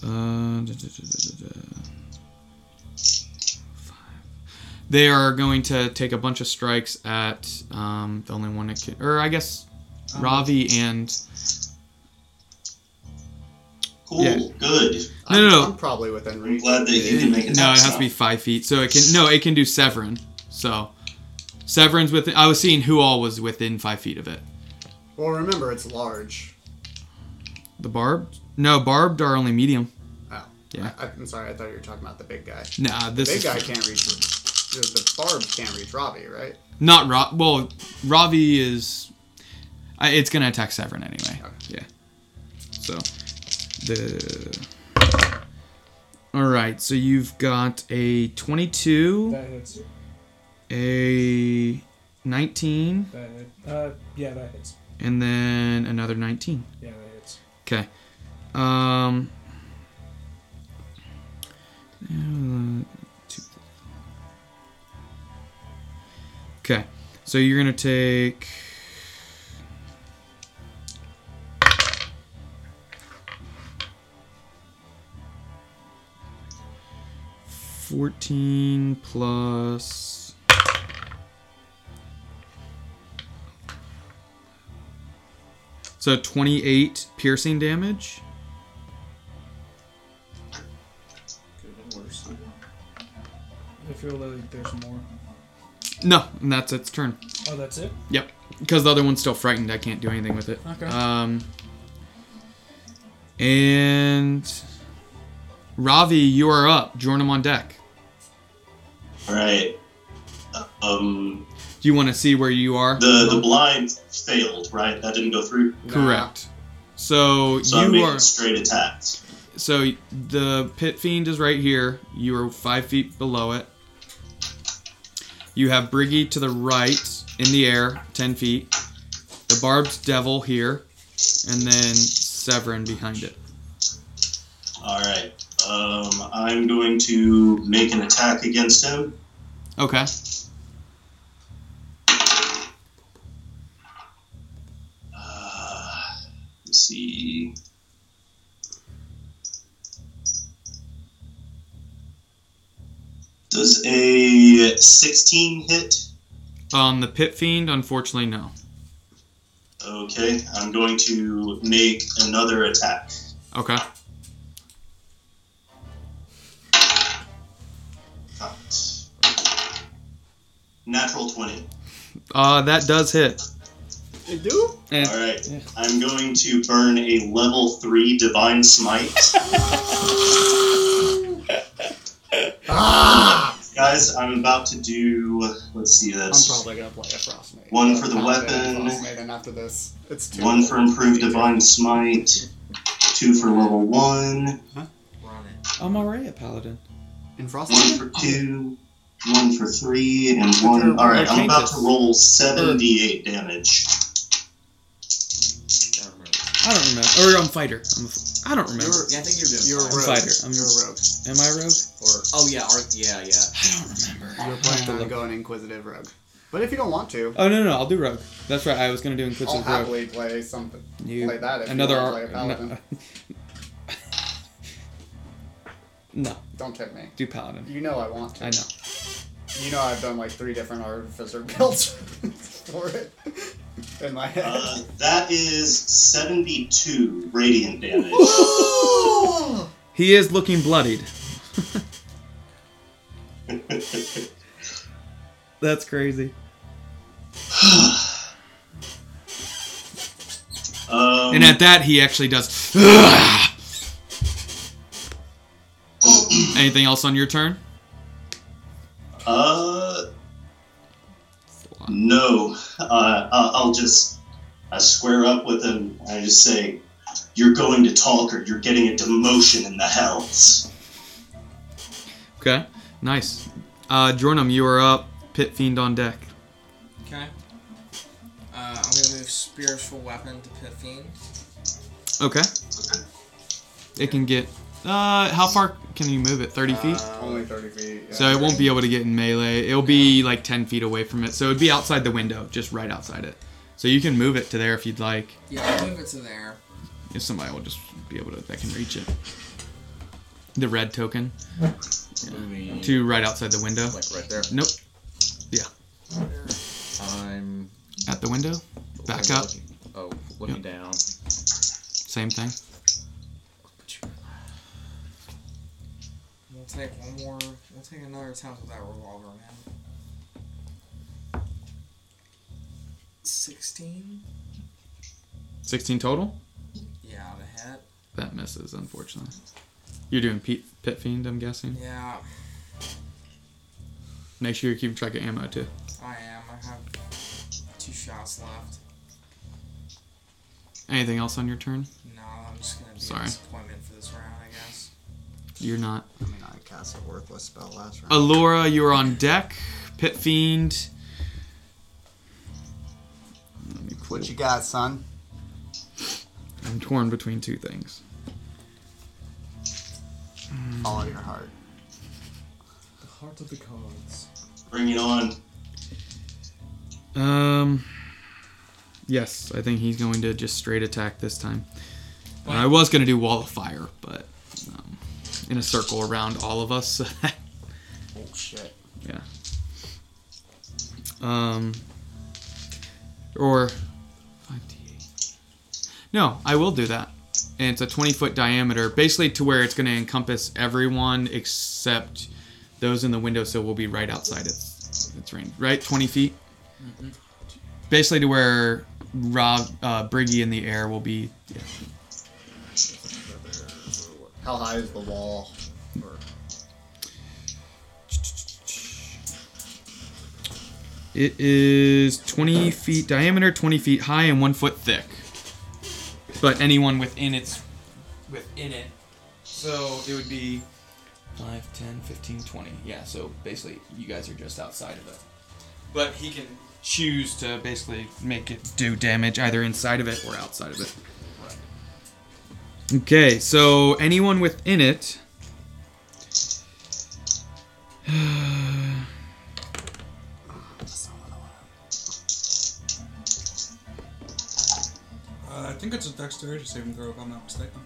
[SPEAKER 3] Uh, da, da, da, da, da, da. Five. They are going to take a bunch of strikes at um, the only one that can, or I guess
[SPEAKER 4] Um,
[SPEAKER 3] Ravi and
[SPEAKER 4] Cool.
[SPEAKER 3] Yeah.
[SPEAKER 4] Good.
[SPEAKER 3] no no
[SPEAKER 17] I'm
[SPEAKER 3] no
[SPEAKER 17] probably within
[SPEAKER 4] I'm
[SPEAKER 17] reach.
[SPEAKER 4] glad that you can make a
[SPEAKER 3] no it has to be five feet so it can no it can do Severin so Severin's within I was seeing who all was within five feet of it
[SPEAKER 17] Well, remember it's large.
[SPEAKER 3] The barbed? No, barbed are only medium.
[SPEAKER 17] Oh,
[SPEAKER 3] Yeah.
[SPEAKER 17] I, I'm sorry. I thought you were talking about the big guy.
[SPEAKER 3] Nah, this
[SPEAKER 17] big
[SPEAKER 3] is
[SPEAKER 17] guy can't reach. The, the barb can't reach Robbie, right?
[SPEAKER 3] not Ra- Well, Ravi is. I, it's gonna attack Severin anyway. Yeah. So the. All right, so you've got a twenty-two,
[SPEAKER 7] That hits.
[SPEAKER 3] a nineteen,
[SPEAKER 7] That hit. Uh, yeah, that hits.
[SPEAKER 3] and then another nineteen.
[SPEAKER 7] Yeah, that hits.
[SPEAKER 3] Okay. Um. uh, two- Okay. So you're gonna take. Fourteen plus. So 28 piercing damage.
[SPEAKER 8] Could have been worse.
[SPEAKER 7] I feel like there's more.
[SPEAKER 3] No, and that's its turn.
[SPEAKER 7] Oh, that's it?
[SPEAKER 3] Yep. Because the other one's still frightened, I can't do anything with it.
[SPEAKER 7] Okay.
[SPEAKER 3] Um, and Ravi, you are up. Join him on deck.
[SPEAKER 4] All right. Um,
[SPEAKER 3] Do you want to see where you are?
[SPEAKER 4] The the blind failed, right? That didn't go through.
[SPEAKER 3] Correct. So,
[SPEAKER 4] So I'm
[SPEAKER 3] you
[SPEAKER 4] making
[SPEAKER 3] are.
[SPEAKER 4] straight attacks.
[SPEAKER 3] So the pit fiend is right here. You are five feet below it. You have Briggy to the right in the air, ten feet. The barbed devil here, and then Severin behind it.
[SPEAKER 4] All right. Um, I'm going to make an attack against him.
[SPEAKER 3] Okay.
[SPEAKER 4] Uh, let's see. Does a 16 hit?
[SPEAKER 3] On Um, the pit fiend, unfortunately, no.
[SPEAKER 4] Okay, I'm going to make another attack.
[SPEAKER 3] Okay.
[SPEAKER 4] Natural 20.
[SPEAKER 3] Uh, that does hit.
[SPEAKER 17] You do?
[SPEAKER 3] Eh.
[SPEAKER 4] All right. I'm going to burn a level 3 divine smite. Guys, I'm about to do let's see
[SPEAKER 17] I'm
[SPEAKER 4] that's
[SPEAKER 17] probably gonna play a frostmate.
[SPEAKER 4] One for the
[SPEAKER 17] I'm gonna play
[SPEAKER 4] weapon.
[SPEAKER 17] a Frostmaiden after this. It's two.
[SPEAKER 4] one for improved divine smite, two for level 1,
[SPEAKER 6] Run it.
[SPEAKER 1] I'm already a paladin.
[SPEAKER 10] In
[SPEAKER 4] one
[SPEAKER 10] Frostbite?
[SPEAKER 4] for 2, one for 3 and one All right, I'm about to roll 7d8 damage.
[SPEAKER 1] I don't remember. Or I'm fighter. I'm a, f- I don't remember.
[SPEAKER 5] You're- yeah, I think you're doing
[SPEAKER 10] You're a
[SPEAKER 5] fine.
[SPEAKER 10] rogue.
[SPEAKER 1] fighter. I'm-
[SPEAKER 10] You're a rogue.
[SPEAKER 1] Am I rogue?
[SPEAKER 5] Or oh yeah, or, yeah, yeah.
[SPEAKER 1] I don't remember.
[SPEAKER 10] You're planning on going inquisitive rogue. But if you don't want to,
[SPEAKER 1] Oh no, no, no, I'll do rogue. That's right. I was gonna do
[SPEAKER 17] I'll
[SPEAKER 1] inquisitive rogue.
[SPEAKER 17] happily play something.
[SPEAKER 1] You-
[SPEAKER 17] play that if you
[SPEAKER 1] another
[SPEAKER 17] wanna play a
[SPEAKER 1] ar-
[SPEAKER 17] paladin.
[SPEAKER 1] No, no,
[SPEAKER 17] Don't tip me.
[SPEAKER 1] do paladin.
[SPEAKER 17] You know I want to.
[SPEAKER 1] I know.
[SPEAKER 17] You know I've done like three different artificer builds for it in my head.
[SPEAKER 4] Uh, that is 72 radiant damage.
[SPEAKER 3] He is looking bloodied. That's crazy.
[SPEAKER 4] Um,
[SPEAKER 3] And at that, he actually does. Anything else on your turn?
[SPEAKER 4] Uh, no. Uh, I- I'll just I square up with him. I just say, "You're going to talk, or you're getting a demotion in the hells."
[SPEAKER 3] Okay, nice. Uh, Jornum, you are up. Pit fiend on deck.
[SPEAKER 6] Okay. Uh, I'm gonna move spiritual weapon to pit fiend.
[SPEAKER 3] Okay. It can get. Uh, how far can you move it? Thirty feet.
[SPEAKER 5] Uh,
[SPEAKER 17] Only 30 feet. yeah.
[SPEAKER 3] So it won't be able to get in melee. It'll be like ten feet away from it. So it'd be outside the window, just right outside it. So you can move it to there if you'd like.
[SPEAKER 6] Yeah, I'll move it to there.
[SPEAKER 3] If somebody will just be able to, that can reach it. The red token
[SPEAKER 5] Moving
[SPEAKER 3] to right outside the window.
[SPEAKER 5] like right there.
[SPEAKER 3] Nope.
[SPEAKER 5] I'm
[SPEAKER 3] At the window. Back up.
[SPEAKER 5] Looking, oh, looking down.
[SPEAKER 3] Same thing.
[SPEAKER 6] We'll take one more. We'll take another attempt with that revolver, man. Sixteen.
[SPEAKER 3] Sixteen total.
[SPEAKER 6] Yeah, the hit.
[SPEAKER 3] That misses, unfortunately. You're doing pit, pit fiend, I'm guessing.
[SPEAKER 6] Yeah,
[SPEAKER 3] Make sure you keep track of ammo too.
[SPEAKER 6] I am. I have two shots left.
[SPEAKER 3] Anything else on your turn?
[SPEAKER 6] No, I'm just gonna be
[SPEAKER 3] Sorry.
[SPEAKER 6] a disappointment for this round, I guess.
[SPEAKER 3] You're not.
[SPEAKER 17] I mean, I cast a worthless spell last round.
[SPEAKER 3] Allura, you're on deck. Pit Fiend. Let me pull-
[SPEAKER 10] what you got, son?
[SPEAKER 3] I'm torn between two things.
[SPEAKER 10] Follow your heart.
[SPEAKER 5] The heart of the cards.
[SPEAKER 4] Bring it on.
[SPEAKER 3] Um. Yes, I think he's going to just straight attack this time. And I was going to do Wall of Fire, but um, in a circle around all of us.
[SPEAKER 17] Oh shit.
[SPEAKER 3] yeah. Um. Or. 5d8. No, I will do that. And it's a 20 foot diameter, basically to where it's going to encompass everyone except those in the windowsill will be right outside its, its range, right? 20 feet? Basically to where Rob, uh, Briggy in the air will be.
[SPEAKER 17] How high is the wall? Or
[SPEAKER 3] It is 20 feet diameter, 20 feet high, and one foot thick. But anyone within its within it, so it would be 5, 10, 15, 20. Yeah, so basically you guys are just outside of it. But he can choose to basically make it do damage either inside of it or outside of it. Okay, so anyone within it.
[SPEAKER 7] Uh, I think it's a dexterity saving throw, if I'm not mistaken.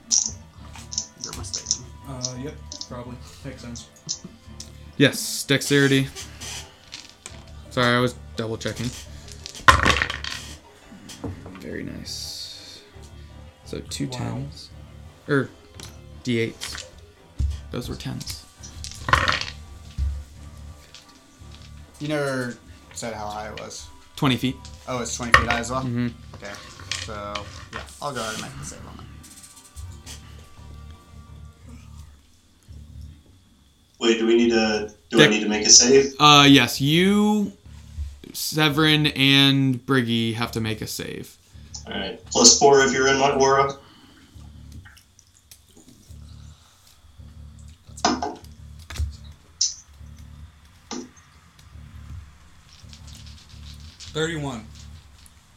[SPEAKER 19] You're mistaken.
[SPEAKER 7] Uh, yep, probably. Makes sense.
[SPEAKER 3] Yes, dexterity. Sorry, I was double checking. Very nice. So two
[SPEAKER 7] Wow.
[SPEAKER 3] tens. Or d8s. Those were tens.
[SPEAKER 10] You never said how high it was.
[SPEAKER 3] 20 feet.
[SPEAKER 10] Oh, it's 20 feet high as well?
[SPEAKER 3] hmm
[SPEAKER 10] Okay. So, yeah, I'll go ahead and make the save on that.
[SPEAKER 4] Wait, do we need to do I
[SPEAKER 3] Deck-
[SPEAKER 4] need to make a save?
[SPEAKER 3] Uh, yes, you, Severin, and Briggy have to make a save.
[SPEAKER 4] All right, plus four if you're in my aura.
[SPEAKER 7] Thirty-one.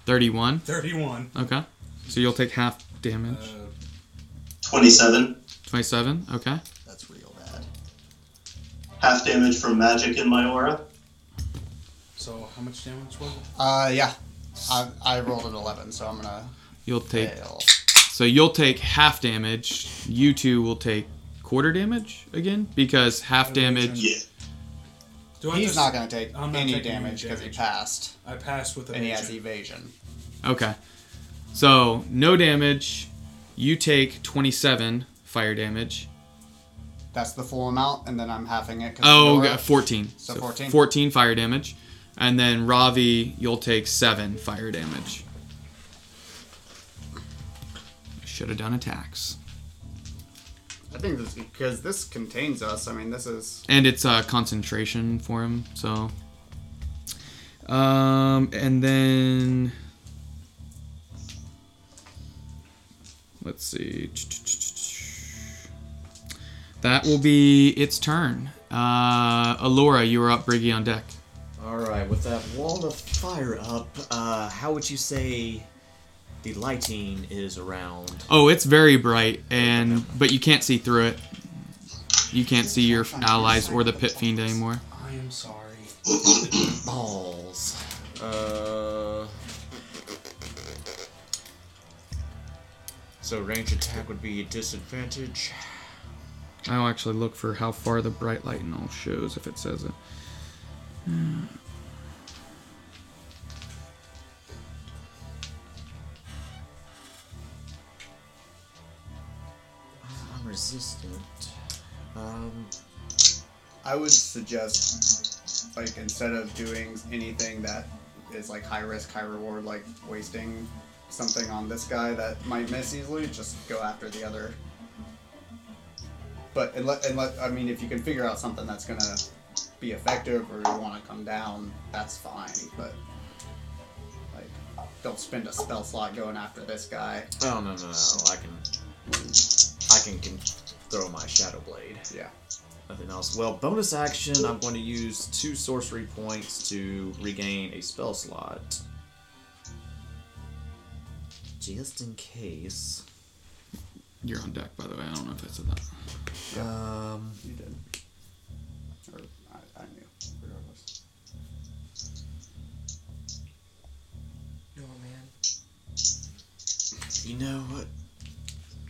[SPEAKER 3] 31.
[SPEAKER 7] Thirty-one.
[SPEAKER 3] Okay. So you'll take half damage.
[SPEAKER 7] Uh,
[SPEAKER 4] Twenty-seven,
[SPEAKER 3] 27. Okay.
[SPEAKER 10] That's real bad.
[SPEAKER 4] half damage from magic in my aura.
[SPEAKER 7] so how much damage was it?
[SPEAKER 10] Uh, yeah. I, I rolled an 11, so I'm gonna
[SPEAKER 3] You'll take.
[SPEAKER 10] fail.
[SPEAKER 3] So you'll take half damage. You two will take quarter damage again because half damage.
[SPEAKER 4] Yeah.
[SPEAKER 7] Do I
[SPEAKER 10] He's
[SPEAKER 7] just-
[SPEAKER 10] not gonna take
[SPEAKER 7] I'm not
[SPEAKER 10] any
[SPEAKER 7] taking any
[SPEAKER 10] damage because he
[SPEAKER 7] damage.
[SPEAKER 10] passed,
[SPEAKER 7] I passed with
[SPEAKER 10] and he has
[SPEAKER 7] evasion.
[SPEAKER 10] evasion.
[SPEAKER 3] Okay. So no damage. You take 27 fire damage.
[SPEAKER 10] That's the full amount, and then I'm halving it. 'cause
[SPEAKER 3] Oh,
[SPEAKER 10] of the
[SPEAKER 3] okay,
[SPEAKER 10] aura.
[SPEAKER 3] 14.
[SPEAKER 10] So 14.
[SPEAKER 3] 14 fire damage. And then Ravi, you'll take 7 fire damage. Should have done attacks.
[SPEAKER 19] I think this because this contains us. I mean, this is
[SPEAKER 3] and it's uh, concentration for him. So, um, and then let's see. That will be its turn. Uh, Alora, you are up. Briggy on deck.
[SPEAKER 8] Alright, with that wall of fire up, uh, how would you say the lighting is around?
[SPEAKER 3] Oh, it's very bright, and but you can't see through it. You can't see your allies or the pit fiend anymore.
[SPEAKER 7] I am sorry.
[SPEAKER 8] Balls. Uh. So range attack would be a disadvantage.
[SPEAKER 3] I'll actually look for how far the bright light and all shows if it says it.
[SPEAKER 8] I'm resistant. Um,
[SPEAKER 10] I would suggest, like, instead of doing anything that is like high risk, high reward, like wasting something on this guy that might miss easily, just go after the other. But unless, unless I mean, if you can figure out something that's gonna be effective or you want to come down, that's fine. But like, don't spend a spell slot going after this guy.
[SPEAKER 8] oh no no no! I can, I can, can throw my shadow blade.
[SPEAKER 10] Yeah.
[SPEAKER 8] Nothing else. Well, bonus action, I'm going to use two sorcery points to regain a spell slot. Just in case.
[SPEAKER 3] You're on deck, by the way. I don't know if I said that.
[SPEAKER 8] Um,
[SPEAKER 10] You did. Or I, I knew. Regardless.
[SPEAKER 6] No, man.
[SPEAKER 8] you know what?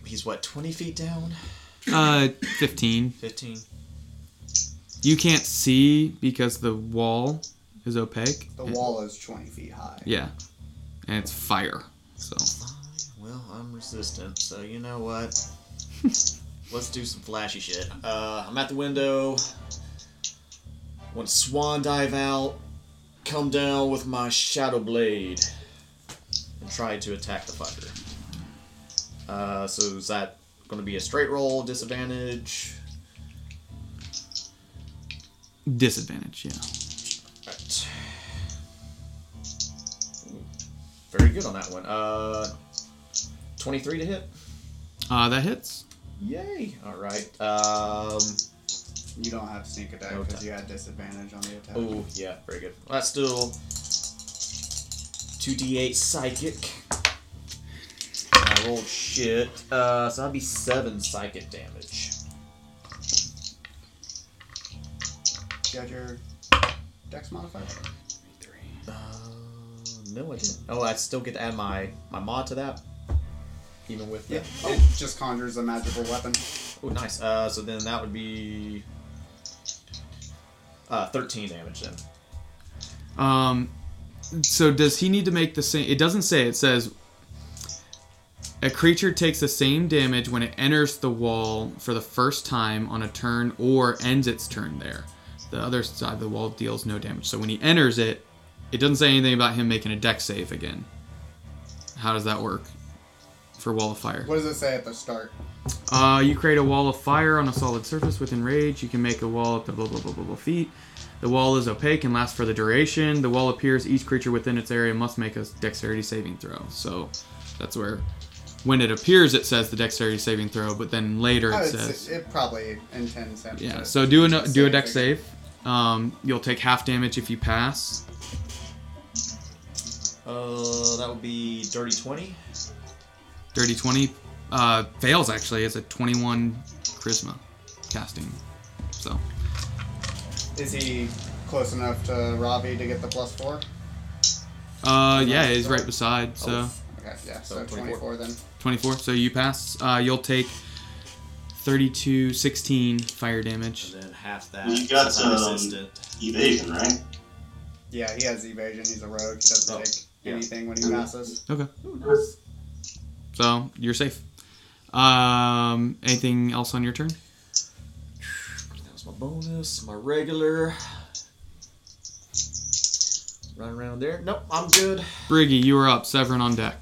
[SPEAKER 8] He's what, 20 feet down?
[SPEAKER 3] Uh, 15.
[SPEAKER 8] 15?
[SPEAKER 3] You can't see because the wall is opaque.
[SPEAKER 10] The wall is 20 feet high.
[SPEAKER 3] Yeah. And it's fire. So,
[SPEAKER 8] Well, I'm resistant, so you know what? Let's do some flashy shit. Uh, I'm at the window. Want to swan dive out, come down with my shadow blade, and try to attack the fucker. Uh, so is that going to be a straight roll, disadvantage?
[SPEAKER 3] disadvantage, yeah.
[SPEAKER 8] Alright.
[SPEAKER 5] pretty good on that one. Uh, 23 to hit.
[SPEAKER 3] Uh, that hits.
[SPEAKER 5] Yay! All right. Um,
[SPEAKER 10] You don't have sneak attack
[SPEAKER 5] No
[SPEAKER 10] because
[SPEAKER 5] attack.
[SPEAKER 10] you had disadvantage on the attack.
[SPEAKER 5] oh yeah, very good. Well, that's still 2d8 psychic. I rolled Oh, shit. Uh, so that'd be seven psychic damage.
[SPEAKER 10] You got your dex modifier?
[SPEAKER 5] Uh, no, I didn't. Oh, I still get to add my my mod to that, even with
[SPEAKER 10] Yeah. Oh.
[SPEAKER 5] the
[SPEAKER 10] It just conjures a magical weapon.
[SPEAKER 5] Oh, nice. Uh, so then that would be uh, 13 damage then.
[SPEAKER 3] Um, so does he need to make the same? It doesn't say. It says a creature takes the same damage when it enters the wall for the first time on a turn or ends its turn there. The other side of the wall deals no damage. So when he enters it, it doesn't say anything about him making a deck save again. How does that work for Wall of Fire?
[SPEAKER 10] What does it say at the start?
[SPEAKER 3] Uh, you create a wall of fire on a solid surface within range. You can make a wall up to blah blah blah blah blah feet. The wall is opaque and lasts for the duration. The wall appears. Each creature within its area must make a dexterity saving throw. So that's where, when it appears, it says the dexterity saving throw, but then later it
[SPEAKER 10] Oh, it's,
[SPEAKER 3] says
[SPEAKER 10] it probably intends him.
[SPEAKER 3] yeah.
[SPEAKER 10] to-
[SPEAKER 3] So do a do a
[SPEAKER 10] Save
[SPEAKER 3] dex
[SPEAKER 10] again.
[SPEAKER 3] save. Um, you'll take half damage if you pass.
[SPEAKER 5] Uh, that would be dirty 20.
[SPEAKER 3] Dirty twenty uh, fails actually. It's a twenty-one charisma casting. So
[SPEAKER 10] Is he close enough to Ravi to get the plus four?
[SPEAKER 3] uh, yeah, it's right beside.
[SPEAKER 10] Oh,
[SPEAKER 3] So.
[SPEAKER 10] Okay, yeah,
[SPEAKER 5] So
[SPEAKER 10] so,
[SPEAKER 5] 24.
[SPEAKER 10] 24. then.
[SPEAKER 3] 24 so you pass uh, you'll take 32 16 fire damage
[SPEAKER 5] And then half that.
[SPEAKER 4] You got,
[SPEAKER 5] since I'm
[SPEAKER 4] um,
[SPEAKER 5] resistant.
[SPEAKER 4] Evasion, right?
[SPEAKER 10] Yeah, he has evasion. He's a rogue. He doesn't
[SPEAKER 5] Oh,
[SPEAKER 10] take
[SPEAKER 5] yeah.
[SPEAKER 10] anything when he passes.
[SPEAKER 3] okay so you're safe um, anything else on your turn
[SPEAKER 5] That was my bonus, my regular. Run around there. Nope, I'm good.
[SPEAKER 3] briggy you are up severin on deck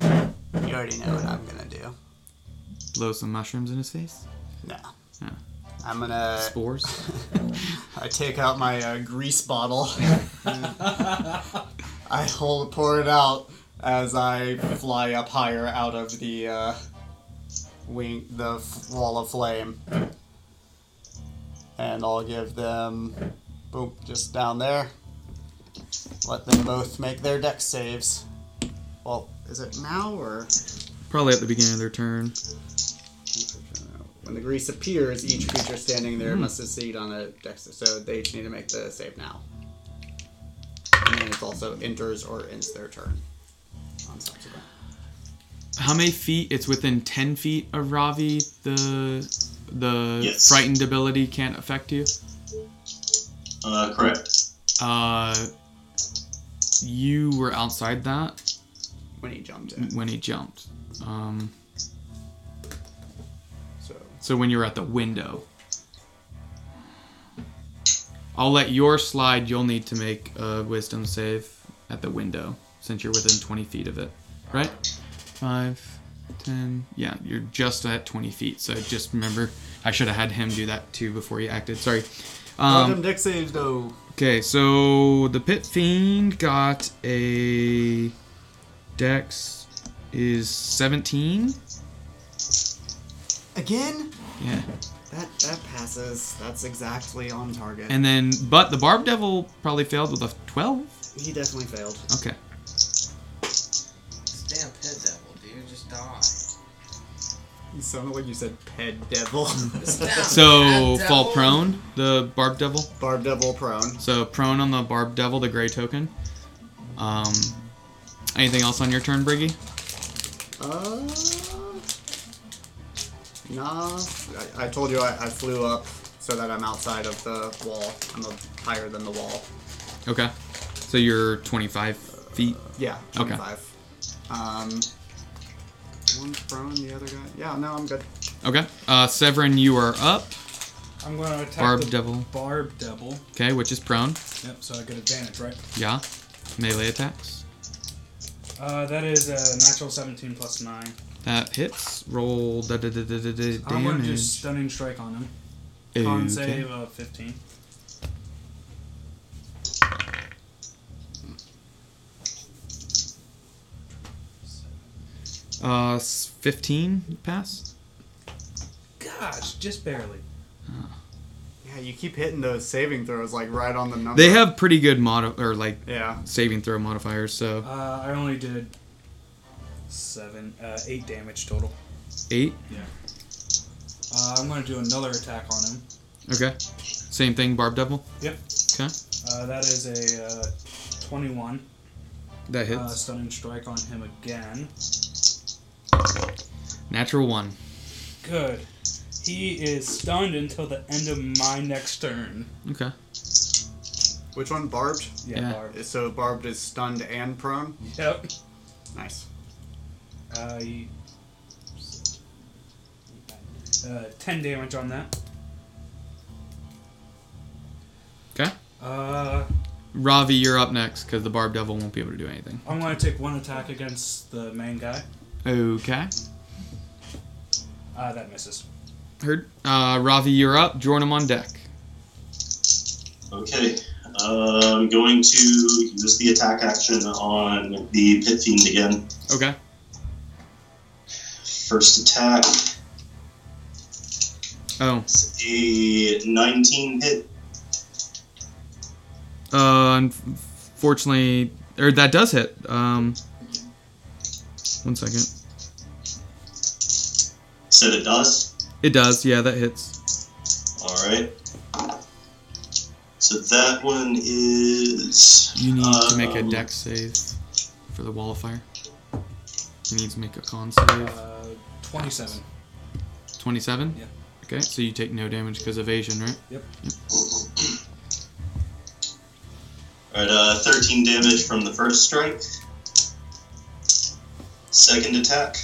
[SPEAKER 10] You already know what I'm gonna do.
[SPEAKER 3] blow some mushrooms in his face
[SPEAKER 10] No.
[SPEAKER 3] Yeah.
[SPEAKER 10] I'm gonna.
[SPEAKER 3] spores
[SPEAKER 10] I take out my uh, grease bottle. I hold, pour it out as I fly up higher out of the uh, wing, the f- wall of flame, and I'll give them, boom, just down there. Let them both make their deck saves. Well, is it now or?
[SPEAKER 3] probably at the beginning of their turn
[SPEAKER 10] When the grease appears, each creature standing there must succeed on a dex. So they each need to make the save now. And then it also enters or ends their turn. On subsequent.
[SPEAKER 3] how many feet it's within 10 feet of ravi the the
[SPEAKER 4] Yes.
[SPEAKER 3] frightened ability can't affect you
[SPEAKER 4] Uh, correct.
[SPEAKER 3] uh, you were outside that
[SPEAKER 10] When he jumped in.
[SPEAKER 3] when he jumped um,
[SPEAKER 10] So
[SPEAKER 3] So when you're at the window, I'll let your slide. You'll need to make a wisdom save at the window since you're within 20 feet of it, right? Five, 10. Yeah, you're just at 20 feet. So just remember, I should have had him do that too before he acted. Sorry. Um,
[SPEAKER 10] deck saves though.
[SPEAKER 3] okay, so the pit fiend got a dex is 17.
[SPEAKER 10] Again?
[SPEAKER 3] Yeah.
[SPEAKER 10] That that passes. That's exactly on target.
[SPEAKER 3] And then, but the barb devil probably failed with a 12.
[SPEAKER 10] he definitely failed.
[SPEAKER 3] Okay.
[SPEAKER 6] This damn pit devil, dude, just die.
[SPEAKER 10] You sounded like you said ped devil.
[SPEAKER 6] This damn
[SPEAKER 3] So
[SPEAKER 6] pit
[SPEAKER 3] fall
[SPEAKER 6] devil.
[SPEAKER 3] prone, the barb devil.
[SPEAKER 10] Barb devil prone.
[SPEAKER 3] So prone on the barb devil, the gray token. Um, anything else on your turn, Briggy?
[SPEAKER 10] Uh, nah. I, I told you I, I flew up so that I'm outside of the wall. I'm a, higher than the wall.
[SPEAKER 3] Okay. So you're 25 feet.
[SPEAKER 10] Yeah,
[SPEAKER 3] Okay.
[SPEAKER 10] 25. Um, one prone, the other guy. Yeah, no, I'm good.
[SPEAKER 3] Okay. Uh, Severin, you are up.
[SPEAKER 7] I'm gonna attack
[SPEAKER 3] Barb
[SPEAKER 7] the
[SPEAKER 3] devil.
[SPEAKER 7] Barb devil.
[SPEAKER 3] Okay, which is prone.
[SPEAKER 7] Yep, so I get advantage, right?
[SPEAKER 3] Yeah. Melee attacks.
[SPEAKER 7] Uh, that is a natural 17 plus 9.
[SPEAKER 3] That hits. Roll da da da da da da
[SPEAKER 7] I'm gonna do
[SPEAKER 3] damage.
[SPEAKER 7] stunning strike on him. Con
[SPEAKER 3] Okay.
[SPEAKER 7] save uh, of 15.
[SPEAKER 3] Uh, s- 15 pass.
[SPEAKER 7] Gosh, just barely.
[SPEAKER 10] Yeah, you keep hitting those saving throws like right on the number.
[SPEAKER 3] They have pretty good modi- or like
[SPEAKER 10] Yeah.
[SPEAKER 3] saving throw modifiers, so
[SPEAKER 7] Uh, I only did seven, uh, eight damage total.
[SPEAKER 3] eight.
[SPEAKER 7] Uh, I'm going to do another attack on him.
[SPEAKER 3] Okay. Same thing, barb devil.
[SPEAKER 7] Yep.
[SPEAKER 3] Okay,
[SPEAKER 7] Uh, that is a uh, 21.
[SPEAKER 3] that hits.
[SPEAKER 7] Uh, stunning strike on him again.
[SPEAKER 3] Natural one.
[SPEAKER 7] Good. He is stunned until the end of my next turn.
[SPEAKER 3] Okay.
[SPEAKER 10] Which one? Barbed?
[SPEAKER 7] Yeah,
[SPEAKER 3] Yeah.
[SPEAKER 7] Barb.
[SPEAKER 10] So barbed is stunned and prone.
[SPEAKER 7] Yep.
[SPEAKER 10] Nice.
[SPEAKER 7] Uh, he- uh, 10 damage on that.
[SPEAKER 3] Okay.
[SPEAKER 7] Uh,
[SPEAKER 3] Ravi, you're up next because the barb devil won't be able to do anything.
[SPEAKER 7] I'm going to take one attack against the main guy.
[SPEAKER 3] Okay.
[SPEAKER 7] Uh, that misses.
[SPEAKER 3] Heard. Uh, Ravi, you're up. Join him on deck.
[SPEAKER 4] Okay, uh, I'm going to use the attack action on the pit fiend again.
[SPEAKER 3] Okay.
[SPEAKER 4] First attack,
[SPEAKER 3] Oh.
[SPEAKER 4] it's a 19 hit.
[SPEAKER 3] Uh, unfortunately, or that does hit. Um, one second.
[SPEAKER 4] Said it does.
[SPEAKER 3] It does. Yeah, that hits.
[SPEAKER 4] All right. So that one is.
[SPEAKER 3] You need to make a
[SPEAKER 4] um,
[SPEAKER 3] deck save for the wall of fire. You need to make a con save.
[SPEAKER 7] Uh, 27.
[SPEAKER 3] 27?
[SPEAKER 7] Yeah.
[SPEAKER 3] Okay, so you take no damage because evasion, right?
[SPEAKER 4] All right, uh, 13 damage from the first strike. Second attack.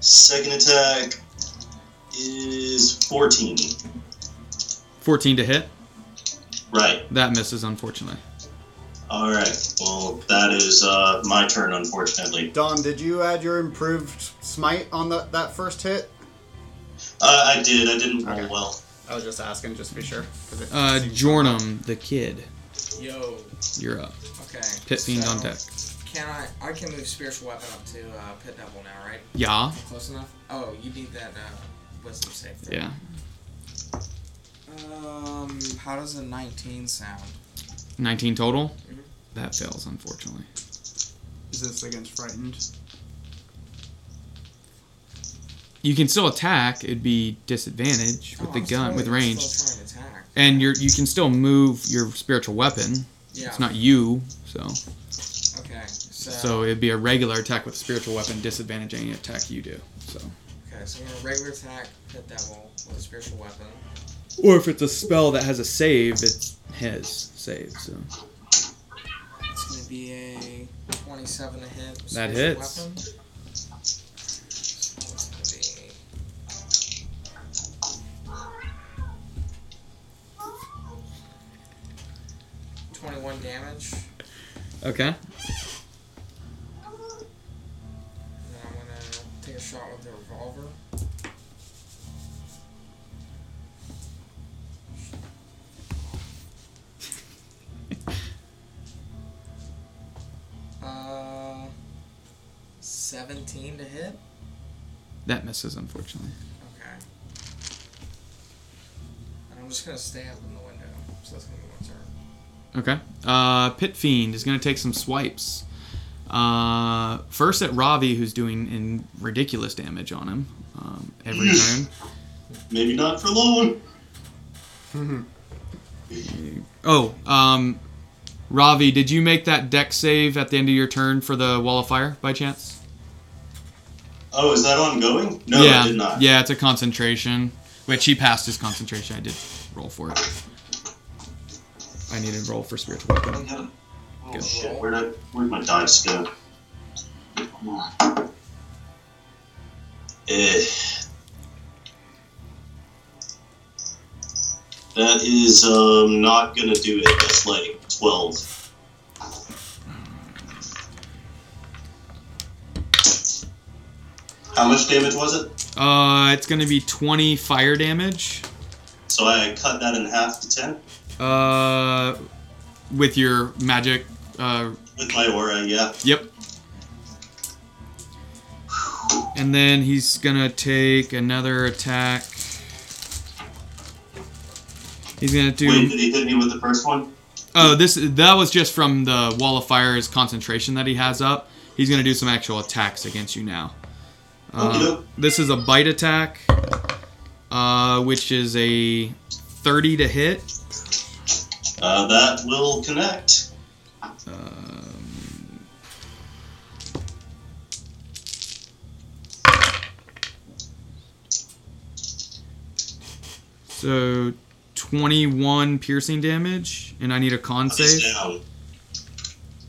[SPEAKER 4] Second attack is 14.
[SPEAKER 3] 14 to hit.
[SPEAKER 4] Right.
[SPEAKER 3] That misses, unfortunately.
[SPEAKER 4] All right. Well, that is uh, my turn, unfortunately. Uh,
[SPEAKER 10] Don, did you add your improved smite on the, that first hit?
[SPEAKER 4] Uh, I did. I didn't roll
[SPEAKER 10] Okay.
[SPEAKER 4] well.
[SPEAKER 10] I was just asking, just to be sure. 'cause it
[SPEAKER 3] Uh,
[SPEAKER 10] seems-
[SPEAKER 3] Jornum, the kid,
[SPEAKER 6] Yo.
[SPEAKER 3] you're up.
[SPEAKER 6] Okay.
[SPEAKER 3] Pit Fiend
[SPEAKER 6] so,
[SPEAKER 3] on deck.
[SPEAKER 6] Can I? I can move spiritual weapon up to uh, pit devil now, right?
[SPEAKER 3] Yeah.
[SPEAKER 6] Close enough. Oh, you need that uh, wisdom save. throw.
[SPEAKER 3] Yeah.
[SPEAKER 6] Um, how does a 19 sound?
[SPEAKER 3] 19 total.
[SPEAKER 6] Mhm.
[SPEAKER 3] That fails, unfortunately.
[SPEAKER 10] Is this against frightened?
[SPEAKER 3] You can still attack. It'd be disadvantage with
[SPEAKER 6] Oh,
[SPEAKER 3] the
[SPEAKER 6] I'm
[SPEAKER 3] gun,
[SPEAKER 6] still-
[SPEAKER 3] with
[SPEAKER 6] I'm
[SPEAKER 3] range.
[SPEAKER 6] still throwing attack.
[SPEAKER 3] And you're, you can still move your spiritual weapon.
[SPEAKER 6] Yeah.
[SPEAKER 3] It's not you, so.
[SPEAKER 6] okay. So,
[SPEAKER 3] So it'd be a regular attack with spiritual weapon, disadvantage any attack you do. So.
[SPEAKER 6] Okay, so I'm gonna regular attack pit devil with a spiritual weapon.
[SPEAKER 3] Or if it's a spell that has a save, it's his save. So
[SPEAKER 6] It's gonna be a 27 to hit. with
[SPEAKER 3] That
[SPEAKER 6] spiritual
[SPEAKER 3] hits.
[SPEAKER 6] Weapon. So it's gonna be- Twenty-one damage, and
[SPEAKER 3] okay,
[SPEAKER 6] then I'm gonna take a shot with the revolver. Uh, seventeen to hit.
[SPEAKER 3] that misses unfortunately.
[SPEAKER 6] Okay. And I'm just gonna stay up in the window, so that's gonna be my turn.
[SPEAKER 3] Okay, uh, Pit Fiend is gonna take some swipes. Uh, first at Ravi, who's doing in ridiculous damage on him um, every turn.
[SPEAKER 4] Maybe not for long.
[SPEAKER 3] Oh, um, Ravi, did you make that deck save at the end of your turn for the Wall of Fire by chance?
[SPEAKER 4] Oh, is that ongoing? No,
[SPEAKER 3] yeah,
[SPEAKER 4] I did not.
[SPEAKER 3] yeah, it's a concentration. Which he passed his concentration. I did roll for it. I need to roll for spiritual weapon.
[SPEAKER 4] Oh,
[SPEAKER 3] Good.
[SPEAKER 4] shit. Where'd, I, where'd my dice go? Eh. That is um, not going to do it. That's like 12. How much damage was it?
[SPEAKER 3] Uh, it's gonna be 20 fire damage.
[SPEAKER 4] So I cut that in half to 10
[SPEAKER 3] Uh, with your magic. Uh,
[SPEAKER 4] with my aura, yeah.
[SPEAKER 3] yep. And then he's gonna take another attack. He's gonna do.
[SPEAKER 4] Wait, did he hit me with the first one?
[SPEAKER 3] Oh, this that was just from the wall of fire's concentration that he has up. He's gonna do some actual attacks against you now. Uh,
[SPEAKER 4] Okey-doke.
[SPEAKER 3] this is a bite attack, uh, which is a 30 to hit.
[SPEAKER 4] Uh, that will connect.
[SPEAKER 3] So 21 piercing damage, and I need a con
[SPEAKER 4] He's
[SPEAKER 3] save.
[SPEAKER 4] down.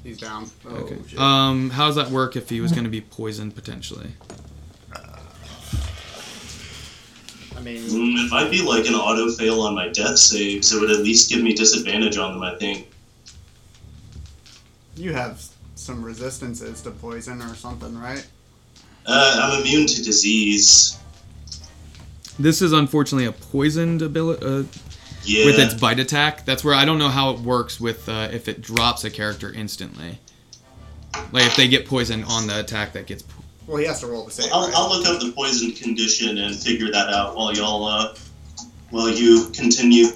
[SPEAKER 10] He's down. Oh,
[SPEAKER 3] Okay.
[SPEAKER 10] shit.
[SPEAKER 3] Um, how does that work if he was gonna be poisoned potentially?
[SPEAKER 17] I mean,
[SPEAKER 4] Mm, it might be like an auto fail on my death save, so it would at least give me disadvantage on them, I think.
[SPEAKER 10] You have some resistances to poison or something, right?
[SPEAKER 4] Uh, I'm immune to disease.
[SPEAKER 3] This is unfortunately a poisoned ability. Uh,
[SPEAKER 4] Yeah.
[SPEAKER 3] with its bite attack. That's where I don't know how it works with uh, if it drops a character instantly. Like if they get poisoned on the attack that gets. Po-
[SPEAKER 10] Well, he has to roll the save.
[SPEAKER 4] I'll,
[SPEAKER 10] right?
[SPEAKER 4] I'll look up the poison condition and figure that out while y'all, uh, while you continue.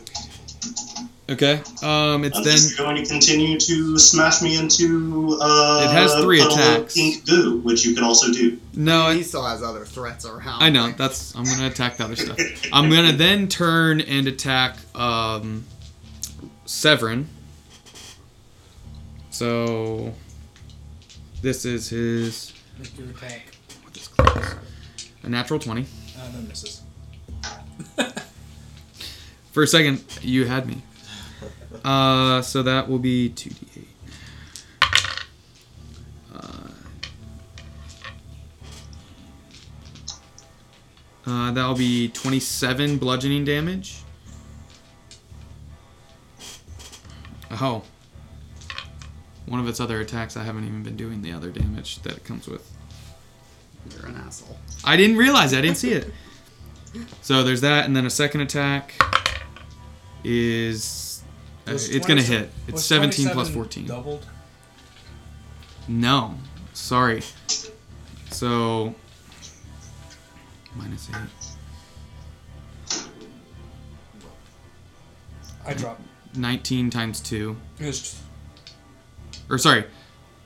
[SPEAKER 3] okay. Um. It's
[SPEAKER 4] I'm
[SPEAKER 3] then.
[SPEAKER 4] just going to continue to smash me into, uh,
[SPEAKER 3] It has three
[SPEAKER 4] puddle of
[SPEAKER 3] attacks.
[SPEAKER 4] Pink goo, which you can also do.
[SPEAKER 3] No.
[SPEAKER 10] he
[SPEAKER 3] I,
[SPEAKER 10] still has other threats around.
[SPEAKER 3] I know.
[SPEAKER 10] like-
[SPEAKER 3] That's. I'm gonna attack the other stuff. I'm gonna then turn and attack um, Severin. So. This is his
[SPEAKER 7] Make your attack.
[SPEAKER 3] a natural twenty.
[SPEAKER 7] Uh, that misses.
[SPEAKER 3] For a second, you had me. Uh, so that will be 2d8. Uh, uh, that'll be 27 bludgeoning damage. Oh. One of its other attacks, I haven't even been doing the other damage that it comes with.
[SPEAKER 10] You're an asshole.
[SPEAKER 3] I didn't realize. I didn't see it. So there's that, and then a second attack is uh,
[SPEAKER 7] Was
[SPEAKER 3] it's gonna
[SPEAKER 7] 27
[SPEAKER 3] hit. It's
[SPEAKER 7] was
[SPEAKER 3] 17 plus
[SPEAKER 7] 27
[SPEAKER 3] 14.
[SPEAKER 7] Doubled.
[SPEAKER 3] No, sorry. So minus eight,
[SPEAKER 7] I dropped.
[SPEAKER 3] 19 times two,
[SPEAKER 7] It was
[SPEAKER 3] or sorry,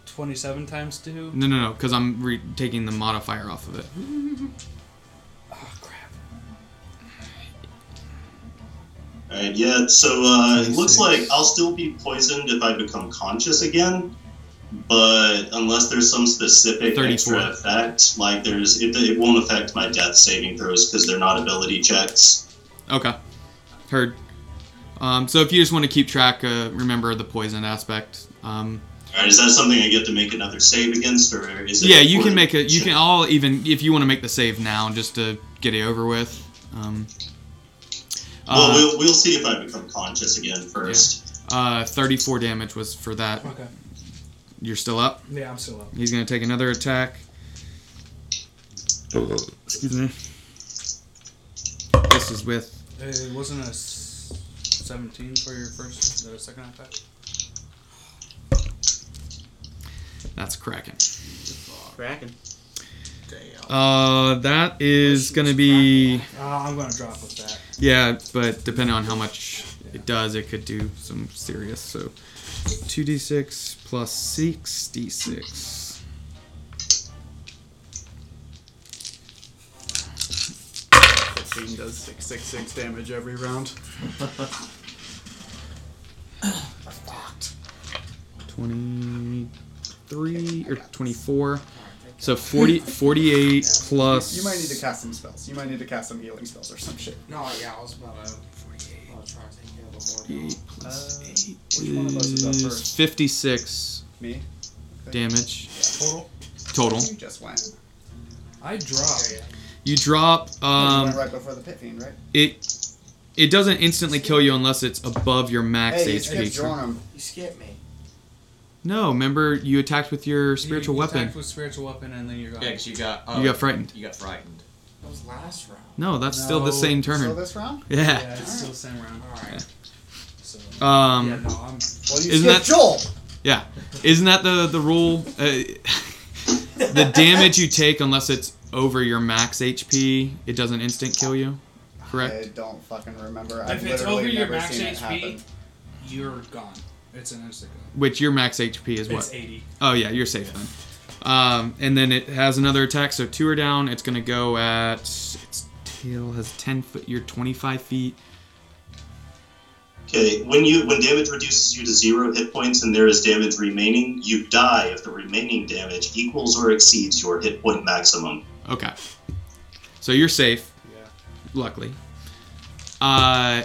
[SPEAKER 7] 27 times 2.
[SPEAKER 3] no, no, no, because I'm re- taking the modifier off of it.
[SPEAKER 7] Oh, crap.
[SPEAKER 4] Alright, yeah, so uh, it looks
[SPEAKER 3] 26.
[SPEAKER 4] like I'll still be poisoned if I become conscious again, but unless there's some specific
[SPEAKER 3] 34.
[SPEAKER 4] extra effect, like there's, it, it won't affect my death saving throws because they're not ability checks.
[SPEAKER 3] Okay, heard. Um, so if you just want to keep track, uh, remember the poison aspect. Um,
[SPEAKER 4] Alright, is that something I get to make another save against, or is it?
[SPEAKER 3] yeah you can
[SPEAKER 4] or-
[SPEAKER 3] make a you can all even if you want to make the save now just to get it over with um
[SPEAKER 4] Well,
[SPEAKER 3] uh,
[SPEAKER 4] we'll, we'll see if I become conscious again first.
[SPEAKER 3] uh 34 damage was for that
[SPEAKER 7] Okay.
[SPEAKER 3] you're still up
[SPEAKER 7] Yeah, I'm still up.
[SPEAKER 3] he's gonna take another attack excuse me this is with
[SPEAKER 7] It wasn't a s- 17 for your first, the second attack?
[SPEAKER 3] that's cracking
[SPEAKER 8] Cracking.
[SPEAKER 3] uh that is gonna be
[SPEAKER 7] Uh, I'm going to drop with that.
[SPEAKER 3] Yeah, but depending on how much it does, it could do some serious. So, two d six plus six d six.
[SPEAKER 10] Fifteen does six six six damage every round.
[SPEAKER 3] 23 or 24 so 40 48 plus
[SPEAKER 10] You might need to cast some spells. You might need to cast some healing spells or some shit.
[SPEAKER 6] No, yeah, I was about to. I was trying to take care of the board.
[SPEAKER 3] 48 plus
[SPEAKER 10] Uh,
[SPEAKER 3] 8
[SPEAKER 10] which one of us is up
[SPEAKER 3] is
[SPEAKER 10] first?
[SPEAKER 3] 56
[SPEAKER 10] Me?
[SPEAKER 3] damage
[SPEAKER 7] Total?
[SPEAKER 3] total
[SPEAKER 10] You just went.
[SPEAKER 7] I dropped.
[SPEAKER 3] you drop
[SPEAKER 10] you
[SPEAKER 3] um
[SPEAKER 10] went right before the pit fiend, right?
[SPEAKER 3] it it doesn't instantly kill you unless it's above your max
[SPEAKER 10] Hey, you
[SPEAKER 3] hp
[SPEAKER 10] skipped Jornum.
[SPEAKER 6] You skipped me.
[SPEAKER 3] No, remember you attacked with your spiritual
[SPEAKER 7] you
[SPEAKER 3] weapon.
[SPEAKER 7] Attacked with spiritual weapon, and then you're gone.
[SPEAKER 20] Yeah, 'cause you got
[SPEAKER 3] You
[SPEAKER 8] oh,
[SPEAKER 3] got frightened.
[SPEAKER 20] You got frightened.
[SPEAKER 6] That was last round.
[SPEAKER 3] No, that's still the
[SPEAKER 7] No.
[SPEAKER 3] same turn.
[SPEAKER 17] So this round?
[SPEAKER 3] Yeah.
[SPEAKER 7] it's still the same round.
[SPEAKER 6] Alright.
[SPEAKER 7] So,
[SPEAKER 3] Um,
[SPEAKER 7] yeah, no, I'm.
[SPEAKER 17] Well, you
[SPEAKER 3] Isn't
[SPEAKER 17] skipped
[SPEAKER 3] that-
[SPEAKER 17] Joel.
[SPEAKER 3] Yeah, isn't that the the rule? Uh, the damage you take, unless it's over your max HP, it doesn't instant kill
[SPEAKER 17] I
[SPEAKER 3] you.
[SPEAKER 5] Uh,
[SPEAKER 3] Correct.
[SPEAKER 17] don't fucking remember. I've
[SPEAKER 7] If it's
[SPEAKER 17] literally
[SPEAKER 7] over your
[SPEAKER 17] never
[SPEAKER 7] max
[SPEAKER 17] seen it
[SPEAKER 7] HP,
[SPEAKER 17] happen.
[SPEAKER 7] you're gone. It's an instant.
[SPEAKER 3] Which your max HP is
[SPEAKER 7] go. It's
[SPEAKER 3] what?
[SPEAKER 7] 80.
[SPEAKER 3] Oh yeah, you're safe then. Um, and then it has another attack, so two are down. It's gonna go at its tail has ten foot. You're twenty five feet.
[SPEAKER 4] Okay, when you when damage reduces you to zero hit points and there is damage remaining, you die if the remaining damage equals or exceeds your hit point maximum.
[SPEAKER 3] Okay. So you're safe.
[SPEAKER 7] Yeah.
[SPEAKER 3] Luckily. Uh,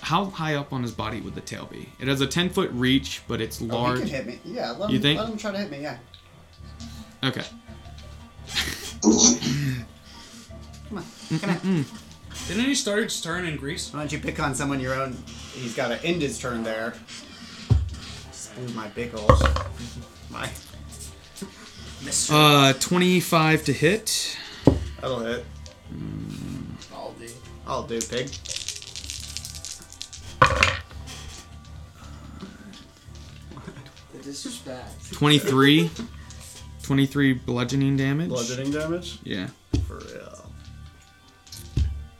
[SPEAKER 3] how high up on his body would the tail be? It has a 10 foot reach, but it's
[SPEAKER 17] Oh,
[SPEAKER 3] large.
[SPEAKER 17] He can hit me. Yeah, let him,
[SPEAKER 3] You think?
[SPEAKER 17] let him try to hit me. Yeah.
[SPEAKER 3] Okay.
[SPEAKER 17] Come on. Come on.
[SPEAKER 7] Didn't he start his turn in Greece?
[SPEAKER 17] Why don't you pick on someone your own? He's got to end his turn there. Just blew my big old. My.
[SPEAKER 3] Uh, 25 to hit.
[SPEAKER 17] That'll hit.
[SPEAKER 6] I'll do.
[SPEAKER 17] I'll do, pig.
[SPEAKER 6] The disrespect.
[SPEAKER 3] 23. 23 bludgeoning damage.
[SPEAKER 17] Bludgeoning damage?
[SPEAKER 3] Yeah.
[SPEAKER 17] For real.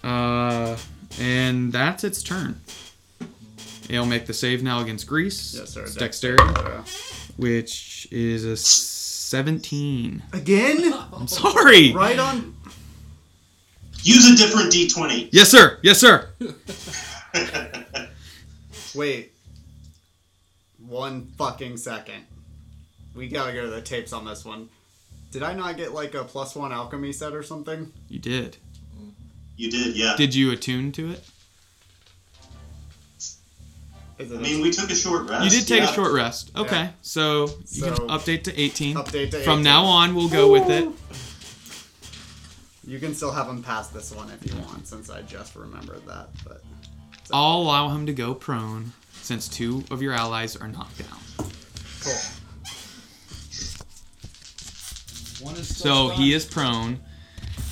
[SPEAKER 3] Uh, and that's its turn. It'll make the save now against Greece.
[SPEAKER 17] Yes, sir.
[SPEAKER 3] It's dexterity, which is a 17.
[SPEAKER 17] Again?
[SPEAKER 3] I'm sorry.
[SPEAKER 17] Right on.
[SPEAKER 4] Use a different d20.
[SPEAKER 3] Yes, sir. Yes, sir.
[SPEAKER 17] Wait. One fucking second. We gotta go to the tapes on this one. Did I not get like a plus one alchemy set or something?
[SPEAKER 3] You did.
[SPEAKER 4] You did, yeah.
[SPEAKER 3] Did you attune to it?
[SPEAKER 17] Is it
[SPEAKER 4] I mean, we took a short rest.
[SPEAKER 3] You did take
[SPEAKER 4] yeah.
[SPEAKER 3] a short rest. Okay,
[SPEAKER 17] Yeah.
[SPEAKER 3] so you
[SPEAKER 17] So-
[SPEAKER 3] can update to 18.
[SPEAKER 17] Update to
[SPEAKER 3] From
[SPEAKER 17] 18.
[SPEAKER 3] now on, we'll go with it.
[SPEAKER 17] You can still have him pass this one if you want, since I just remembered that. But
[SPEAKER 3] I'll allow him to go prone since two of your allies are knocked down.
[SPEAKER 17] cool.
[SPEAKER 7] One is
[SPEAKER 3] So he is prone.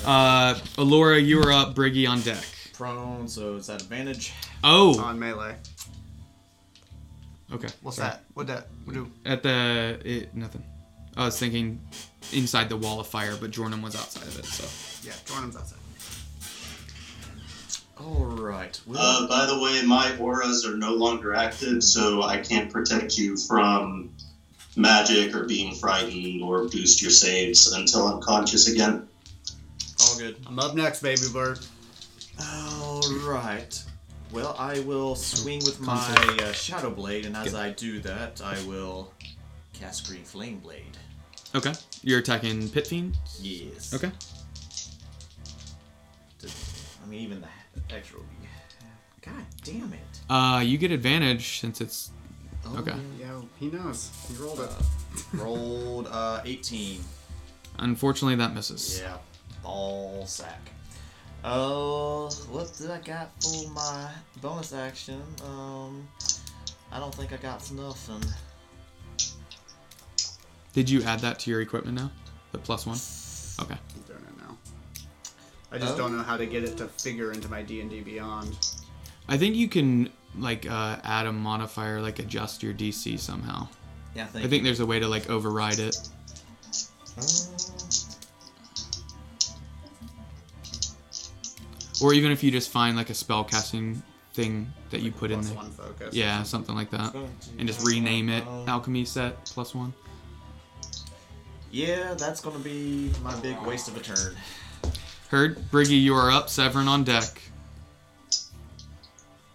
[SPEAKER 3] Uh, Alora, you are up. Briggy on deck.
[SPEAKER 8] Prone, so is that advantage?
[SPEAKER 3] Oh,
[SPEAKER 17] On melee.
[SPEAKER 3] okay.
[SPEAKER 17] What's
[SPEAKER 3] Sorry.
[SPEAKER 17] that? What that? What do?
[SPEAKER 3] At the it, nothing. I was thinking inside the wall of fire, but Jordan was outside of it. So
[SPEAKER 17] Yeah, Jordan's outside.
[SPEAKER 8] Alright. Well,
[SPEAKER 4] Uh, by the way, my auras are no longer active, so I can't protect you from magic or being frightened or boost your saves until I'm conscious again.
[SPEAKER 8] all good.
[SPEAKER 17] I'm up next, baby bird.
[SPEAKER 8] Alright. Well, I will swing with my uh, Shadow Blade, and as I do that, I will cast Green Flame Blade.
[SPEAKER 3] okay, you're attacking Pit Fiend.
[SPEAKER 8] Yes.
[SPEAKER 3] Okay.
[SPEAKER 8] I mean, even the extra will be. God damn it.
[SPEAKER 3] Uh, you get advantage since it's
[SPEAKER 8] Oh,
[SPEAKER 3] Okay.
[SPEAKER 17] Yo, he knows. He rolled
[SPEAKER 3] Uh,
[SPEAKER 17] it.
[SPEAKER 8] Rolled uh, 18.
[SPEAKER 3] unfortunately that misses.
[SPEAKER 8] Yeah, ball sack. Oh, what did I got for my bonus action? Um, I don't think I got nothing.
[SPEAKER 3] Did you add that to your equipment now? The plus one. Okay.
[SPEAKER 17] He's doing it now. I just
[SPEAKER 8] Oh.
[SPEAKER 17] don't know how to get it to figure into my D and D Beyond.
[SPEAKER 3] I think you can like uh, add a modifier, like adjust your DC somehow.
[SPEAKER 8] Yeah, I think.
[SPEAKER 3] I think there's a way to like override it. Or even if you just find like a spell casting thing that you put in
[SPEAKER 17] Plus
[SPEAKER 3] there.
[SPEAKER 17] one focus.
[SPEAKER 3] Yeah, something like that. And just rename it Alchemy Set Plus One.
[SPEAKER 8] Yeah, that's gonna be my big waste of a turn.
[SPEAKER 3] Heard? Briggy, you are up. Severin on deck.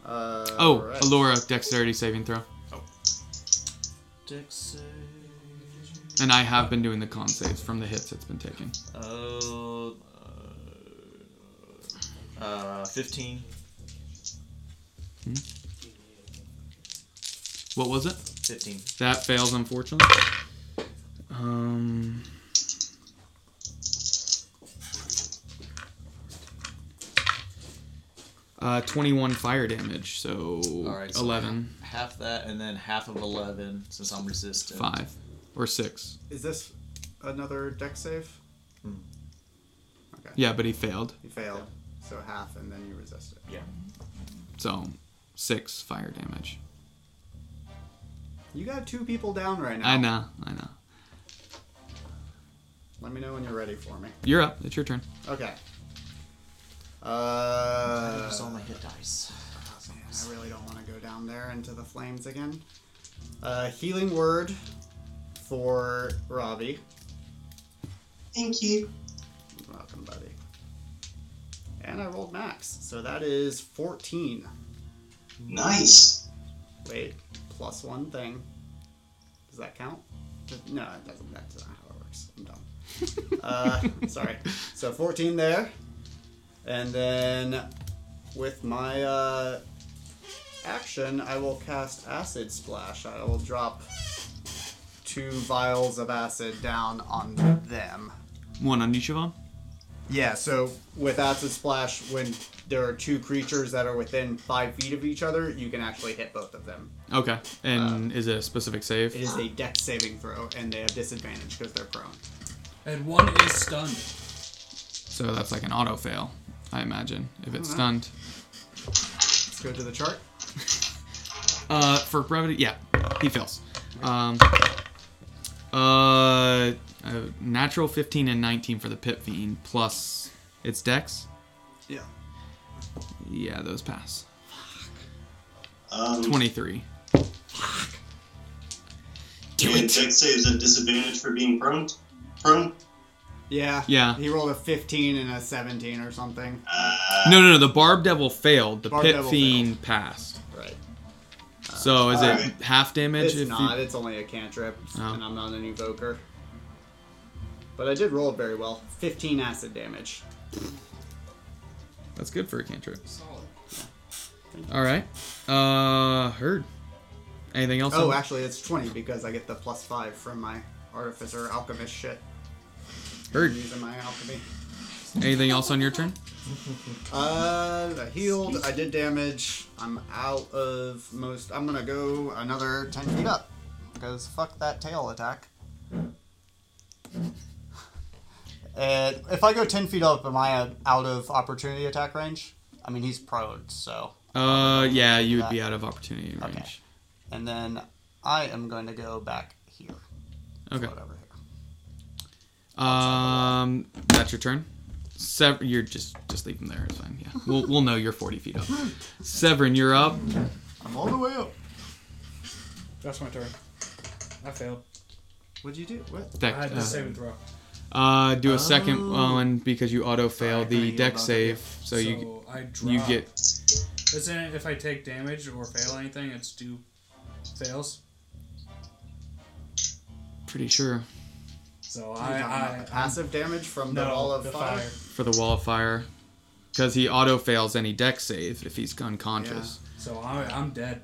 [SPEAKER 17] Uh,
[SPEAKER 3] Oh,
[SPEAKER 17] alright.
[SPEAKER 3] Alora, dexterity saving throw.
[SPEAKER 8] Dex save.
[SPEAKER 3] And I have been doing the con saves from the hits it's been taking.
[SPEAKER 8] Oh. Uh, uh, 15.
[SPEAKER 3] What was it?
[SPEAKER 8] 15.
[SPEAKER 3] That fails, unfortunately. Um. Uh, 21 fire damage, so
[SPEAKER 8] All right, so
[SPEAKER 3] 11,
[SPEAKER 8] Half that, and then half of eleven, since I'm resistant.
[SPEAKER 3] 5, or 6.
[SPEAKER 10] Is this another deck save? Okay.
[SPEAKER 3] Yeah, but he failed,
[SPEAKER 10] You failed, so half, and then you resist it.
[SPEAKER 8] Yeah.
[SPEAKER 3] so 6 fire damage.
[SPEAKER 10] You got two people down right now.
[SPEAKER 3] I know, I know.
[SPEAKER 10] Let me know when you're ready for me.
[SPEAKER 3] You're up, it's your turn.
[SPEAKER 10] Okay.
[SPEAKER 8] I
[SPEAKER 10] Uh,
[SPEAKER 8] just all my hit dice.
[SPEAKER 10] man, I really don't want to go down there into the flames again. Uh, healing word for Robbie.
[SPEAKER 4] Thank you.
[SPEAKER 10] Welcome, buddy. And I rolled max, so that is 14.
[SPEAKER 4] Nice.
[SPEAKER 10] Wait, plus one thing. Does that count? Does- No, it doesn't. That's not how it works. I'm dumb. uh, sorry. So 14 there. And then with my uh, action, I will cast Acid Splash. I will drop two vials of acid down on them.
[SPEAKER 3] One on each of them?
[SPEAKER 10] Yeah, so with Acid Splash, when there are two creatures that are within five feet of each other, you can actually hit both of them.
[SPEAKER 3] Okay,
[SPEAKER 8] Uh,
[SPEAKER 3] and is it a specific save?
[SPEAKER 10] It is a deck saving throw, and they have disadvantage because they're prone.
[SPEAKER 16] And one is stunned.
[SPEAKER 3] So that's like an auto fail, I imagine, if
[SPEAKER 8] Uh-huh.
[SPEAKER 3] it's stunned.
[SPEAKER 10] Let's go to the chart.
[SPEAKER 3] Uh, for brevity, yeah, he fails. Um, uh, uh, natural 15 and 19 for the pit fiend plus its dex.
[SPEAKER 10] Yeah.
[SPEAKER 3] Yeah, those pass.
[SPEAKER 4] Um,
[SPEAKER 3] 23.
[SPEAKER 4] and Dex saves at disadvantage for being prone. Prone.
[SPEAKER 10] Yeah.
[SPEAKER 3] Yeah.
[SPEAKER 10] He rolled a 15 and a 17 or something.
[SPEAKER 4] Uh,
[SPEAKER 3] No, no, no. The barb devil failed. The
[SPEAKER 10] Barb
[SPEAKER 3] pit
[SPEAKER 10] devil
[SPEAKER 3] fiend passed.
[SPEAKER 10] Right.
[SPEAKER 3] So is it
[SPEAKER 4] alright.
[SPEAKER 3] half damage?
[SPEAKER 10] It's
[SPEAKER 3] if
[SPEAKER 10] not.
[SPEAKER 3] You...
[SPEAKER 10] It's only a cantrip,
[SPEAKER 3] Oh.
[SPEAKER 10] and I'm not an evoker. But I did roll it very well. 15 acid damage.
[SPEAKER 3] That's good for a cantrip.
[SPEAKER 6] Solid.
[SPEAKER 3] All right. Uh, heard. Anything else?
[SPEAKER 10] Oh,
[SPEAKER 3] on-
[SPEAKER 10] actually, it's 20 because I get the plus 5 from my artificer alchemist shit. I'm
[SPEAKER 3] heard.
[SPEAKER 10] using my alchemy.
[SPEAKER 3] Anything else on your turn?
[SPEAKER 10] Uh, I healed. I did damage. I'm out of most. I'm gonna go another 10 feet up. Because fuck that tail attack. And if I go 10 feet up, am I uh, out of opportunity attack range? I mean, he's prone, so.
[SPEAKER 3] Uh, yeah, you would be out of opportunity range.
[SPEAKER 10] Okay. And then I am going to go back here.
[SPEAKER 3] Okay.
[SPEAKER 10] Float over here.
[SPEAKER 3] Um, that's your turn. Sever, you're just just leave them there. It's fine. Yeah, we'll we'll know you're 40 feet up. Severin, you're up.
[SPEAKER 10] I'm all the way up.
[SPEAKER 7] That's my turn. I failed.
[SPEAKER 10] What'd you do? What?
[SPEAKER 7] I
[SPEAKER 3] Deck,
[SPEAKER 7] had
[SPEAKER 3] uh,
[SPEAKER 7] to save and throw.
[SPEAKER 3] uh, do a second one because you auto fail
[SPEAKER 10] Sorry, I
[SPEAKER 3] the
[SPEAKER 10] healed
[SPEAKER 3] deck
[SPEAKER 10] both of
[SPEAKER 3] save, so, you
[SPEAKER 7] I drop.
[SPEAKER 3] you get
[SPEAKER 7] Isn't it if I take damage or fail anything, it's do fails.
[SPEAKER 3] pretty sure
[SPEAKER 7] So
[SPEAKER 10] Are you
[SPEAKER 7] I,
[SPEAKER 10] talking about
[SPEAKER 7] I
[SPEAKER 10] the passive damage from the
[SPEAKER 7] no,
[SPEAKER 10] wall of
[SPEAKER 7] the
[SPEAKER 10] fire.
[SPEAKER 3] for the wall of fire because he auto fails any deck save if he's unconscious.
[SPEAKER 7] So I, I'm dead.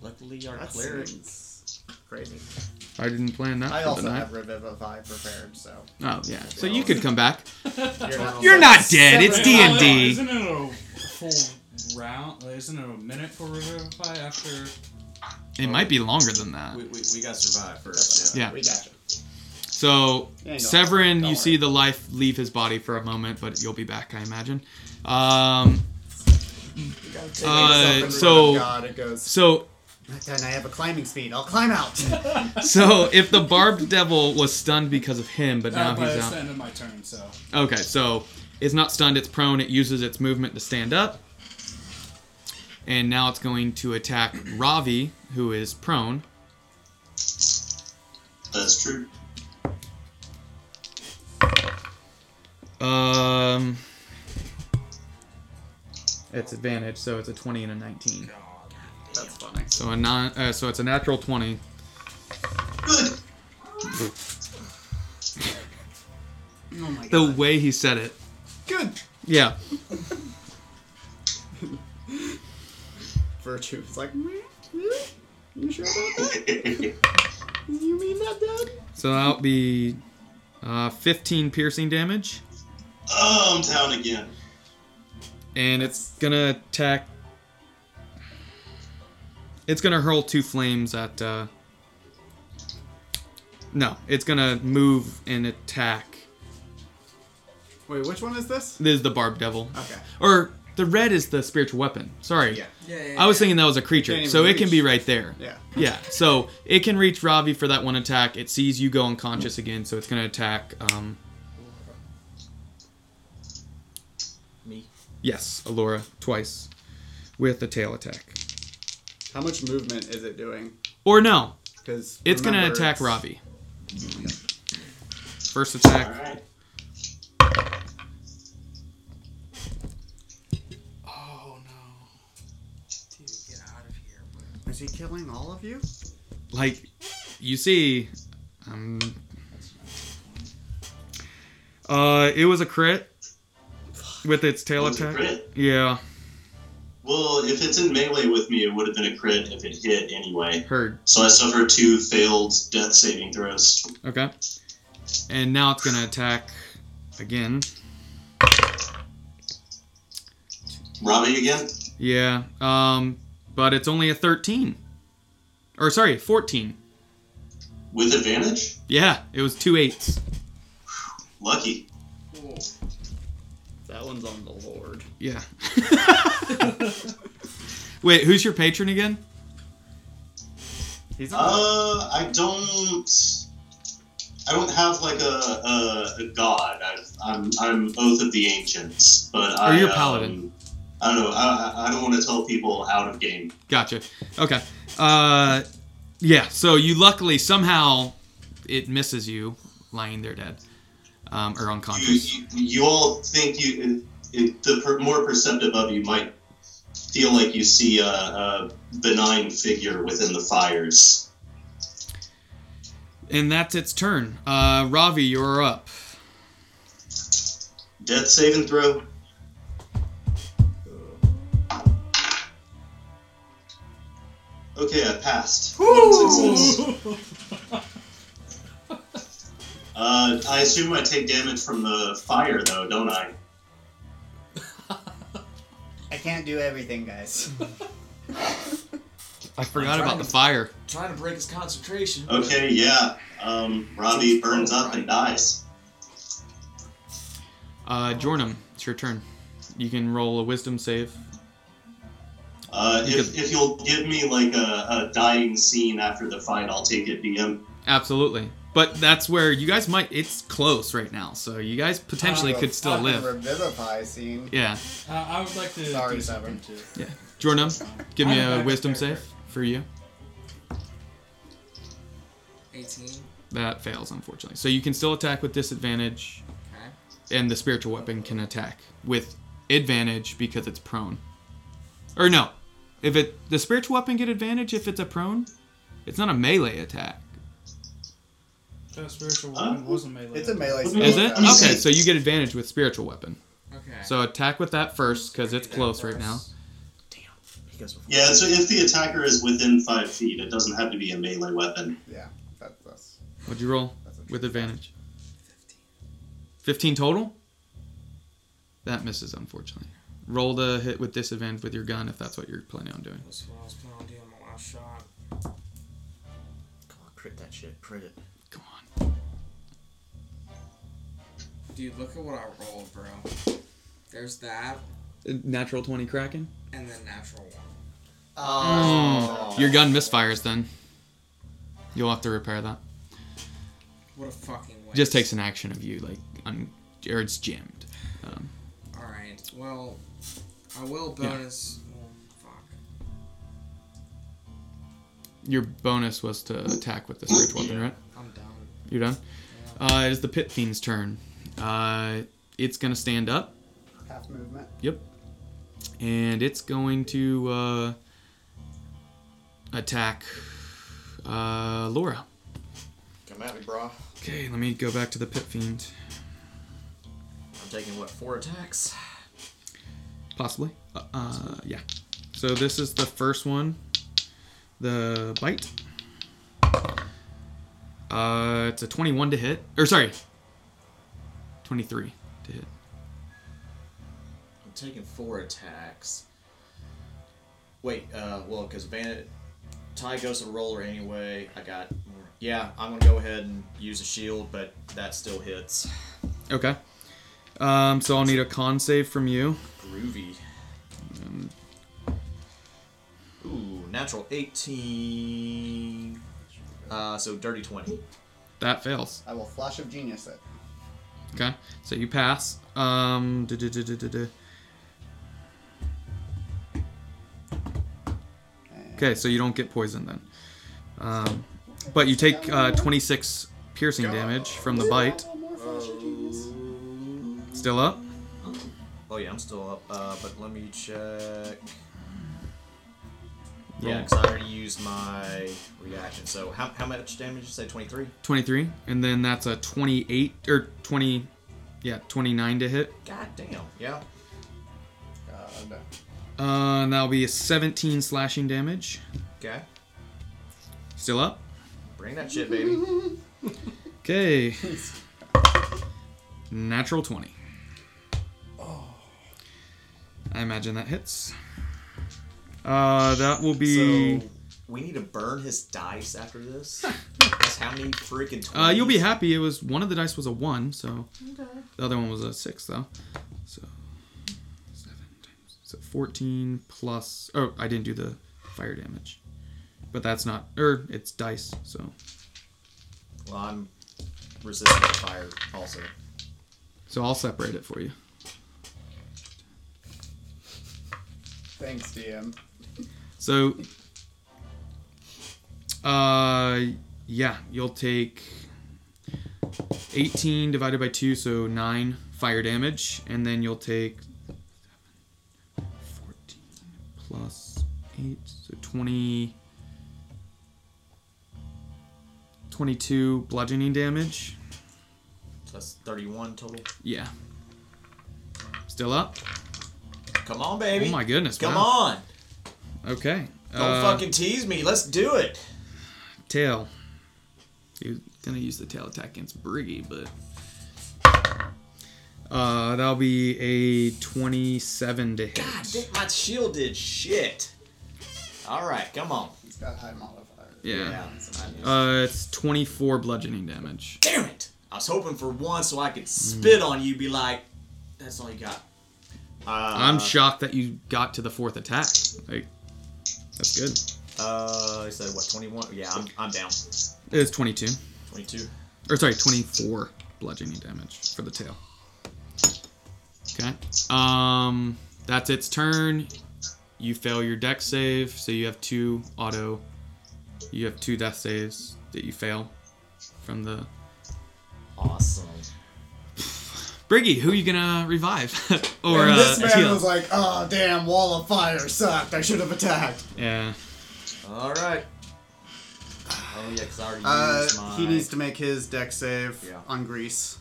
[SPEAKER 8] Luckily, our
[SPEAKER 10] That
[SPEAKER 8] cleric.
[SPEAKER 10] seems crazy.
[SPEAKER 3] I didn't plan that.
[SPEAKER 10] I
[SPEAKER 3] for
[SPEAKER 10] also
[SPEAKER 3] the night.
[SPEAKER 10] have Revivify prepared, so.
[SPEAKER 3] Oh yeah, so you could come back.
[SPEAKER 10] You're not,
[SPEAKER 3] You're not dead. It's
[SPEAKER 10] Severin-
[SPEAKER 3] D and
[SPEAKER 7] Well,
[SPEAKER 3] D.
[SPEAKER 7] Isn't it a full round? like, Isn't it a minute for revivify after?
[SPEAKER 3] It might be longer than that.
[SPEAKER 8] We, we, we got survived first.
[SPEAKER 3] Yeah.
[SPEAKER 10] We got you.
[SPEAKER 3] So
[SPEAKER 10] Yeah, you don't-
[SPEAKER 3] Severin,
[SPEAKER 10] don't
[SPEAKER 3] you see the life leave his body for a moment, but you'll be back, I imagine. Um, Uh,
[SPEAKER 10] Something
[SPEAKER 3] so-
[SPEAKER 10] from God, it goes.
[SPEAKER 3] so
[SPEAKER 10] Then I have a climbing speed. I'll climb out.
[SPEAKER 3] so if the barbed devil was stunned because of him, but now
[SPEAKER 7] Uh, but
[SPEAKER 3] he's
[SPEAKER 7] it's the
[SPEAKER 3] out.
[SPEAKER 7] end of my turn, so
[SPEAKER 3] Okay, so it's not stunned; it's prone. It uses its movement to stand up, and now it's going to attack Ravi, who is prone.
[SPEAKER 4] That's true.
[SPEAKER 3] Um, it's advantage, so it's a twenty and a nineteen.
[SPEAKER 10] That's funny.
[SPEAKER 3] So a non, uh, so it's a natural twenty.
[SPEAKER 4] Good.
[SPEAKER 10] Oh my
[SPEAKER 3] The
[SPEAKER 10] god.
[SPEAKER 3] way he said it,
[SPEAKER 10] Good
[SPEAKER 3] yeah.
[SPEAKER 10] virtue. It's like, "Mm, "Meh, really?
[SPEAKER 4] Oh,
[SPEAKER 10] You sure about that? you mean that, Dad?
[SPEAKER 3] So that'll be Uh, 15 piercing damage,
[SPEAKER 4] Oh, I'm down again.
[SPEAKER 3] and it's gonna attack. It's gonna hurl two flames at. Uh... No, it's gonna move and attack.
[SPEAKER 10] Wait, which one is this?
[SPEAKER 3] This is the barb devil.
[SPEAKER 10] Okay.
[SPEAKER 3] Or the red is the spiritual weapon. Sorry.
[SPEAKER 10] Yeah.
[SPEAKER 3] I was thinking that was a
[SPEAKER 10] Can't
[SPEAKER 3] creature,
[SPEAKER 10] even
[SPEAKER 3] so it can
[SPEAKER 10] reach.
[SPEAKER 3] be right there.
[SPEAKER 10] Yeah.
[SPEAKER 3] Yeah. So it can reach Ravi for that one attack. It sees you go unconscious again, so it's gonna attack. Um,
[SPEAKER 5] Me.
[SPEAKER 3] yes, Alora twice with a tail attack.
[SPEAKER 10] How much movement is it doing?
[SPEAKER 3] Or no,
[SPEAKER 10] Because
[SPEAKER 3] it's gonna attack Ravi. First attack.
[SPEAKER 4] Alright.
[SPEAKER 6] Oh no. Dude, get out of here.
[SPEAKER 10] Is he killing all of you?
[SPEAKER 3] Like, you see, um, uh, it was a crit with its tail
[SPEAKER 4] Was it
[SPEAKER 3] attack.
[SPEAKER 4] crit?
[SPEAKER 3] Yeah,
[SPEAKER 4] Well, if it's in melee with me, it would have been a crit if it hit anyway.
[SPEAKER 3] heard.
[SPEAKER 4] So I suffered two failed death saving throws.
[SPEAKER 3] Okay. And now it's gonna attack again.
[SPEAKER 4] Robbie again?
[SPEAKER 3] Yeah. Um, but it's only a thirteen. Or sorry, fourteen.
[SPEAKER 4] With advantage?
[SPEAKER 3] Yeah, it was two eights.
[SPEAKER 4] Lucky.
[SPEAKER 8] That one's on the Lord.
[SPEAKER 3] Yeah. Wait, who's your patron again?
[SPEAKER 10] He's on.
[SPEAKER 4] Uh, I don't. I don't have like a, a, a god. I, I'm I'm oath of the ancients, but
[SPEAKER 3] Or
[SPEAKER 4] I.
[SPEAKER 3] Oh, you're paladin.
[SPEAKER 4] Um, I don't know. I, I I don't want to tell people out of game.
[SPEAKER 3] Gotcha. Okay. Uh, yeah. So you luckily somehow it misses you lying there dead, um, or
[SPEAKER 4] You,
[SPEAKER 3] unconscious.
[SPEAKER 4] you, you all think you it, the per, more perceptive of you might feel like you see a, a benign figure within the fires.
[SPEAKER 3] And that's its turn. Uh, Ravi, you're up.
[SPEAKER 4] Death saving throw. Okay, I passed. One success. Uh, I assume I take damage from the fire, though, don't I?
[SPEAKER 17] I can't do everything, guys.
[SPEAKER 3] I forgot
[SPEAKER 6] I'm
[SPEAKER 3] about
[SPEAKER 6] trying
[SPEAKER 3] the
[SPEAKER 6] to-
[SPEAKER 3] fire.
[SPEAKER 6] Trying to break his concentration. but-
[SPEAKER 4] Okay, yeah. Um, Robbie burns up and dies.
[SPEAKER 3] Uh, Jornum, it's your turn. You can roll a wisdom save.
[SPEAKER 4] Uh,
[SPEAKER 3] You
[SPEAKER 4] if, if you'll give me like a, a dying scene after the fight, I'll take it, DM.
[SPEAKER 3] Absolutely. But that's where you guys might. It's close right now, so you guys potentially could still
[SPEAKER 17] Fucking
[SPEAKER 3] live.
[SPEAKER 17] Revivify scene.
[SPEAKER 3] Yeah.
[SPEAKER 16] Uh, I would like to.
[SPEAKER 17] Sorry,
[SPEAKER 16] do
[SPEAKER 17] Severn.
[SPEAKER 16] something too.
[SPEAKER 3] Jornum, give me
[SPEAKER 16] I'm back
[SPEAKER 3] a
[SPEAKER 16] to
[SPEAKER 3] wisdom save
[SPEAKER 16] character.
[SPEAKER 3] for you.
[SPEAKER 6] 18.
[SPEAKER 3] That fails, unfortunately. So you can still attack with disadvantage,
[SPEAKER 6] Okay.
[SPEAKER 3] and the spiritual weapon can attack with advantage because it's prone. Or no, if it the spiritual weapon get advantage if it's a prone, it's not a melee attack.
[SPEAKER 7] That spiritual weapon was a melee.
[SPEAKER 17] It's a melee
[SPEAKER 4] Is
[SPEAKER 17] scene.
[SPEAKER 3] Is it?
[SPEAKER 16] Mm-hmm.
[SPEAKER 4] Let me
[SPEAKER 3] Okay,
[SPEAKER 4] see.
[SPEAKER 3] so you get advantage with spiritual weapon.
[SPEAKER 6] Okay.
[SPEAKER 3] So attack with that first because it's
[SPEAKER 6] Do that
[SPEAKER 3] close right now.
[SPEAKER 6] first.
[SPEAKER 5] He goes before.
[SPEAKER 4] Yeah, so if the attacker is within five feet, it doesn't have to be a melee weapon.
[SPEAKER 17] Yeah, that, that's
[SPEAKER 3] What'd you roll
[SPEAKER 17] that's a
[SPEAKER 3] with advantage? 15 total? That misses, unfortunately. Roll the hit with disadvantage with your gun if that's what you're planning on doing.
[SPEAKER 6] That's what I was planning on doing my last shot.
[SPEAKER 5] Come on, crit that shit. Crit it.
[SPEAKER 3] Come on.
[SPEAKER 6] Dude, look at what I rolled, bro. There's that,
[SPEAKER 3] Natural 20 Kraken?
[SPEAKER 6] and then natural one.
[SPEAKER 3] Oh. Your gun misfires then. You'll have to repair that.
[SPEAKER 6] What a fucking waste.
[SPEAKER 3] Just takes an action of you, like, un- or it's jammed. Um,
[SPEAKER 6] Alright, well, I will bonus. Well, fuck.
[SPEAKER 3] your bonus was to attack with the search weapon, right?
[SPEAKER 6] I'm done.
[SPEAKER 3] You're done? Uh, it is the Pit Fiend's turn. Uh, it's going to stand up.
[SPEAKER 17] half movement.
[SPEAKER 3] Yep. And it's going to uh, attack uh, Laura.
[SPEAKER 8] Come at me, brah.
[SPEAKER 3] Okay, let me go back to the Pit Fiend.
[SPEAKER 5] I'm taking what four attacks.
[SPEAKER 3] Possibly. Uh, uh, yeah. So this is the first one. The bite. Uh, it's a 21 to hit. Or sorry, 23 to hit.
[SPEAKER 8] I'm taking four attacks. Wait, uh, well, because Bandit Ty goes to roller anyway. I got. Yeah, I'm gonna go ahead and use a shield, but that still hits.
[SPEAKER 3] Okay. Um, so I'll need a con save from you.
[SPEAKER 8] Groovy. Ooh, natural 18. Uh, so dirty 20.
[SPEAKER 3] That fails.
[SPEAKER 17] I will flash of genius it.
[SPEAKER 3] Okay, so you pass. Um, duh, duh, duh, duh, duh, duh. Okay, so you don't get poisoned then. Um, but you take uh, 26 piercing damage from the bite. Still up?
[SPEAKER 8] Oh, yeah, I'm still up, uh, but let me check. Yeah,
[SPEAKER 3] Yeah.
[SPEAKER 8] because I already used my reaction. So, how, how much damage did you say? 23?
[SPEAKER 3] 23, and then that's a 28 or 20, yeah, 29 to hit.
[SPEAKER 8] God damn. Yeah.
[SPEAKER 17] God.
[SPEAKER 3] Uh, and that'll be a 17 slashing damage.
[SPEAKER 8] Okay.
[SPEAKER 3] Still up?
[SPEAKER 8] Bring that shit, baby.
[SPEAKER 3] Okay. Natural 20. I imagine that hits. Uh, that will be.
[SPEAKER 8] So, we need to burn his dice after this. That's how many freaking 20s?
[SPEAKER 3] uh, you'll be happy. It was one of the dice was a one, so the other one was a six, though. So seven times so fourteen plus. Oh, I didn't do the fire damage, but that's not. Or it's dice, so
[SPEAKER 8] Well, I'm resistant to fire also.
[SPEAKER 3] so I'll separate it for you.
[SPEAKER 17] Thanks, DM.
[SPEAKER 3] So, uh, yeah, you'll take 18 divided by 2, so 9 fire damage, and then you'll take 14 plus 8, so 20. 22 bludgeoning damage.
[SPEAKER 8] So that's 31 total.
[SPEAKER 3] Yeah. Still up?
[SPEAKER 8] Come on, baby.
[SPEAKER 3] Oh my goodness.
[SPEAKER 8] Come
[SPEAKER 3] wow.
[SPEAKER 8] on.
[SPEAKER 3] Okay.
[SPEAKER 8] Don't
[SPEAKER 3] uh,
[SPEAKER 8] fucking tease me. Let's do it.
[SPEAKER 3] Tail. He was gonna use the tail attack against Briggy, but uh, that'll be a twenty-seven to hit.
[SPEAKER 8] God damn, my shield did shit. All right, come on.
[SPEAKER 17] He's got high modifier.
[SPEAKER 3] yeah.
[SPEAKER 8] Yeah, so I-
[SPEAKER 3] Uh, it's twenty-four bludgeoning damage.
[SPEAKER 8] damn it! I was hoping for one so I could spit on you, be like, that's all you got. Uh,
[SPEAKER 3] I'm shocked that you got to the fourth attack. Like, that's good.
[SPEAKER 8] Uh, I said what? Twenty-one? Yeah, I'm, I'm down.
[SPEAKER 3] It's twenty-two,
[SPEAKER 8] Twenty-two.
[SPEAKER 3] or sorry, twenty-four bludgeoning damage for the tail. Okay. Um, that's its turn. You fail your deck save, so you have two auto. You have two death saves that you fail from the
[SPEAKER 8] Awesome.
[SPEAKER 3] Briggy. Who are you gonna revive? or
[SPEAKER 17] and
[SPEAKER 3] uh,
[SPEAKER 17] this man
[SPEAKER 3] heal?
[SPEAKER 17] was like, oh, damn, wall of fire sucked. I should have attacked.
[SPEAKER 3] yeah.
[SPEAKER 8] All right. Oh yeah, because I already
[SPEAKER 10] Uh,
[SPEAKER 8] used my.
[SPEAKER 10] he needs to make his deck save
[SPEAKER 8] Yeah.
[SPEAKER 10] on Grease.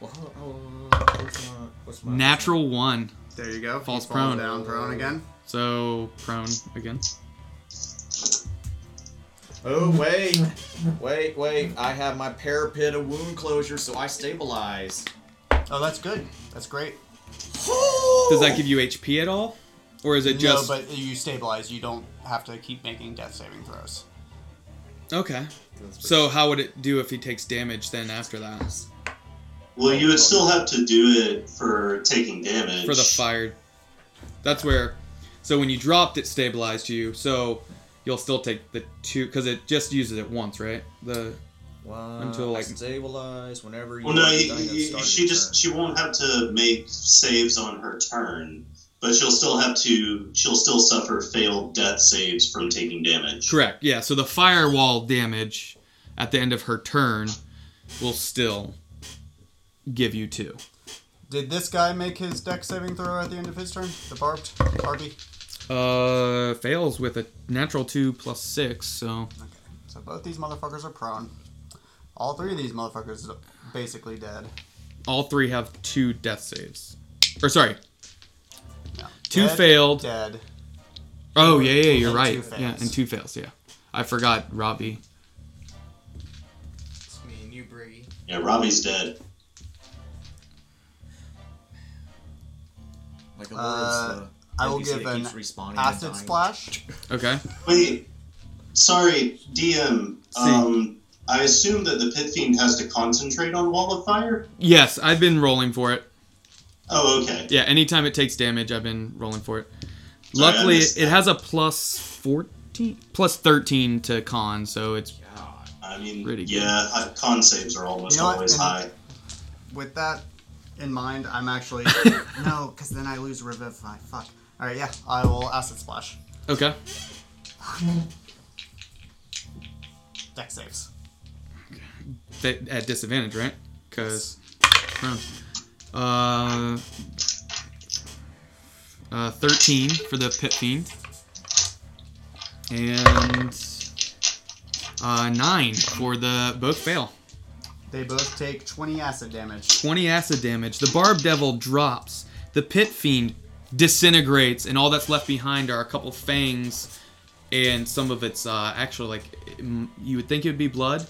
[SPEAKER 8] Well, hold on, hold on, Oh, what's my- what's my-
[SPEAKER 3] Natural one,
[SPEAKER 10] There you go. He
[SPEAKER 3] Falls
[SPEAKER 10] falls
[SPEAKER 3] prone.
[SPEAKER 10] down prone again.
[SPEAKER 3] so prone again.
[SPEAKER 8] Oh wait, wait, wait! I have my parapet of wound closure, so I stabilize.
[SPEAKER 17] Oh, that's good. That's great.
[SPEAKER 3] Does that give you HP at all, or is it just
[SPEAKER 17] but you stabilize. You don't have to keep making death saving throws.
[SPEAKER 3] okay? So how would it do if he takes damage then after that
[SPEAKER 4] Well, you would still have to do it for taking damage.
[SPEAKER 3] for the fire? That's where. So when you dropped, it stabilized you. So you'll still take the two because it just uses it once, right? The
[SPEAKER 8] Well,
[SPEAKER 3] Until, like-
[SPEAKER 8] stabilize whenever you.
[SPEAKER 4] Well, no,
[SPEAKER 8] are
[SPEAKER 4] you,
[SPEAKER 8] done at the
[SPEAKER 4] you,
[SPEAKER 8] start of
[SPEAKER 4] she
[SPEAKER 8] your
[SPEAKER 4] just
[SPEAKER 8] turn.
[SPEAKER 4] she won't have to make saves on her turn, but she'll still have to. She'll still suffer failed death saves from taking damage.
[SPEAKER 3] Correct. Yeah. So the firewall damage at the end of her turn will still give you two.
[SPEAKER 10] Did this guy make his deck saving throw at the end of his turn? The barbed Barbie.
[SPEAKER 3] Uh, fails with a natural two plus six. So
[SPEAKER 10] Okay. So both these motherfuckers are prone. All three of these motherfuckers are basically dead.
[SPEAKER 3] all three have two death saves. Or sorry,
[SPEAKER 10] No.
[SPEAKER 3] Two
[SPEAKER 10] Dead,
[SPEAKER 3] failed.
[SPEAKER 10] Dead.
[SPEAKER 3] Oh yeah, yeah, you're
[SPEAKER 10] And
[SPEAKER 3] right.
[SPEAKER 10] two
[SPEAKER 3] Yeah,
[SPEAKER 10] fails.
[SPEAKER 3] and two fails. Yeah, I forgot Robbie.
[SPEAKER 6] It's me and you, Briggy.
[SPEAKER 4] Yeah, Robbie's dead.
[SPEAKER 5] Like Aurora's,
[SPEAKER 10] Uh,
[SPEAKER 5] uh,
[SPEAKER 10] I
[SPEAKER 5] NPC
[SPEAKER 10] will give
[SPEAKER 5] that
[SPEAKER 10] an
[SPEAKER 5] keeps respawning and
[SPEAKER 10] acid
[SPEAKER 5] dying.
[SPEAKER 10] splash.
[SPEAKER 3] Okay.
[SPEAKER 4] Wait, sorry, DM. Um, I assume that the pit fiend has to concentrate on wall of fire.
[SPEAKER 3] Yes, I've been rolling for it.
[SPEAKER 4] Oh, okay.
[SPEAKER 3] Yeah, anytime it takes damage, I've been rolling for it.
[SPEAKER 4] Sorry, I
[SPEAKER 3] Luckily,
[SPEAKER 4] missed
[SPEAKER 3] it
[SPEAKER 4] that.
[SPEAKER 3] has a plus 14, plus 13 to con, so it's
[SPEAKER 4] I mean,
[SPEAKER 3] Pretty good.
[SPEAKER 4] yeah, I, con saves are almost
[SPEAKER 10] You know what,
[SPEAKER 4] always
[SPEAKER 10] and-
[SPEAKER 4] high.
[SPEAKER 10] With that in mind, I'm actually no, because then I lose revivify. Fuck. All right, yeah, I will acid splash.
[SPEAKER 3] okay.
[SPEAKER 10] Deck saves.
[SPEAKER 3] Th- at disadvantage, right? Because uh, uh, thirteen for the pit fiend, and uh, nine for the both fail.
[SPEAKER 10] They both take 20 acid damage.
[SPEAKER 3] Twenty acid damage. The barb devil drops. The pit fiend disintegrates, and all that's left behind are a couple fangs, and some of its uh, actually like m- you would think it would be blood.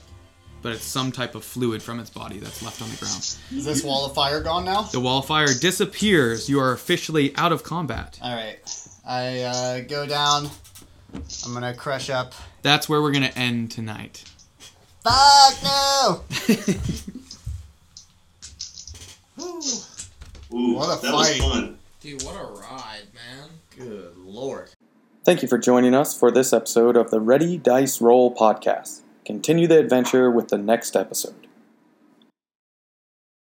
[SPEAKER 3] But it's some type of fluid from its body that's left on the ground.
[SPEAKER 10] Is this wall of fire gone now?
[SPEAKER 3] The wall of fire disappears. You are officially out of combat.
[SPEAKER 10] All right, I uh, go down. I'm gonna crush up.
[SPEAKER 3] That's where we're gonna end tonight.
[SPEAKER 10] Fuck no!
[SPEAKER 4] Ooh,
[SPEAKER 10] What a
[SPEAKER 4] that was
[SPEAKER 10] fight.
[SPEAKER 4] fun.
[SPEAKER 6] Dude, what a ride, man.
[SPEAKER 8] Good lord.
[SPEAKER 20] Thank you for joining us for this episode of the Ready Dice Roll podcast. Continue the adventure with the next episode.